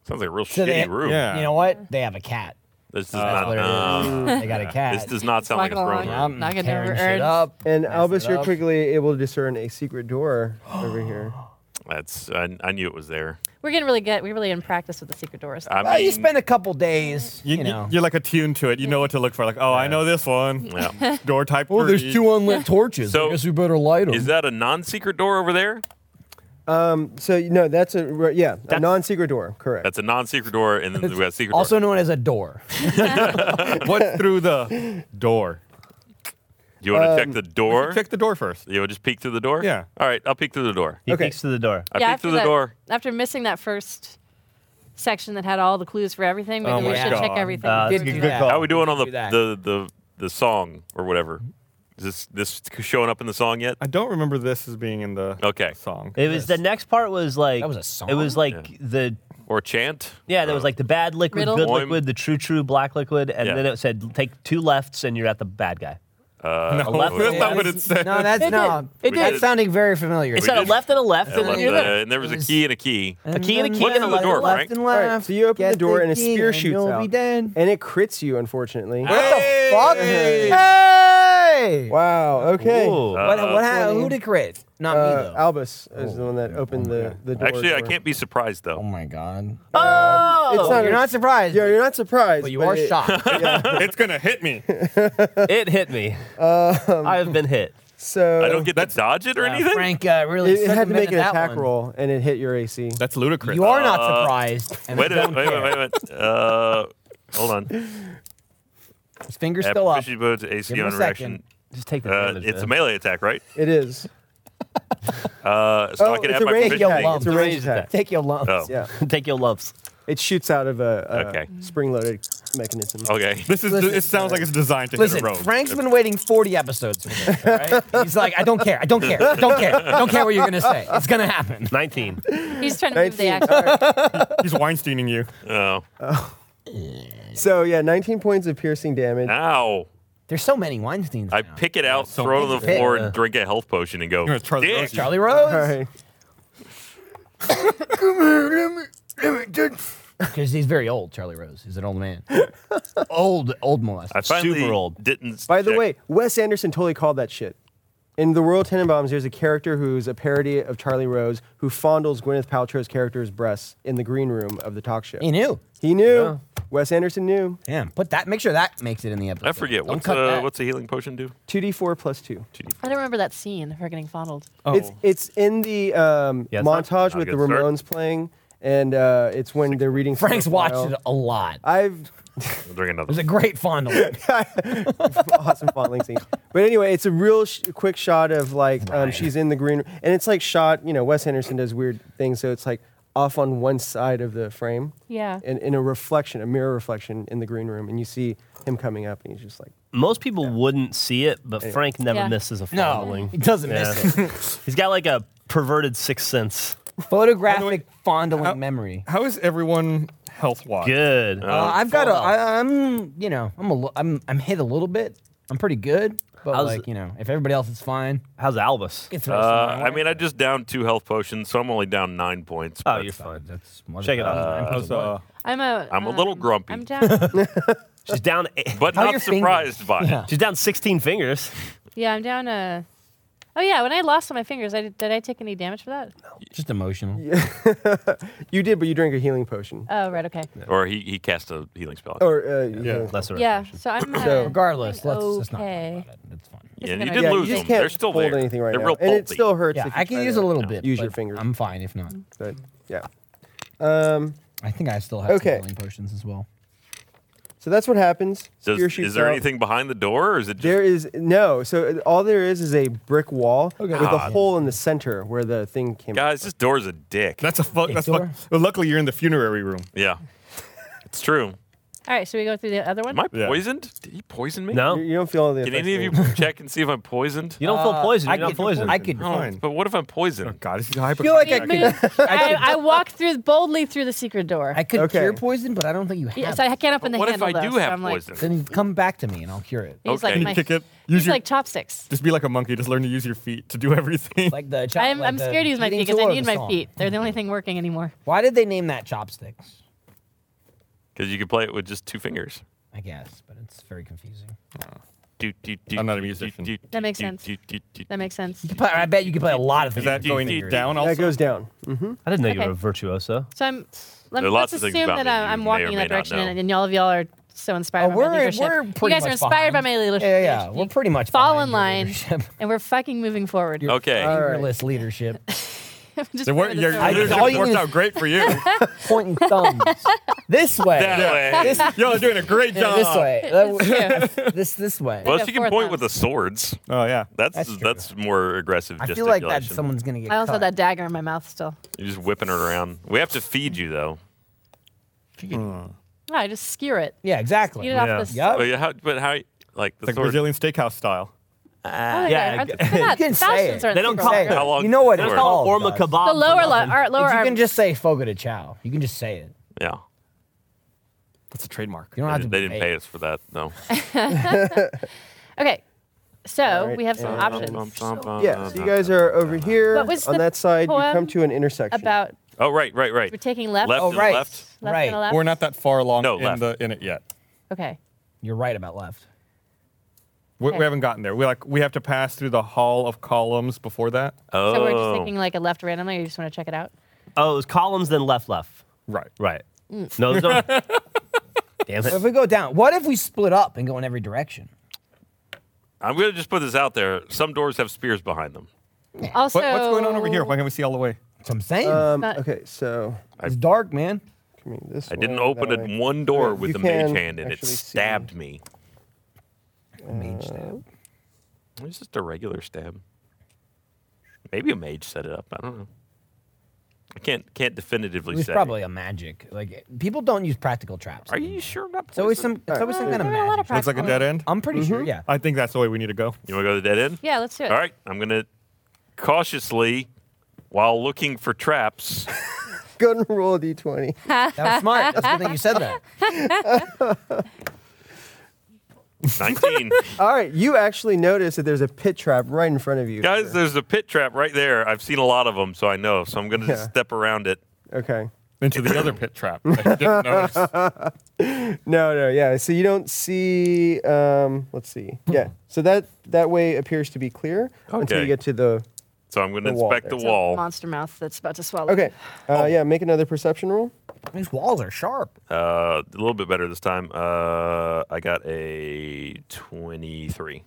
S1: Sounds like a real
S5: So
S1: shitty
S5: they-
S1: room.
S3: Yeah.
S5: You know what? They have a cat.
S1: This does
S5: That's
S1: not.
S5: what it is.
S1: um,
S5: they got a cat.
S1: this does not sound like a
S6: Like a
S1: throne
S6: lion.
S1: room.
S5: I'm
S6: Knock it
S5: tearing
S6: over,
S5: shit
S6: Ernst.
S5: up.
S4: And
S5: Mess
S4: Albus,
S5: it
S4: you're
S5: up.
S4: quickly able to discern a secret door over here.
S1: That's. I, I knew it was there.
S6: We're getting really good. We're really in practice with the secret doors.
S1: I
S5: Well,
S1: mean,
S5: you spend a couple days, you,
S3: You,
S5: know.
S3: are like attuned to it. You know what to look for. Like, oh, I know this one.
S1: Yeah.
S3: Door type.
S5: Well,
S3: three.
S5: unlit torches.
S1: So,
S5: we better light
S1: Is that a non-secret door over there?
S4: So no, that's a re- yeah, a non-secret door. Correct.
S1: That's a non-secret door, and then we got a secret
S5: also
S1: door.
S5: known as a door.
S3: What's through the door?
S1: You want to
S5: um,
S1: check the door?
S3: Check the door first.
S1: You would just peek through the door?
S3: Yeah.
S1: All right, I'll peek through the door.
S7: He
S4: Okay.
S7: peeks to the door.
S1: I peeked through the
S6: that,
S1: door.
S6: After missing that first section that had all the clues for everything, maybe
S3: Oh
S6: we
S3: my
S6: should check
S3: God.
S6: everything.
S7: Uh,
S6: before
S7: good-
S6: we do
S7: good
S6: that.
S7: call.
S3: Oh,
S1: How are we doing on the
S5: do that.
S1: the, the the song or whatever? Is this this showing up in the song yet?
S3: I don't remember this as being in the
S1: Okay.
S3: song.
S7: It was the next part was like
S5: That was a song?
S7: It was like the
S1: Or chant?
S7: yeah, there was like the bad liquid,
S6: Riddle?
S7: good
S1: Oim.
S7: liquid, the true true black liquid, and
S1: Yeah.
S7: then it said take two lefts and you're at the bad guy.
S1: Uh,
S3: no,
S1: left-
S3: that's not
S5: Yeah,
S3: what it
S5: that's-
S3: said.
S5: No, that's
S6: It
S5: no.
S1: did. It
S5: That's
S1: did.
S5: sounding very familiar.
S7: It said a
S1: did-
S7: left and a left,
S1: and,
S7: and
S1: left-
S7: then you're
S1: uh,
S7: there.
S1: and there was a
S5: It was-
S1: key and a key.
S7: A key and a
S5: then left
S7: key.
S1: Look into the door,
S5: left
S1: Frank.
S5: and
S4: All right,
S5: left.
S4: so you open
S5: Uh, Get
S4: the door and a
S5: key
S4: spear
S5: and
S4: shoots
S5: you'll
S4: out,
S5: Be dead.
S4: and it crits you, unfortunately.
S3: Hey!
S5: Fuck.
S3: Hey!
S5: Hey.
S4: Wow. Okay.
S7: Ooh.
S5: What?
S1: Uh,
S5: What? hap-
S4: Twenty.
S5: Who did crit? Not me
S4: Uh,
S5: though.
S4: Albus is the one that opened the, the door.
S1: Actually, I
S4: for-
S1: can't be surprised
S5: oh
S1: though.
S5: my god.
S7: Oh,
S4: It's not-
S5: You're not surprised.
S4: Yeah, you're not surprised.
S5: but you are
S4: it-
S5: shocked.
S3: it's gonna hit me.
S7: it hit me.
S4: Um,
S7: I have been hit.
S4: So
S1: I don't get to dodge it or
S5: Uh,
S1: anything.
S5: Frank uh, really
S4: It, it had to make
S5: circumvented
S4: an
S5: that
S4: attack
S5: one.
S4: roll, and it hit your AC.
S3: That's ludicrous.
S5: You are not
S1: Uh,
S5: surprised. And
S1: Wait a
S5: don't
S1: minute, wait a
S5: care.
S1: minute, wait a minute. Uh, hold on.
S5: His finger's
S1: Uh,
S5: still up.
S1: proficiency bonus, AC
S5: Give him
S1: on
S5: a second.
S1: reaction.
S7: Just take the
S1: Uh,
S7: damage.
S1: it's a
S7: man.
S1: melee attack, right?
S4: It is.
S1: Uh, so
S4: oh,
S1: I can
S4: it's
S1: add
S4: a
S1: my
S4: range
S3: Oh,
S1: proficiency.
S4: attack.
S5: proficiency.
S4: It's a range attack.
S5: Take your lumps.
S1: Oh.
S4: Yeah.
S7: take your loves.
S4: It shoots out of a, a
S1: Okay.
S4: spring-loaded mechanism.
S1: Okay.
S3: This is.
S5: Listen,
S3: it sounds like it's designed to
S5: Listen,
S3: hit a road.
S5: Frank's been waiting 40 episodes for this. all Right? He's like, I don't care. I don't care. I don't care. I don't care what you're going to say. It's going to happen.
S7: 19.
S6: He's trying to move the
S4: 19.
S6: action.
S3: He's Weinsteining you.
S1: Oh.
S4: So yeah, 19 points of piercing damage.
S1: Ah. Ow.
S5: There's so many Weinsteins.
S1: I
S5: now.
S1: pick it out, throw it on the
S5: Yeah.
S1: floor, and drink a health potion and go.
S3: You're gonna try the
S1: Dick.
S3: roses.
S5: Charlie Rose.
S4: All right.
S5: Because he's very old, Charlie Rose. He's an old man. old, old molester.
S1: I finally
S7: Super old.
S1: didn't.
S4: By the
S1: check.
S4: way, Wes Anderson totally called that shit. In The Royal Tenenbaums, there's a character who's a parody of Charlie Rose who fondles Gwyneth Paltrow's character's breasts in the green room of the talk show.
S5: he knew.
S4: He knew. Wes Anderson knew.
S5: Damn. Put that. Make sure that makes it in the episode.
S1: I forget
S5: Don't
S1: what's
S5: cut
S1: uh,
S5: that.
S1: what's a healing potion do?
S4: 2d4 plus 2.
S6: I don't remember that scene of her getting fondled.
S4: It's it's in the um,
S7: Yeah, it's not-
S4: montage
S1: Oh. not a
S4: with the
S1: good start.
S4: Ramones playing, and uh, it's when they they're reading.
S5: Frank's
S4: through a file.
S5: watched it a lot.
S4: I've
S1: I'll Drink another.
S5: There's a great fondle.
S4: awesome fondling scene. But anyway, it's a real sh- quick shot of like um, she's in the green room, and it's like shot. You know, Wes Anderson does weird things, so it's like off on one side of the frame,
S6: Yeah.
S4: and in a reflection, a mirror reflection in the green room, and you see him coming up, and he's just like,
S7: Most people wouldn't see it, but Frank never
S6: Yeah.
S7: misses a
S5: no,
S7: fondling.
S5: he doesn't miss it.
S7: He's got like a perverted sixth sense.
S5: Photographic fondling memory.
S3: How is everyone health wise?
S7: Good.
S5: Uh, I've got a. I, I'm, you know, I'm a. li- I'm, I'm hit a little bit. I'm pretty good, but
S7: How's-
S5: like, you know, if everybody else is fine,
S7: How's Albus?
S5: it's
S1: Uh, I mean, I just downed two health potions, so I'm only down nine points.
S7: Oh,
S1: but
S7: you're fine.
S5: that's more
S7: Check it out.
S3: How's, uh,
S6: I'm a.
S1: I'm a little
S6: um,
S1: grumpy.
S6: I'm down.
S7: She's down. Eight,
S1: But
S5: How are
S1: not
S5: your fingers?
S1: surprised by it.
S5: Yeah.
S7: she's down 16 fingers.
S6: yeah, I'm down a. Oh yeah, when I lost all my fingers, I did, did I take any damage for that?
S5: Just emotional.
S4: "You did, but you drank a healing
S1: Uh,
S4: potion."
S6: Oh right, okay.
S1: Or he, he cast a healing spell.
S4: Or uh, yeah.
S7: Lesser.
S6: Yeah, so I'm. uh,
S4: So-
S5: Regardless,
S6: I'm
S5: let's just not
S6: okay.
S5: talk about it. It's fine.
S1: yeah,
S6: it's
S1: you
S6: gonna-
S1: did
S6: Yeah,
S1: lose
S4: you just
S1: them.
S4: can't
S1: They're still
S4: hold
S1: there.
S4: anything right
S1: They're
S4: now,
S1: real
S4: and it
S1: pulpy.
S4: still hurts.
S5: Yeah,
S4: if you
S5: I can
S4: try
S5: use
S4: to-
S5: a little bit.
S4: Use
S5: but
S4: your fingers.
S5: I'm fine if not.
S4: But, yeah.
S5: I think I still have
S4: Okay.
S5: some healing potions as well.
S4: So that's what happens.
S1: So
S4: Spear
S1: is,
S4: shoots
S1: is there
S4: out.
S1: anything behind the door, or is it just
S4: There is no. So uh, all there is is a brick wall with a
S1: God.
S4: hole in the center where the thing came.
S1: guys? This door's a dick.
S3: that's a fuck. That's fuck.
S5: Door?
S3: Well, luckily, you're in the funerary room.
S1: yeah, it's true.
S6: All right, should we go through the other one?
S1: Am I
S3: Yeah.
S1: poisoned? Did he poison me?
S4: You,
S7: No.
S4: you don't feel all the.
S1: Can
S4: effects
S1: any of you
S4: anymore.
S1: check and see if I'm poisoned?
S7: You don't feel poisoned.
S5: I
S7: You're not
S5: could-
S7: poisoned.
S5: I could.
S1: No,
S3: fine.
S1: but what if I'm
S3: Oh
S1: poisoned?
S3: God, this is hyper.
S5: feel like
S6: We
S5: I could.
S6: moved- I, I walked through boldly through the secret door.
S5: I could
S4: Okay.
S5: cure poison, but I don't think you have.
S6: yeah, so I can't open the
S1: what if
S6: handle.
S1: I do
S6: though, so
S1: have
S6: I'm like-
S1: poison?
S5: it. Then come back to me and I'll cure it.
S6: He's
S1: Okay.
S6: like my,
S3: Kick it. Use
S6: He's
S3: your,
S6: like chopsticks.
S3: just be like a monkey. Just learn to use your feet to do everything.
S5: Like the chop,
S6: I'm,
S5: like
S6: I'm
S5: the
S6: scared to use my
S5: eating
S6: feet because I
S5: tool or
S6: need
S5: the
S6: my
S5: song.
S6: feet. They're the only thing working anymore.
S5: Why did they name that chopsticks?
S1: Because you could play it with just two fingers.
S5: I guess, but it's very confusing.
S1: Do, do, do,
S3: I'm not a
S1: do,
S3: musician.
S1: do, do,
S6: That makes
S1: do,
S6: sense.
S1: do, do, do.
S6: That makes sense.
S5: You could play, I bet you could play a lot of
S3: Is
S5: things.
S3: that
S5: with
S3: going
S5: fingers.
S3: down?
S4: That
S3: Also,
S4: goes down. Mm-hmm.
S7: I didn't know you
S6: Okay.
S7: were a virtuoso.
S6: So I'm.
S1: There
S6: Let,
S1: are lots
S6: let's
S1: of things
S6: assume
S1: about
S6: that
S1: me
S6: I'm,
S1: you
S6: I'm
S1: may or
S6: walking in
S1: may
S6: that
S1: not
S6: direction,
S1: know.
S6: and, and all of y'all are so inspired
S5: Oh,
S6: by my
S5: we're-
S6: leadership.
S5: we're
S6: you
S5: pretty
S6: guys are
S5: much
S6: inspired by
S5: behind.
S6: my leadership.
S5: Yeah, yeah, we're pretty much
S6: fall
S5: behind
S6: in
S5: your
S6: line,
S5: leadership.
S6: and we're fucking moving forward.
S1: Okay.
S5: Fingerless leadership,
S6: Just
S3: They
S6: part
S3: were,
S6: of the
S3: your
S6: story.
S5: I-
S3: leadership
S5: all you
S3: worked
S5: need
S3: out great for you.
S5: pointing thumbs this way.
S1: That way.
S5: This,
S3: Y'all are doing a great
S5: yeah,
S3: job.
S5: this way. this this way.
S1: Plus,
S6: got
S1: you can
S6: four
S1: point with the
S6: thumbs.
S1: swords.
S3: Oh yeah.
S1: That's
S5: That's
S1: that's,
S5: true.
S1: more aggressive
S5: I
S1: gesticulation.
S5: feel like that someone's gonna get.
S6: I
S5: cut.
S6: also have that dagger in my mouth still.
S1: You're just whipping it around. We have to feed you though.
S6: No, I just skewer it.
S5: Yeah, exactly.
S6: Eat it
S7: Yeah.
S6: off the.
S5: Yup.
S1: But you- how, but how? Like the
S3: Like
S1: sword.
S3: Brazilian steakhouse style.
S6: Oh,
S7: yeah,
S6: yeah,
S7: I-
S6: aren't- they're not-
S5: can say it.
S6: thousands aren't
S7: They don't
S6: secret
S7: call
S6: order.
S5: Say
S1: How
S5: it.
S1: long-
S5: You know what it's
S1: They're
S5: called?
S1: called
S7: Orma
S5: guys.
S7: kebab.
S6: The
S7: for
S6: lower,
S7: nothing.
S6: lo- our, lower
S5: You
S6: arm.
S5: can just say fogo de chow. You can just say it.
S1: yeah.
S3: That's a trademark.
S5: You don't
S1: They,
S5: have to.
S1: didn't- they didn't
S5: debate.
S1: pay us for that. No.
S6: okay, so
S4: Alright,
S6: we have some
S4: and-
S6: options
S1: Oh,
S4: Yeah. So you guys are over here.
S6: What was
S4: On
S6: the
S4: that side, you come
S6: poem
S4: to an intersection.
S6: about
S1: Oh right, right, right.
S6: we're taking left.
S1: Left
S5: Oh,
S1: and
S5: right.
S1: left.
S6: Left
S5: Right.
S6: and a left.
S3: We're not that far along
S1: No,
S3: in
S1: left.
S3: the in it yet.
S6: Okay.
S5: You're right about left.
S3: We,
S6: Okay.
S3: we haven't gotten there. We like we have to pass through the hall of columns before that.
S1: Oh.
S6: So we're just thinking like a left randomly. Or you just want to check it out.
S7: Oh, it was columns, then left, left.
S3: Right.
S7: Right.
S6: Mm.
S7: No, there's no. Damn
S5: If
S7: it.
S5: we go down, what if we split up and go in every direction?
S1: I'm gonna just put this out there. Some doors have spears behind them.
S6: Also,
S3: What, what's going on over here? Why can't we see all the way?
S5: That's what I'm saying.
S4: Um,
S6: Not-
S4: okay. So
S5: it's dark, man.
S4: coming this.
S1: I didn't
S4: way,
S1: open
S4: that
S1: it
S4: way.
S1: one door
S4: You
S1: with the
S4: can
S1: mage hand, and it
S4: actually see.
S1: stabbed me.
S5: Mage stab.
S1: It was just a regular stab. Maybe a mage set it up. I don't know. I can't can't definitively
S5: It was
S1: say.
S5: probably a magic. Like people don't use practical traps.
S1: Are you sure? Not
S5: it's always some. It's always some kind of magic.
S3: Looks like a dead end.
S5: I'm pretty sure. Yeah.
S3: I think that's the way we need to go.
S1: You want to go to the dead end?
S6: Yeah, let's do it.
S1: All right, I'm gonna cautiously, while looking for traps,
S4: Go ahead and roll a d20.
S5: That was smart. That's a good thing you said that.
S1: 19.
S4: All right, you actually notice that there's a pit trap right in front of you.
S1: Guys, there's a pit trap right there. I've seen a lot of them, so I know. So I'm gonna just
S4: Yeah.
S1: step around it.
S4: Okay.
S3: Into the other pit trap. I didn't notice.
S4: No, no, yeah. So you don't see. Um, let's see. Yeah. So that that way appears to be clear until
S1: Okay.
S4: you get to the.
S1: So I'm gonna
S4: The wall
S1: inspect
S4: there.
S1: the
S6: It's a
S1: wall.
S6: monster mouth that's about to swallow.
S4: Okay. Uh, Yeah. Make another perception roll.
S5: These walls are sharp.
S1: Uh, a little bit better this time. Uh, I got a 23.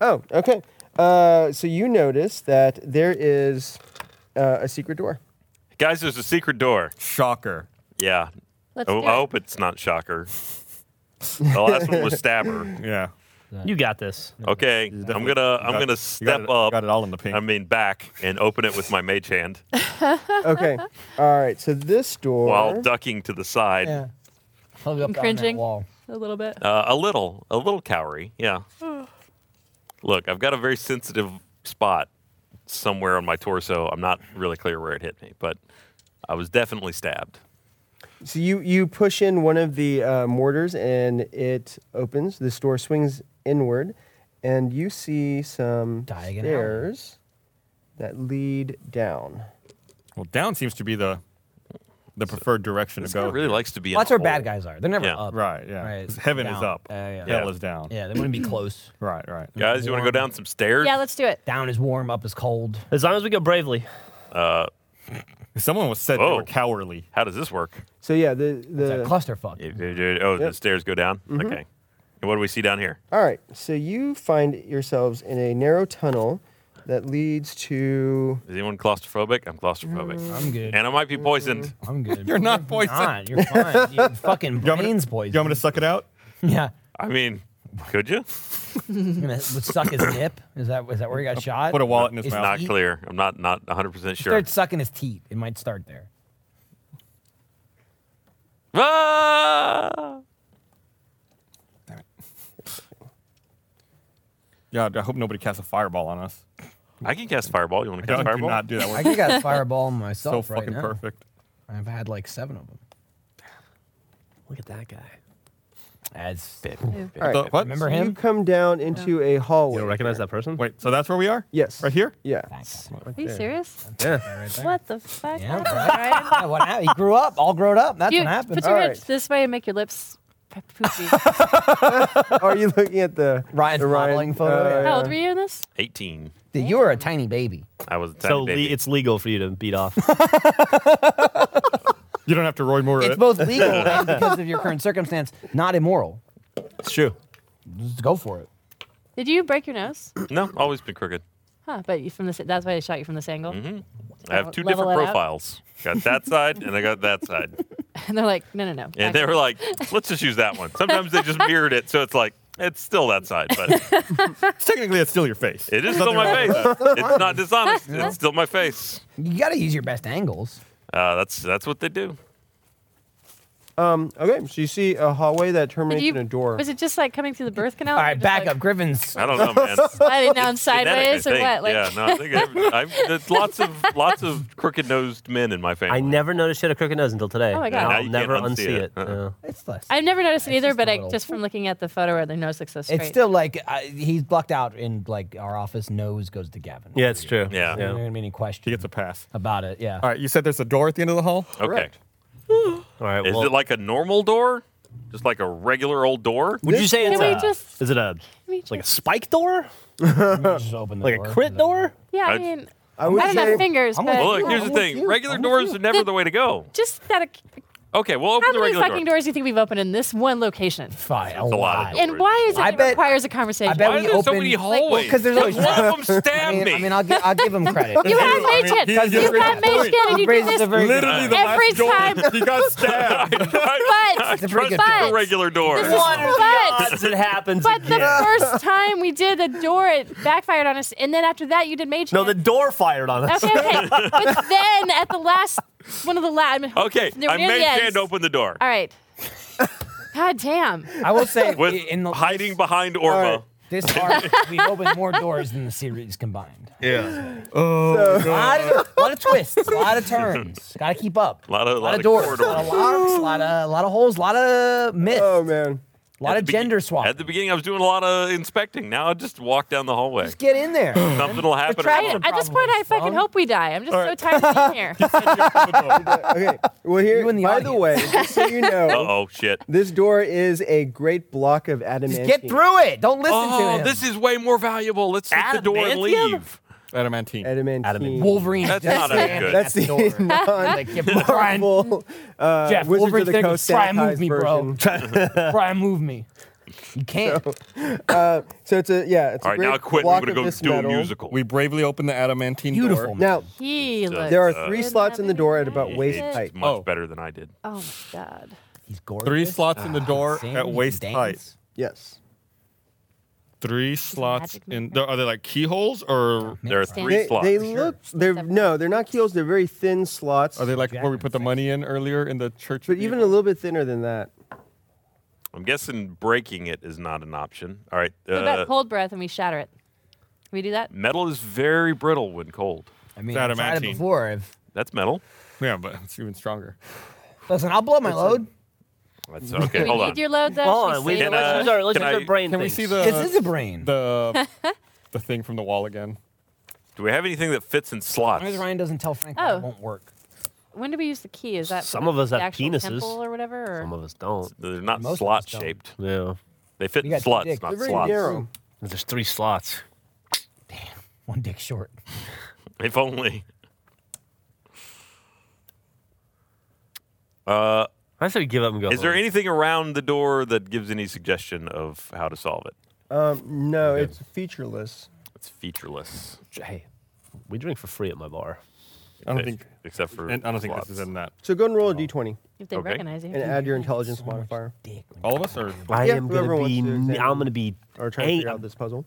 S4: Oh, okay. Uh, so you notice that there is uh, a secret door.
S1: Guys, there's a secret door.
S3: Shocker.
S1: Yeah.
S6: Let's
S1: Oh,
S6: do
S1: I
S6: it.
S1: hope it's not shocker. the last one was stabber.
S3: Yeah.
S7: You got this.
S1: Okay, I'm gonna I'm
S3: got-
S1: gonna
S3: You got
S1: step
S3: it-
S1: up.
S3: Got it all in the pink.
S1: I mean back and open it with my mage hand
S4: Okay. All right. So this door.
S1: while ducking to the side.
S5: Yeah. Hug up on that
S6: cringing.
S5: wall.
S6: A little bit.
S1: Uh, a little, a little cowry. Yeah. Look, I've got a very sensitive spot somewhere on my torso. I'm not really clear where it hit me, but I was definitely stabbed.
S4: So you you push in one of the uh, mortars and it opens. This door swings inward, and you see some
S5: Diagon alley.
S4: stairs that lead down.
S3: well, down seems to be the the preferred direction to
S1: This guy
S3: go.
S1: really likes to be. in
S5: Well, that's
S1: a
S5: where bad
S1: hole.
S5: guys are. They're never
S1: Yeah.
S5: up.
S3: Right. Yeah.
S5: Right,
S3: Heaven is
S5: down.
S3: up.
S5: Yeah, yeah.
S3: Hell
S1: Yeah.
S3: is down.
S5: Yeah, they wouldn't be close.
S3: Right. Right.
S1: Guys, you want to go down some stairs?
S6: Yeah, let's do it.
S5: Down is warm, up is cold.
S7: As long as we go bravely.
S3: Someone was said they
S1: Whoa.
S3: were cowardly.
S1: How does this work?
S4: So yeah, the
S5: It's a
S4: the
S5: clusterfuck.
S1: If- if- if- Oh, the stairs go down. Okay. And what do we see down here?
S4: all right. So you find yourselves in a narrow tunnel that leads to.
S1: Is anyone claustrophobic? I'm claustrophobic,
S5: I'm good.
S1: and I might be poisoned.
S5: I'm good.
S3: You're not poisoned.
S5: Not. You're fine. Your fucking
S3: You want me
S5: brain's
S3: to- You want me
S5: poisoned.
S3: to suck it out?
S5: Yeah.
S1: I mean, could you?
S5: You're gonna suck his nip. Is that is that where he got shot?
S3: Put a wallet in his
S5: It's
S3: mouth.
S1: Not
S5: He-
S1: clear. I'm not not 100 percent sure.
S5: Start sucking his teeth. It might start there.
S1: Ah!
S3: Yeah, I hope nobody casts a fireball on us.
S1: I can cast fireball. You want to cast
S3: Don't do
S1: fireball?
S3: not do that.
S5: I
S3: We're
S5: got a fireball
S3: so
S5: myself right
S3: fucking
S5: now.
S3: perfect.
S5: I've had like seven of them.
S7: Look at that guy.
S5: As
S4: All right.
S3: The- what?
S5: Remember
S4: You
S5: him?
S4: come down into a hallway.
S7: You don't recognize that person?
S3: Wait, so that's where we are?
S4: Yes.
S3: Right here?
S4: Yeah.
S6: Are you serious?
S5: Yeah. Right there.
S6: What the fuck?
S5: Yeah,
S6: That's
S5: right.
S6: right.
S5: Yeah, what happened? He grew up, all grown up. That's
S6: You
S5: what happened.
S6: put your
S4: All
S6: head
S4: right.
S6: this way and make your lips p- poofy.
S4: Are you looking at the
S5: Ryan's
S4: the uh,
S5: modeling photo, yeah.
S6: How old were you in this?
S1: 18.
S5: Dude, you were a tiny baby.
S1: I was a tiny
S7: So le-
S1: baby.
S7: it's legal for you to beat off.
S3: You don't have to Roy Moore
S5: It's
S3: it.
S5: both legal and because of your current circumstance, not immoral.
S7: it's true.
S5: Just go for it.
S6: Did you break your nose?
S1: no, always been crooked.
S6: Huh? But you from this. That's why they shot you from this angle.
S1: I have two
S6: Level
S1: different
S6: it out.
S1: profiles. Got that side and I got that side.
S6: And they're like, no, no, no.
S1: And
S6: back
S1: they were like, let's just use that one. Sometimes they just mirrored it, so it's like it's still that side, but
S3: Technically, it's still your face.
S1: it is still my face. It's not dishonest. It's still my face.
S5: You got to use your best angles.
S1: Uh, that's that's what they do.
S4: Um, okay, so you see a hallway that
S6: Did
S4: terminates
S6: you,
S4: in a door.
S6: Was it just like coming through the birth canal?
S5: All right, back up. Griffin's.
S1: I don't know, man.
S6: Sliding down
S1: Genetic,
S6: sideways
S1: I
S6: or
S1: think.
S6: what? Like,
S1: yeah, no, I think I've, I've, there's lots of lots of crooked-nosed men in my family.
S7: I never noticed you had a crooked nose until today.
S6: Oh my God.
S7: And
S6: Now
S7: I'll
S1: you can't
S7: never
S1: unsee
S7: unsee
S1: it.
S7: it.
S1: Uh-uh.
S5: It's less.
S6: I've never noticed it
S5: It's
S6: either,
S5: just
S6: but
S5: a
S6: I,
S5: little-
S6: just from looking at the photo where their nose looks so straight.
S5: It's still like I he's blocked out in like our office. Nose goes to Gavin.
S7: Yeah, it's true.
S1: Yeah.
S5: There aren't any
S3: He
S5: questions
S3: gets a pass.
S5: about it. Yeah.
S3: All right, you said there's a door at the end of the hall?
S1: Okay.
S7: All right.
S1: Is
S7: well,
S1: it like a normal door? Just like a regular old door?
S7: Would you say
S6: Can
S7: it's
S6: we
S7: a,
S6: just-
S7: Is it a
S6: we
S7: like a
S6: just-
S7: spike door?
S5: Just open the
S7: Like a
S5: door.
S7: crit door?
S6: yeah, I
S1: I'd-
S6: mean,
S4: I would
S6: I don't
S4: say-
S6: have fingers,
S5: I'm
S6: but
S5: with
S1: Well, look, here's the
S4: I'm with
S1: thing.
S4: you.
S1: Regular
S4: I'm with
S1: doors
S4: you.
S1: are never the way to go.
S6: just that
S1: Okay, we'll open
S6: How
S1: the
S6: many
S1: regular
S6: fucking
S1: door.
S6: doors do you think we've opened in this one location?
S5: Five.
S1: That's a lot of
S6: And why is it,
S5: I
S6: it
S5: bet-
S6: requires a conversation?
S5: I bet we
S1: Why are there so
S5: opened-
S1: many
S5: Like,
S1: hallways?
S5: because there's always
S1: one of them
S5: I
S1: stabbed
S5: mean, I
S1: me.
S5: mean, I'll, gi- I'll give him credit.
S6: You have
S3: I mean,
S6: Machen.
S3: he is
S6: You
S3: right
S6: have
S3: on point.
S6: Machen, and you do
S5: Raises
S6: this
S5: the very-
S3: Literally the
S6: every
S3: last door,
S6: time.
S3: he got stabbed.
S6: But,
S5: It's a pretty good
S1: Trust the
S6: But-
S1: regular door.
S6: This is-
S7: What are the
S6: But-
S7: odds it happens
S6: but the
S7: again?
S6: first time we did the door, it backfired on us. And then after that, you did Mage
S7: no, the
S6: Hand.
S7: door fired on us.
S6: Okay, okay. but then at the last, one of the last.
S1: Okay,
S6: They're
S1: I
S6: near
S1: made
S6: the ends.
S1: Jan open the door
S6: All right. God damn.
S5: I will say,
S1: with
S5: in the
S1: hiding behind Ormo.
S5: This arc, we opened more doors than the series combined.
S9: Yeah.
S1: Oh,
S5: A lot of, lot of twists, a lot of turns. Got to keep up. A
S1: Lot of- lot of
S5: doors, a lot of
S1: corridors.
S5: locks, a lot of, lot of holes, a lot of myths,
S4: Oh man.
S5: a lot
S1: At
S5: of
S1: the be-
S5: gender swap.
S1: At the beginning, I was doing a lot of inspecting. Now I just walk down the hallway.
S5: Just get in there.
S1: Something will happen.
S5: traps
S1: and I'll-
S5: are-
S6: At this point, I
S5: Probably
S6: fucking
S5: some.
S6: hope we die. I'm just so tired of being here.
S4: Okay. Well, here.
S5: You in the
S4: by the
S5: audience.
S4: way, just so you know,
S1: Uh-oh, shit.
S4: this door is a great block of
S5: Just
S4: adamantine.
S5: get through it. Don't listen to
S1: Oh,
S5: him.
S1: this is way more valuable. Let's hit the door and
S7: Adamantium?
S1: leave.
S3: Adamantine.
S4: Adamantine.
S5: Wolverine.
S1: That's
S5: just
S1: not as
S5: standing
S1: good.
S5: at
S4: That's
S5: the
S4: the
S5: door.
S4: non-
S5: like, yeah, Brian,
S4: full, uh,
S5: Jeff,
S4: Wizards
S5: Wolverine
S4: of the
S5: thing,
S4: Coast
S5: try and move
S4: sanitized
S5: me, bro.
S4: version.
S5: Brian, move me. You can't.
S4: So it's a yeah. It's
S1: All
S4: a
S1: right,
S4: great
S1: now I quit.
S4: block
S1: We're going
S4: of
S1: to go
S4: this
S1: do
S4: metal.
S1: a musical.
S3: We bravely opened the adamantine
S5: Beautiful.
S3: door.
S5: man.
S4: Now
S6: He looks
S4: there are
S1: Uh,
S4: three
S6: good.
S4: slots in the door at about
S1: It-
S4: waist
S1: it's
S4: height.
S1: much
S3: Oh.
S1: better than I did.
S6: Oh my god.
S5: He's gorgeous.
S3: Three slots in the door
S5: Sing,
S3: at waist
S5: dance.
S3: height.
S4: Yes.
S3: Three slots
S6: magic
S3: in.
S6: movement.
S3: Are they like keyholes or
S1: There are
S6: Stand
S1: three
S4: They,
S1: slots.
S4: they look. They're no. They're not keels. They're very thin slots.
S3: are they like where we put the money in earlier in the church?
S4: But even a little bit thinner than that.
S1: I'm guessing breaking it is not an option. All right.
S6: What
S1: Uh,
S6: about cold breath and we shatter it? Can we do that?
S1: metal is very brittle when cold.
S5: I mean,
S3: It's
S5: I tried it
S3: adamantine.
S5: before. If,
S1: That's metal.
S3: yeah, but it's even stronger.
S5: listen, I'll blow my load.
S1: That's
S6: Do
S1: okay.
S6: we
S1: Hold
S6: need
S1: on.
S6: your load though?
S7: Hold
S6: Should
S7: on,
S6: we
S7: we,
S6: save
S1: Can,
S6: it?
S1: uh,
S7: let's use our, let's
S1: can
S7: use our
S1: I-
S7: brain
S3: Can we
S7: things.
S3: see the
S5: this is a brain.
S3: the the thing from the wall again?
S1: Do we have anything that fits in
S5: as long
S1: slots?
S5: as Ryan doesn't tell Frank,
S6: Oh.
S5: it won't work.
S6: when do we use the key? Is that
S7: Some of us
S6: the
S7: have
S6: actual
S7: penises.
S6: temple or whatever? Or?
S7: Some of us don't.
S1: They're not
S5: Most of us
S1: slot
S5: don't.
S1: shaped.
S7: Yeah.
S1: They fit
S5: We
S1: in
S5: got two
S1: slots,
S5: dicks.
S1: not
S4: They're very
S1: slots.
S4: narrow.
S7: There's three slots.
S5: One dick short.
S1: If only. Uh,
S7: I say we give up and go.
S1: is there
S7: home.
S1: anything around the door that gives any suggestion of how to solve it?
S4: Um, no, it's featureless.
S1: It's featureless,
S7: Hey, we drink for free at my bar.
S3: I don't
S1: Okay.
S3: think.
S1: except for
S3: And I don't think
S1: slots.
S3: this is in that.
S4: So go and roll a d20
S6: if they
S1: Okay.
S6: recognize you.
S4: and add your intelligence modifier.
S5: Dick.
S3: All of us are.
S7: I
S4: Yeah,
S7: am
S4: whoever
S7: gonna
S4: wants
S7: be.
S4: to
S7: n-
S4: examine.
S7: I'm gonna be
S4: Or trying to
S7: ang-
S4: figure out this puzzle.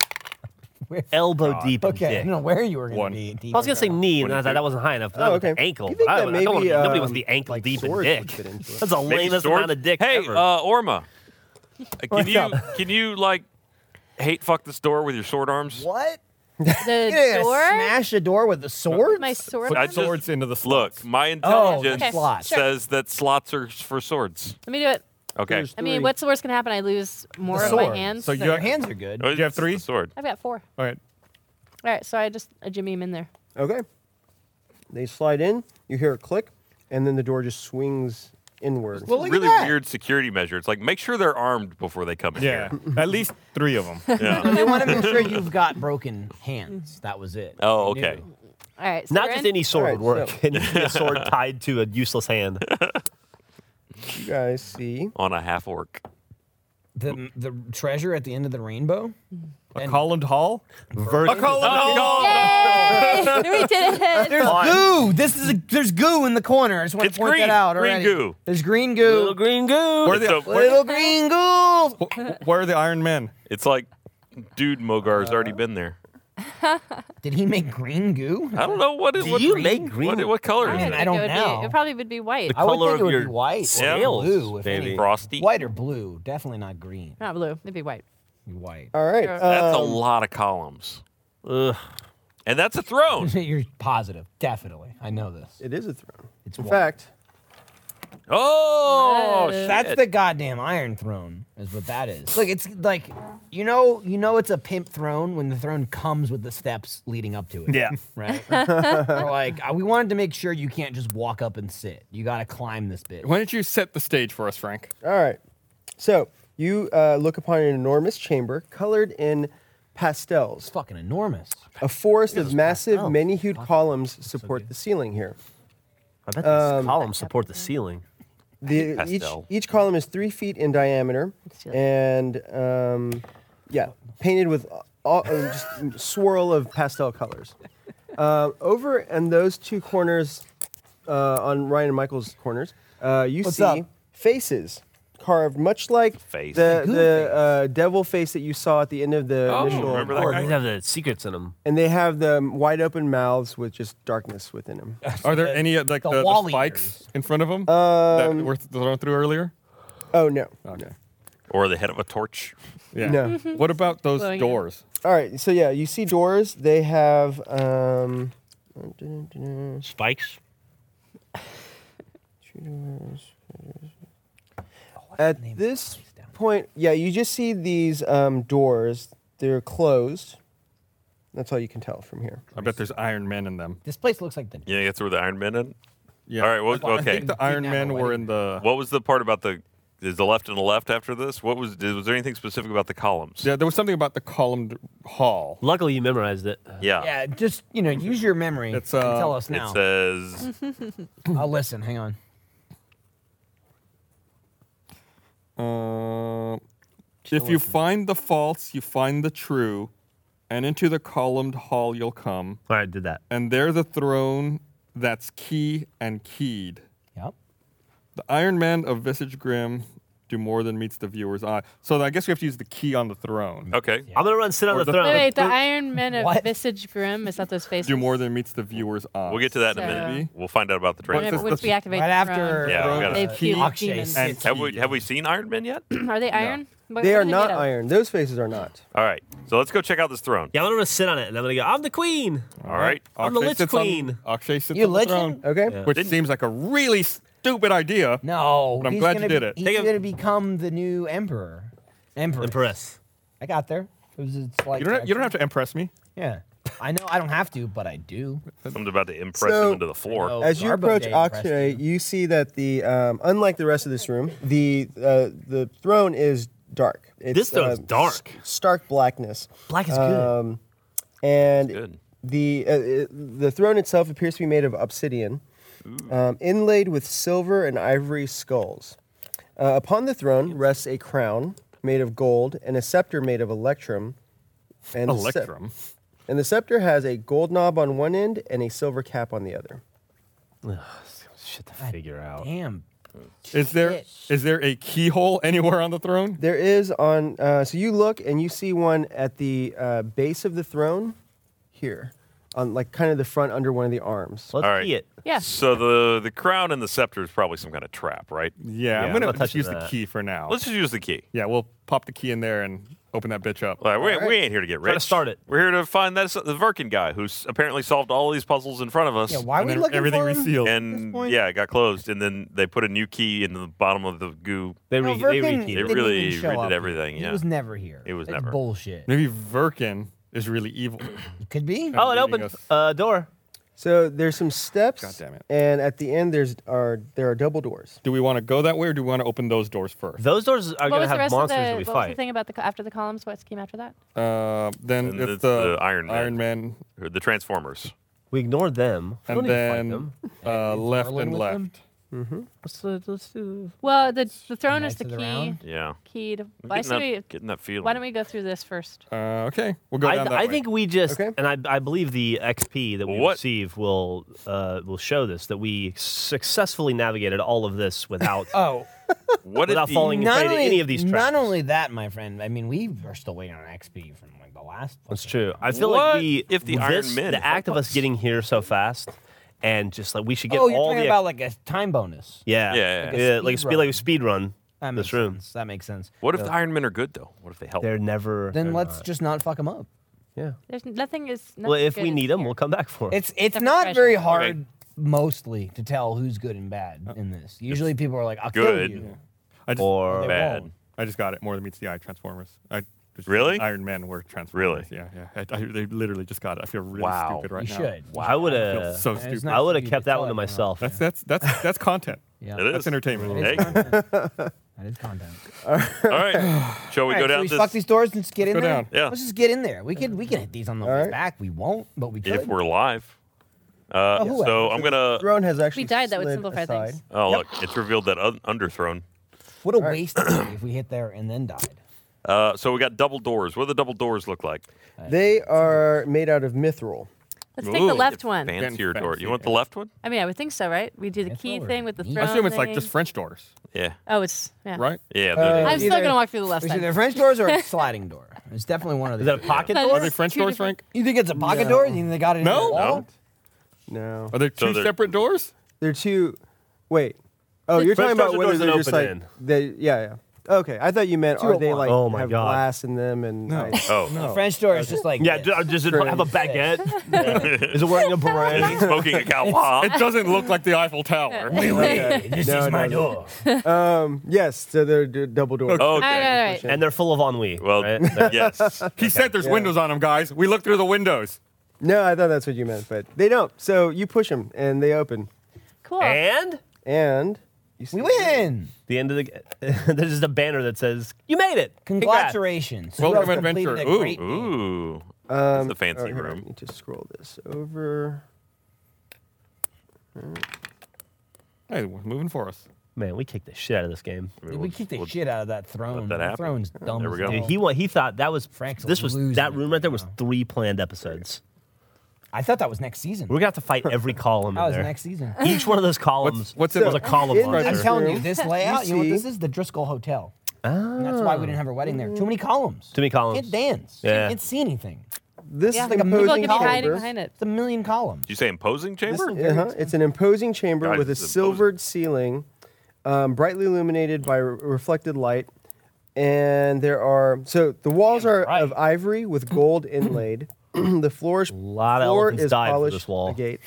S7: elbow deep. in
S5: Okay, I
S7: dick.
S5: don't know where you were going
S3: One.
S5: to be. deep
S7: I was gonna
S5: in
S7: say knee, and I thought that wasn't high enough. but I
S4: Oh,
S7: went to
S4: okay.
S7: Ankle.
S4: You think
S7: I,
S4: that
S7: don't- I don't wanna be-
S4: maybe,
S7: nobody
S4: uh,
S7: wants to be ankle
S4: like
S7: deep in
S4: swords would
S7: dick.
S4: fit into it.
S7: That's the
S1: Maybe
S7: lamest
S1: swords?
S7: amount of dick
S1: Hey,
S7: ever.
S1: uh, Orma, uh, can you can you like hate fuck this door with your sword arms?
S5: What?
S6: the
S5: You're gonna
S6: door?
S5: Smash a door with a sword?
S6: My sword?
S1: I
S6: arm?
S1: just-
S3: swords into the slots.
S1: Look, my
S5: Oh,
S1: intelligence
S5: okay. slots.
S6: Sure.
S1: says that slots are for swords.
S6: Let me do it.
S1: Okay,
S4: There's
S6: I mean,
S4: three.
S6: what's the worst gonna happen? I lose more
S5: The
S6: of my
S5: sword.
S6: hands.
S3: So you
S5: Your hands are good.
S1: Oh,
S3: you have
S1: it's the
S3: three?
S1: sword.
S6: I've got four.
S3: All right.
S6: All right, so I just I jimmy him in there.
S4: Okay. They slide in. You hear a click, and then the door just swings inward.
S5: Well, look at
S1: really
S5: that.
S1: weird security measure. It's like make sure they're armed before they come in
S3: Yeah,
S1: here.
S3: at least three of them.
S1: Yeah.
S5: They want to make sure you've got broken hands. That was it.
S1: Oh,
S5: They knew.
S1: okay.
S6: All right, so
S7: Not
S6: we're
S7: just
S6: in.
S7: any sword
S4: Alright,
S7: would work. It needs to be a sword tied to a useless hand.
S4: you guys see.
S1: On a half orc.
S5: The the treasure at the end of the rainbow.
S3: A
S5: And-
S3: columned hall. Oh,
S7: Vertical.
S5: Oh!
S6: Yay! we did it.
S5: There's goo. This is a, there's goo in the corner. I just want
S1: It's
S5: to point
S1: green.
S5: that out.
S1: Green
S5: already.
S1: goo.
S5: There's green goo. Little green,
S1: Where it's, a- where-
S5: green goo.
S3: Wh- Where are the Iron Men?
S1: it's like, dude, Mogar's already been there.
S5: Did he make green goo?
S1: I don't know what is.
S7: Do
S1: what,
S7: you make green?
S1: What, what color is
S5: Man,
S1: it?
S5: I don't
S6: it would
S5: know.
S6: Be, it probably would be white.
S5: I would
S7: color
S5: think
S7: of
S5: it would be
S7: your
S5: white
S1: scales,
S5: or blue. If
S7: baby.
S5: anything.
S1: Frosty.
S5: White or blue. Definitely not green.
S6: Not blue. It'd be white.
S5: White.
S4: All right.
S6: That's
S1: That's a
S4: um,
S1: lot of columns,
S7: Ugh.
S1: and that's a throne.
S5: You're positive. Definitely. I know this.
S4: It is a throne.
S5: It's
S4: In
S5: white.
S4: fact,
S1: Oh,
S6: What?
S1: shit.
S5: That's the goddamn Iron Throne, is what that is. Look, it's like you know, you know, it's a pimp throne when the throne comes with the steps leading up to it.
S7: Yeah.
S5: right. We're like uh, we wanted to make sure you can't just walk up and sit. You got to climb this bit.
S3: Why don't you set the stage for us, Frank?
S4: all right. So you uh, look upon an enormous chamber colored in pastels.
S5: It's fucking enormous.
S4: A forest of massive,
S7: pastels.
S4: many-hued columns support the ceiling here.
S7: Um, I bet these columns support the ceiling.
S4: The, each,
S1: pastel.
S4: each column is three feet in diameter and um, yeah, painted with all, uh, just a swirl of pastel colors. Uh, over in those two corners, uh, on Ryan and Michael's corners, uh, you
S5: What's
S4: see
S5: up?
S4: faces carved much like
S1: face.
S4: the, the uh, devil face that you saw at the end of the initial
S1: Oh, remember that guy?
S4: arc.
S1: These
S2: have the secrets in them.
S4: And they have the wide open mouths with just darkness within them.
S3: Are there any uh, like
S5: the
S3: the, the
S5: wall
S3: spikes in front of them that
S4: Um,
S3: were th- thrown through earlier?
S4: oh no.
S3: Okay.
S1: Or the head of a torch.
S3: Yeah.
S4: No.
S3: What about those
S6: Blowing it.
S3: doors?
S4: All right, so yeah, you see doors. They have um,
S11: Spikes.
S4: at this point, yeah, you just see these um, doors. They're closed. That's all you can tell from here.
S3: I bet there's Iron Men in them.
S5: This place looks like the.
S1: You think that's where the Iron Men in?
S3: Yeah.
S1: All right, well,
S3: I
S1: okay.
S3: think the Iron
S5: Kidnap
S3: Men
S5: a
S3: were
S5: wedding.
S3: in the.
S1: What was the part about the? Is the left and the left after this? What was? Did, was there anything specific about the columns?
S3: Yeah, there was something about the columned hall.
S7: Luckily, you memorized it.
S1: Yeah.
S5: Yeah, just you know, use your memory.
S3: It's,
S5: and
S3: uh,
S5: tell us
S1: It
S5: now.
S1: says
S5: I'll listen. Hang on.
S3: Um, if you find the false, you find the true, and into the columned hall you'll come,
S7: All right, did that.
S3: and there the throne that's key and keyed.
S5: Yep.
S3: The Iron Man of visage grim do more than meets the viewer's eye. So I guess we have to use the key on the throne.
S1: okay.
S7: I'm gonna run sit on
S3: Or
S7: the,
S3: the-
S7: throne.
S6: Wait, wait, the Iron Men of
S5: What?
S6: Visage Grim is not those faces.
S3: Do more than meets the viewer's eye.
S1: We'll get to that in a
S6: So-
S1: minute. We'll find out about the train.
S6: Whenever,
S3: That's-
S6: once we
S3: that's-
S6: activate
S5: right
S6: the
S5: after.
S1: Yeah, we
S5: uh,
S1: gotta- They've
S6: killed
S5: Akshay
S6: demons.
S5: sits.
S3: And-
S1: Have we have we seen Iron Man yet?
S6: Are they iron? What-
S4: They
S6: what
S4: are
S6: made
S4: not
S6: of?
S4: iron. Those faces are not.
S1: All right. So let's go check out this throne.
S7: Yeah, I'm gonna sit on it, and I'm gonna go. I'm the queen.
S1: All right.
S7: I'm the
S3: Akshay
S7: Lich
S3: sits on-
S7: Queen.
S3: Akshay sits
S5: You
S3: on
S5: lich
S3: the throne,
S4: Okay.
S3: which seems like a really stupid idea.
S5: No,
S3: But I'm
S5: he's
S3: glad
S5: gonna
S3: you did
S5: be-
S3: it.
S5: He's
S7: Take a-
S5: gonna become the new emperor. Emperor.
S7: Empress.
S5: I got there. It was a slight
S3: You don't, have, you don't have to impress me.
S5: Yeah. I know I don't have to, but I do.
S1: Something about to impress
S4: So-
S1: him into the floor.
S5: know.
S4: As you
S5: Garbo
S4: approach
S5: Day impressed
S4: Akshay, you see that the um, unlike the rest of this room, the uh, the throne is dark. It's,
S7: This throne's
S4: uh,
S7: dark.
S4: s- stark blackness.
S7: Black is good.
S4: Um, and
S1: good.
S4: the uh, uh, the throne itself appears to be made of obsidian, um, inlaid with silver and ivory skulls. Uh, upon the throne rests a crown made of gold and a scepter made of electrum. And the scepter-
S3: Electrum.
S4: and the scepter has a gold knob on one end and a silver cap on the other.
S7: Shit to figure out.
S5: Damn.
S3: Is there is there a keyhole anywhere on the throne?
S4: There is on. Uh, so you look and you see one at the uh, base of the throne, here, on like kind of the front under one of the arms.
S7: Let's
S1: All right.
S7: see it.
S6: Yeah.
S1: So the the crown and the scepter is probably some kind of trap, right?
S3: Yeah,
S7: I'm
S3: I'm gonna
S7: not
S3: just
S7: touching
S3: use the
S7: that.
S3: key for now.
S1: Let's just use the key.
S3: yeah, we'll pop the key in there and open that bitch up.
S1: All right, we, we ain't here to get rich.
S7: Try to start it.
S1: We're here to find that the Verkin guy who's apparently solved all these puzzles in front of us.
S5: Yeah, why are
S3: And
S5: we
S3: then
S5: looking
S3: everything
S5: for him?
S3: resealed.
S1: and yeah, it got closed, and then they put a new key in the bottom of the goo.
S7: They,
S5: No,
S7: re- they
S5: Verkin
S7: rekeyed
S1: It
S5: didn't
S7: it.
S1: really
S5: even show
S1: redid
S5: up.
S1: everything,
S5: He
S1: yeah.
S5: was never here.
S1: It was
S5: That's
S1: never.
S5: bullshit.
S3: Maybe Verkin is really evil.
S5: Could be.
S7: Oh, it
S3: leading
S7: opened
S3: us.
S7: a uh, door.
S4: So there's some steps.
S3: God damn it.
S4: And at the end, there's are there are double doors.
S3: Do we want to go that way or do we want to open those doors first?
S7: Those doors are
S6: What
S7: gonna
S6: was the
S7: have
S6: rest of the?
S7: monsters that we
S6: What was the
S7: fight.
S6: thing about the co- after the columns? What came after that?
S3: Uh, then
S1: And
S3: it's,
S1: it's
S3: the,
S1: the Iron Man.
S3: Iron Man,
S1: Or The Transformers.
S7: We ignored them. We
S3: and
S7: don't need to fight them.
S3: then uh, left
S5: Merlin
S3: and
S5: with
S3: left.
S5: them?
S7: Let's, uh, let's do.
S6: Well, the the throne is
S5: Knights
S6: the
S5: of the
S6: key.
S5: Round?
S1: Yeah.
S6: Key to.
S1: I'm
S6: Why,
S1: getting, that,
S6: should we,
S1: getting that feeling.
S6: why don't we go through this first?
S3: Uh, okay, we'll go
S7: I,
S3: down that
S7: I
S3: way.
S7: think we just
S4: Okay.
S7: and I, I believe the XP that we
S1: What?
S7: receive will uh, will show this that we successfully navigated all of this without
S5: Oh,
S1: What
S7: Without
S1: if the-
S7: falling-
S5: not
S7: afraid of
S5: only,
S7: any of these
S5: not
S7: traps.
S5: only that, my friend. I mean, we are still waiting on XP from like the last.
S7: That's
S5: fucking-
S7: true. I feel
S1: What
S7: like the
S1: if the Iron
S7: this,
S1: Men
S7: the act of
S1: help
S7: us getting here so fast, and just like we should get
S5: oh, you're
S7: all
S5: talking
S7: the
S5: about like a time bonus.
S7: yeah
S1: Yeah, yeah,
S7: yeah,
S5: yeah.
S7: like a speed like a speed run
S5: That makes
S7: this room.
S5: sense. That makes sense.
S1: What if the Iron Men are good, though? What if they help?
S7: They're never
S5: Then
S7: they're
S5: let's
S7: not.
S5: just not fuck him up.
S6: There's nothing is. Nothing
S7: well if
S6: good
S7: we
S6: is
S7: need them
S6: here.
S7: we'll come back for 'em.
S5: It's it's
S6: Except for
S5: not
S6: Fresh.
S5: very hard mostly to tell who's good and bad in this. Usually people are like, I'll
S1: good.
S5: kill you.
S3: I just,
S7: or
S5: they
S1: bad.
S5: won't.
S3: I just got it. More than meets the eye. Transformers. I just-
S1: Really?
S3: Iron Man were Transformers.
S1: Really?
S3: Yeah, yeah. I, I, they literally just got it. I feel really
S1: Wow.
S3: stupid right
S5: you
S3: now.
S5: should.
S7: I would
S3: I feel
S7: have
S3: so
S5: it's
S3: stupid.
S5: not-
S7: I would have
S5: You
S7: kept
S5: can
S7: that
S5: tell
S7: one to
S5: everyone else.
S7: myself.
S3: That's that's that's that's content.
S5: Yeah.
S1: It
S3: That's
S1: is.
S3: entertainment.
S1: Hey.
S5: That is content.
S1: All right. Shall we
S5: All right,
S1: go
S5: so
S1: down
S5: we
S1: this?
S5: fuck these doors and just get in
S3: go
S5: there.
S3: down.
S1: Yeah.
S5: Let's just get in there. We could we can hit these on the way
S4: right.
S5: back. We won't, but we could.
S1: if we're live. Uh,
S4: Oh,
S1: so I'm gonna.
S4: Throne has actually
S6: we died. That would
S4: slid
S6: simplify
S4: aside.
S6: things.
S1: Oh look, it's revealed that un- Underthrone.
S5: What a waste of time if we hit there and then died.
S1: Uh, so we got double doors. What do the double doors look like?
S4: They are made out of mithril.
S6: Let's take the left one.
S1: Fancier door. You want the left one?
S6: I mean, I would think so, right? We do the key thing with the throne.
S3: I assume it's like
S6: thing.
S3: just French doors,
S1: Yeah.
S6: Oh, it's yeah.
S3: right?
S1: Yeah.
S5: Uh,
S1: they're-
S6: I'm still
S5: either-
S6: gonna walk through the left
S5: It's
S6: side.
S5: either French doors or a sliding door. It's definitely one of the.
S7: Is that a pocket
S6: That
S7: door?
S6: is-
S3: Are they French
S6: two
S3: doors,
S6: different-
S3: Frank?
S5: You think it's a pocket
S4: No.
S5: door? You think they got it in
S3: No.
S5: the wall?
S4: No,
S3: Are there
S1: So
S3: two
S1: they're-
S3: separate doors?
S4: they're too. Wait. Oh, you're talking
S7: French
S4: about
S7: doors are
S4: whether
S7: doors that
S4: they're just
S7: open
S4: like they. Yeah, yeah. Okay, I thought you meant
S5: Two
S4: are
S5: at
S4: they
S5: once.
S4: like
S7: Oh my
S4: have
S7: God.
S4: glass in them and.
S3: No.
S4: I-
S1: Oh.
S5: The French door is just like.
S7: Yeah,
S5: this.
S7: do- just have a baguette. Is it wearing a beret?
S1: Is he smoking a cow?
S3: It doesn't look like the Eiffel Tower.
S5: Hey, this
S4: No,
S5: is
S4: no,
S5: my
S4: no.
S5: door.
S4: um. Yes. So they're d- double doors.
S1: Okay.
S6: All right, all right, all right.
S7: and they're full of ennui.
S1: Well,
S7: right?
S1: yes.
S3: He said there's
S4: Yeah.
S3: windows on them, guys. We looked through the windows.
S4: No, I thought that's what you meant, but they don't. So you push them and they open,
S6: Cool.
S7: and
S4: and you
S5: We
S4: see-
S5: win.
S7: the end of the there's just a banner that says you made it. Congrats.
S5: Congratulations.
S3: Welcome,
S5: You have completed
S3: adventure.
S5: a
S3: Ooh,
S5: great game.
S1: Ooh.
S4: Um,
S1: the fancy
S4: all right, here,
S1: room.
S4: I need to scroll this over.
S3: Hey, we're moving for us.
S7: Man, we kicked the shit out of this game.
S5: Dude, we kicked the
S1: Well,
S5: shit out of that throne.
S1: that
S5: That
S1: happen.
S5: throne's dumb.
S1: There we
S5: as
S1: go.
S5: hell.
S7: Dude, he wa- he thought that was
S5: Frank's a
S7: This was that
S5: loser
S7: room right there was
S5: right
S7: three planned episodes.
S5: I thought that was next season.
S7: We're gonna have to fight every column
S5: that
S7: in
S5: was
S7: there.
S5: next season.
S7: Each one of those columns
S3: what's in
S7: was
S3: the-
S7: a column
S4: in
S7: monster.
S5: I'm
S4: this
S5: telling you,
S4: room,
S5: this
S4: you
S5: layout. You, know what this
S4: see-
S5: is? The Driscoll Hotel. And that's why we didn't have our wedding there. Too many columns.
S7: Too many columns.
S5: Can't dance.
S7: Yeah.
S5: Can't see anything.
S4: This
S6: yeah,
S4: is an
S5: People
S6: people
S4: imposing
S6: can be hiding
S4: chamber.
S6: behind it.
S5: It's a million columns.
S1: Did you say imposing chamber?
S5: This is-
S4: Uh-huh. It's an imposing chamber
S1: Guys,
S4: with a
S1: it's imposing.
S4: silvered ceiling, um, brightly illuminated by re- reflected light. And there are so the walls are of ivory with gold inlaid. the floor is
S7: Lot of
S4: floor
S7: elephants
S4: is
S7: died for
S4: polished.
S7: this wall.
S4: Agate,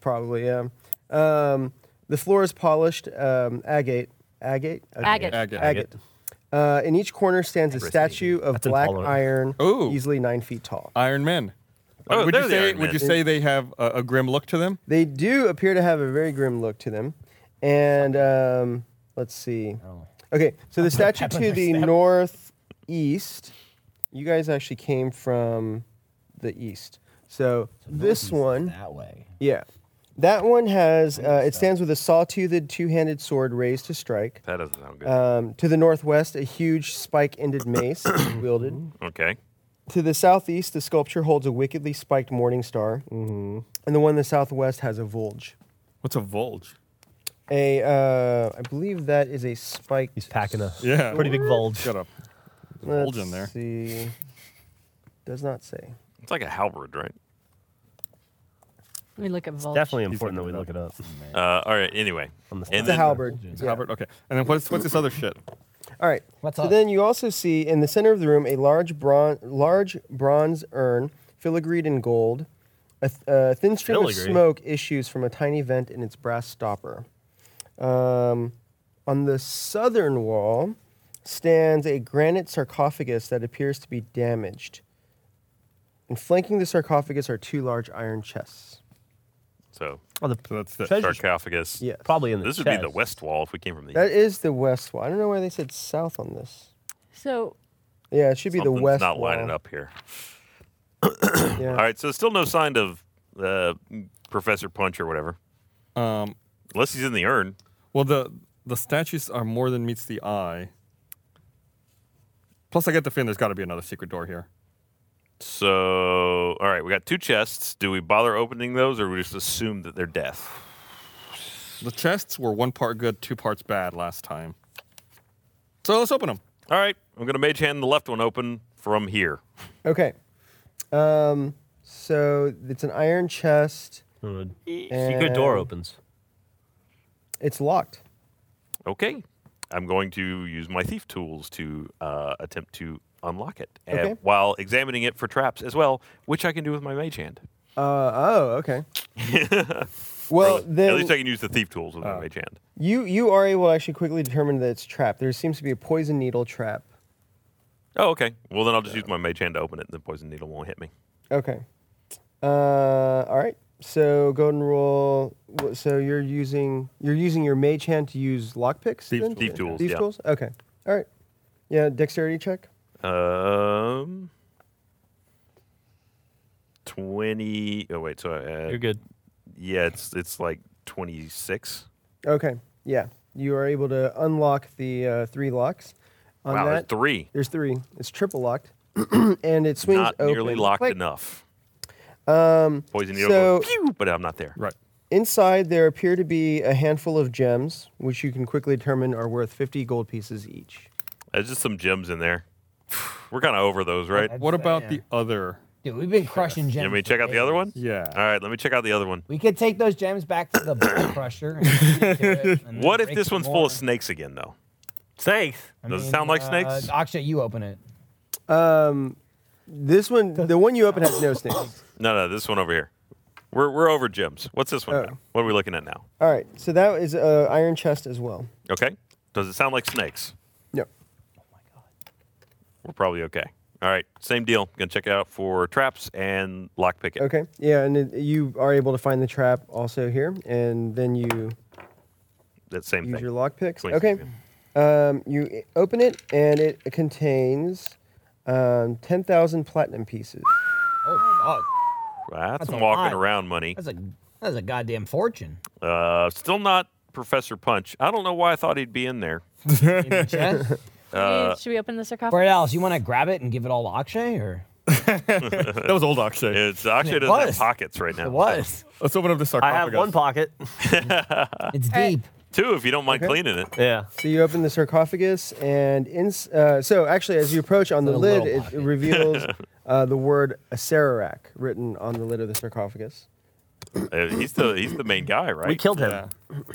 S4: probably yeah. Um, the floor is polished um, agate. Agate.
S6: Agate.
S3: Agate.
S4: Agate. Uh, in each corner stands a statue of
S7: That's
S4: black
S7: intolerant.
S4: iron,
S3: Ooh.
S4: easily nine feet tall.
S3: Iron Men.
S1: Oh,
S3: would
S1: they're
S3: you
S1: the
S3: say
S1: Iron
S3: would
S1: Men.
S3: you say they have a, a grim look to them?
S4: They do appear to have a very grim look to them. And um, let's see. Okay, so the statue
S5: pep in
S4: to
S5: my
S4: the
S5: step.
S4: northeast, you guys actually came from the east. So this one,
S5: That way.
S4: yeah. That one has, uh, it stands with a sawtoothed two handed sword raised to strike.
S1: That doesn't sound
S5: Uh,
S1: good.
S4: Um, to the northwest, a huge spike ended mace is wielded.
S1: okay.
S4: To the southeast, the sculpture holds a wickedly spiked morning star. And the one in the southwest has a vulge.
S3: What's a Volge?
S4: A, uh, I believe that is a spike.
S7: He's packing a
S3: Yeah.
S7: pretty big bulge.
S3: Shut up.
S4: Let's
S3: Bulge in there.
S4: See, does not say.
S1: It's like a halberd, right?
S6: Let me look at Vulture.
S7: Definitely important that we look it up.
S1: Uh, all right. Anyway.
S7: On the
S1: And
S4: It's a
S1: then,
S4: halberd.
S3: It's
S4: yeah.
S3: Albert. Okay. And then what's what's this other shit?
S4: All right.
S5: What's
S4: so
S5: up?
S4: then you also see in the center of the room a large bronze, large bronze urn filigreed in gold. A, th- a thin stream of
S7: Filigree?
S4: smoke issues from a tiny vent in its brass stopper. Um, on the southern wall stands a granite sarcophagus that appears to be damaged. And flanking the sarcophagus are two large iron chests.
S1: so
S7: Oh, the
S3: So that's the
S7: treasure
S1: sarcophagus.
S4: Yes.
S7: probably in the
S1: This would be the
S7: chest.
S1: west wall if we came from the
S4: That
S1: east.
S4: is the west wall. I don't know why they said south on this.
S6: So
S4: Yeah, it should be
S1: Something's
S4: the west
S1: not
S4: wall.
S1: lining up here.
S4: Yeah.
S1: All right. So still no sign of uh, Professor Punch or whatever.
S3: um
S1: Unless he's in the urn.
S3: well the the statues are more than meets the eye. Plus I get the feeling there's gotta be another secret door here.
S1: So, all right, we got two chests. Do we bother opening those, or we just assume that they're death?
S3: The chests were one part good, two parts bad last time. So let's open them.
S1: All right, I'm gonna mage hand the left one open from here.
S4: Okay. Um, so it's an iron chest.
S7: Secret door
S4: And-
S7: opens.
S4: It's locked.
S1: Okay, I'm going to use my thief tools to uh, attempt to unlock it, and-
S4: Okay.
S1: while examining it for traps as well, which I can do with my mage hand.
S4: Uh, oh, okay. well,
S1: At
S4: then Oh.
S1: least I can use the thief tools with my mage hand.
S4: you you are able to actually quickly determine that it's trapped. There seems to be a poison needle trap.
S1: Oh, okay. Well, then I'll just use my mage hand to open it, and the poison needle won't hit me.
S4: Okay. Uh, all right. So go ahead and roll. wh- So you're using you're using your mage hand to use lockpicks.
S3: Thief
S4: then?
S1: Thief tools,
S4: Thief
S1: yeah.
S4: tools. Okay. All right. Yeah. Dexterity check.
S1: Um, twenty. Oh wait, so uh,
S11: You're good.
S1: Yeah, it's it's like twenty six.
S4: Okay. Yeah. You are able to unlock the uh, three locks. On
S1: Wow,
S4: that.
S1: there's three.
S4: There's three. It's triple locked, and it swings
S1: Not
S4: open.
S1: nearly locked
S4: Click.
S1: enough.
S4: Um,
S1: Poison needle,
S4: so
S1: goes, "Pew," but I'm not there. Right.
S4: inside there appear to be a handful of gems, which you can quickly determine are worth 50 gold pieces each.
S1: There's just some gems in there. We're kind of over those, right?
S3: What about the other?
S5: Dude, we've been crushing
S1: You
S5: gems.
S1: want me to check out the other one? Yeah. All right, let me check out the other one.
S5: We could take those gems back to the bone crusher. And to it, and
S1: What
S5: then
S1: if
S5: break
S1: this
S5: some
S1: one's
S5: more.
S1: full of snakes again, though? Snakes?
S5: I
S1: Does it
S5: mean,
S1: sound like
S5: uh,
S1: snakes?
S5: Akshay, you open it.
S4: Um, this one, the one you open has no snakes.
S1: No, no, this one over here. We're, we're over gems. What's this one?
S4: Oh.
S1: now? What are we looking at now?
S4: All right, so that is uh, iron chest as well.
S1: Okay. Does it sound like snakes?
S4: No.
S1: We're probably okay. All right, same deal. Gonna check it out for traps and lock picket.
S4: Okay. Yeah, and it, you are able to find the trap also here, and then you
S1: That same
S4: use
S1: thing.
S4: your lock picks.
S1: Swing
S4: Okay. Um, you i- open it, and it contains um, 10,000 platinum pieces.
S5: Oh, fuck.
S1: Wow, that's,
S5: That's
S1: some
S5: a lot.
S1: walking around money.
S5: That's a, that's a goddamn fortune.
S1: Uh, still not Professor Punch. I don't know why I thought he'd be in there.
S5: Chest?
S1: Uh,
S6: Should we open the sarcophagus?
S5: Brad Alice, you want to grab it and give it all to Akshay? Or?
S1: that
S3: was old Akshay.
S1: It's Akshay
S5: It
S1: doesn't have
S5: was.
S1: pockets right now.
S5: It was.
S3: Let's open up the
S1: I have
S3: sarcophagus.
S1: one
S11: pocket.
S5: it's
S1: deep. Two, if you don't mind
S4: Okay.
S1: cleaning it.
S11: Yeah.
S4: So you open the sarcophagus, and in, uh, so actually, as you approach on the
S1: Little
S4: lid,
S1: little
S4: it reveals uh, the word Acerarak written on the lid of the sarcophagus.
S1: Uh, he's the he's the main guy, right?
S11: killed him.
S1: Did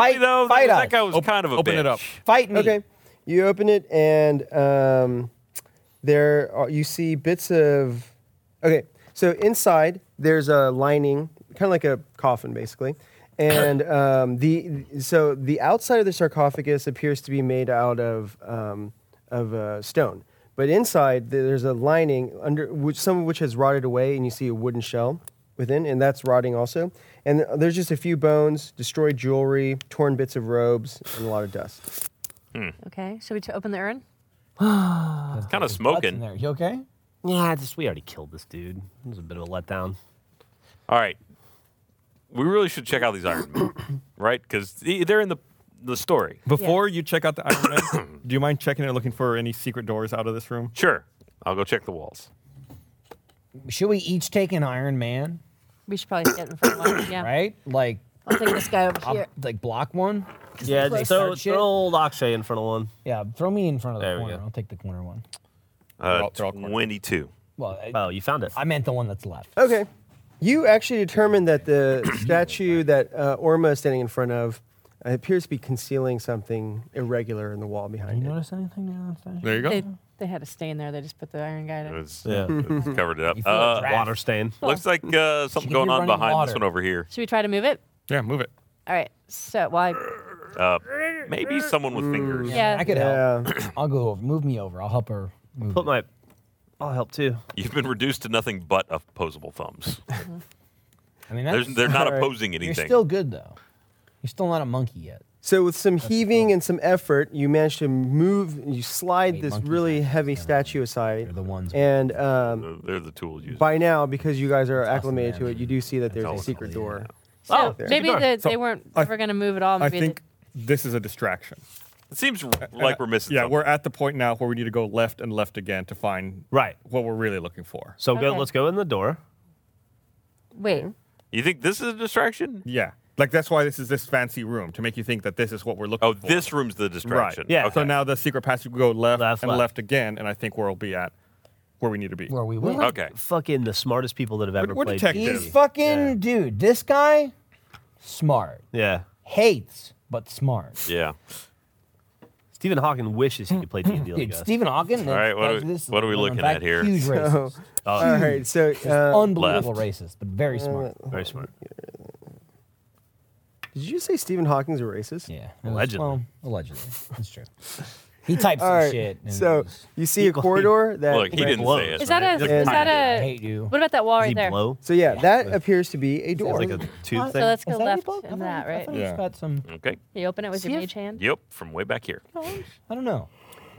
S1: we though? That-
S4: fight
S1: that,
S4: us.
S1: guy was kind of a
S3: open it
S1: bitch.
S3: up.
S5: Fight me.
S4: Okay, you open it, and um, there are, you see bits of. Okay, so inside there's a lining, kind of like a coffin, basically, and um, the so the outside of the sarcophagus appears to be made out of um, of uh, stone, but inside th- there's a lining under which some of which has rotted away, and you see a wooden shell within, and that's rotting also. And there's just a few bones, destroyed jewelry, torn bits of robes, and a lot of dust.
S6: Okay. Should we t- open the urn?
S1: It's kind of smoking.
S5: There. You okay?
S7: Yeah, just we already killed this dude. It was a bit of a letdown.
S1: All right, we really should check out these Iron Men, right? Because they're in the the story.
S3: Before you check out the Iron Man, do you mind checking and looking for any secret doors out of this room?
S1: Sure. I'll go check the walls.
S5: Should we each take an Iron Man?
S6: We should probably get in front of one. Yeah.
S5: Right? Like,
S6: I'll take this guy over
S5: I'll,
S6: here.
S5: like block one?
S11: Yeah,
S5: Right.
S11: just throw,
S5: Start shit.
S11: throw old Akshay in front of one.
S5: Yeah, throw me in front of the
S11: There we
S5: corner.
S11: go.
S5: I'll take the corner one.
S1: Uh, Twenty-two.
S5: Well, I,
S11: Oh, you found it.
S5: I meant the one that's left.
S4: Okay. You actually determined that the statue that uh, Orma is standing in front of uh, appears to be concealing something irregular in the wall behind it.
S5: Notice anything now?
S3: There you go.
S6: They, they had a stain there. They just put the iron guy
S1: It
S6: down.
S1: was,
S11: Yeah.
S1: it covered it up.
S5: You feel a
S1: Uh,
S5: draft. Water
S11: stain.
S1: Looks like uh, something
S5: Keep
S1: going
S5: your
S1: on
S5: running
S1: behind
S5: water.
S1: this one over here.
S6: Should we try to move it?
S3: Yeah, move it.
S6: All right. So, why?
S1: Uh, maybe someone with fingers.
S6: Yeah.
S5: I could
S4: Yeah.
S5: help. I'll go over. Move me over. I'll help her move.
S11: Put my. I'll help too.
S1: You've been reduced to nothing but opposable thumbs.
S5: I mean,
S1: They're,
S5: that's,
S1: they're not
S4: Alright.
S1: opposing anything.
S5: you're still good though. You're still not a monkey yet.
S4: So, with some heaving and some effort, you manage to move, you slide
S5: Wait,
S4: this
S5: monkey
S4: really heavy statue
S5: They're
S4: aside.
S5: the ones.
S4: And um,
S1: Uh, They're the tools used.
S4: by now, because you guys are
S5: awesome,
S4: acclimated to
S5: man.
S4: it, you do see that there's
S1: all
S4: a
S1: it's
S4: secret door.
S6: So,
S4: Oh, there.
S6: maybe
S3: Keep going.
S6: the,
S3: So,
S6: they weren't
S3: I-
S6: ever going to move at all.
S3: I
S6: Maybe they-
S3: think this is a distraction.
S1: It seems
S3: And
S1: like
S3: I-
S1: we're missing
S3: Yeah,
S1: something.
S3: we're at the point now where we need to go left and left again to find
S11: Right.
S3: what we're really looking for.
S11: So go.
S6: Okay.
S11: Let's go in the door.
S6: wait.
S1: You think this is a distraction?
S3: Yeah. Like that's why this is this fancy room to make you think that this is what we're looking
S1: Oh,
S3: for.
S1: this room's the distraction.
S11: Yeah.
S1: Okay.
S3: So now the secret passage will go left,
S11: Left,
S3: and
S11: left.
S3: left. again, and I think we'll be at where we need to be.
S5: where we
S11: We're
S5: went.
S11: like
S1: Okay.
S11: fucking the smartest people that have ever
S3: we're
S11: played.
S3: detectives.
S5: He's fucking dude. This guy, smart.
S11: Yeah.
S5: Hates but smart.
S1: Yeah.
S11: Stephen Hawking wishes he could play D&D like
S5: Dude,
S11: us.
S5: Stephen Hawking.
S1: All right, what are we- what are we looking at here?
S5: Huge racist.
S4: All right, so
S5: Oh. Just oh.
S4: uh,
S5: unbelievable racist, but very smart.
S11: Very smart.
S4: did you say Stephen Hawking's a racist?
S5: Yeah.
S11: Allegedly.
S5: Well, allegedly. That's true. He types
S4: All
S5: some
S4: right.
S5: shit. and
S4: So
S5: goes,
S4: you see a corridor that
S1: Look, he didn't say it.
S6: Is that a?
S4: right.
S6: Is that
S5: I
S6: a?
S5: hate you.
S6: What about that wall
S11: Does he
S6: right there?
S11: blow?
S4: So yeah, that appears to be a
S11: It's
S4: door.
S11: like a tooth
S5: What?
S11: thing.
S6: So let's
S5: Is
S6: go
S5: that
S6: left
S5: people? I
S6: and
S5: thought-
S6: that,
S5: I
S6: right?
S5: thought he's
S3: Yeah.
S5: got some.
S1: Okay.
S6: You open it with
S5: See
S6: your
S5: if-
S6: mage hand.
S1: Yep, from way back here.
S5: I don't know.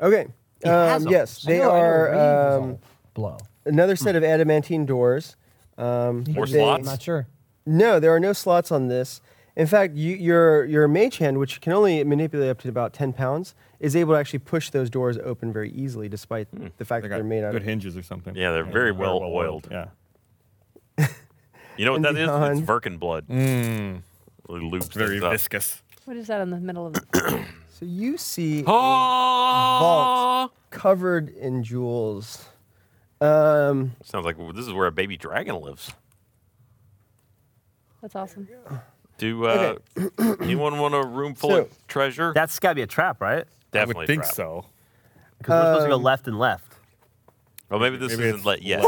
S4: Okay.
S5: has
S4: Um,
S5: them.
S4: yes,
S5: I
S4: they
S5: know- I know
S4: are
S5: Reeves is Hmm.
S4: um,
S5: all blow.
S4: another set of adamantine doors. Um,
S5: More
S4: they-
S5: slots? I'm not sure.
S4: No, there are no slots on this. In fact, you, your your mage hand, which can only manipulate up to about ten pounds, is able to actually push those doors open very easily, despite
S5: Hmm.
S4: the fact that they're made out
S3: Good
S4: of
S3: hinges or something.
S1: Yeah, they're very well oiled.
S3: Yeah.
S1: You know what
S4: And
S1: that is?
S4: behind-
S1: It's Verkin blood.
S3: Mm.
S1: It loops
S9: Very
S1: things up.
S9: viscous.
S6: What is that in the middle of the
S4: So you see a vault covered in jewels. Um,
S1: Sounds like well, this is where a baby dragon lives.
S6: That's awesome.
S1: Do uh, anyone want a room full of treasure?
S7: That's got to be a trap, right?
S1: Definitely.
S7: think
S1: trap.
S3: so.
S7: Because we're supposed to go
S1: Um,
S7: left and left.
S1: Well, Oh, maybe this
S7: Maybe
S1: isn't
S7: it's
S1: let yet.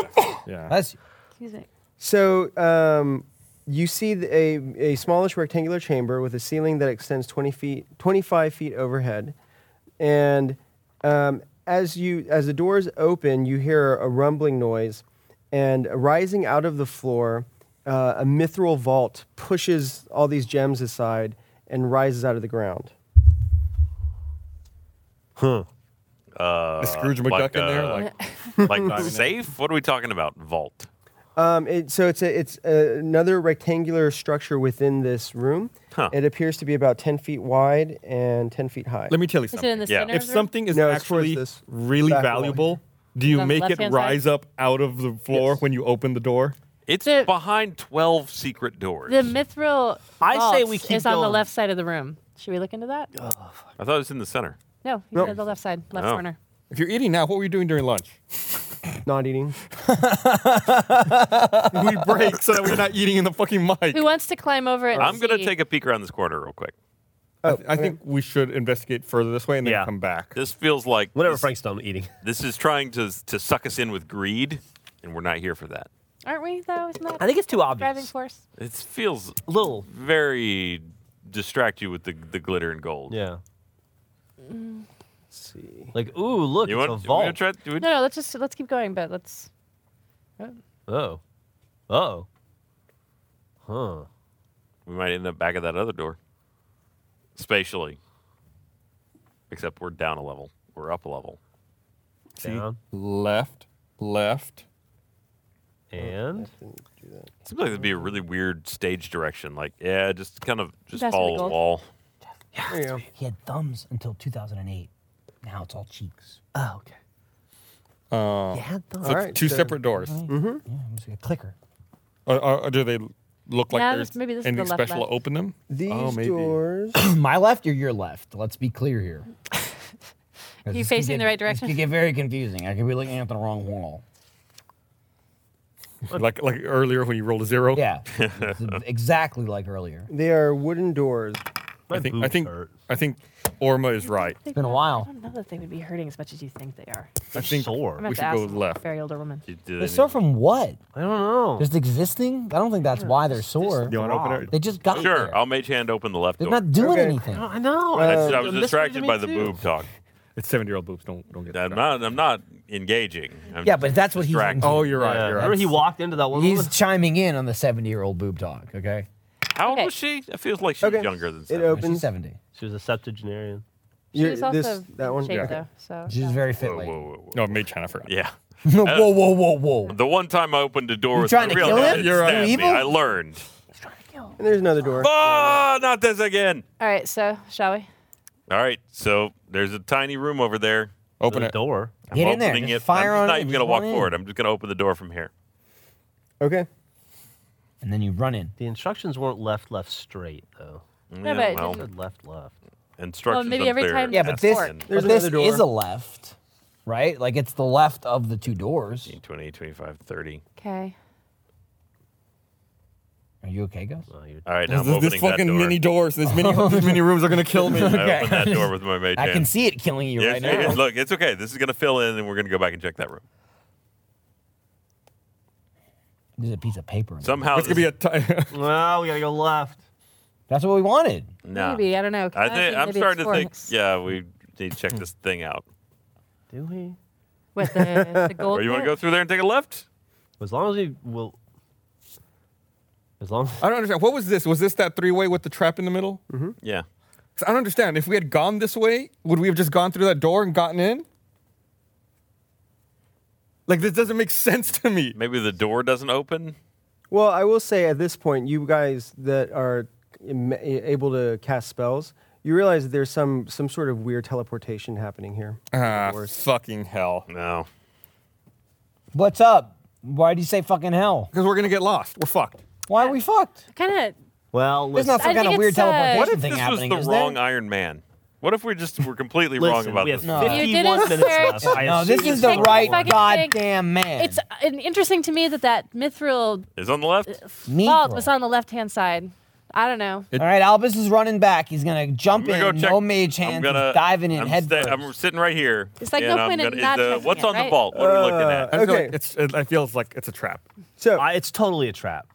S3: yeah.
S5: That's
S6: Excuse me.
S4: so um, you see th- a, a smallish rectangular chamber with a ceiling that extends 20 feet, 25 feet overhead. And um, as you as the doors open, you hear a rumbling noise, and rising out of the floor, uh, a mithril vault pushes all these gems aside and rises out of the ground.
S1: Huh. Uh,
S3: Scrooge
S1: like,
S3: McDuck in there,
S1: uh,
S4: like-
S1: like safe? What are we talking about? Vault.
S4: Um, it, so it's a, it's a, another rectangular structure within this room. It appears to be about ten feet wide and ten feet high.
S3: Let me tell you
S6: Is it
S3: something.
S6: in the Yeah. center
S3: If
S6: of the room?
S3: something is
S4: No, it's towards
S3: actually
S4: this
S3: really
S4: back wall
S3: valuable, do you
S6: On the
S3: make it
S6: left-hand
S3: rise
S6: side?
S3: up out of the floor when you open the door?
S1: It's behind 12 secret doors.
S6: The mithril
S7: I say
S6: vaults
S7: we keep
S6: is on the
S7: going.
S6: left side of the room. Should we look into that?
S1: I thought it was in the center.
S6: No, you
S3: No.
S6: said the left side, left
S1: Oh.
S6: corner.
S3: If you're eating now, what were you doing during lunch?
S4: Not eating.
S3: we break so that we're not eating in the fucking mic.
S6: Who wants to climb over it? and
S1: I'm going to
S6: see?
S1: take a peek around this corner real quick.
S3: I, th- I think we should investigate further this way and then
S7: Yeah.
S3: come back.
S1: This feels like
S7: Whatever
S1: this,
S7: Frank's done eating.
S1: this is trying to to suck us in with greed, and we're not here for that.
S6: Aren't we though? Isn't that
S7: I think it's too obvious.
S6: driving force?
S1: It feels
S7: little.
S1: very distract you with the the glitter and gold.
S7: Yeah.
S6: Mm.
S4: see.
S7: Like, ooh, look,
S1: You
S7: it's
S1: want-
S7: a
S1: you wanna
S7: vault.
S1: try- you would-
S6: No, no. Let's just let's keep going, but let's.
S7: Oh. Oh.
S11: Oh.
S7: Huh.
S1: We might end up back at that other door. Spatially. Except we're down a level. We're up a level.
S3: See?
S7: Down.
S3: Left, left.
S7: And
S1: Seems like it'd be a really weird stage direction. Like, yeah, just kind of just
S6: That's
S1: follow
S6: really
S1: the
S6: cool.
S1: wall.
S4: There you go.
S5: He had thumbs until 2008. Now it's all cheeks.
S7: Oh, okay.
S3: Uh,
S5: Yeah, thumbs.
S3: so
S4: All
S3: it's
S4: right,
S3: two
S4: so-
S3: separate doors.
S4: Mm-hmm.
S5: Yeah, I'm just a clicker.
S3: Or, or- or do they look like
S6: Yeah,
S3: there's
S6: this- maybe this is the
S3: anything
S6: left,
S3: special
S6: left.
S3: to open them?
S4: These
S3: oh, maybe.
S4: doors.
S5: My left or your left? Let's be clear here. 'Cause
S6: You
S5: this could
S6: facing the
S5: get-
S6: right
S5: This could
S6: direction?
S5: get very confusing. I could be looking at the wrong wall.
S3: Like like earlier when you rolled a zero.
S5: Yeah, It's exactly like earlier.
S4: They are wooden doors.
S7: My
S3: I think I
S7: boobs
S3: think
S7: hurt.
S3: I think Orma is right.
S6: It's
S5: been a while.
S6: I don't know that they would be hurting as much as you think they are.
S3: I think
S6: I'm
S7: sore.
S6: gonna have to
S3: we should
S6: ask a
S3: go left.
S6: Very older woman.
S1: You do
S5: They
S1: they
S5: sore
S1: need-
S5: from what?
S7: I don't know.
S5: Just existing? I don't think that's why they're sore.
S3: You want to open it?
S5: They just got
S1: Sure,
S5: there.
S1: I'll mage hand open the left
S5: They're
S1: door.
S5: not doing
S4: Okay.
S5: anything.
S7: I know.
S1: I,
S7: It's
S1: I
S7: a
S1: was
S7: mystery to
S1: distracted
S7: me,
S1: by the
S7: too.
S1: boob talk.
S3: It's seven year old boobs. Don't don't get.
S1: I'm
S3: distracted.
S1: not. I'm not engaging. I'm
S5: Yeah, but that's what he's
S1: distracted.
S5: into.
S3: Oh, you're right.
S7: Yeah.
S3: You're
S7: Remember
S3: right.
S7: he walked into that one.
S5: He's chiming in on the 70 year old boob talk, okay?
S1: How old
S6: Okay.
S1: was she? It feels like she's
S4: Okay.
S1: younger than.
S4: It
S1: Seven.
S5: She's
S4: opens.
S5: 70.
S7: She was a septuagenarian.
S6: She
S4: You're-
S6: was also
S4: this- that one.
S6: shaped
S4: Yeah.
S6: though, so
S5: She's
S6: yeah.
S5: very fit.
S1: Whoa,
S5: lady.
S1: whoa, whoa, whoa.
S3: No, made China forgot.
S1: Yeah.
S5: whoa, whoa, whoa, whoa.
S1: The one time I opened a door
S5: You
S1: with
S5: trying
S1: my
S5: to
S1: real
S5: kill
S1: hand,
S5: him?
S1: it
S3: You're right.
S1: stabbed
S5: You
S1: me.
S5: evil?
S1: I learned.
S4: And there's another door.
S1: Ah, not this again.
S6: All right, so shall we?
S1: All right, so there's a tiny room over there.
S3: Open
S7: the
S3: it.
S7: door.
S1: I'm
S5: Get in there.
S1: opening
S5: Just
S1: it.
S5: fire
S1: I'm just
S5: on
S1: not
S5: it
S1: even
S5: and
S1: gonna
S5: just
S1: walk
S5: run in.
S1: forward. I'm just gonna open the door from here.
S4: Okay.
S5: And then you run in.
S7: The instructions weren't left, left, straight though.
S1: Yeah,
S6: but it
S1: well,
S6: doesn't-
S7: Said left, left.
S1: instructions.
S6: Well, maybe every
S1: unclear.
S6: time-
S5: Yeah, but this,
S1: Aspen,
S4: There's
S5: but this
S4: another door.
S5: is a left, right? Like it's the left of the two doors.
S1: 20, 25, 30.
S6: Okay.
S5: Are you okay, guys?
S7: Oh, you're
S1: All right, now I'm
S3: This, this,
S1: opening
S3: this
S1: that
S3: fucking
S1: door.
S3: mini doors, these mini, these mini rooms are gonna kill me.
S1: I
S5: Okay.
S1: opened that door with my mage
S5: I
S1: hand.
S5: can see it killing you
S1: Yes,
S5: right
S1: it
S5: now.
S1: is. Look, it's okay. This is gonna fill in, and we're gonna go back and check that room.
S5: There's a piece of paper. In there.
S1: Somehow,
S3: It's gonna be a. T-
S7: Well, we gotta go left.
S5: That's what we wanted.
S1: nah.
S6: Maybe I don't know.
S1: I think I'm
S6: maybe
S1: starting
S6: it's
S1: to think.
S6: forks.
S1: Yeah, we need to check this thing out.
S7: Do we?
S6: With the, the gold.
S1: Or you want to go
S6: bit?
S1: through there and take a left?
S7: As long as we will. As long as
S3: I don't understand. What was this? Was this that three way with the trap in the middle?
S1: Yeah.
S3: 'Cause I don't understand. If we had gone this way, would we have just gone through that door and gotten in? Like this doesn't make sense to me.
S1: Maybe the door doesn't open.
S4: Well, I will say at this point, you guys that are im- able to cast spells, you realize that there's some some sort of weird teleportation happening here.
S7: Uh-huh.
S3: Ah, fucking hell.
S1: No.
S5: What's up? Why do you say fucking hell?
S3: Because we're gonna get lost. We're fucked.
S5: Why are we fucked?
S6: Kind of.
S7: Well,
S5: There's not some
S6: I
S5: kind of
S6: think
S5: weird
S6: it's, uh,
S5: teleportation
S6: What
S5: thing
S1: this
S5: happening.
S1: was
S5: is
S1: the
S5: there?
S1: wrong Iron Man. What if we're just we're completely wrong
S7: Listen,
S1: about
S7: we
S1: this?
S7: have
S1: movie?
S6: You didn't
S7: 51 minutes left.
S6: search.
S7: I
S5: No, this
S7: assume
S5: is
S6: Take
S5: the
S6: the
S5: right
S6: fucking
S5: goddamn man.
S6: It's uh, an interesting to me that that mithril
S1: Is on the left.
S6: vault
S5: Negro.
S6: was on the left hand side. I don't know.
S5: All right, Albus is running back. He's gonna jump
S1: I'm gonna
S5: in,
S1: go check-
S5: no mage hands, he's
S1: I'm gonna,
S5: diving in
S1: I'm
S5: head
S1: sta-
S5: first.
S1: I'm sitting right here.
S6: It's like no
S1: and I'm
S6: point in
S1: gonna, is
S6: not
S1: the,
S6: checking
S1: What's
S6: it,
S1: on the
S6: right?
S1: vault? What are we looking at?
S3: I feel
S4: Okay.
S3: Like it's, it, I feels like it's a trap.
S4: So
S7: I- it's totally a trap.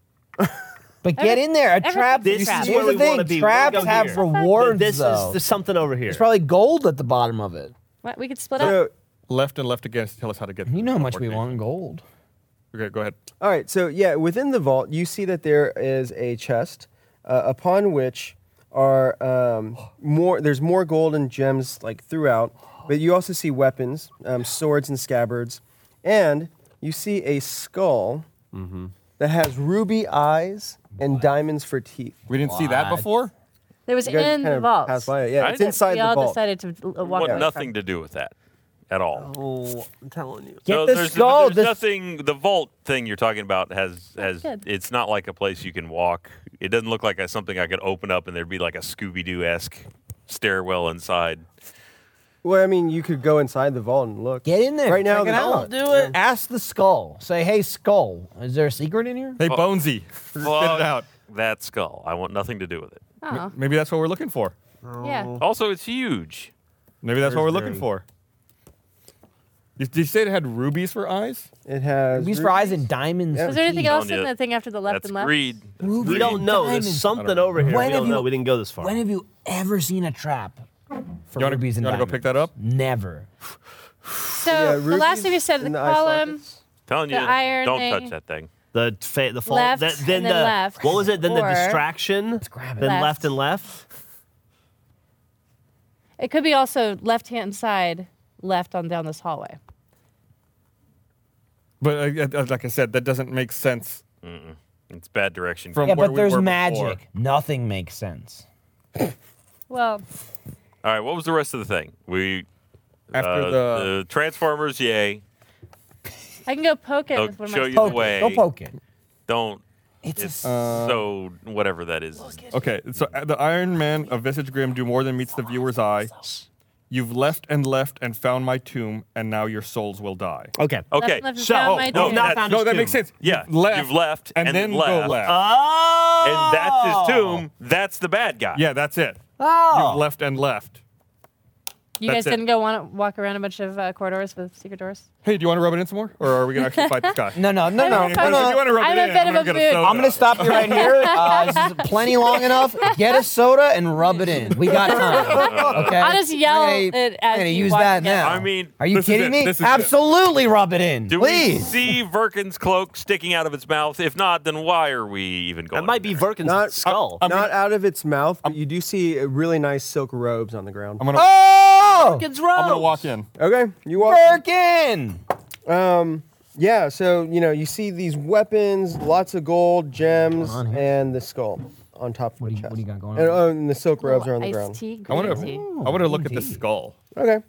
S5: but get in there. A
S6: everything's
S5: trap.
S6: This
S7: is
S5: Here's
S7: where
S5: the
S7: we
S5: thing.
S7: wanna be.
S5: Traps
S7: We'll go
S5: have
S7: here.
S5: rewards
S7: This
S5: though.
S7: is there's something over here.
S5: There's probably gold at the bottom of it.
S6: What, we could split up.
S4: So,
S3: Left and left again to tell us how to get.
S5: You know how much we
S3: teleportation.
S5: want in gold.
S3: Okay, go ahead.
S4: all right, so yeah, within the vault, you see that there is a chest uh, upon which are um, more. There's more gold and gems like throughout, but you also see weapons, um, swords and scabbards, and you see a skull
S1: Mm-hmm.
S4: that has ruby eyes and diamonds for teeth.
S3: We didn't see that
S5: What?
S3: before.
S6: It was
S4: You guys
S6: in
S4: kind
S6: the
S4: of
S6: vault.
S4: passed by it. Yeah,
S1: I
S4: it's
S1: didn't-
S4: inside
S6: we
S4: the
S6: all
S4: vault.
S6: decided to uh, walk
S1: want
S6: away
S1: nothing
S6: From.
S1: to do with that at all.
S7: Oh, I'm telling you.
S5: Get
S1: no,
S5: the
S1: there's,
S5: skull.
S1: there's
S5: this-
S1: nothing. The vault thing you're talking about has has.
S6: good.
S1: It's not like a place you can walk. It doesn't look like a, something I could open up and there'd be like a Scooby Doo esque stairwell inside.
S4: Well, I mean, you could go inside the vault and look.
S5: Get in there.
S4: Right now,
S5: check it
S4: they're
S5: out.
S4: not.
S5: Do it. Ask the skull. Say, hey, skull, is there a secret in here?
S3: Hey, Bonesy, spit it
S1: Fuck
S3: out.
S1: That skull. I want nothing to do with it.
S6: Oh,
S3: Maybe that's what we're looking for.
S6: yeah.
S1: Also, it's huge.
S3: Maybe that's what we're
S7: There's
S3: looking
S7: Ruby.
S3: for. Did, did you say it had rubies for eyes?
S4: It has.
S5: Rubies for
S4: ruby-
S5: eyes and diamonds.
S4: Yeah.
S5: for
S6: Was there anything
S5: teeth.
S6: else
S1: Telling
S6: in
S1: you,
S6: the thing after the left
S1: That's
S6: and left?
S1: greed.
S5: Ruby
S7: We don't know. There's
S5: diamonds.
S7: something over here.
S5: When
S7: we
S5: have
S7: don't
S5: you-
S7: know. We didn't go this far.
S5: When have you ever seen a trap for
S3: You wanna-
S5: rubies and
S3: you wanna go
S5: diamonds?
S3: pick that up?
S5: Never.
S6: So
S4: Yeah,
S6: the last
S4: rubies
S6: thing you said, the,
S4: in eye
S6: column.
S4: sockets.
S1: Telling
S6: The
S1: you,
S6: iron
S1: don't
S6: thing.
S1: touch that thing.
S7: the fa- the fall,
S6: Left
S7: the, then
S6: and
S7: the
S6: then left.
S7: what was it? Then
S6: Or-
S7: the distraction. Let's
S5: grab it.
S7: Then
S6: Left.
S7: left. and left.
S6: It could be also left hand side, left on down this hallway.
S3: But uh, uh, like I said, that doesn't make sense.
S1: It's bad direction.
S3: From-
S5: Yeah,
S3: where
S5: but
S3: we
S5: there's
S3: were before.
S5: magic. Nothing makes sense.
S6: Well,
S1: All right. What was the rest of the thing? We
S3: After
S1: uh,
S3: the,
S1: Transformers. Yay.
S6: I can go poke it
S1: They'll
S6: with one of
S1: show
S6: my.
S1: you the
S5: Poke
S1: way.
S5: it. Go poke it.
S1: Don't.
S5: It's, a
S1: It's
S5: s-
S1: so whatever that is.
S3: okay, so uh, the Iron Man of Visage Grim do more than meets the viewer's eye. You've left and left and found my tomb, and now your souls will die.
S7: Okay.
S6: Left
S1: Okay.
S6: and left is
S1: so-
S6: down
S1: oh,
S6: my
S1: no,
S6: turn.
S1: that-
S7: found
S3: no,
S7: his
S3: that
S7: tomb.
S3: makes sense.
S1: Yeah,
S3: You've left,
S1: you've left
S3: and,
S1: and
S3: then
S1: left. Uh,
S3: go left.
S5: Oh.
S1: and that's his tomb. That's the bad guy.
S3: yeah, that's it.
S5: Oh.
S3: You've left and left.
S6: You guys
S3: That's it.
S6: didn't go on, walk around a bunch of uh, corridors with secret doors.
S3: Hey, do you want to rub it in some more, or are we gonna actually fight this guy?
S5: No, no, no, no.
S3: If you
S5: no, no.
S3: want to rub
S6: I'm
S3: it
S6: a
S3: in,
S6: bit
S3: I'm
S6: of
S3: gonna
S6: a
S3: get
S6: mood.
S3: soda.
S6: I'm
S5: I'm gonna stop you right here. Uh, this is plenty long enough. Get a soda and rub it in. We got time. Okay.
S6: I'll just yell
S5: I'm gonna,
S6: it as
S5: I'm gonna
S6: you
S5: use
S6: walk
S5: that
S6: in.
S5: now.
S1: I mean,
S5: are you
S3: this is
S5: kidding
S3: it.
S5: me?
S3: This is it.
S5: Absolutely rub it in,
S1: Do we
S5: please.
S1: see Verkin's cloak sticking out of its mouth? If not, then why are we even going?
S7: That might
S1: in
S7: be
S1: there?
S7: Verkin's
S4: Not-
S7: skull.
S4: Not out of its mouth, but you do see uh, really nice silk robes on the ground.
S3: I'm gonna,
S5: Oh,
S3: I'm gonna walk in.
S4: Okay, you walk.
S5: Birkin.
S4: Yeah, so you know you see these weapons, lots of gold, gems,
S5: on here?
S4: and the skull on top of
S5: What
S4: the
S5: do you-
S4: chest.
S5: what do you got going
S4: And,
S5: on?
S4: oh, and the silk robes are on the
S6: Iced
S4: ground.
S6: tea,
S3: I want
S6: green
S3: to.
S6: tea.
S3: I want to look at the
S5: indeed.
S3: skull.
S4: Okay,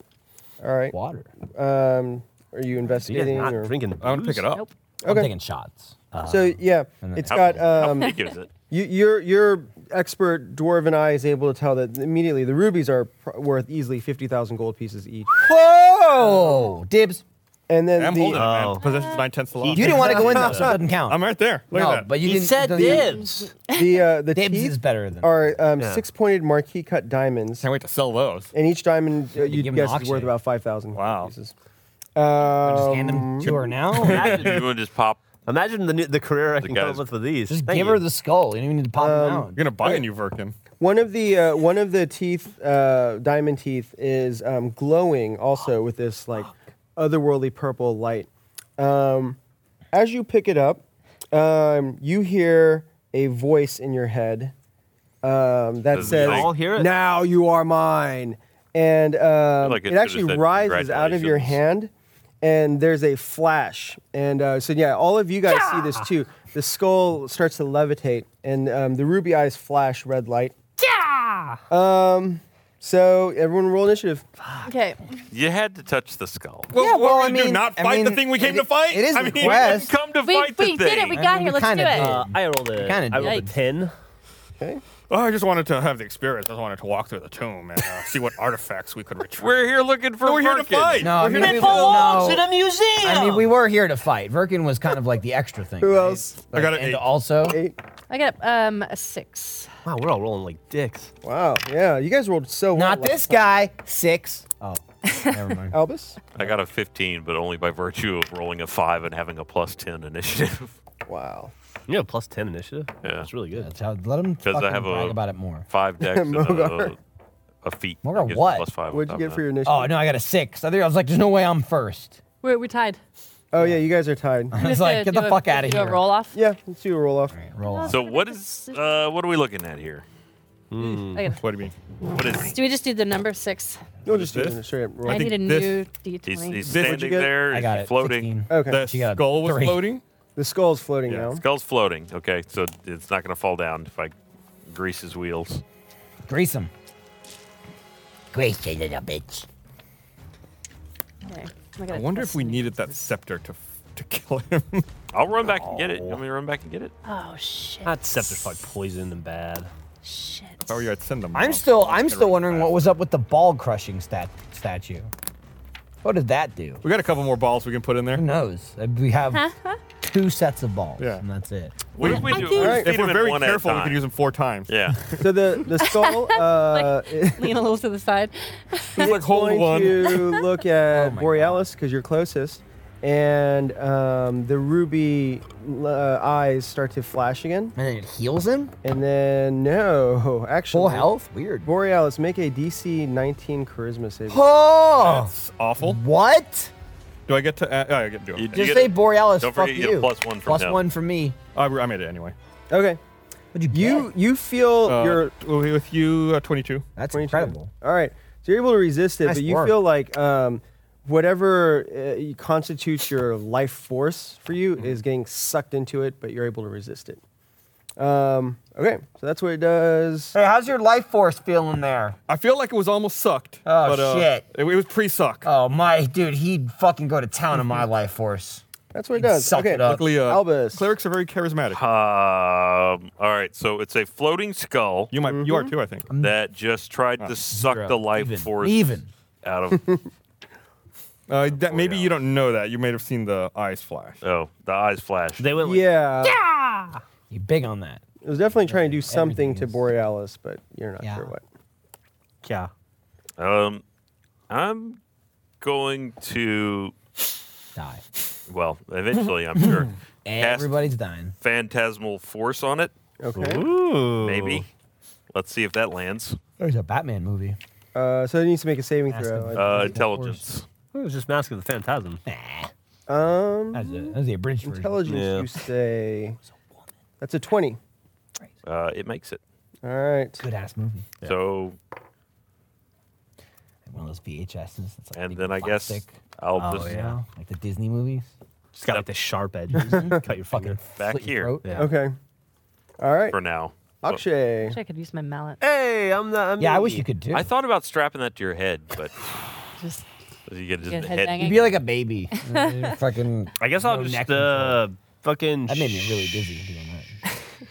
S4: all right.
S5: Water.
S4: Um, are you
S7: You guys
S4: investigating?
S7: not
S4: or-
S7: drinking.
S3: I want to pick it up.
S6: Nope.
S5: I'm
S4: Okay.
S5: taking uh, shots.
S4: so yeah, it's got
S1: How
S4: um,
S1: big is it?
S4: You, your your expert dwarven eye is able to tell that immediately the rubies are pr- worth easily fifty thousand gold pieces each,
S5: Whoa, dibs.
S4: and then
S3: I'm
S4: the
S3: holding it, man.
S7: Oh.
S3: Possession's nine tenths of law.
S5: You didn't want to go in though, so it doesn't count.
S3: I'm right there. Look
S5: no,
S3: at that.
S5: but you
S7: He
S5: didn't.
S7: said
S5: doesn't-
S7: dibs.
S4: the uh, the
S5: Dibs
S4: teeth
S5: is better than.
S4: are um,
S7: Yeah.
S4: six pointed marquee cut diamonds,
S3: Can't wait to sell those.
S4: and each diamond uh, you
S5: give 'em
S4: guess
S5: an
S4: is worth
S5: auction.
S4: about five thousand
S3: Wow.
S4: pieces.
S5: just
S4: Um,
S5: hand them to her now.
S1: you want to just pop?
S7: Imagine the new, the career I can come
S1: guys-
S7: up with for these.
S5: just
S7: Thank
S5: give
S7: you.
S5: her the skull. You don't even need to pop them out.
S3: You're gonna buy a new Verkin.
S4: one of the uh, one of the teeth, uh, diamond teeth, is um, glowing also with this like otherworldly purple light. Um, as you pick it up, um, you hear a voice in your head um, that
S1: Does it
S4: says,
S1: like-
S7: Y'all hear it?
S4: "Now you are mine," and uh, um,
S1: like it
S4: it,
S1: should've
S4: actually
S1: said
S4: rises out of your
S1: congratulations.
S4: hand and there's a flash. And uh, so, yeah, all of you guys see this too. The skull starts to levitate, and um, the ruby eyes flash red light. Um, so everyone roll initiative.
S6: Okay.
S1: You had to touch the skull.
S4: Well, Yeah, what well,
S9: I do, mean- not I fight the mean, thing we came it- to fight? it is I a mean, we
S4: quest.
S1: come to
S6: We- fight the we did it, thing. we got I mean, here, we let's kinda do it. did.
S7: Uh, I rolled a,
S3: Kinda
S7: I rolled a
S3: did.
S7: 10.
S4: Okay.
S3: Oh, I just wanted to have the experience. I just wanted to walk through the tomb and uh, see what artifacts we could retrieve.
S1: We're here looking for.
S3: We're here to
S1: Birkin.
S3: fight.
S5: No, I mean, we- no. I mean, we were here to fight. Verkin was kind of like the extra thing. Who else? I got an and also.
S6: I got um a six.
S7: Wow, we're all rolling like dicks.
S4: Wow. Yeah, you guys rolled so well.
S5: Not
S4: last
S5: this
S4: time.
S5: guy. Six. Oh, never mind.
S4: Albus?
S1: I got a 15, but only by virtue of rolling a five and having a plus 10 initiative.
S4: Wow.
S7: You have plus 10 initiative?
S1: Yeah.
S7: That's really good.
S5: So let him
S1: Because I
S5: fucking
S1: have
S5: brag
S1: a
S5: about it more.
S1: five dex and a,
S5: Mogar.
S1: a feat.
S5: Mogar,
S1: Gives me
S5: what?
S1: Plus five on
S4: What'd you
S1: top
S4: get
S1: of
S4: for
S1: that.
S4: your initiative?
S5: Oh no, I got a six. I think I was like, there's no way I'm first.
S6: We're, we're tied.
S4: Oh yeah, you guys are tied.
S5: I was like, get the fuck out of
S6: Do a
S5: here.
S6: roll off.
S4: Yeah, let's do a roll off.
S5: Roll
S1: So what is? Uh, what are we looking at here?
S6: I got-
S3: What do you mean?
S1: What is?
S6: Do we just do the number six?
S4: You'll just do
S3: this?
S4: it straight up roll.
S6: I, need a
S3: this-
S6: new D
S1: He's,
S6: twenty.
S1: he's
S3: This-
S1: standing
S3: what'd you get?
S1: there.
S5: I
S1: is
S5: got
S1: he
S5: it.
S1: floating.
S5: 16.
S4: Okay.
S3: The
S5: She got a
S3: skull was
S5: three.
S3: floating.
S4: the skull's floating
S1: Yeah.
S4: now.
S1: Skull's floating. Okay, so it's not going to fall down if I grease his wheels.
S5: Grease him. Grease you little bitch.
S6: Okay. I, got
S3: I
S6: a
S3: wonder if
S6: plus
S3: we
S6: six.
S3: needed that scepter to to kill him.
S1: I'll run back and get it. You want me to run back and get it?
S6: Oh shit.
S7: That scepter's probably poisoned and bad.
S6: Shit.
S3: If I were you, I'd send him.
S5: I'm
S3: off.
S5: still I'm still
S3: right
S5: wondering what was up with the ball crushing stat statue. What did that do?
S3: We got a couple more balls we can put in
S5: Who
S3: there.
S5: knows? Uh, We have two sets of balls,
S3: Yeah.
S5: and that's it.
S1: What if we
S6: I
S1: do?
S6: think-
S1: Let's feed
S3: If
S1: him
S3: we're
S1: in
S3: very
S1: one at a
S3: careful, we
S1: time.
S3: could use them four times.
S1: Yeah.
S4: So the the skull uh,
S6: Lean a little to the side.
S3: He's like, hold
S4: going
S3: one.
S4: to look
S5: Oh
S4: at Borealis because you're closest, and um, the ruby uh, eyes start to flash again.
S5: And then it heals him.
S4: And then no, actually,
S5: Full health. Weird.
S4: Borealis, make a DC 19 Charisma save.
S5: Oh,
S3: That's awful.
S5: what?
S3: Do I get to? Uh, oh, I get to do it.
S1: You
S5: Just
S1: get
S5: say
S1: a-
S5: Borealis.
S1: don't
S5: fuck
S1: forget you
S5: you.
S1: get a plus one from
S5: Plus
S1: him.
S5: one from me.
S3: I, Uh, I made it anyway.
S4: Okay,
S5: What'd you
S4: you
S5: get?
S4: you feel
S3: Uh,
S4: your
S3: with you uh, 22.
S5: That's
S4: 22.
S5: incredible.
S4: All right, so you're able to resist it,
S5: Nice
S4: but you
S5: work.
S4: feel like um, whatever uh, constitutes your life force for
S5: Mm-hmm.
S4: you is getting sucked into it, but you're able to resist it. Um, okay, so that's what it does.
S5: Hey, how's your life force feeling there?
S3: I feel like it was almost sucked.
S5: Oh,
S3: but, uh,
S5: shit.
S3: It, it was pre-suck.
S5: Oh my dude, he'd fucking go to town on my life force.
S4: That's what it
S5: You
S4: does.
S5: suck
S4: okay,
S5: it up.
S3: Luckily, uh,
S4: Albus.
S3: clerics are very charismatic.
S1: Um, all right, so it's a floating skull
S3: You might, you are too, I think.
S1: that just tried to suck the life
S5: Even.
S1: force
S5: Even.
S1: out of.
S3: Uh, that, maybe you don't know that. You may have seen the eyes flash.
S1: oh, the eyes flash.
S7: They went like,
S4: yeah,
S5: You big on that?
S4: it was definitely trying to do something to
S5: Everything is-
S4: Borealis, but you're not
S5: Yeah.
S4: sure what.
S5: Yeah.
S1: Um, I'm going to.
S5: Die.
S1: Well, eventually, I'm sure. cast
S5: Everybody's dying.
S1: phantasmal force on it.
S4: Okay,
S1: Maybe. Let's see if that lands.
S5: There's a Batman movie.
S4: uh, so it needs to make a saving
S5: Ask
S4: throw.
S5: him.
S1: Uh,
S5: Phantasmal
S1: intelligence.
S7: it was just Mask of the Phantasm.
S4: um,
S5: That's, a, that's the abridged version.
S4: intelligence,
S7: Yeah.
S4: you say? That's a 20.
S1: Uh, it makes it.
S4: All right.
S5: Good ass movie.
S1: So,
S5: Like one of those VHSs. That's like
S1: and
S5: big
S1: then I guess
S5: plastic.
S1: I'll
S5: Oh,
S1: just
S5: yeah. Like the Disney movies.
S7: Just got like the sharp edges. Cut
S5: Fucking
S7: your fucking.
S1: Back
S5: slit your
S1: here.
S5: throat.
S7: Yeah.
S4: Okay. All right.
S1: for now. Oh,
S4: Akshay.
S6: Wish I could use my mallet.
S7: Hey, I'm the. I'm
S5: Yeah, I
S7: me.
S5: wish you could do.
S1: I thought about strapping that to your head, but
S6: Just
S1: you get just
S6: Get
S1: the
S6: head
S1: head.
S6: banging.
S5: You'd be like a baby. You're fucking.
S7: I guess
S5: no
S7: I'll
S5: neck
S7: just
S5: control.
S7: uh, fucking.
S5: That made me really dizzy doing that.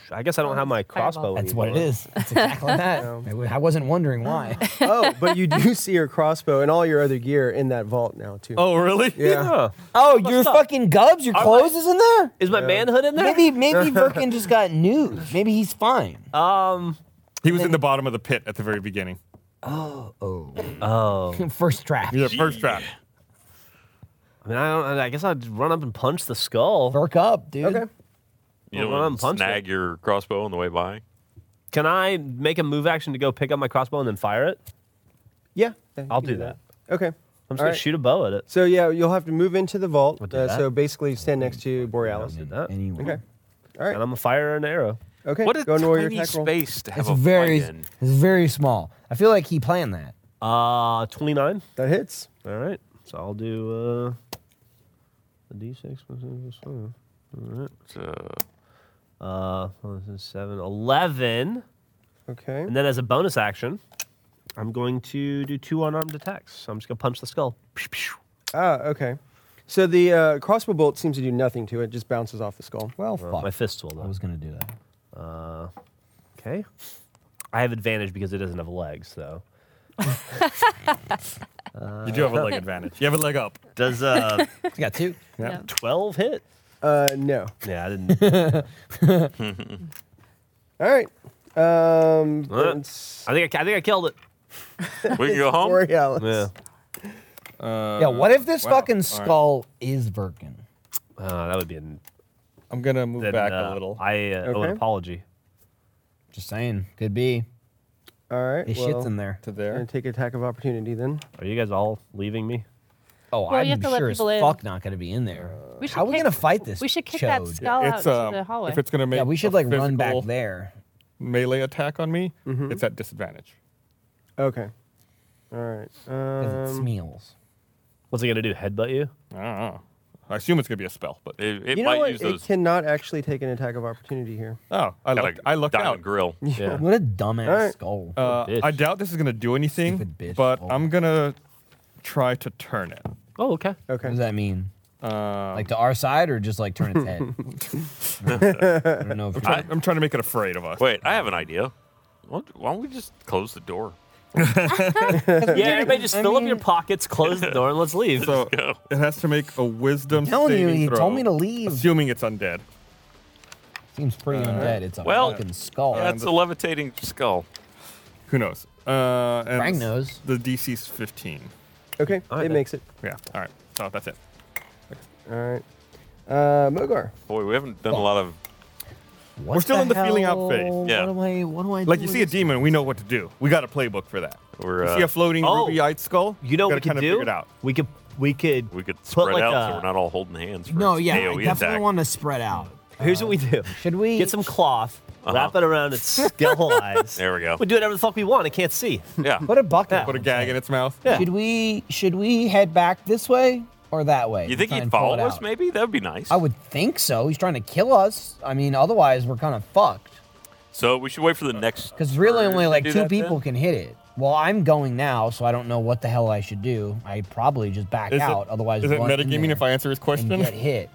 S7: I guess I don't have my
S6: Fireball.
S7: crossbow.
S5: That's what it
S7: anymore.
S5: is. It's exactly that. I w- I wasn't wondering why.
S4: oh, but you do see your crossbow and all your other gear in that vault now, too.
S3: Oh, really?
S4: yeah.
S7: Huh.
S5: Oh, your fucking gubs, your clothes is in there.
S7: Is my manhood in there?
S5: Maybe maybe Birkin just got news. Maybe he's fine.
S1: Uh,
S7: Um.
S3: He was in the bottom of the pit at the very beginning.
S5: Oh,
S7: Oh.
S5: first draft.
S3: Your first trap.
S7: I mean, I don't. I guess I'd run up and punch the skull.
S5: Perk up, dude.
S4: Okay.
S1: You don't
S7: Well, I'm
S1: want to
S7: punched
S1: snag your crossbow on the way by.
S7: Can I make a move action to go pick up my crossbow and then fire it?
S4: Yeah. yeah, you
S7: I'll
S4: can
S7: do that.
S4: Okay.
S7: I'm just
S4: All
S7: gonna
S4: right.
S7: shoot a bow at it.
S4: So, yeah, you'll have to move into the vault.
S7: We'll do
S4: Uh,
S7: that.
S4: so, basically, stand next to Borealis.
S7: do that.
S5: Anyway.
S4: Okay. All
S7: And
S4: right.
S7: I'm gonna fire an arrow.
S4: Okay.
S1: What a
S4: Go into warrior
S1: tiny
S4: attack roll.
S1: space to have
S5: It's
S1: a
S5: very
S1: fight in.
S5: it's very small. I feel like he planned that.
S7: Uh, 29.
S4: That hits.
S7: All right. So I'll do uh, The D6 plus All right. uh, well, this is 7, 11.
S4: Okay.
S7: And then as a bonus action, I'm going to do two unarmed attacks. So I'm just going to punch the skull.
S4: Ah, okay. So the uh, crossbow bolt seems to do nothing to it; just bounces off the skull.
S5: Well, fuck.
S7: My fists will. I was
S5: going to do that.
S7: Uh, okay. I have advantage because it doesn't have legs, so.
S3: You do have a leg advantage. You have a leg up.
S7: Does uh?
S5: you got two.
S4: Yeah.
S7: Twelve hit.
S4: Uh, no.
S7: Yeah, I didn't.
S4: All right. Um,
S7: Uh, I think I, I think I killed it.
S1: We can go home?
S4: Sorry, Alex.
S7: Yeah.
S3: Uh,
S5: yeah, what if this fucking skull is Birkin?
S7: Uh, that would be. An,
S3: I'm gonna move
S7: then,
S3: back
S7: uh,
S3: a little.
S7: I uh, owe an
S3: Okay.
S7: apology.
S5: Just saying. Could be.
S4: All right.
S5: His shit's in there.
S3: To
S4: Gonna
S3: there.
S4: take attack of opportunity then.
S7: Are you guys all leaving me?
S5: Oh,
S6: Well,
S5: I'm
S6: you have to let
S5: sure as
S6: people in.
S5: fuck not going to be in there.
S3: Uh,
S6: We
S5: How are we
S6: kick-
S5: going to fight this?
S6: We should kick that
S5: chode?
S6: skull out to the hallway.
S3: if it's gonna make
S5: yeah, we should
S3: a
S5: like run back
S3: physical
S5: there.
S3: melee attack on me,
S1: Mm-hmm.
S3: it's at disadvantage.
S4: Okay. All right.
S5: 'cause it
S4: Um,
S5: smeals.
S7: What's he gonna do? Headbutt you?
S3: I don't know. I assume it's gonna be a spell, but
S1: It, it
S4: you know
S1: might
S4: what?
S1: use
S4: It
S1: those.
S4: cannot actually take an attack of opportunity here.
S3: oh, I
S1: got a
S3: lucked, I lucked
S1: diamond
S3: out.
S1: grill.
S7: Yeah.
S5: What a dumbass
S4: Alright.
S5: skull.
S3: Uh,
S7: Bitch.
S3: I doubt this is gonna do anything,
S5: Oh, Stupid bitch.
S3: but
S5: Oh.
S3: I'm gonna try to turn it.
S7: Oh, okay.
S5: What
S4: Okay.
S5: does that mean?
S3: Um,
S5: Like to our side or just like turn its head? I don't know if
S3: I, am trying to make it afraid of us.
S1: Wait, I have an idea. Why don't- why don't we just close the door?
S7: Yeah, everybody just fill up your pockets, close the door, and let's leave.
S3: So it has to make a wisdom
S5: I'm telling you,
S3: saving
S5: he
S3: throw,
S5: told me to leave.
S3: Assuming it's undead.
S5: seems pretty undead. It's a
S1: Well,
S5: fucking skull.
S1: That's a levitating skull.
S3: Who knows? Uh, and
S5: Frank
S3: s-
S5: knows.
S3: The DC's 15.
S4: Okay.
S7: All right,
S4: it
S7: then.
S4: makes it.
S3: Yeah. All right. So that's it.
S4: All right. Uh, Mogar.
S1: Boy, we haven't done a lot of.
S5: What
S3: We're still in the feeling out
S5: hell?
S3: phase.
S1: Yeah.
S5: What do I? What do I?
S3: Like
S5: do
S3: you
S5: with
S3: see a
S5: this?
S3: demon, we know what to do. We got a playbook for that.
S1: We're,
S3: you
S1: uh,
S3: see a floating
S7: Oh.
S3: ruby-eyed skull.
S7: You know what
S3: gotta
S7: we could
S3: kinda
S7: do?
S3: Figure it out.
S7: We could we could
S1: We could
S7: put
S1: spread
S7: like
S1: out
S7: a-
S1: so we're not all holding hands. For
S5: No,
S1: its
S5: yeah, I
S1: AoE
S5: definitely
S1: attack.
S5: want to spread out.
S7: Here's what we do.
S5: Should we?
S7: Get some cloth,
S3: Uh-huh.
S7: wrap it around its skull eyes.
S1: There we go.
S7: We do whatever the fuck we want. It can't see.
S1: Yeah.
S5: Put a bucket.
S3: Put a
S5: on
S3: gag
S5: it.
S3: in its mouth.
S7: Yeah.
S5: Should we? Should we head back this way or that way?
S1: You think
S5: Try
S1: he'd
S5: and pull
S1: follow
S5: it
S1: us?
S5: out.
S1: Maybe that would be nice.
S5: I would think so. He's trying to kill us. I mean, otherwise we're kind of fucked.
S1: so we should wait for the next.
S5: Because really,
S1: turn
S5: only
S1: to
S5: like
S1: do
S5: two
S1: that then?
S5: people can hit it. Well, I'm going now, so I don't know what the hell I should do. I probably just back
S3: Is
S5: out.
S3: it,
S5: otherwise,
S3: is it
S5: run in
S3: metagaming
S5: there
S3: if I answer his
S5: and
S3: question?
S5: get hit?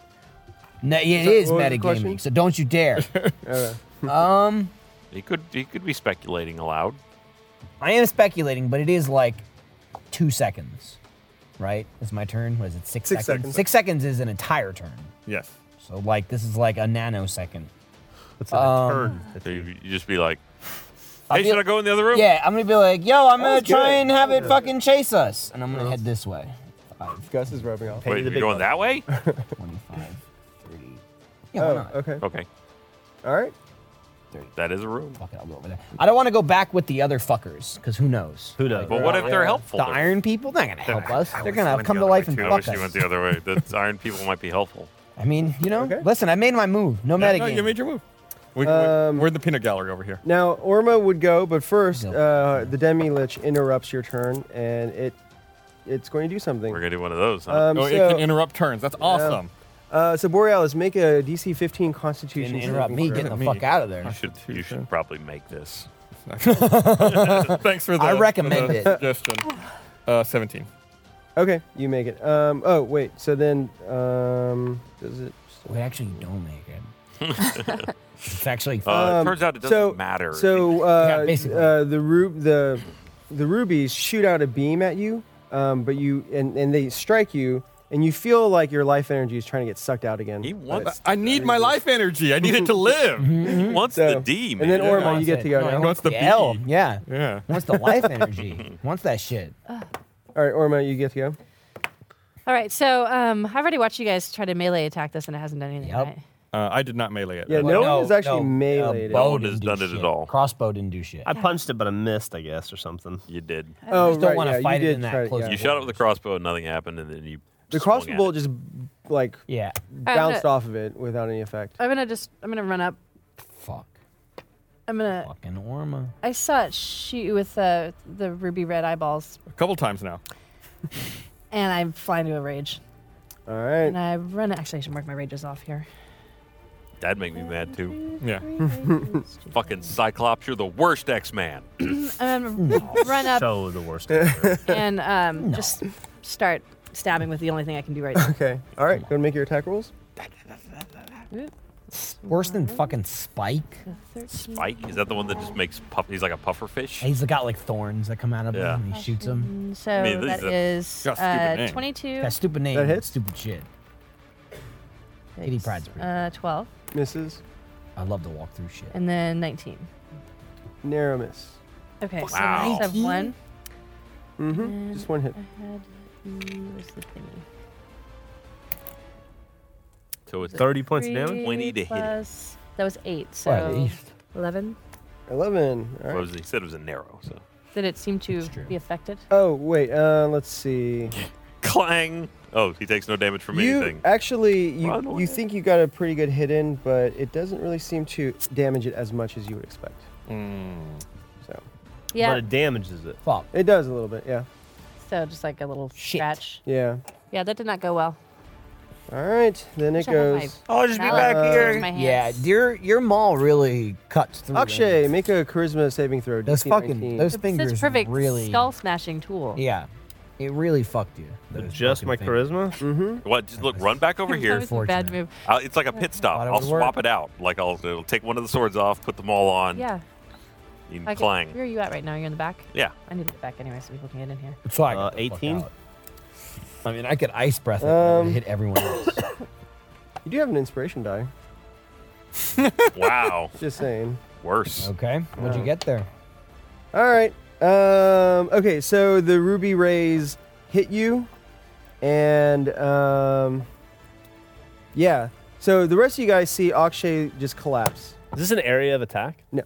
S5: No, yeah, it is
S4: what was the question?
S5: metagaming. So don't you dare. um,
S1: He could. He could be speculating aloud.
S5: I am speculating, but it is like two seconds, right? Is my turn? Was it six, seconds?
S4: Six seconds.
S5: Six seconds is an entire turn.
S3: Yes.
S5: So like this is like a nanosecond.
S7: It's a turn.
S1: So You you just be like,
S5: I'll
S1: "Hey,
S5: be-
S1: should I go in the other room?"
S5: Yeah, I'm gonna be like, yo, I'm gonna
S4: was
S5: try
S4: good.
S5: and have it fucking chase us, and I'm gonna head this way. Five,
S4: Gus is rubbing off.
S7: Hey,
S1: Wait,
S7: the
S1: you're
S7: big
S1: going that way?
S5: 25, 30. Yeah, why
S4: Oh,
S5: not?
S4: okay.
S1: Okay,
S4: All right.
S1: that is a room.
S5: Fuck it, I'll go over there. I don't want to go back with the other fuckers, because who knows?
S7: Who knows?
S1: But what if they're helpful?
S5: The iron people, they're not gonna help us. They're gonna
S1: went
S5: come
S1: the
S5: to
S1: other
S5: life
S1: way,
S5: and
S1: too. I
S5: fuck
S1: wish you went
S5: us.
S1: the other way. The iron people might be helpful.
S5: I mean, you know,
S4: Okay.
S5: listen, I made my move. No
S3: no, you
S5: metagame.
S3: made your move. We,
S4: Um,
S3: we, are in the peanut gallery over here.
S4: Now Orma would go, but first,
S5: No.
S4: uh, the demi lich interrupts your turn, and it it's going to do something.
S1: We're gonna do one of those. Huh?
S4: Um,
S3: Oh, it
S4: so,
S3: can interrupt
S5: um,
S3: turns. That's awesome.
S4: uh, so Borealis, make a DC 15 Constitution.
S5: Didn't interrupt me
S4: saving throw.
S5: getting the
S3: me.
S5: fuck out of there.
S1: you should. You should probably make this.
S3: Thanks for the.
S5: I recommend
S3: for the
S5: it.
S3: Suggestion. Uh, 17.
S4: Okay, you make it. Um, oh wait, so then um, does it?
S5: We actually don't make it. it's actually
S1: Uh, it turns out it doesn't
S4: so-
S1: matter.
S4: So uh,
S5: Yeah, basically.
S4: uh, the ru- the the rubies shoot out a beam at you, um, but you and, and they strike you, and you feel like your life energy is trying to get sucked out again.
S1: He
S4: But
S1: wants-
S4: it's-
S3: I need my life energy. I need it to live.
S5: mm-hmm,
S1: once
S4: so-
S1: the D, man.
S4: and then Orma,
S5: wants
S4: you get
S5: it.
S4: to go
S5: No, he
S4: now.
S3: wants the
S5: the L.
S3: beat.
S5: Yeah.
S3: yeah.
S5: Wants the life energy. Wants that shit.
S4: All right, Orma, you get to go.
S6: All right, so um, I've already watched you guys try to melee attack this, and it hasn't done anything.
S5: Yep.
S6: Right?
S3: Uh, I did not melee it.
S4: Yeah,
S5: Well,
S4: no, one is actually
S5: uh,
S4: meleeed.
S5: bow
S1: Bone
S5: didn't
S1: has
S5: do
S1: done it at
S5: shit.
S1: all.
S5: Crossbow didn't do shit.
S7: I punched it, but I missed, I guess, or something.
S1: you did.
S4: oh,
S5: just don't wanna
S4: you
S5: fight it
S4: did
S5: in that
S4: try to-
S5: close
S4: yeah.
S1: You shot it with the crossbow, and nothing happened, and then you.
S4: The
S1: swung
S4: crossbow
S1: at
S4: bolt
S1: it.
S4: just like
S5: yeah.
S6: I'm
S4: bounced
S6: gonna-
S4: off of it without any effect.
S6: I'm gonna just. I'm gonna run up.
S5: Fuck.
S6: I'm gonna.
S5: Fucking Orma.
S6: I saw it shoot you with the the ruby red eyeballs,
S3: A couple times now.
S6: and I'm flying to a rage.
S4: All right.
S6: And I run. Actually, I should mark my rages off here.
S1: That'd make me mad too.
S3: Yeah.
S1: Fucking Cyclops, you're the worst X Man.
S6: Um, run up
S1: So the worst.
S6: and um, just start stabbing with the only thing I can do right now.
S4: Okay. All right. Go ahead and make your attack rolls.
S5: Worse than fucking Spike.
S1: Spike? Is that the one that just makes puff? He's like a puffer fish?
S5: He's got like thorns that come out of
S1: Yeah.
S5: him and he shoots him.
S6: So that is uh, 22.
S5: That stupid name.
S4: That
S5: That
S4: hits?
S5: Stupid shit. Kitty Pride's pretty.
S6: Uh, 12.
S4: Misses.
S5: I love to walk through shit.
S6: And then 19.
S4: Narrow miss.
S6: Okay, so
S5: Wow.
S6: I have
S5: 19?
S6: one.
S4: Mm-hmm. Just one hit.
S6: I had the, where's the thingy?
S1: So it's
S6: Three
S1: 20 to hit it.
S6: plus- That was 8,
S1: Well, at
S6: so
S1: least.
S6: 11.
S4: Eleven. All
S1: What
S4: right.
S1: was it? He said it was a narrow. So
S6: Did it seem to be affected?
S4: Oh wait. Uh, let's see.
S1: clang. Oh, he takes no damage from
S4: you
S1: anything.
S4: actually
S1: Run
S4: you,
S1: away.
S4: you think you got a pretty good hit in, but it doesn't really seem to damage it as much as you would expect.
S1: Hmm.
S4: So
S6: Yeah.
S7: But it damages it.
S5: Fuck.
S4: it does a little bit. Yeah.
S6: So just like a little scratch.
S4: Yeah.
S6: Yeah, that did not go well.
S4: All right. Then it
S6: Wish I had my
S4: goes.
S1: Oh,
S6: I'll just be back mallet here. with my
S5: Yeah,
S6: hands.
S5: your your maul really cuts through.
S4: Akshay, make a charisma saving throw.
S5: Those
S4: DC
S5: fucking-
S4: 19.
S5: those
S6: This is perfect skull smashing tool.
S5: Yeah, it really fucked you. Those
S7: Just
S5: fucking
S7: my
S5: things.
S7: charisma?
S4: Mm-hmm.
S1: What? Just look, run back over here.
S6: That was a bad move.
S1: Uh, it's like a pit stop.
S5: Thought it
S1: I'll
S5: would
S1: swap it out. Like I'll, it'll take one of the swords off, put them all on.
S6: Yeah.
S1: You can
S6: I can-
S1: clang.
S6: where are you at right now? You're in the back?
S1: Yeah.
S6: I need to get back anyway so people can get in here.
S5: It's like
S7: Uh, 18?
S5: I mean, I could ice breath it
S4: Um,
S5: and hit everyone else.
S4: You do have an inspiration die.
S1: wow.
S4: Just saying.
S1: Worse.
S5: Okay, what'd you
S4: Wow.
S5: get there?
S4: All right. Um, okay, so the ruby rays hit you, and um, yeah. So the rest of you guys see Akshay just collapse.
S7: Is this an area of attack?
S4: No,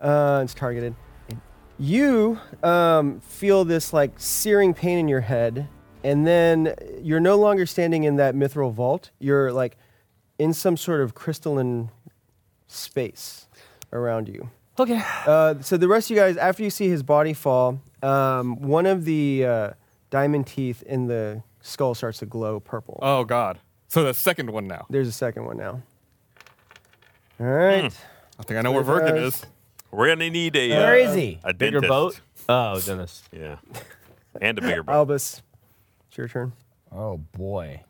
S4: uh, it's targeted. You um, feel this like searing pain in your head, and then you're no longer standing in that mithril vault. You're like in some sort of crystalline space around you.
S7: Okay.
S4: Uh, so the rest of you guys, after you see his body fall, um, one of the uh, diamond teeth in the skull starts to glow purple.
S3: Oh God. So the second one now.
S4: There's a second one now. All right.
S3: I think I know where Virgin is.
S1: We're gonna need a.
S5: Where
S1: uh,
S5: is he?
S1: A
S7: Bigger
S1: dentist.
S7: boat? Oh, Dennis.
S1: Yeah. And a bigger boat.
S4: Albus, it's your turn.
S5: Oh boy.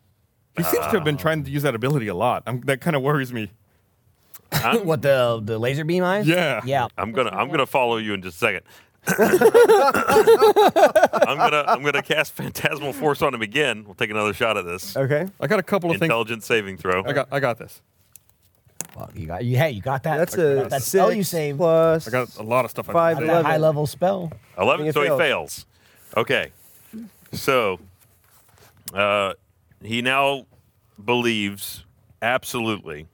S3: He seems to have been trying to use that ability a lot. I'm, that kind of worries me.
S1: I'm,
S5: What the the laser beam eyes?
S3: Yeah.
S5: Yeah.
S1: I'm gonna I'm gonna follow you in just a second. I'm gonna I'm gonna cast phantasmal force on him again. We'll take another shot at this.
S4: Okay.
S3: I got a couple of things.
S1: Intelligence saving throw.
S3: I got. I got this.
S5: Fuck, you got you. Hey, you got that.
S4: That's a
S5: that's
S4: six
S5: all you save.
S4: plus
S3: I got a lot of stuff. I
S4: five,
S5: Got
S3: didn't
S5: that
S3: save.
S5: high
S4: 11.
S5: level spell.
S1: Eleven,
S4: It
S1: so he
S4: fails.
S1: fails. Okay, so uh, he now believes absolutely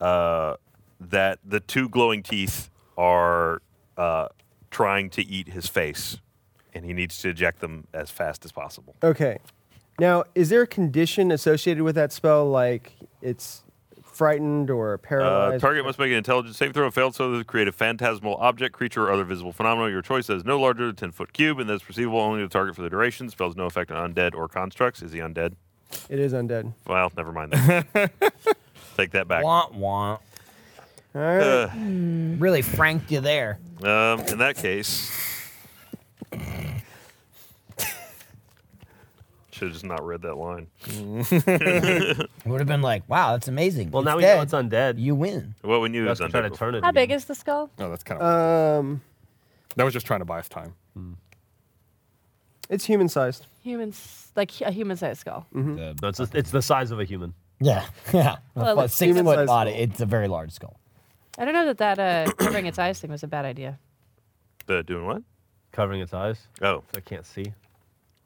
S1: uh, that the two glowing teeth are uh, trying to eat his face, and he needs to eject them as fast as possible.
S4: Okay. Now, is there a condition associated with that spell, like it's frightened or
S1: Uh,
S4: paralyzed?
S1: target must make an intelligence save throw. Failed, so they create a phantasmal object, creature, or other visible phenomenon. Your choice that is no larger than ten foot cube, and that is perceivable only to the target for the duration. Spells no effect on undead or constructs. Is he undead?
S4: it is undead.
S1: Well, never mind that. Take that back.
S5: Womp womp.
S4: All right.
S1: Uh,
S5: Really franked you there.
S1: um, in that case, should have just not read that line.
S5: It would have been like, wow, that's amazing.
S7: Well,
S5: It's
S7: now we know
S5: dead.
S7: it's undead.
S5: You win.
S1: Well, we knew
S7: You
S1: it
S7: have
S1: was
S7: to try to
S1: undead.
S7: turn it.
S6: How
S7: again.
S6: big is the skull?
S3: No, that's kind of.
S4: um,
S3: that was just trying to buy us time.
S4: it's human sized.
S6: Humans, like hu- a human sized skull.
S7: No, it's, the- it's the size of a human.
S5: Yeah. Yeah.
S6: Well,
S5: Well,
S6: it's
S5: six
S4: human-sized
S5: foot body.
S4: skull.
S5: It's a very large skull.
S6: I don't know that that uh, covering its eyes thing was a bad idea.
S1: The doing what?
S7: Covering its eyes.
S1: Oh,
S7: I can't see.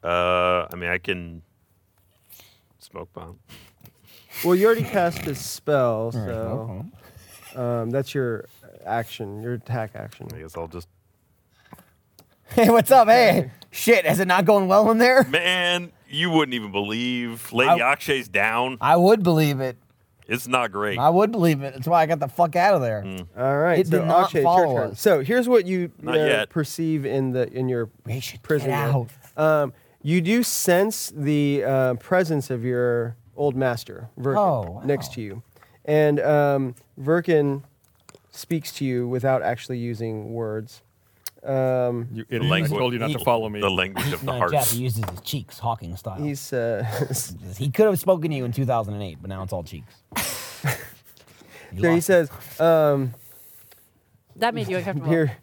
S1: uh, I mean, I can smoke bomb.
S4: Well, you already cast this spell,
S5: All right,
S4: so
S5: well,
S4: um, that's your action, your attack action.
S1: I guess I'll just.
S5: Hey, what's up? Hey, shit, is it not going well in there?
S1: Man, you wouldn't even believe Lady
S5: I-
S1: Akshay's down.
S5: I would believe it.
S1: It's not great.
S5: I would believe it. That's why I got the fuck out of there.
S3: Mm.
S4: All right,
S5: It
S4: so
S5: did not
S4: Akshay, it's
S5: follow
S4: your turn.
S5: us.
S4: So here's what you
S1: Not
S4: uh,
S1: yet.
S4: perceive in the in your
S5: We should
S4: prison.
S5: get
S4: there.
S5: out.
S4: Um, You do sense the uh, presence of your old master, Verkin,
S12: Oh,
S4: next to you. And um, Verkin speaks to you without actually using words. Um,
S3: you idiot. I told you not to follow me.
S1: The language of the
S5: No,
S1: hearts.
S5: Jeff, he uses his cheeks, Hawking style.
S4: He's uh,
S5: he could have spoken to you in 2008, but now it's all cheeks.
S4: There he says, um,
S6: That made you uncomfortable.
S4: Here.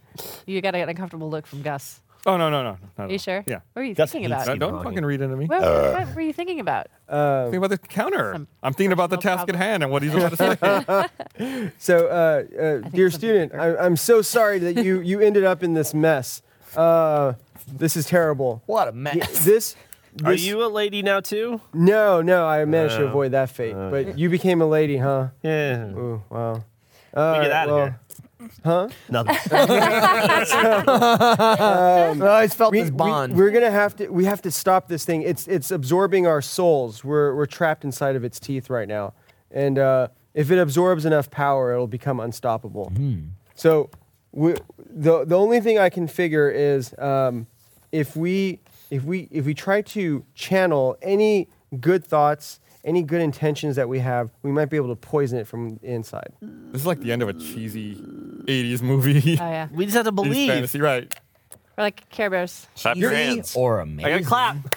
S6: You got an uncomfortable look from Gus.
S3: Oh no no no. no
S6: Are
S3: no.
S6: you sure?
S3: Yeah.
S6: What were you
S3: That's-
S6: thinking about?
S3: No, don't fucking read into me.
S6: What, what were you thinking about?
S4: uh,
S3: Think about the counter. I'm thinking about the task at hand and what he's about to say.
S4: So, uh, uh, dear student, I, I'm so sorry that you you ended up in this mess. Uh, this is terrible.
S5: What a
S4: Y- this.
S7: Are
S4: this-
S7: you a lady now too?
S4: No, no, I managed to
S7: Oh.
S4: avoid that fate. But you became a lady, huh?
S7: Yeah.
S4: Ooh, wow.
S7: get
S4: Alright,
S7: out of
S4: well,
S7: here.
S4: Huh?
S7: Nothing.
S4: um,
S5: I felt this bond.
S4: We, are gonna have to. We have to stop this thing. It's it's absorbing our souls. We're we're trapped inside of its teeth right now, and uh, if it absorbs enough power, it'll become unstoppable.
S5: Hmm.
S4: So, we, the the only thing I can figure is um, if we if we if we try to channel any good thoughts, any good intentions that we have, we might be able to poison it from the inside.
S3: This is like the end of a cheesy 80s movie.
S6: Oh, yeah.
S7: We just have to
S3: It's fantasy, right?
S6: We're like Care Bears.
S3: Clap your Cheesy hands.
S5: or
S6: amazing. clap.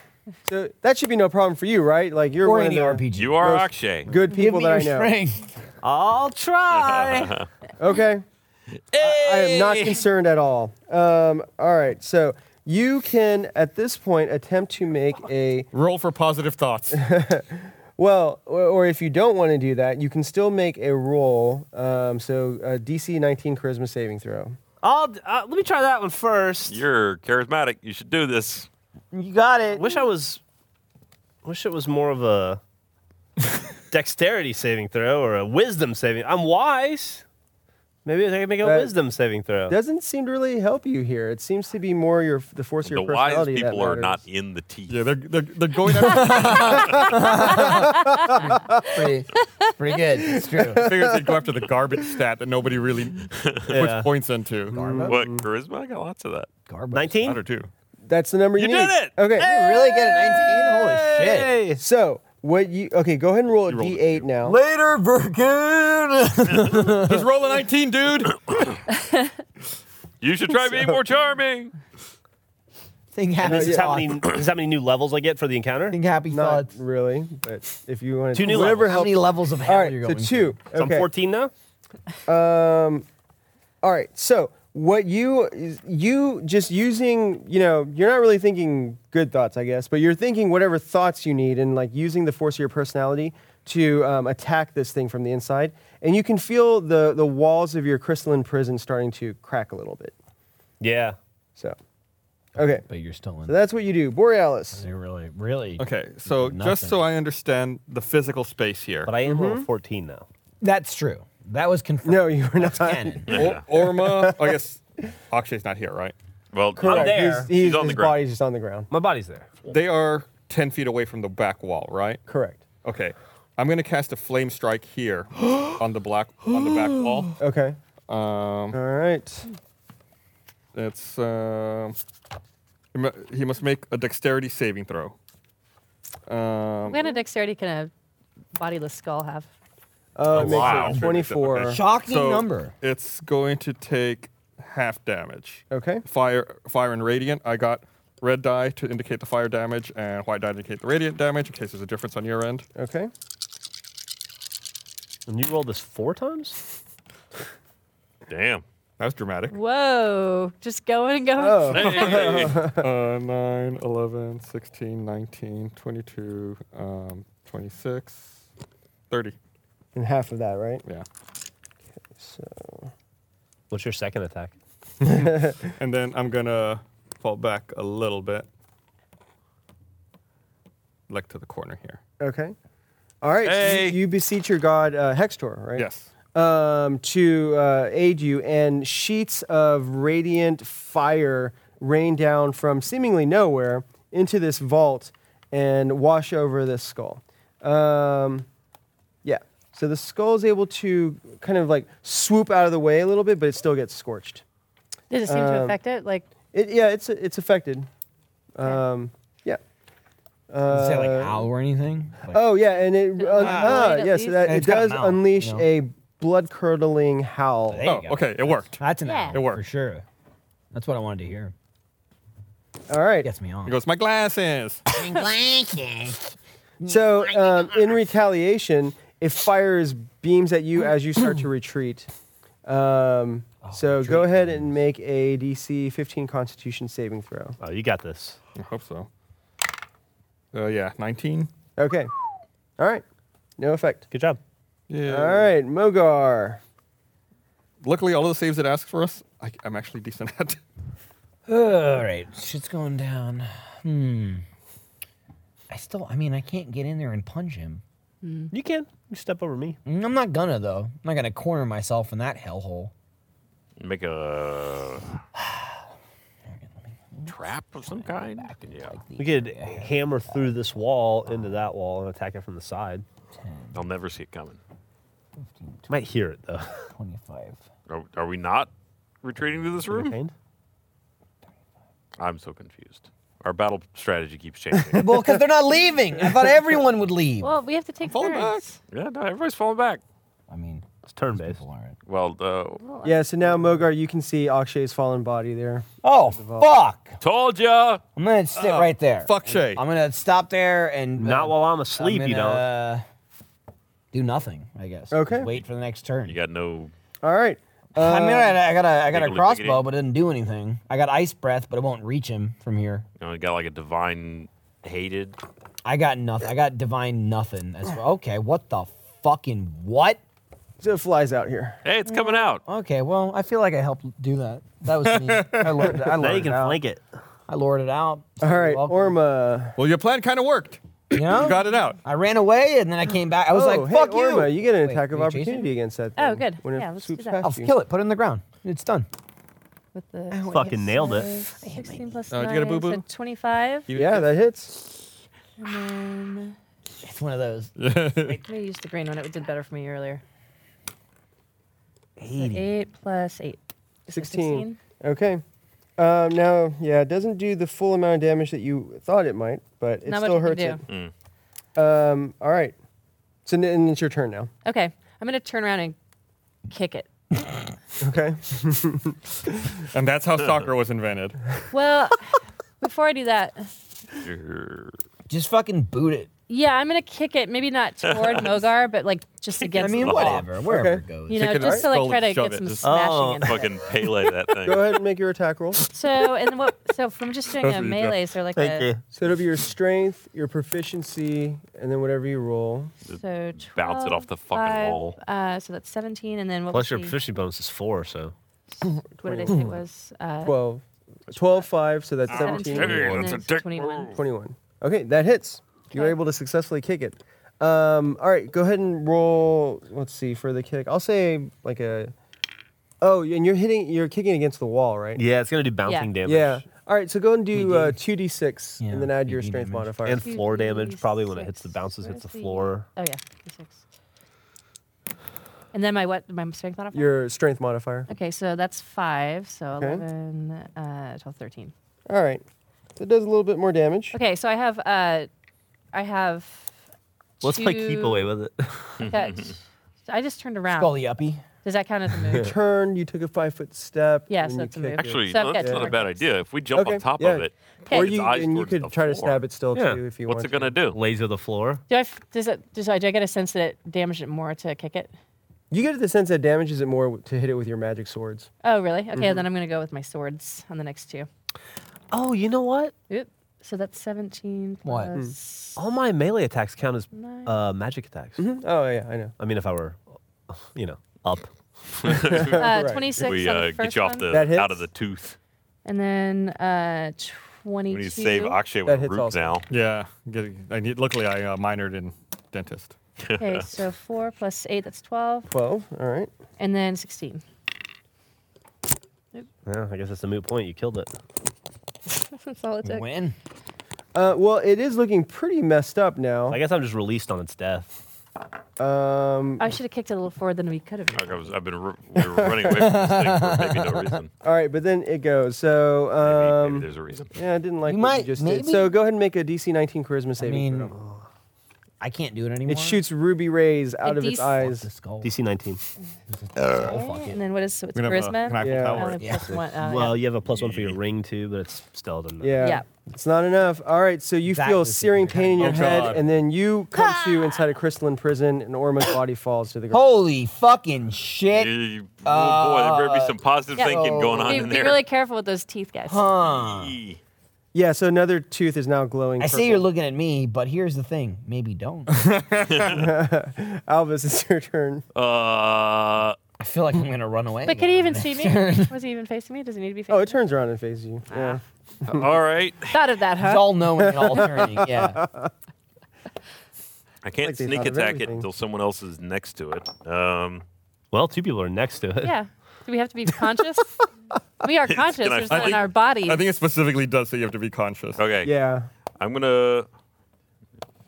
S4: So that should be no problem for you, right? Like you're
S5: Or
S4: one
S5: any
S4: of the
S5: RPG.
S1: You are
S4: most
S1: Akshay.
S4: Good people that I know.
S7: I'll try.
S4: Okay. I, I am not concerned at all. Um, all right. So you can, at this point, attempt to make a.
S3: Roll for positive thoughts.
S4: Well, or, or if you don't want to do that, you can still make a roll. Um, so uh, DC 19 charisma saving throw.
S7: I'll uh, let me try that one first.
S1: You're charismatic. You should do this.
S5: You got it.
S7: Wish I was. Wish it was more of a dexterity saving throw or a wisdom saving. I'm wise. Maybe I can make a
S4: That
S7: wisdom saving throw.
S4: Doesn't seem to really help you here. It seems to be more your the force of
S1: The
S4: your
S1: wise
S4: personality that
S1: people are
S4: matters.
S1: not in the teeth.
S3: Yeah, they're, they're, they're going after.
S5: pretty, pretty good. It's true.
S3: I figured they'd go after the garbage stat that nobody really
S7: Yeah.
S3: puts points into.
S1: What charisma? I got lots of that.
S7: Nineteen.
S3: Or two.
S4: That's the number you,
S1: You
S4: need.
S1: did it!
S4: Okay.
S5: You're really good at 19. Holy shit.
S7: Hey.
S4: So what you? Okay, go ahead and roll a D8 now.
S5: Later, Virgin.
S3: Just roll a 19, dude.
S1: You should try being more charming.
S5: Thing
S7: And
S5: happy.
S7: this is how many. This is how many new levels I get for the encounter.
S5: Think happy
S4: Not
S5: thoughts.
S4: really, but if you want to,
S7: Two new
S4: whatever
S7: levels.
S5: How
S4: helps.
S5: many levels of hell
S4: All
S5: are
S4: right,
S5: you
S4: so
S5: going through?
S4: two.
S7: So I'm
S4: Okay.
S7: 14 now.
S4: Um, all right. So what you you just using you know you're not really thinking good thoughts I guess, but you're thinking whatever thoughts you need and like using the force of your personality to um, attack this thing from the inside, and you can feel the the walls of your crystalline prison starting to crack a little bit.
S7: Yeah.
S4: So, okay.
S5: But you're still in.
S4: So that's what you do, Borealis.
S5: You're really, really.
S3: Okay, so just so I understand the physical space here.
S7: But I am
S4: Mm-hmm.
S7: level 14 now.
S5: That's true. That was confirmed.
S4: No, you were not.
S5: Canon.
S3: Or- Orma, I guess Akshay's not here, right?
S1: Well,
S4: Correct.
S7: there.
S4: He's, he's,
S1: He's on the
S4: his
S1: ground.
S4: body's just on the ground.
S7: My body's there.
S3: They are 10 feet away from the back wall, right?
S4: Correct.
S3: Okay, I'm going to cast a flame strike here on the black on the back wall.
S4: Okay.
S3: Um,
S4: All right.
S3: that's um, he mu- he must make a dexterity saving throw. Um,
S6: What kind of dexterity can a bodiless skull have?
S4: Uh, it makes it
S1: wow.
S4: 24.
S5: Shocking
S3: so
S5: number.
S3: It's going to take half damage.
S4: Okay.
S3: Fire, fire, and radiant. I got red die to indicate the fire damage and white die to indicate the radiant damage in case there's a difference on your end.
S4: Okay.
S7: And you rolled this four times?
S1: Damn.
S3: That was dramatic.
S6: Whoa. Just going and going.
S4: Oh.
S1: Hey.
S3: uh, 9, 11, 16, 19, 22, um, 26, 30.
S4: And half of that, right?
S3: Yeah.
S4: So
S7: What's your second attack?
S3: And then I'm going to fall back a little bit. Like to the corner here.
S4: okay. All right. so you-
S1: Hey.
S4: you, beseech your god uh, Hextor, right?
S3: Yes.
S4: Um, to uh, aid you, and sheets of radiant fire rain down from seemingly nowhere into this vault and wash over this skull. Um, yeah. So the skull is able to kind of like swoop out of the way a little bit, but it still gets scorched.
S6: Did it seem to affect it? Like,
S4: It, yeah, it's it's affected. Um, yeah.
S5: Does it say, like,
S4: Uh,
S5: ow or anything? Like,
S4: oh yeah, and it uh,
S5: Ah.
S4: ah,
S5: Right, at
S4: yes,
S5: least.
S4: that,
S5: And
S4: it
S5: it's got a
S4: does
S5: mouth, you
S4: unleash
S5: know.
S4: a blood curdling howl.
S5: There you go.
S3: Oh, okay, it worked.
S5: That's an
S6: Yeah.
S5: owl. It worked. For sure. That's what I wanted to hear.
S4: All right.
S5: Gets me on.
S3: It goes, my glasses.
S4: So, um, in retaliation, it fires beams at you as you start to retreat. Um,
S5: Oh,
S4: so, go ahead and make a DC 15 Constitution saving throw.
S7: Oh, you got this.
S3: I hope so. Uh, yeah, 19.
S4: Okay. All right. No effect.
S7: Good job.
S3: Yeah.
S4: All right, Mogar.
S3: Uh, Luckily, all of the saves it asks for us, I, I'm actually decent at.
S5: All right, shit's going down. Hmm. I still, I mean, I can't get in there and punch him.
S7: You can. You step over me.
S5: Mm, I'm not gonna though. I'm not gonna corner myself in that hellhole.
S1: Make a trap of some kind. Yeah.
S7: We could hammer through this wall into that wall and attack it from the side.
S1: They'll never see it coming.
S7: Might hear it though.
S5: 25.
S1: Are, are we not retreating to this room?
S7: Entertained?
S1: I'm so confused. Our battle strategy keeps changing.
S5: well, because they're not leaving. I thought everyone would leave.
S6: Well, we have to take turns.
S1: yeah, no, everybody's falling back.
S5: I mean,
S7: It's turn based.
S1: Well, uh,
S4: Yeah, so now, Mogar, you can see Akshay's fallen body there.
S5: oh fuck!
S1: told ya.
S5: I'm gonna sit right there.
S3: Fuck Shay.
S5: I'm gonna stop there and uh,
S7: Not while I'm
S5: I'm
S7: asleep, you
S5: gonna,
S7: don't.
S5: uh, do nothing. I guess.
S4: Okay.
S5: Wait for the next turn.
S1: You got no.
S4: All right.
S5: I mean, I, I got a, I got a
S1: Wiggly
S5: crossbow,
S1: wiggly.
S5: but it doesn't do anything. I got ice breath, but it won't reach him from here.
S1: You know, you got like a divine hated.
S5: I got nothing. I got divine nothing. As well. Okay, what the fucking what?
S4: So it flies out here.
S1: Hey, it's coming out.
S5: Okay, well, I feel like I helped do that. That was me. I lured, I
S7: Now you
S5: lured it
S7: can
S5: out.
S7: flank it.
S5: I lured it out.
S4: All right,
S5: Welcome.
S4: Orma.
S3: Well, your plan kind of worked.
S5: you know?
S3: You got it out.
S5: I ran away and then I came back. I was
S4: oh,
S5: like,
S4: hey,
S5: "Fuck you!"
S4: Orma, you get an
S5: Wait,
S4: attack of
S5: are you chasing?
S4: opportunity against that.
S6: Oh,
S4: thing
S6: good.
S4: When it
S6: Yeah, let's do
S4: swoops
S6: that.
S4: past
S5: I'll
S4: you.
S5: kill it. Put it in the ground. It's done.
S6: With the
S7: Fucking nailed it.
S6: 16 plus
S3: Oh, did
S6: 9,
S3: you get a boo-boo?
S6: so 25.
S3: You-
S4: Yeah, that hits.
S6: And then...
S5: It's one of those.
S6: Wait, can I use the green one? It did better for me earlier. So 8 plus 8. Is it
S4: 16. Okay. Um, now, yeah, it doesn't do the full amount of damage that you thought it might, but it
S6: Not much
S4: still
S6: it
S4: hurts
S6: can
S4: it. Um, all right. So, n- and it's your turn now.
S6: Okay, I'm going to turn around and kick it.
S4: Okay.
S3: And that's how soccer was invented.
S6: Well, before I do that,
S5: Just fucking boot it.
S6: yeah, I'm going to kick it, maybe not toward Mogar, but like just
S5: I
S6: against
S5: mean,
S6: the wall.
S5: whatever, wherever
S4: Okay.
S5: it goes.
S6: You know,
S3: Kick it
S6: just
S3: up,
S6: to like
S3: roll
S6: try
S3: it,
S6: to
S3: shove
S6: get
S3: it,
S6: some
S3: just-
S6: smashing
S5: Oh,
S6: in it.
S1: Fucking Pele that thing.
S4: Go ahead and make your attack roll.
S6: So and then what? So from just doing
S3: That's
S6: a
S3: what you got.
S6: melee, so like a
S4: So it'll be your strength, your proficiency, and then whatever you roll.
S6: so
S1: Bounce it off the
S6: 12,
S1: fucking
S6: five,
S1: wall.
S6: Uh, so that's seventeen, and then what?
S7: Plus
S6: was
S7: your
S6: the-
S7: proficiency bonus is four, so
S6: What did I say was? Uh,
S4: 12. 12, 5, so that's 17,
S1: Hey,
S6: and
S1: that's
S6: then
S1: a dick
S6: 21.
S4: 21. Okay, that hits. You're
S6: Okay.
S4: able to successfully kick it. Um, all right, go ahead and roll. Let's see for the kick. I'll say like a. Oh, and you're hitting. You're kicking against the wall, right?
S7: yeah, it's gonna do bouncing damage.
S4: Yeah. All right, so go and do
S5: PD.
S4: uh, 2d6
S5: Yeah,
S4: and then add your
S5: PD
S4: strength
S5: damage.
S4: modifier.
S7: and
S6: Two,
S7: floor
S6: three,
S7: damage probably when it hits the
S6: six.
S7: bounces, hits
S6: Where's
S7: the
S6: the-
S7: floor.
S6: Oh yeah, six. And then my what? My strength modifier.
S4: your strength modifier.
S6: okay, so that's five. So
S4: Okay.
S6: 11, uh, 12, 13.
S4: All right. So it does a little bit more damage.
S6: Okay, so I have uh, I have.
S7: Let's play keep
S6: two-
S7: away with it.
S6: that- I just turned around.
S5: Scully uppy.
S6: Does that count as a move?
S4: Turn, you took a five foot step.
S6: Yeah,
S4: and
S6: so
S4: you
S6: it's a
S4: kicked
S6: move.
S4: it.
S1: Actually,
S6: So I've
S1: that's
S6: got
S1: not a
S6: two
S1: bad idea. If we jump
S4: Okay,
S1: on top
S4: yeah.
S1: of it,
S6: Okay.
S4: Or
S1: its
S4: you,
S1: eyes
S4: and you
S1: towards
S4: could
S1: the
S4: try to
S1: floor.
S4: stab it still,
S7: Yeah.
S4: too, if you
S1: what's
S4: want
S1: it gonna do?
S7: Laser the floor.
S6: Do I f- does it does I do I get a sense that it damaged it more to kick it?
S4: You get the sense that damages it more to hit it with your magic swords.
S6: Oh really? Okay,
S7: Mm-hmm.
S6: then I'm gonna go with my swords on the next two.
S7: Oh, you know what?
S6: Oop. So that's 17
S5: What? Hmm.
S6: plus
S7: All my melee attacks count as
S6: Nine.
S7: uh, magic attacks.
S4: Oh, yeah, I know.
S7: I mean, if I were, you know, up.
S6: uh,
S4: Right.
S6: 26
S1: we
S6: on the
S1: uh,
S6: first
S1: get you off
S6: one.
S1: the
S4: That
S1: out of the
S4: hits?
S1: tooth.
S6: and then uh, 22.
S1: We need to save Akshay
S4: That
S1: with
S4: hits
S1: root
S4: also.
S1: now.
S3: Yeah. Getting, I need, luckily, I uh, minored in dentist.
S6: okay, so 4 plus 8 that's 12
S4: 12. All right.
S6: and then 16.
S7: Yeah, I guess that's a moot point. You killed it.
S6: that's all it took.
S5: Win.
S4: Uh, well, it is looking pretty messed up now.
S7: I guess I'm just released on its death.
S4: Um,
S6: I should have kicked it a little forward than we could have.
S1: I was, I've been ru- we were running away from this thing for maybe no reason.
S4: All right, but then it goes. So um,
S1: there's a reason.
S4: Yeah, I didn't like
S5: You
S4: what
S5: might-
S4: you just did.
S5: maybe-
S4: So go ahead and make a DC 19 charisma saving.
S5: mean,
S4: throw.
S5: I can't do it anymore.
S4: it shoots ruby rays out
S6: A
S4: of its
S6: DC
S4: eyes.
S7: DC 19.
S6: And then what is so it's
S7: We have a-
S3: uh,
S6: charisma?
S7: an Eiffel
S6: I
S7: Tower.
S6: only have plus one. Oh, yeah.
S7: well, you have a plus one for your ring too, but it's still doesn't. matter.
S4: Yeah.
S6: Yeah.
S4: It's not enough. All right, so you feel a searing pain in your
S7: Oh,
S4: head,
S7: God.
S4: and then you come to inside a crystalline prison, and Orma's body falls to the ground.
S5: Holy fucking shit.
S1: You- oh boy, there better
S4: uh,
S1: be some positive
S6: Yeah.
S1: thinking going on
S6: be,
S1: in
S6: be
S1: there. E.
S6: really careful with those teeth, guys.
S1: Eee.
S4: Yeah, so another tooth is now glowing.
S5: I see you're looking at me, but here's the thing. Maybe don't.
S4: Alvis, it's your turn.
S1: Uh,
S5: I feel like I'm gonna run away.
S6: But could he even see me? Was he even facing me? Does he need to be facing
S4: Oh, it turns around and faces you. Yeah.
S1: all right.
S6: me? Thought of that, huh?
S5: It's all knowing and all turning. Yeah.
S1: I can't
S4: Like they
S1: sneak
S4: thought of
S1: attack it
S4: everything.
S1: until someone else is next to it. Um,
S7: Well, two people are next to it.
S6: Yeah. Do we have to be conscious? we are conscious.
S1: Can I
S6: There's
S1: find
S6: no
S1: it?
S6: in our body.
S3: I think it specifically does say you have to be conscious.
S1: okay.
S4: Yeah.
S1: I'm gonna.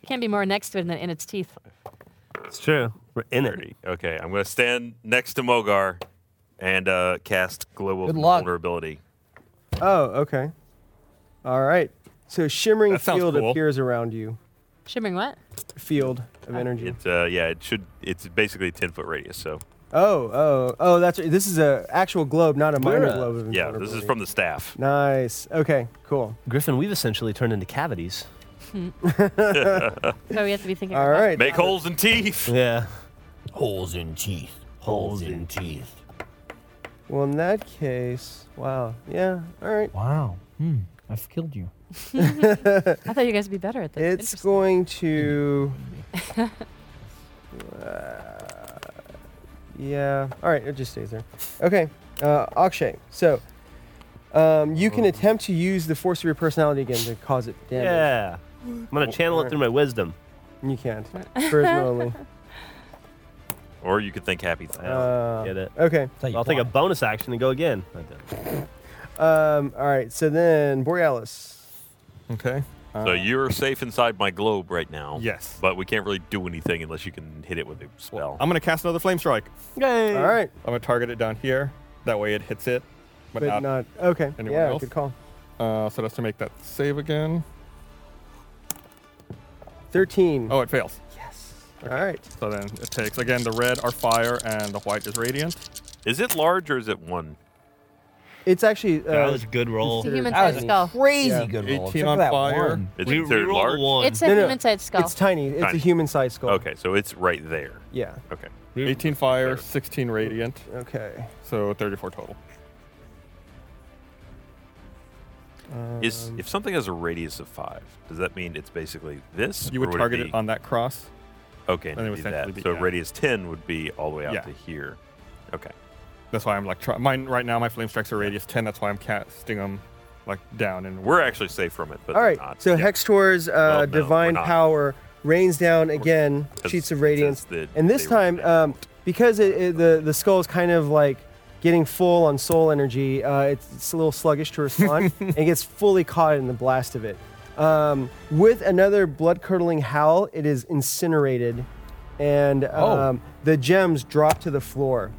S6: Can't be more next to it than in its teeth.
S7: It's true. We're in it.
S1: Okay, I'm gonna stand next to Mogar, and uh, cast glow of
S5: Good luck.
S1: vulnerability.
S4: Oh, okay. All right. So shimmering
S3: That sounds
S4: field
S3: cool.
S4: appears around you.
S6: Shimmering what?
S4: Field of energy.
S1: It's uh, yeah, it should. It's basically a 10 foot radius. So
S4: Oh, oh, oh! That's right. this is a actual globe, not a minor globe. Of
S1: yeah, this is
S4: invulnerability.
S1: from the staff.
S4: Nice. Okay. Cool.
S7: Griffin, we've essentially turned into cavities.
S6: So we Oh, have to be thinking.
S4: All
S6: about-
S4: right.
S1: Make holes in teeth.
S7: Yeah.
S5: Holes in teeth. Holes in teeth.
S4: Well, in that case, wow. Yeah. All right.
S5: Wow. Hmm. I've killed you.
S6: I thought you guys would be better at this.
S4: It's
S6: Interesting.
S4: going to. uh, yeah. All right. It just stays there. Okay. Uh, Akshay. So, um, you
S1: Oh.
S4: can attempt to use the force of your personality again to cause it damage.
S7: Yeah. I'm gonna channel it through my wisdom.
S4: You can't. Charisma only.
S1: Or you could think happy.
S7: I
S1: Thought.
S7: don't
S4: Uh,
S7: get it.
S4: Okay.
S5: That's how you
S7: I'll take a
S5: fly.
S7: bonus action and go again. I did.
S4: Um, all right. So then, Borealis.
S3: Okay.
S1: So you're safe inside my globe right now.
S3: Yes.
S1: But we can't really do anything unless you can hit it with a spell.
S3: I'm gonna cast another flame strike.
S4: All right.
S3: I'm gonna target it down here. That way it hits it, but,
S4: But not,
S3: not.
S4: okay.
S3: anyone
S4: Yeah.
S3: else?
S4: Good call.
S3: Uh, so that's to make that save again.
S4: Thirteen.
S3: Oh, it fails.
S4: All right.
S3: So then it takes again. The red are fire and the white is radiant.
S1: is it large or is it one?
S4: It's actually. Uh,
S7: That was a good roll.
S6: It's a human
S5: That
S6: sized
S5: was
S6: skull.
S5: a crazy
S4: Yeah.
S5: good roll.
S3: 18
S5: except for
S3: on
S5: that
S3: fire.
S5: one.
S1: Is
S7: We,
S1: it
S7: we
S1: considered
S7: rolled a
S1: large?
S7: one.
S6: It's a
S4: No, no,
S6: human sized skull.
S4: It's tiny. It's
S1: Tiny.
S4: a human-sized skull.
S1: Okay, so it's right there.
S4: Yeah.
S1: Okay.
S3: 18 fire, 16 radiant.
S4: Okay.
S3: So 34 total.
S1: Is if something has a radius of five, does that mean it's basically this?
S3: You
S1: or
S3: would target
S1: be-
S3: it on that cross.
S1: Okay,
S3: then it
S1: and
S3: would
S1: do
S3: essentially
S1: that.
S3: be-
S1: so
S3: yeah.
S1: radius ten would be all the way out
S3: Yeah.
S1: to here. Okay.
S3: That's why I'm like try- mine right now. My flame strikes are radius 10. That's why I'm casting them like down and
S1: We're actually safe from it, but
S4: All
S1: they're
S4: right.
S1: not.
S4: So
S1: Yeah.
S4: Hextor's uh,
S1: Well, no,
S4: divine
S1: we're not.
S4: power rains down again,
S1: Because
S4: sheets
S1: it
S4: of
S1: says
S4: radiance,
S1: that
S4: and this
S1: they were
S4: time,
S1: there.
S4: um, because it, it, the the skull is kind of like getting full on soul energy, uh, it's, it's a little sluggish to respond, and it gets fully caught in the blast of it. Um, with another blood curdling howl, it is incinerated, and um, the gems drop to the floor.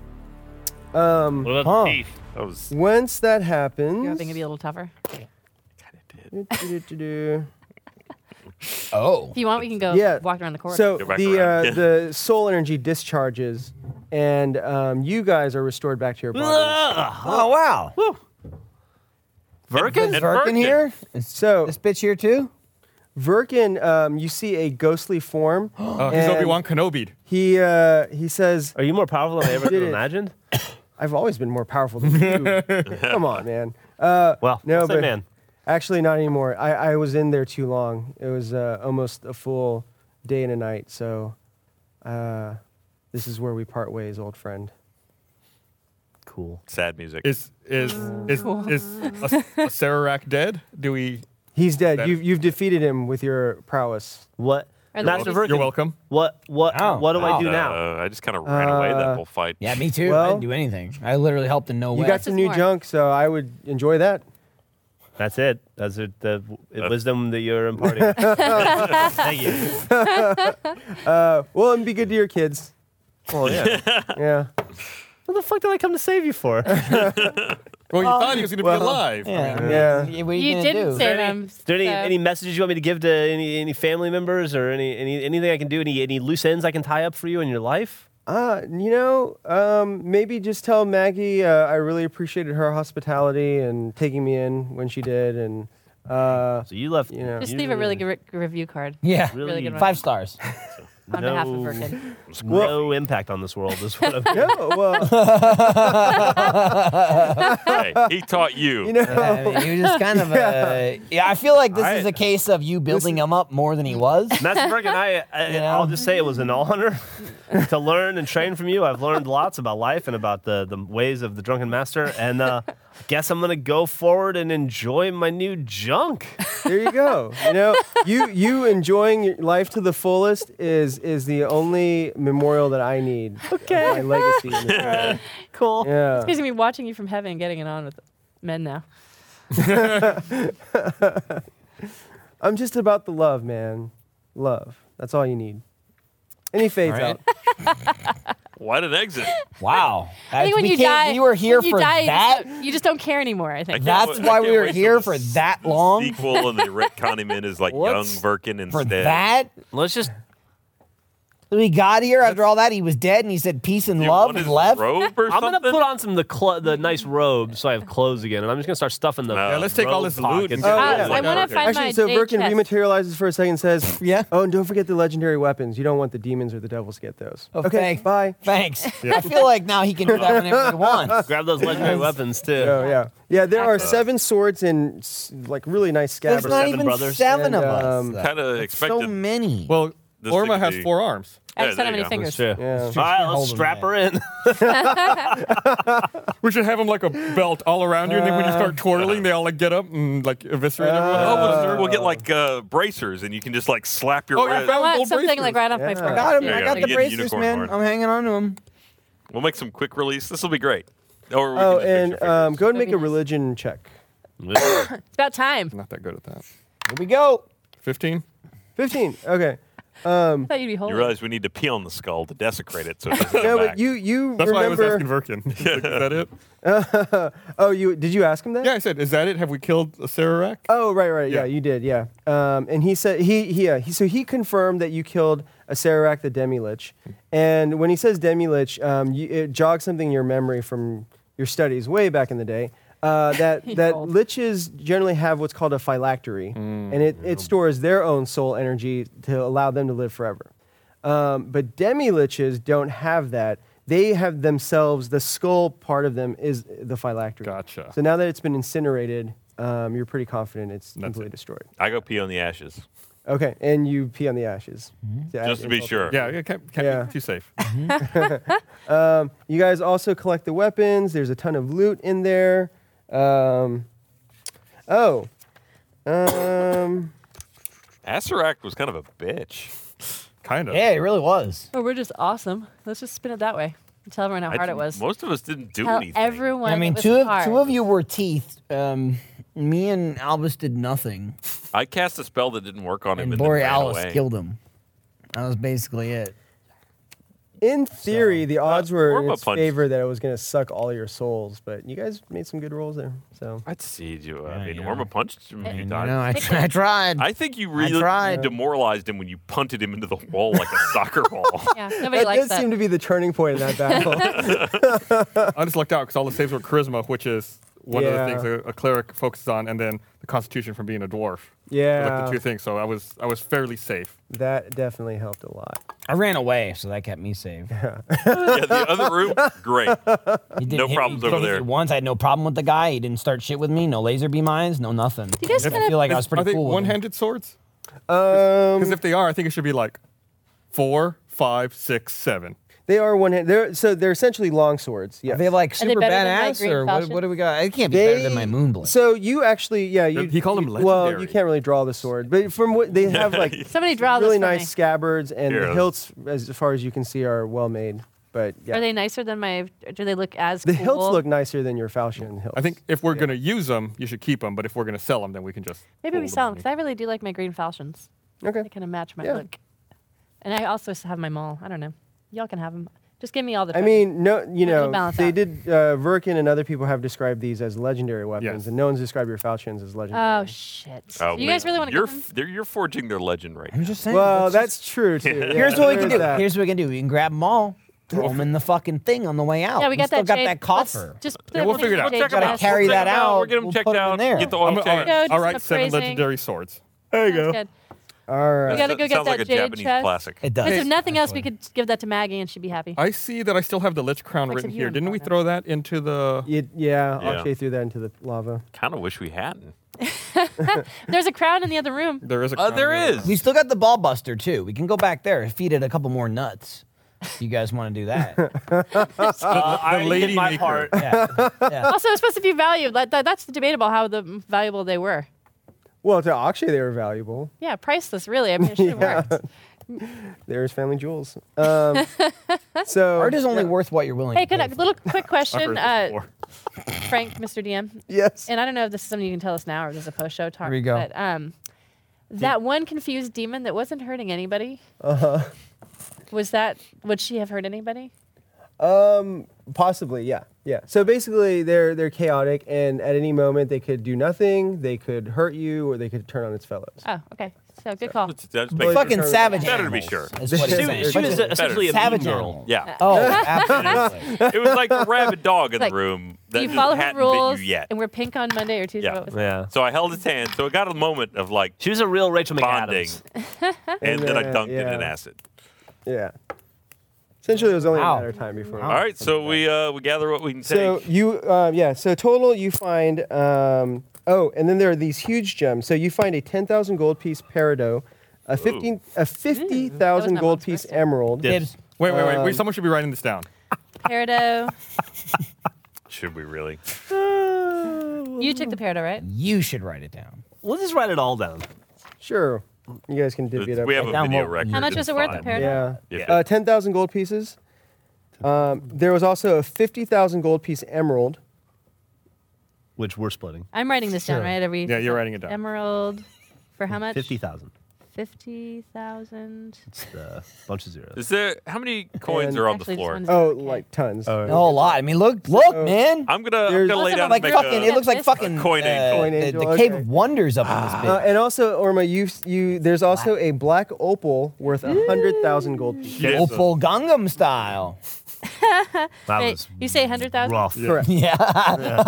S11: What about the teeth?
S1: that was
S4: Once that happens,
S6: You're hoping it'd be a little tougher.
S4: do-do-do-do-do.
S5: Oh.
S6: If you want, we can go
S4: Yeah.
S6: walk around the corridor.
S4: So
S1: Go back
S4: the
S1: around.
S4: uh, the soul energy discharges, and um, you guys are restored back to your bodies.
S5: Oh wow.
S1: Verkin.
S5: Is Verkin here? Is
S4: So
S5: this bitch here too?
S4: Verkin, um, you see a ghostly form.
S3: Oh, he's
S4: and
S3: Obi Wan Kenobi.
S4: He uh, he says,
S7: Are you more powerful than I ever
S4: Did
S7: could
S4: it.
S7: imagined?
S4: "I've always been more powerful than you." Come on, man. Uh,
S7: Well,
S4: no,
S7: that's it,
S4: but
S7: man.
S4: actually, not anymore. I, I was in there too long. It was uh, almost a full day and a night. So, uh, this is where we part ways, old friend.
S7: Cool.
S1: Sad music.
S3: Is is is is a, a Sararak dead? Do we?
S4: He's dead.
S3: That-
S4: You've you've defeated him with your prowess.
S7: What?
S6: Are the
S7: Master
S6: trees-
S7: Verkin.
S3: You're welcome.
S7: What? What?
S5: Ow.
S7: What do I do
S1: Uh,
S7: now?
S1: I just kind of ran away that
S4: Uh,
S1: whole fight.
S5: Yeah, me too. I
S4: Well-
S5: didn't do anything. I literally helped in no
S4: You
S5: way.
S4: got some
S6: Just
S4: new
S6: more.
S4: junk, so I would enjoy that.
S7: That's it. That's it, the
S1: Uh.
S7: wisdom that you're imparting. Thank you.
S4: uh, well, and be good to your kids.
S1: Oh,
S7: Well, yeah.
S4: yeah.
S7: What the fuck did I come to save you for?
S4: Well,
S7: you thought he was gonna be Well, alive.
S12: Yeah.
S7: I mean,
S12: yeah. What are you,
S6: You
S12: gonna
S6: didn't
S12: do?
S6: say
S7: Is there any-
S6: them,
S7: Is there any,
S6: so-
S7: any messages you want me to give to any, any family members or any, any anything I can do? Any any loose ends I can tie up for you in your life?
S4: Uh, you know, um, maybe just tell Maggie uh, I really appreciated her hospitality and taking me in when she did, and uh,
S7: so you left.
S4: You know,
S6: Just leave a really good re- review card.
S5: Yeah.
S6: Really, good one.
S5: Five stars.
S6: On behalf of her
S7: No,
S6: kid.
S7: no impact on this world. Is what I'm-
S4: No, oh, well,
S1: hey, he taught you.
S4: You know,
S5: I mean, he was just kind of a. Yeah, I feel like this is a case of you building him up more than he was.
S7: Matt Berg and I, I I'll just say it was an honor to learn and train from you. I've learned lots about life and about the, the ways of the drunken master. And uh, I guess I'm going to go forward and enjoy my new junk.
S4: there you go. You know, you you enjoying your life to the fullest is is the only memorial that I need. Okay, my legacy. In this world.
S7: cool.
S4: Yeah.
S6: He's gonna be watching you from heaven, getting it on with men now.
S4: I'm just about the love, man. Love. That's all you need. Any fades
S1: All
S4: out?
S1: right. Why did exit?
S5: Wow. Uh,
S6: I think when you die,
S5: we were here
S6: when you
S5: for
S6: die, you
S5: that.
S6: just don't- You just don't care anymore. I think.
S5: That's why we were here for that long.
S1: Sequel and they retcon him in as like young Verkin instead.
S5: Um, for that.
S7: Let's just.
S5: We got here after all that. He was dead, and he said peace and love, and left.
S7: I'm gonna put on some of the cl- the nice robe so I have clothes again, and I'm just gonna start stuffing the.
S3: Yeah, let's take all
S7: robe
S3: this loot
S7: pockets.
S3: and get
S4: Oh,
S6: yeah. Uh, I wanna find
S4: Actually,
S6: my
S4: so
S6: date
S4: Birkin
S6: chest.
S4: rematerializes for a second and says, Yeah. Oh, and don't forget the legendary weapons. You don't want the demons or the devils to get those.
S5: Oh,
S4: okay,
S5: thanks.
S4: bye.
S5: Thanks. I feel like now he can do that whenever he wants.
S7: Grab those legendary weapons too.
S4: Oh, yeah. Yeah, there are seven swords and s- like really nice
S5: There's
S4: scabbards.
S5: not even seven of us. though.
S1: Kind of expected.
S5: So many.
S3: Well,
S1: This
S3: Orma
S1: thing
S3: has
S1: be-
S3: four arms.
S6: I just don't have any fingers.
S4: Yeah.
S7: All right,
S5: Hold
S7: let's
S5: 'em
S7: strap her in.
S3: We should have them like a belt all around you, and then when you start twirling, they all like get up and like eviscerate everyone.
S1: Oh, we'll- we'll get like uh, bracers, and you can just like slap your
S3: Oh, yeah,
S1: wrist.
S3: that-
S6: I want
S3: Gold
S6: something
S3: bracers.
S6: like right off my
S4: Yeah.
S6: forehead.
S4: I
S5: Got him.
S1: There
S5: I
S1: you
S5: got
S1: go.
S5: the
S1: You get
S5: bracers,
S1: unicorn
S5: man.
S1: horn.
S5: I'm hanging on to him.
S1: We'll make some quick release. This will be great. Or we
S4: Oh,
S1: can just
S4: and um, go and make
S6: That'd be
S4: a
S6: nice.
S4: religion check.
S6: It's about time.
S3: Not that good at that.
S5: Here we go.
S3: Fifteen.
S4: 15. Okay.
S6: I thought you'd be holding.
S1: You realize we need to pee on the skull to desecrate it. So it doesn't come
S4: No,
S1: back.
S4: but you, you
S3: That's why I was asking
S4: remember.
S3: Verkin. Is that it?
S4: oh, you did you ask him that?
S3: Yeah, I said, is that it? Have we killed a Sararak?
S4: Oh, right, right. Yeah,
S3: Yeah.
S4: you did. Yeah. Um, and he said he he, yeah, he so he confirmed that you killed a Sarac the Demilich, and when he says Demilich, um, you, it jogs something in your memory from your studies way back in the day. Uh, that that
S6: old.
S4: liches generally have what's called a phylactery, and it, it stores their own soul energy to allow them to live forever. Um, but demi liches don't have that. They have themselves, the skull part of them is the phylactery.
S3: Gotcha.
S4: So now that it's been incinerated, um, you're pretty confident it's completely destroyed.
S1: I go pee on the ashes
S4: Okay, and you pee on the ashes. add
S1: just to be
S4: insult-
S1: sure.
S3: Yeah, yeah, can't, can't
S4: Yeah.
S3: be too safe.
S4: Um, you guys also collect the weapons. There's a ton of loot in there. Um, oh, um,
S1: Aceract was kind of a bitch.
S3: Kind of.
S5: Yeah, it really was.
S6: Oh, we're just awesome. Let's just spin it that way. And tell everyone how
S1: I
S6: hard it
S1: think
S6: was.
S1: Most of us didn't do
S6: tell
S1: anything.
S6: everyone.
S5: I mean,
S6: it was
S5: two of,
S6: hard.
S5: two of you were teeth. Um, me and Albus did nothing,
S1: I cast a spell that didn't work on him,
S5: and
S1: and
S5: Borealis
S1: then ran away.
S5: killed him. That was basically it.
S4: in theory,
S1: uh,
S4: the odds were in
S1: Orba
S4: its
S1: punched.
S4: favor that it was going to suck all your souls, but you guys made some good rolls there. So
S1: I'd see you.
S5: Yeah,
S1: I mean,
S5: yeah.
S1: Orma punched him a few
S5: And, you
S1: times.
S5: know, I, I tried.
S1: I think you really
S5: tried.
S1: demoralized him when you punted him into the wall like a soccer ball.
S6: Yeah, nobody
S4: that
S6: likes
S4: does
S6: that.
S4: seem to be the turning point in that battle.
S3: I just lucked out because all the saves were charisma, which is one
S4: Yeah.
S3: of the things a, a cleric focuses on, and then the constitution from being a dwarf. They're Like
S4: yeah,
S3: the two things. So I was I was fairly safe.
S4: that definitely helped a lot.
S5: I ran away, so that kept me safe.
S1: yeah, the other room, great. Uh,
S5: He didn't
S1: No
S5: hit me.
S1: problems
S5: He
S1: over
S5: did
S1: there.
S5: Once I had no problem with the guy. He didn't start shit with me. No laser beam eyes. No nothing.
S6: You guys
S5: I
S6: kinda-
S5: feel like I
S3: Is-
S5: was
S3: are
S5: pretty
S3: they
S5: cool. with him.
S3: one-handed swords?
S4: Um,
S3: Because if they are, I think it should be like four, five, six, seven.
S4: They are one hand. They're so they're essentially long swords. Yeah.
S5: Are they like
S6: Are they
S5: super
S6: better than my
S5: badass,
S6: green
S5: or what,
S6: falchion?
S5: what do we got? It can't be better than my moonblade.
S4: So you actually, yeah, you.
S3: He called them
S4: you- Well, you
S3: legendary.
S4: can't really draw the sword, but from what they have, like
S6: Somebody draw
S4: really
S6: this for
S4: nice
S6: me.
S4: scabbards, and
S1: Here.
S4: the hilts, as far as you can see, are well made. But yeah.
S6: Are they nicer than my? Do they look as
S4: the
S6: cool?
S4: hilts look nicer than your falchion hilts.
S3: I think if we're going to use them, you should keep them. But if we're going to sell them, then we can just.
S6: Maybe we
S3: hold
S6: sell them
S3: 'em.
S6: because I really do like my green falchions.
S4: Okay.
S6: They kind of match my
S4: Yeah.
S6: look. And I also s- have my mole. I don't know. Y'all can have them. Just give me all the.
S4: I
S6: treasure.
S4: mean, no, you
S6: It'll
S4: know,
S6: balance
S4: they
S6: out.
S4: did. Uh, Verkin and other people have described these as legendary weapons, and no one's described your falchions as legendary.
S6: Oh shit! you guys really want to?
S1: you're, f- they're, you're forging their legend right now.
S5: I'm just saying.
S4: well,
S5: let's
S4: that's
S5: just-
S4: true too. yeah,
S5: Here's what we can
S4: there's
S5: do.
S4: that.
S5: Here's what we can do. We can grab them all, throw them in the fucking thing on the way out.
S6: Yeah, we got
S5: still
S6: that.
S5: got
S6: jade-
S5: that
S6: let's
S5: coffer.
S6: Just put
S3: Yeah, we'll
S6: one
S3: figure it
S6: in
S3: out.
S6: the
S3: Check
S6: jade
S5: 'em out.
S6: chest.
S5: Carry
S1: We'll check
S5: that
S1: 'em out.
S5: out.
S1: We'll get 'em
S5: We'll
S1: checked
S5: put 'em
S1: out.
S5: in there.
S1: Get the
S3: I'm,
S1: oil
S3: all
S1: tank.
S3: right, all right
S6: Sounds
S3: seven
S6: amazing.
S3: legendary swords.
S6: There
S3: you go.
S6: Good.
S4: All right.
S6: We gotta go get
S1: sounds
S6: that
S1: like a
S6: jade
S1: Japanese
S6: chest.
S1: classic.
S5: It
S6: Because
S5: does.
S6: if nothing else, we could give that to Maggie and she'd be happy.
S3: I see that I still have the Lich Crown
S6: Like
S3: written
S6: some
S3: here.
S6: healing
S3: Didn't we
S6: powder.
S3: throw that into the?
S4: You- yeah,
S1: Yeah.
S4: Akshay threw that into the lava.
S1: Kind of wish we hadn't.
S6: There's a crown in the other room.
S3: There is a.
S1: Uh,
S3: crown
S1: there
S3: here.
S1: is.
S5: We still got the ball buster too. We can go back there and feed it a couple more nuts. If you guys want to do that?
S7: Uh, I already
S3: lady
S7: did my
S3: maker.
S7: part.
S5: Yeah.
S6: Also, it's supposed to be valued. Like, that- That's debatable how the valuable they were.
S4: Well, to Akshay they were valuable.
S6: Yeah, priceless, really. I mean, it should have worked.
S4: There's family jewels. Um, so
S5: Art is only worth what you're willing.
S6: Hey,
S5: to
S6: can
S5: pay
S6: I,
S5: for.
S6: little quick
S3: I've
S6: question,
S3: heard this
S6: uh,
S3: before.
S6: Frank, Mr. DM,
S4: yes.
S6: and I don't know if this is something you can tell us now or just a post show talk.
S5: Here we go.
S6: But um, that one confused demon that wasn't hurting anybody. Uh huh. Was that? Would she have hurt anybody?
S4: Um, possibly, yeah, yeah. So basically, they're they're chaotic, and at any moment they could do nothing. They could hurt you, or they could turn on its fellows.
S6: Oh, okay. So good call.
S1: That's- that's
S4: Well,
S1: big-
S5: fucking savage.
S1: Better to be
S5: animals
S1: sure.
S5: is what it
S7: She,
S5: is.
S7: she was essentially a
S5: savage
S7: mean
S5: animal.
S7: girl.
S1: Yeah.
S5: Oh, absolutely.
S1: it was like the rabid dog in
S6: Like,
S1: the room
S6: Do
S1: that
S6: you follow her
S1: hadn't
S6: rules?
S1: bit you yet.
S6: And we're pink on Monday or Tuesday.
S1: Yeah.
S6: What was it?
S7: Yeah.
S1: So I held his hand. So it got a moment of like
S7: She was a real Rachel McAdams.
S1: bonding, and then I
S4: then,
S1: dunked it in
S4: yeah.
S1: acid.
S4: Yeah. Essentially, it was only
S5: Wow.
S4: a matter of time before.
S1: All right, so we uh, we gather what we can
S4: So
S1: take.
S4: you, um, yeah. So total, you find. Um, oh, and then there are these huge gems. So you find a ten thousand gold piece peridot, a fifteen, a fifty thousand
S6: That was Hmm, not
S4: gold
S6: one's
S4: piece
S6: first.
S4: emerald.
S5: Dibs.
S3: Wait, wait,
S4: Um,
S3: wait. wait. Someone should be writing this down.
S6: Peridot.
S1: Should we really?
S6: You took the peridot, right?
S5: You should write it down.
S7: We'll just write it all down.
S4: Sure, you guys can divvy it up.
S1: We have a
S5: down
S1: video
S5: what-
S1: record.
S6: How much was it worth, the peridot?
S4: yeah.
S1: Yeah.
S4: Uh, ten thousand gold pieces. Um, there was also a fifty thousand gold piece emerald.
S7: Which we're splitting.
S6: I'm writing this down,
S5: Sure.
S6: right? Every
S3: Yeah, you're writing it down.
S6: Emerald. For how much?
S7: 50,000.
S6: 50,000.
S7: It's a bunch of zeros.
S1: Is there how many coins
S4: And-
S1: are on the
S6: Actually, this
S1: floor?
S6: one's-
S4: Oh,
S6: Okay.
S4: like tons.
S5: Oh, a lot. I mean, look, look,
S4: So-
S5: man.
S1: I'm gonna I'm
S4: There's-
S1: gonna lay
S6: Awesome,
S1: down
S5: like
S1: like
S5: fucking,
S1: a,
S5: it looks like fucking
S1: coin angel.
S5: uh,
S4: Coin
S5: the-
S4: angel,
S5: The, Cave
S4: okay.
S5: of Wonders up in this
S4: Uh,
S5: bitch.
S4: and also, Orma, you you there's also a black opal worth a hundred thousand gold pieces.
S1: Yeah.
S5: Opal Gangnam style.
S7: That
S6: Wait,
S7: was
S6: you say 100,000?
S7: rough.
S4: Correct.
S5: Yeah.
S4: Uh,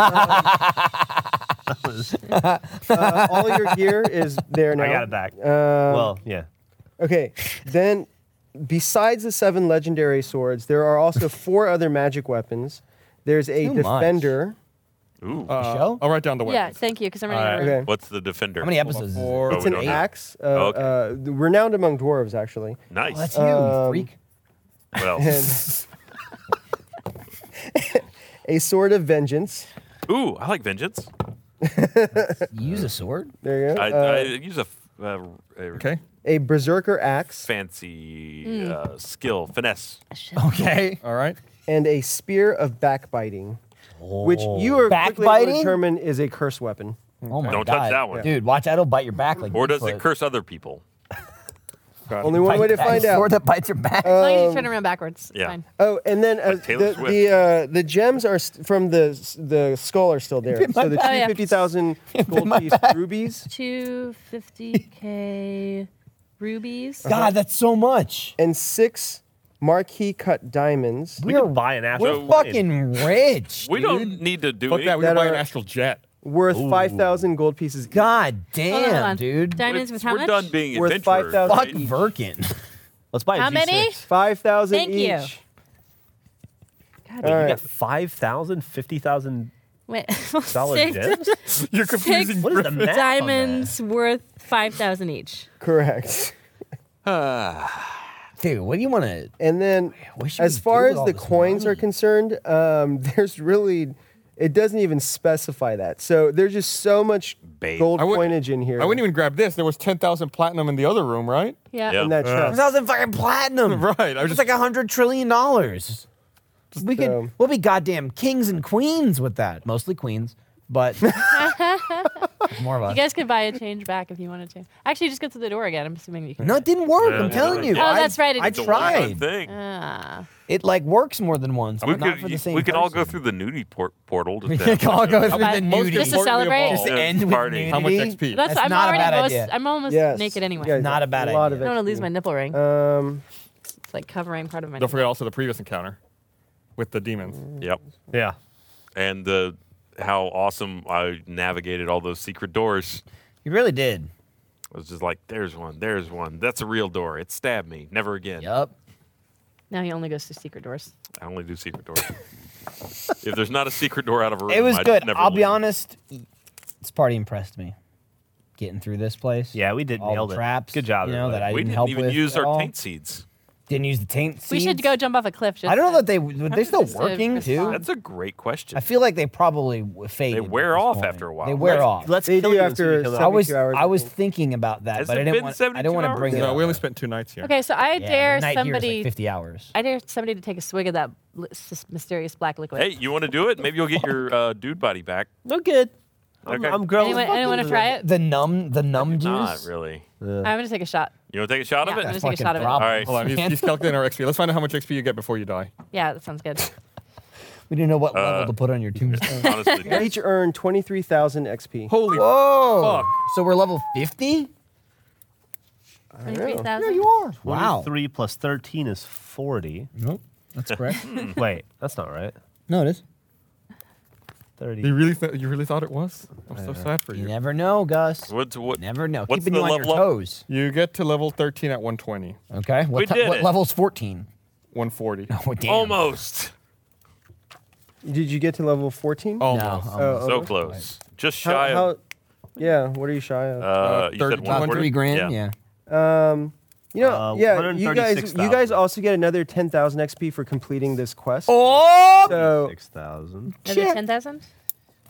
S4: all your gear is there now.
S7: I got it back.
S4: Um,
S7: well, yeah.
S4: Okay, then besides the seven legendary swords, there are also four other magic weapons. There's a
S5: Too much.
S4: defender.
S1: Ooh,
S3: Uh,
S5: Show?
S3: I'll write down the
S6: Yeah,
S3: weapons.
S6: thank you, because I'm running out
S4: Okay.
S6: of
S1: what's the defender?
S5: How many episodes is it?
S3: Four.
S1: Oh,
S4: It's
S1: we
S4: an
S1: don't know.
S4: axe, uh,
S1: Okay.
S4: uh, renowned among dwarves, actually.
S5: Oh,
S1: Nice.
S5: that's you,
S4: Um,
S5: you freak.
S1: well,
S4: And a sword of vengeance.
S1: ooh, I like vengeance.
S5: You use a sword?
S4: There you go.
S1: I,
S4: Uh,
S1: I use a, f- uh, a
S3: Okay.
S4: a berserker axe
S1: fancy
S6: Hmm.
S1: uh, skill finesse.
S5: Okay.
S3: All right.
S4: and a spear of backbiting, which you are quickly able to
S5: Backbiting?
S4: determine is a curse weapon.
S5: Oh my
S1: Don't
S5: god.
S1: touch that one.
S5: Dude, watch out, it'll bite your back like
S1: Or does it
S5: Bigfoot.
S1: curse other people?
S3: Got it.
S4: Only one way to find out.
S5: Sword that bites your back.
S6: as long as you turn around backwards.
S1: yeah.
S6: Fine.
S4: Oh, and then uh,
S1: Taylor
S4: the
S1: Swift.
S4: the, uh, the gems are st- from the s- the skull are still there. So the two
S6: back. Oh, yeah.
S4: fifty thousand gold piece rubies
S6: 250k rubies.
S5: god, that's so much.
S4: and six marquee cut diamonds
S7: We could buy an
S5: We're
S7: astral plane.
S5: fucking rich.
S1: We
S5: dude.
S1: don't need to do
S3: Fuck that.
S1: anything.
S3: We can
S4: That
S3: buy an
S4: are-
S3: astral jet.
S4: worth five thousand gold pieces. each.
S5: God
S6: Hold on, hold on.
S5: damn, dude.
S6: Diamonds with how
S1: We're
S6: much?
S1: done being
S4: Worth
S1: adventurers.
S4: 5,000
S5: Fuck
S1: right?
S5: Verkin.
S7: Let's buy a
S6: How
S7: G6.
S6: many?
S4: Five thousand
S6: Thank
S4: each.
S6: you.
S7: God,
S4: All
S7: you
S4: right.
S7: got 5,000, 50,000
S6: Wait,
S7: dollar
S6: six,
S7: gems?
S3: You're
S6: six
S3: confusing.
S7: What is the math on that?
S6: diamonds worth 5,000 each.
S4: Correct.
S5: Dude, what do you want to?
S4: And then,
S5: wish you
S4: as
S5: could
S4: far
S5: do
S4: as
S5: all
S4: the
S5: this
S4: coins are
S5: money.
S4: concerned, um, there's really it doesn't even specify that. So there's just so much
S1: Babe.
S4: gold
S3: I wouldn't-
S4: coinage in here.
S3: I wouldn't even grab this. There was 10,000 platinum in the other room, right?
S6: Yeah.
S1: Yeah.
S4: in that chest.
S5: thousand fucking platinum.
S3: Right, I was
S5: It's
S3: just-
S5: like a hundred trillion dollars. we could
S7: um,
S5: we'll be goddamn kings and queens with that. Mostly queens, but more of
S6: You
S5: us.
S6: guys could buy a change back if you wanted to. Actually, just go through the door again. I'm assuming you can.
S5: No, it didn't work. I'm telling you.
S6: Oh,
S5: I-
S6: that's right. it
S5: I
S6: didn't
S5: tried.
S6: work. Ah.
S5: It like works more than once,
S1: we
S5: but not
S1: could,
S5: for the
S1: you-
S5: same.
S1: we could all
S5: person.
S1: go through the nudie port- portal.
S5: We could all go through the nudie.
S6: Just to celebrate.
S5: Just end with nudity.
S3: How much XP?
S6: That's, I'm
S5: not a
S6: already
S5: bad
S6: most,
S5: idea.
S6: I'm almost
S4: Yes.
S6: naked anyway.
S4: Yeah,
S5: Not a bad
S4: a lot
S5: idea.
S6: I don't
S4: of
S6: want to lose my nipple ring.
S4: it. Um,
S6: It's like covering part of my.
S3: Don't forget also the previous encounter with the demons.
S1: Yep.
S7: Yeah.
S1: And the how awesome I navigated all those secret doors.
S5: You really did.
S1: I was just like, there's one, there's one. That's a real door. It stabbed me. Never again.
S5: Yup.
S6: Now he only goes to secret doors.
S1: I only do secret doors. if there's not a secret door out of a room,
S5: It was
S1: I
S5: good.
S1: Never
S5: I'll be
S1: leave.
S5: honest. This party impressed me. Getting through this place.
S7: Yeah, we did
S5: all
S7: nailed
S5: the
S7: it.
S5: traps.
S7: Good job,
S5: You know that
S7: everybody.
S5: I
S1: We
S5: didn't
S1: didn't
S5: help
S1: even
S5: with
S1: use
S5: at
S1: our
S5: all.
S1: taint seeds.
S5: Didn't use the taint.
S6: We should
S5: seeds.
S6: go jump off a cliff. Just
S5: I don't know
S6: to-
S5: that they were they still
S6: just a
S5: working too.
S6: response.
S1: That's a great question.
S5: I feel like they probably w- faded.
S1: they
S5: at
S1: wear
S5: this
S1: off
S5: point.
S1: after a while.
S5: They wear off.
S7: Let's
S4: They
S7: kill
S4: do
S7: you
S4: after
S7: after
S4: a
S7: come
S5: I
S7: out.
S4: sub-
S5: was
S4: 72 hours,
S5: I
S4: I
S5: was
S4: think.
S5: thinking about that,
S1: Has
S5: but
S1: it
S5: I didn't
S1: been
S5: want I don't
S1: 72
S5: want to bring
S1: hours?
S5: it.
S3: No,
S5: up.
S3: we only spent two nights here.
S6: Okay, so I
S5: Yeah,
S6: dare
S5: the night here is
S6: somebody.
S5: like fifty hours.
S6: I dare somebody to take a swig of that bl- s- mysterious black liquid.
S1: Hey, you want to do it? Maybe you'll get your uh, dude body back.
S7: No good. I'm,
S1: Okay.
S7: I'm growing.
S6: anyone, anyone want to try it?
S5: The numb the numb juice.
S1: Not really.
S6: I'm gonna take a shot.
S1: You want to take a shot
S6: Yeah,
S1: of
S6: I'm
S1: it?
S6: just gonna take a
S5: fucking
S6: shot of
S5: drop.
S6: it.
S1: All right.
S3: Hold on, he's, he's calculating our XP. Let's find out how much XP you get before you die.
S6: Yeah, that sounds good.
S5: We didn't know what level
S1: Uh,
S5: to put on your tombstone.
S1: Honestly,
S4: you each earn twenty three thousand XP.
S3: Holy
S5: Whoa!
S3: fuck.
S5: Oh! So we're level fifty.
S6: Twenty-three
S5: Yeah,
S6: thousand.
S5: you are. Wow.
S7: Twenty-three plus thirteen is forty.
S5: Nope, that's correct.
S7: Wait, that's not right.
S5: no, it is.
S3: You
S7: Thirty.
S3: really, th- you really thought it was? I'm so sad for
S5: You
S3: you.
S5: never know, Gus.
S1: what's what?
S5: Never know.
S1: what's
S5: Keeping
S1: the
S5: you on your
S1: level up?
S5: toes.
S3: You get to level 13 at 120,
S5: Okay. What,
S1: We
S5: ti-
S1: did
S5: what
S1: it.
S5: level's fourteen?
S3: 140.
S5: Oh damn.
S1: Almost.
S4: Did you get to level fourteen?
S5: No,
S3: Almost.
S5: almost.
S1: So close. Just
S4: How-
S1: Oh, shy
S4: how-
S1: of.
S4: yeah, what are you shy of?
S1: Uh, you said
S3: 30,
S5: About
S1: 140?
S5: three grand. Yeah.
S4: Um, you know,
S7: Uh,
S4: yeah, you guys, you guys
S7: 136,000.
S4: also get another ten thousand XP for completing this quest.
S5: Oh,
S4: so
S7: Six thousand.
S5: Shit.
S6: Ten thousand.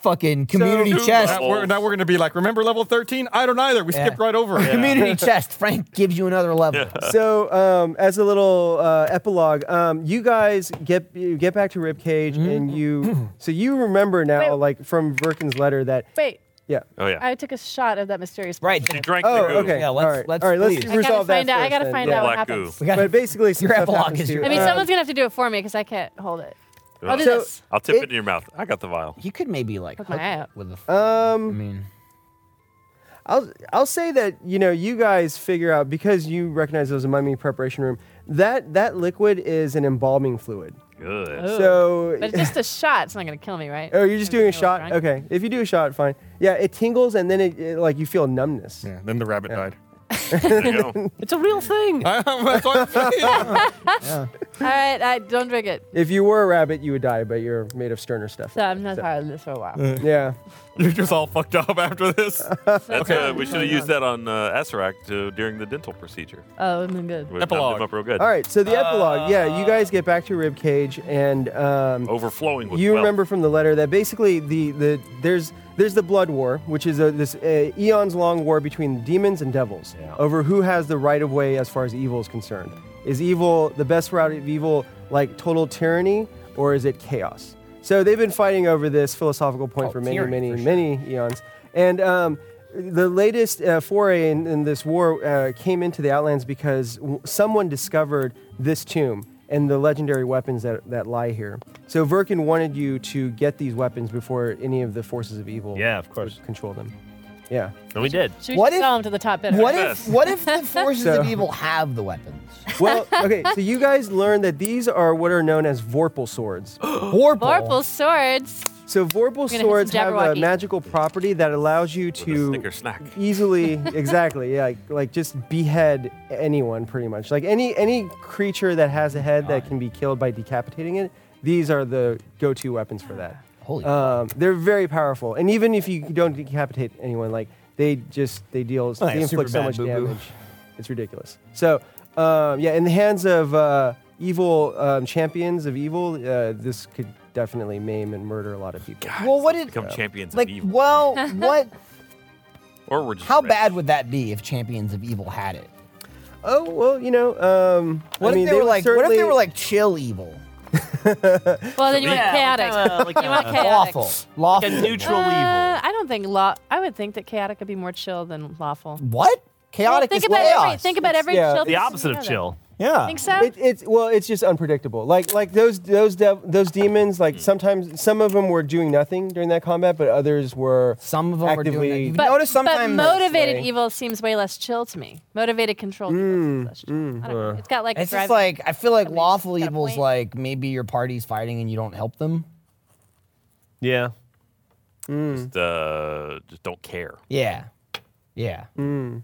S5: fucking community
S1: Dude,
S5: chest.
S1: that
S3: Now we're, now we're going to be like, remember level 13? I don't either. We
S5: Yeah.
S3: skipped right over it.
S5: Community chest. Frank gives you another level.
S4: so um, as a little uh, epilogue, um, you guys get you get back to Ribcage,
S5: Mm-hmm.
S4: and you so you remember now,
S6: Wait.
S4: like from Birkin's letter, that
S6: Wait,
S4: yeah.
S1: Oh yeah.
S6: I took a shot of that mysterious.
S5: Right.
S1: you drank
S4: Oh,
S1: the goo.
S4: okay.
S5: Yeah, let's-
S4: all right,
S5: let's
S4: all right,
S5: please.
S4: let's
S5: I
S6: I gotta
S4: resolve that.
S6: find out. I
S4: first
S6: gotta
S4: then,
S6: find
S4: yeah.
S6: out what
S1: Black goo.
S6: happens.
S5: We got
S4: But basically, some
S5: Your
S4: stuff
S5: epilogue
S4: happens
S5: is
S4: to you.
S5: your-
S6: I mean,
S4: Um,
S6: someone's gonna have to do it for me because I can't hold it. I'll do
S1: So-
S6: this.
S1: I'll tip it,
S4: It-
S1: in your mouth. I got the vial.
S5: You could maybe like
S6: Hook my
S5: hook
S6: eye
S5: it
S6: up.
S5: with a.
S1: Uh,
S5: I
S4: Um,
S5: mean,
S4: I'll I'll say that you know you guys figure out because you recognize it was a mummy preparation room. That that liquid is an embalming fluid.
S1: Good.
S6: Ugh.
S7: Oh.
S4: So
S6: But it's just a shot. It's not gonna kill me, right?
S4: oh, you're just doing a
S6: Right?
S4: shot. Okay, if you do a shot, fine. Yeah, it tingles and then it, it like you feel numbness.
S3: Yeah, then the rabbit died.
S1: There you go.
S7: It's a real thing.
S3: That's what I'm saying.
S6: All right, I don't drink it.
S4: If you were a rabbit, you would die, but you're made of sterner stuff.
S6: So I'm not tired of this for a while.
S4: Yeah.
S3: You're just all fucked up after this.
S1: That's, uh, we should have used that on uh, Acerac to, during the dental procedure.
S6: Oh, I'm good.
S1: Would have
S3: Epilogue.
S1: him up real good.
S4: All right. So the epilogue. Yeah, you guys get back to your rib cage and um,
S1: Overflowing with
S4: you
S1: wealth.
S4: remember from the letter that basically the, the there's there's the blood war, which is a, this uh, eons long war between demons and devils over who has the right of way as far as evil is concerned. Is evil the best route of evil like total tyranny or is it chaos? So they've been fighting over this philosophical point
S5: Oh,
S4: for many,
S5: tyranny,
S4: many,
S5: for sure.
S4: many eons. And um, the latest uh, foray in, in this war uh, came into the Outlands because w- someone discovered this tomb and the legendary weapons that, that lie here. So Verkin wanted you to get these weapons before any of the forces of evil
S7: Yeah, of course.
S4: would control them. Yeah.
S7: And we did.
S6: Should we
S5: What
S6: just
S5: if-
S6: sell them to the top bidder?
S5: what if
S1: Yes.
S5: what if the forces
S4: So-
S5: of evil have the weapons?
S4: Well, okay, so you guys learned that these are what are known as Vorpal swords.
S5: Vorpal.
S6: Vorpal swords.
S4: So Vorpal
S6: hit some
S4: swords have a
S6: Jabberwocky.
S4: magical property that allows you
S1: With a snicker
S4: to
S1: snack.
S4: easily exactly yeah, like like just behead anyone pretty much like any any creature that has a head that can be killed by decapitating it these are the go-to weapons for that
S5: Holy.
S4: um, they're very powerful and even if you don't decapitate anyone like they just they deal
S5: Oh, yeah,
S4: they inflict so
S5: super
S4: much
S5: bad boo-boo.
S4: damage it's ridiculous so um, yeah in the hands of uh, evil um, champions of evil uh, this could definitely maim and murder a lot of people
S5: well, what did
S1: Become champions
S5: like?
S1: of evil.
S5: Well, what?
S1: Or we're just
S5: How
S1: rich.
S5: bad would that be if Champions of Evil had it?
S4: oh well you know um,
S5: What
S4: I mean
S5: if they, were
S4: would
S5: like? What if
S4: certainly-
S5: they were like chill evil?
S6: Well, then you want
S5: Yeah,
S6: chaotic.
S5: like, uh, like,
S6: you want
S5: uh,
S6: chaotic.
S5: lawful. Lawful.
S6: Uh, I don't think law. I would think that chaotic would be more chill than lawful.
S5: What?
S6: Chaotic think is about every- chaos. think about every
S4: yeah.
S6: chill The person opposite of together. chill.
S4: Yeah.
S6: Think so?
S4: It, it's well, it's just unpredictable. Like like those those dev, those demons.
S5: Hmm.
S4: Like sometimes some of them were doing nothing during that combat, but others were
S5: some of them
S4: actively.
S5: were doing
S6: But, but motivated evil seems way less chill to me. Motivated control. I don't know. It's got like
S5: Mm, uh, it's
S6: a
S5: just
S6: drive.
S5: like I feel like lawful evil's like maybe your party's fighting and you don't help them.
S7: Yeah.
S1: Just, uh, just don't care.
S5: Yeah, yeah.
S7: Hmm.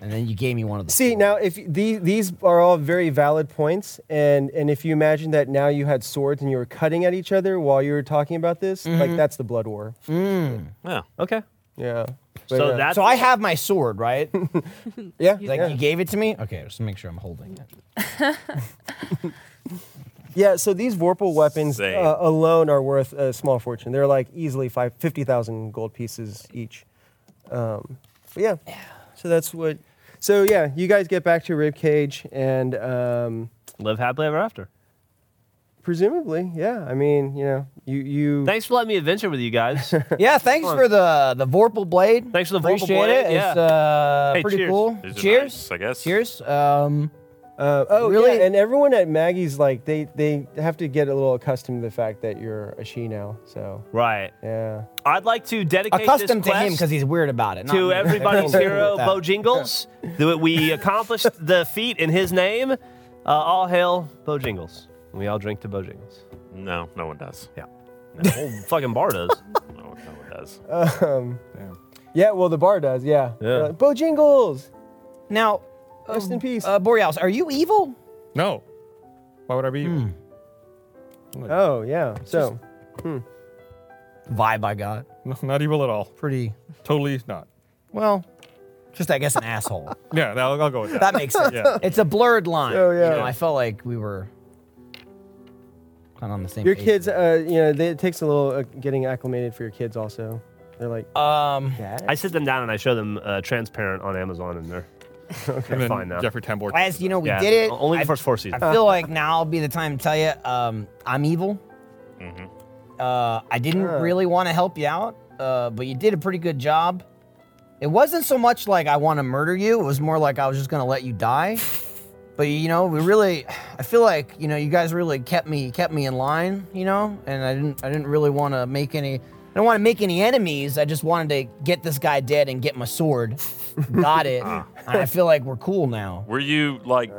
S5: And then you gave me one of the.
S4: See now, if these these are all very valid points, and and if you imagine that now you had swords and you were cutting at each other while you were talking about this, like
S5: Mhm.
S4: that's the blood war.
S5: Mm.
S1: Yeah.
S7: Okay.
S4: Yeah.
S5: So
S7: uh,
S4: yeah.
S5: so I have my sword, right?
S4: yeah.
S5: Like you gave it to me. Okay, just make sure I'm holding it.
S4: Yeah, so these Vorpal weapons
S5: Same.
S4: uh, alone are worth a small fortune. They're like easily five, 50,000 gold pieces each. Um, but yeah. So that's what. So yeah, you guys get back to Rib Cage and um,
S7: Live happily ever after.
S4: presumably, yeah. I mean, you know, you you.
S7: Thanks for letting me adventure with you guys.
S5: yeah, thanks for the the Vorpal blade.
S7: Thanks for the Vorpal
S5: Appreciate
S7: blade,
S5: It. It's
S7: yeah.
S5: uh,
S7: Hey,
S5: pretty
S7: cheers.
S5: cool.
S1: These are
S5: Cheers.
S1: nice, I guess.
S5: Cheers. Um,
S4: Uh, oh, really? and everyone at Maggie's like they they have to get a little accustomed to the fact that you're a she now. So
S7: Right.
S4: yeah.
S7: I'd like to dedicate this
S5: Accustomed to him
S7: quest
S5: because he's weird about it. not
S7: to
S5: me.
S7: everybody's
S5: Cool
S7: hero,
S5: with that.
S7: Bo Jingles. that we accomplished the feat in his name. Uh, all hail Bo Jingles. We all drink to Bo Jingles.
S1: No, no one does.
S7: Yeah. The whole fucking bar does. no, no one does.
S5: Uh,
S4: Um, yeah. Well, the bar does. Yeah.
S7: Yeah.
S4: They're like, Bojangles.
S5: Now,
S4: rest in peace.
S5: Uh, Borealis, are you evil?
S3: No. Why would I be?
S5: Hmm.
S4: Oh yeah. So. hmm.
S5: Vibe I got.
S3: No, not evil at all.
S5: Pretty.
S3: Totally not.
S5: Well, just I guess an asshole.
S3: Yeah, that'll, I'll go with that.
S5: That makes sense.
S3: Yeah.
S5: It's a blurred line.
S4: So, Oh, yeah.
S5: You know, I felt like we were kind of on the same.
S4: Your
S5: page.
S4: kids, uh, you know, they, it takes a little uh, getting acclimated for your kids. Also, they're like,
S5: Um,
S7: I sit them down and I show them uh, Transparent on Amazon, and they're,
S3: And
S7: they're
S3: then
S7: fine now.
S3: Jeffrey Tambor.
S5: As you know, we
S7: Yeah,
S5: did it.
S7: Only the
S5: I-
S7: first four seasons.
S5: I feel like now will be the time to tell you um, I'm evil.
S7: Mm-hmm.
S5: Uh, I didn't really want to help you out, uh, but you did a pretty good job. It wasn't so much like I want to murder you, it was more like I was just going to let you die. But you know, we really I feel like, you know, you guys really kept me kept me in line, you know? And I didn't I didn't really want to make any I don't want to make any enemies. I just wanted to get this guy dead and get my sword. Got it.
S7: Ah.
S5: and I feel like we're cool now.
S1: Were you like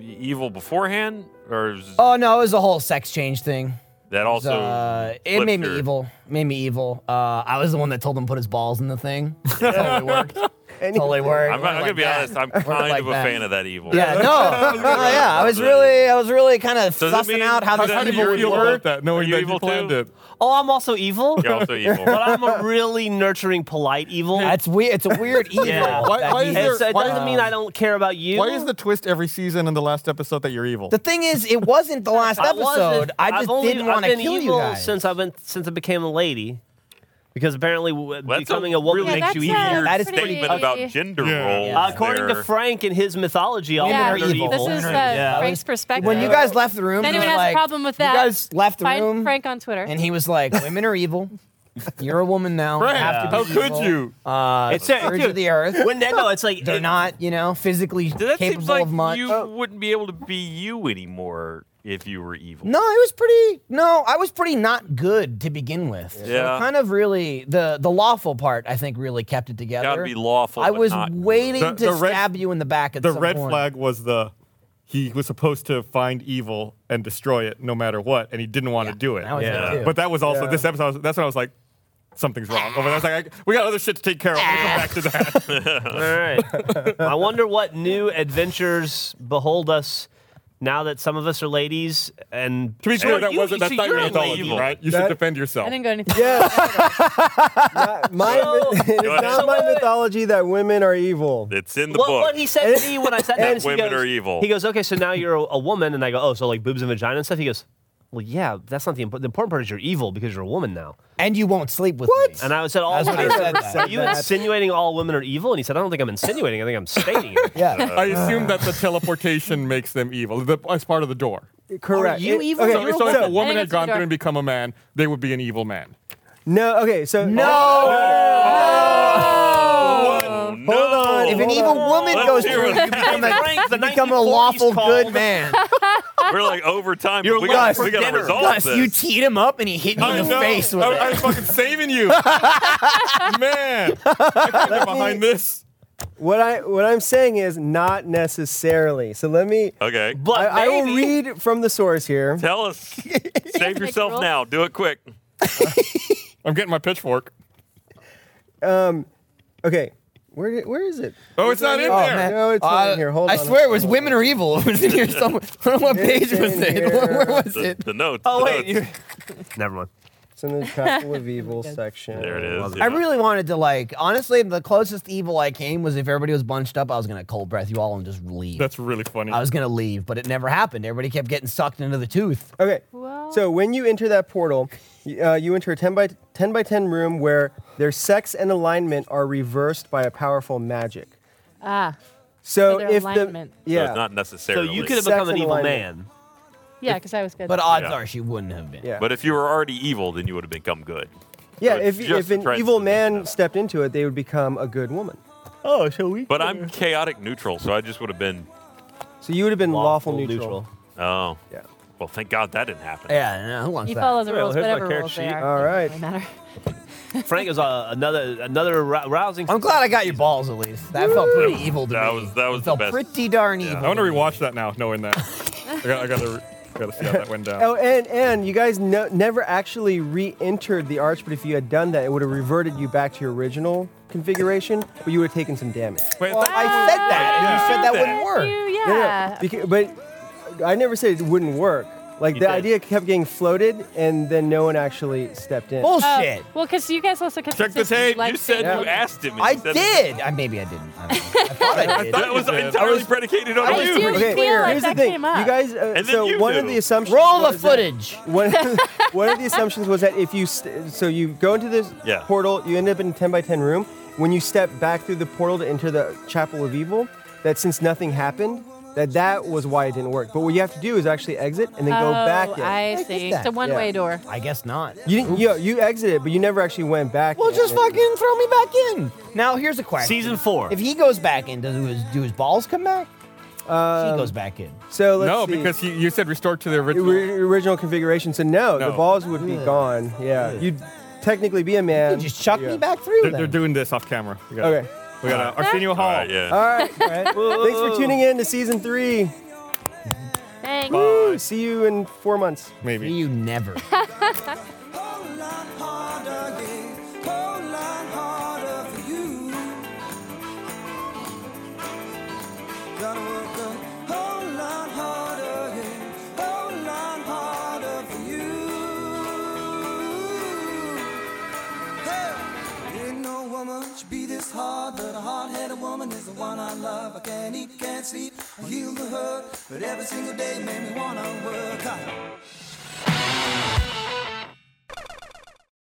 S1: evil beforehand, or is
S5: Oh no, it was a whole sex change thing.
S1: that also?
S5: uh, it
S1: flipped
S5: made me
S1: your-
S5: evil. Made me evil. Uh, I was the one that told him to put his balls in the thing. totally worked. totally worked.
S1: I'm, I'm
S5: Went
S1: gonna
S5: like
S1: be
S5: that.
S1: honest. I'm
S5: Went
S1: kind
S5: like
S1: of a
S5: that.
S1: fan of that evil.
S5: Yeah, no, no, yeah. I was really, I was really kind of
S1: Does it
S5: sussing
S1: mean-
S5: out how
S1: does
S5: this
S1: that mean
S5: evil
S1: you're
S5: would
S1: evil?
S5: work.
S3: With that, knowing
S1: you
S3: that you
S1: evil
S3: planned
S1: too?
S3: it.
S7: Oh, I'm also evil.
S1: You're also evil.
S7: but I'm a really nurturing, polite evil.
S5: That's weird. It's a weird evil.
S7: Yeah.
S3: Why-
S5: that
S3: why is
S5: he-
S3: there-
S7: And so it
S3: why-
S7: doesn't mean I don't care about you.
S3: Why is the twist every season in the last episode that you're evil?
S5: the thing is, it wasn't the last
S7: I wasn't-
S5: episode. I
S7: I've
S5: just
S7: only-
S5: didn't
S7: I've
S5: want to
S7: been
S5: kill you
S7: evil
S5: guys.
S7: since I've been since I became a lady. Because apparently, w
S1: Well, that's
S7: becoming
S1: a,
S7: a, woman
S1: really
S7: makes you
S1: weird
S7: evil.
S5: That is pretty-
S1: statement about gender roles.
S7: Uh, according
S1: there.
S7: to Frank and his mythology, all
S5: Women
S6: Yeah,
S5: are
S7: men are
S5: evil.
S7: evil.
S6: This is
S5: Women
S6: uh,
S5: are evil. Yeah.
S6: Frank's perspective.
S5: when you guys left the room,
S6: if
S5: he
S6: anyone
S5: was
S6: has
S5: like,
S6: a problem with that,
S5: you guys left the
S6: find
S5: room,
S6: Frank on Twitter.
S5: and he was like, "Women are evil. You're a woman now. You
S3: Frank,
S5: have to be
S3: how could
S5: evil.
S3: you?
S5: Uh,
S7: It's-
S5: it's
S7: dude,
S5: of the earth.
S7: When that, no, it's like
S5: They're
S7: it-
S5: not, you know, physically capable
S1: that seems like
S5: of much.
S1: you wouldn't be able to be you anymore if you were evil.
S5: No, it was pretty. No, I was pretty not good to begin with. So
S1: Yeah.
S5: kind of really the the lawful part. I think really kept it together.
S1: Gotta be lawful,
S5: I
S1: but
S5: was
S1: not good.
S5: waiting
S3: The-
S5: to
S3: the red-
S5: stab you in the back at
S3: the
S5: some
S3: red
S5: point.
S3: flag was the he was supposed to find evil and destroy it no matter what, and he didn't want to do it.
S5: that was Yeah. it, too.
S3: But that was also
S4: Yeah.
S3: this episode. I was- That's when I was like, something's wrong. Over there, I was like, I, we got other shit to take care of. We'll come back to that.
S7: All right. I wonder what new adventures behold us now that some of us are ladies and
S3: to be
S1: Hey,
S3: sure, that
S1: you-
S3: wasn't
S1: so
S3: that's not your
S1: you're
S3: mythology,
S1: evil.
S3: right? You
S4: That-
S3: should defend yourself.
S6: I didn't go anything.
S4: Yeah. Not my, it's
S1: ahead.
S4: not my mythology that women are evil.
S1: It's in the
S7: what,
S1: book.
S7: what he said to me when I sat down
S1: That
S7: is he
S1: women
S7: goes-
S1: are evil.
S7: He goes, okay, so now you're a, a woman, and I go, oh, so like boobs and vagina and stuff. He goes, well, yeah, that's not the important. The important part is you're evil because you're a woman now.
S5: and you won't sleep with me.
S7: And I said, all
S5: That's what he
S7: women-
S5: said that.
S7: Are you insinuating all women are evil? And he said, I don't think I'm insinuating. I think I'm stating it.
S5: yeah.
S3: I assume that the teleportation makes them evil. The, as part of the door.
S4: Correct.
S2: you
S4: It-
S2: evil?
S4: okay,
S2: So- You're
S3: So if a
S2: Well,
S3: woman
S2: I
S3: had
S2: think
S3: gone
S2: it's
S3: through and become a man, they would be an evil man.
S4: No. Okay. So no.
S1: no. Hold on.
S5: Oh,
S9: If an evil woman
S1: Let's
S9: goes
S1: hear
S9: through,
S1: it.
S9: you become a,
S1: Frank, the
S9: you become a lawful
S1: 1940s call.
S9: good man.
S1: We're like over time.
S9: You're
S1: but we got
S9: lost
S1: we
S9: for
S1: got to
S9: dinner.
S1: resolve
S5: Gus,
S1: this.
S5: you teed him up and he hit you
S3: I
S5: in the
S3: know.
S5: face with
S3: I,
S5: it.
S3: I was fucking saving you, man. I can't get behind this.
S4: What I what I'm saying is not necessarily. So let me.
S1: okay.
S4: I, I will read from the source here.
S1: Tell us. Save yourself
S6: rules.
S1: now. Do it quick.
S3: I'm getting my pitchfork.
S4: Um, okay. Where did- where is it?
S3: Oh, it's not in
S4: Oh,
S3: there.
S5: man.
S4: No, it's not in here. Hold
S5: Uh, I
S4: on.
S5: swear it was women are evil. It was in here somewhere. I don't know what
S4: It's
S5: page was
S4: in
S5: it.
S4: here.
S5: Where, where was
S1: The,
S5: it?
S1: the notes.
S7: Oh
S1: the
S7: wait,
S1: notes.
S7: you- never mind.
S4: It's in the Chapel of Evil section.
S1: there it is.
S5: I
S1: yeah.
S5: really wanted to like. Honestly, the closest evil I came was if everybody was bunched up, I was gonna cold breath you all and just leave.
S3: That's really funny.
S5: I was gonna leave, but it never happened. Everybody kept getting sucked into the tooth.
S4: Okay.
S6: Well-
S4: So when you enter that portal, y- uh, you enter a 10 by 10 by 10 room where their sex and alignment are reversed by a powerful magic.
S6: Ah,
S4: So,
S6: So their
S4: if
S6: alignment.
S4: the
S1: So
S4: yeah,
S1: it's not
S7: So
S1: necessarily.
S7: you could have
S4: Sex
S7: become an
S4: and
S7: evil
S4: alignment.
S7: man.
S6: yeah, because I was good.
S5: But odds
S1: Yeah.
S5: are she wouldn't have been.
S4: yeah,
S1: But if you were already evil, then you would have become good.
S4: yeah,
S1: it
S4: if
S1: just
S4: if an
S1: threatens
S4: evil
S1: to
S4: man
S1: disrupt.
S4: stepped into it, they would become a good woman.
S7: Oh, shall we?
S1: But I'm chaotic neutral, so I just would have been.
S4: So you would have been lawful, neutral.
S1: Oh.
S4: Yeah.
S1: Well, thank God that didn't happen.
S5: Yeah, no, who wants
S6: you
S5: that?
S6: follow the
S7: Well,
S6: rules,
S7: here's my
S6: whatever
S7: character
S6: rules
S7: sheet.
S6: they are.
S4: All right.
S6: Doesn't really matter.
S7: Frank is uh, another another rou- rousing.
S5: I'm glad I got your balls at least. That felt pretty evil to
S1: That
S5: me.
S1: was- that was
S5: It
S1: the
S5: felt
S1: best.
S5: pretty darn
S1: Yeah.
S5: evil.
S3: I want to rewatch that now, knowing that. I got, I got to, got to see how that went down.
S4: Oh, and and you guys no, never actually re-entered the arch, but if you had done that, it would have reverted you back to your original configuration, but you would have taken some damage.
S3: Wait,
S5: Well,
S3: that-
S5: I said that, and you
S3: Yeah.
S5: said that wouldn't work.
S6: You-
S4: No, no,
S6: yeah.
S4: beca- but I never said it wouldn't work. Like the
S7: did.
S4: idea kept getting floated, and then no one actually stepped in.
S6: Oh,
S5: Bullshit.
S6: well, because you guys also kept
S1: Check the tape. You said
S4: Yeah.
S1: you
S6: Oh,
S1: asked him. and
S5: I
S1: he said-
S5: did. I, maybe I didn't. I, don't know. I thought I did.
S1: That was
S3: I was-
S1: entirely predicated on
S6: I was
S1: you.
S6: doing-
S4: Okay,
S6: feel like
S4: here's
S6: that
S4: the thing.
S6: came up.
S4: You guys, uh,
S1: And then
S4: so
S1: you
S4: one of
S1: do.
S4: the assumptions.
S5: Roll the
S4: was that-
S5: footage.
S4: One of, one of the assumptions was that if you st- so you go into this
S1: Yeah.
S4: portal, you end up in a ten by ten room. When you step back through the portal to enter the Chapel of Evil, that since nothing happened, that that was why it didn't work. But what you have to do is actually exit and then go back.
S6: Oh,
S4: in.
S6: I
S5: did
S6: see.
S5: that.
S6: It's a one-way
S4: Yeah.
S6: door.
S5: I guess not.
S4: you didn't, you, you exited, but you never actually went back.
S5: Well,
S4: in.
S5: just fucking throw me back in. Now here's a question.
S7: Season four.
S5: If he goes back in, does his, do his balls come back? she goes back in.
S4: So let's
S3: No,
S4: see.
S3: because you, you said restore to the
S4: It
S3: original.
S4: were your original configuration. So no, the
S3: No.
S4: balls would be
S5: Ugh.
S4: gone. Yeah,
S5: Ugh.
S4: you'd technically be a man.
S5: They just chuck
S4: Yeah.
S5: me back through.
S3: They're,
S5: then.
S3: they're doing this off camera. We got,
S4: Okay.
S3: We got uh, Arsenio Hall.
S1: All right, yeah.
S4: All right. Thanks for tuning in to season three.
S6: Thanks.
S4: Woo! See you in four months.
S3: Maybe.
S5: you never.
S10: Whole lot harder, yeah. Whole lot harder for you. Gotta work a whole lot harder, yeah. Whole lot harder for you. Hey! Ain't no woman should be this hard, but a hard-headed woman is the one I love. I can't eat, can't sleep, I heal the hurt, but every single day made me wanna.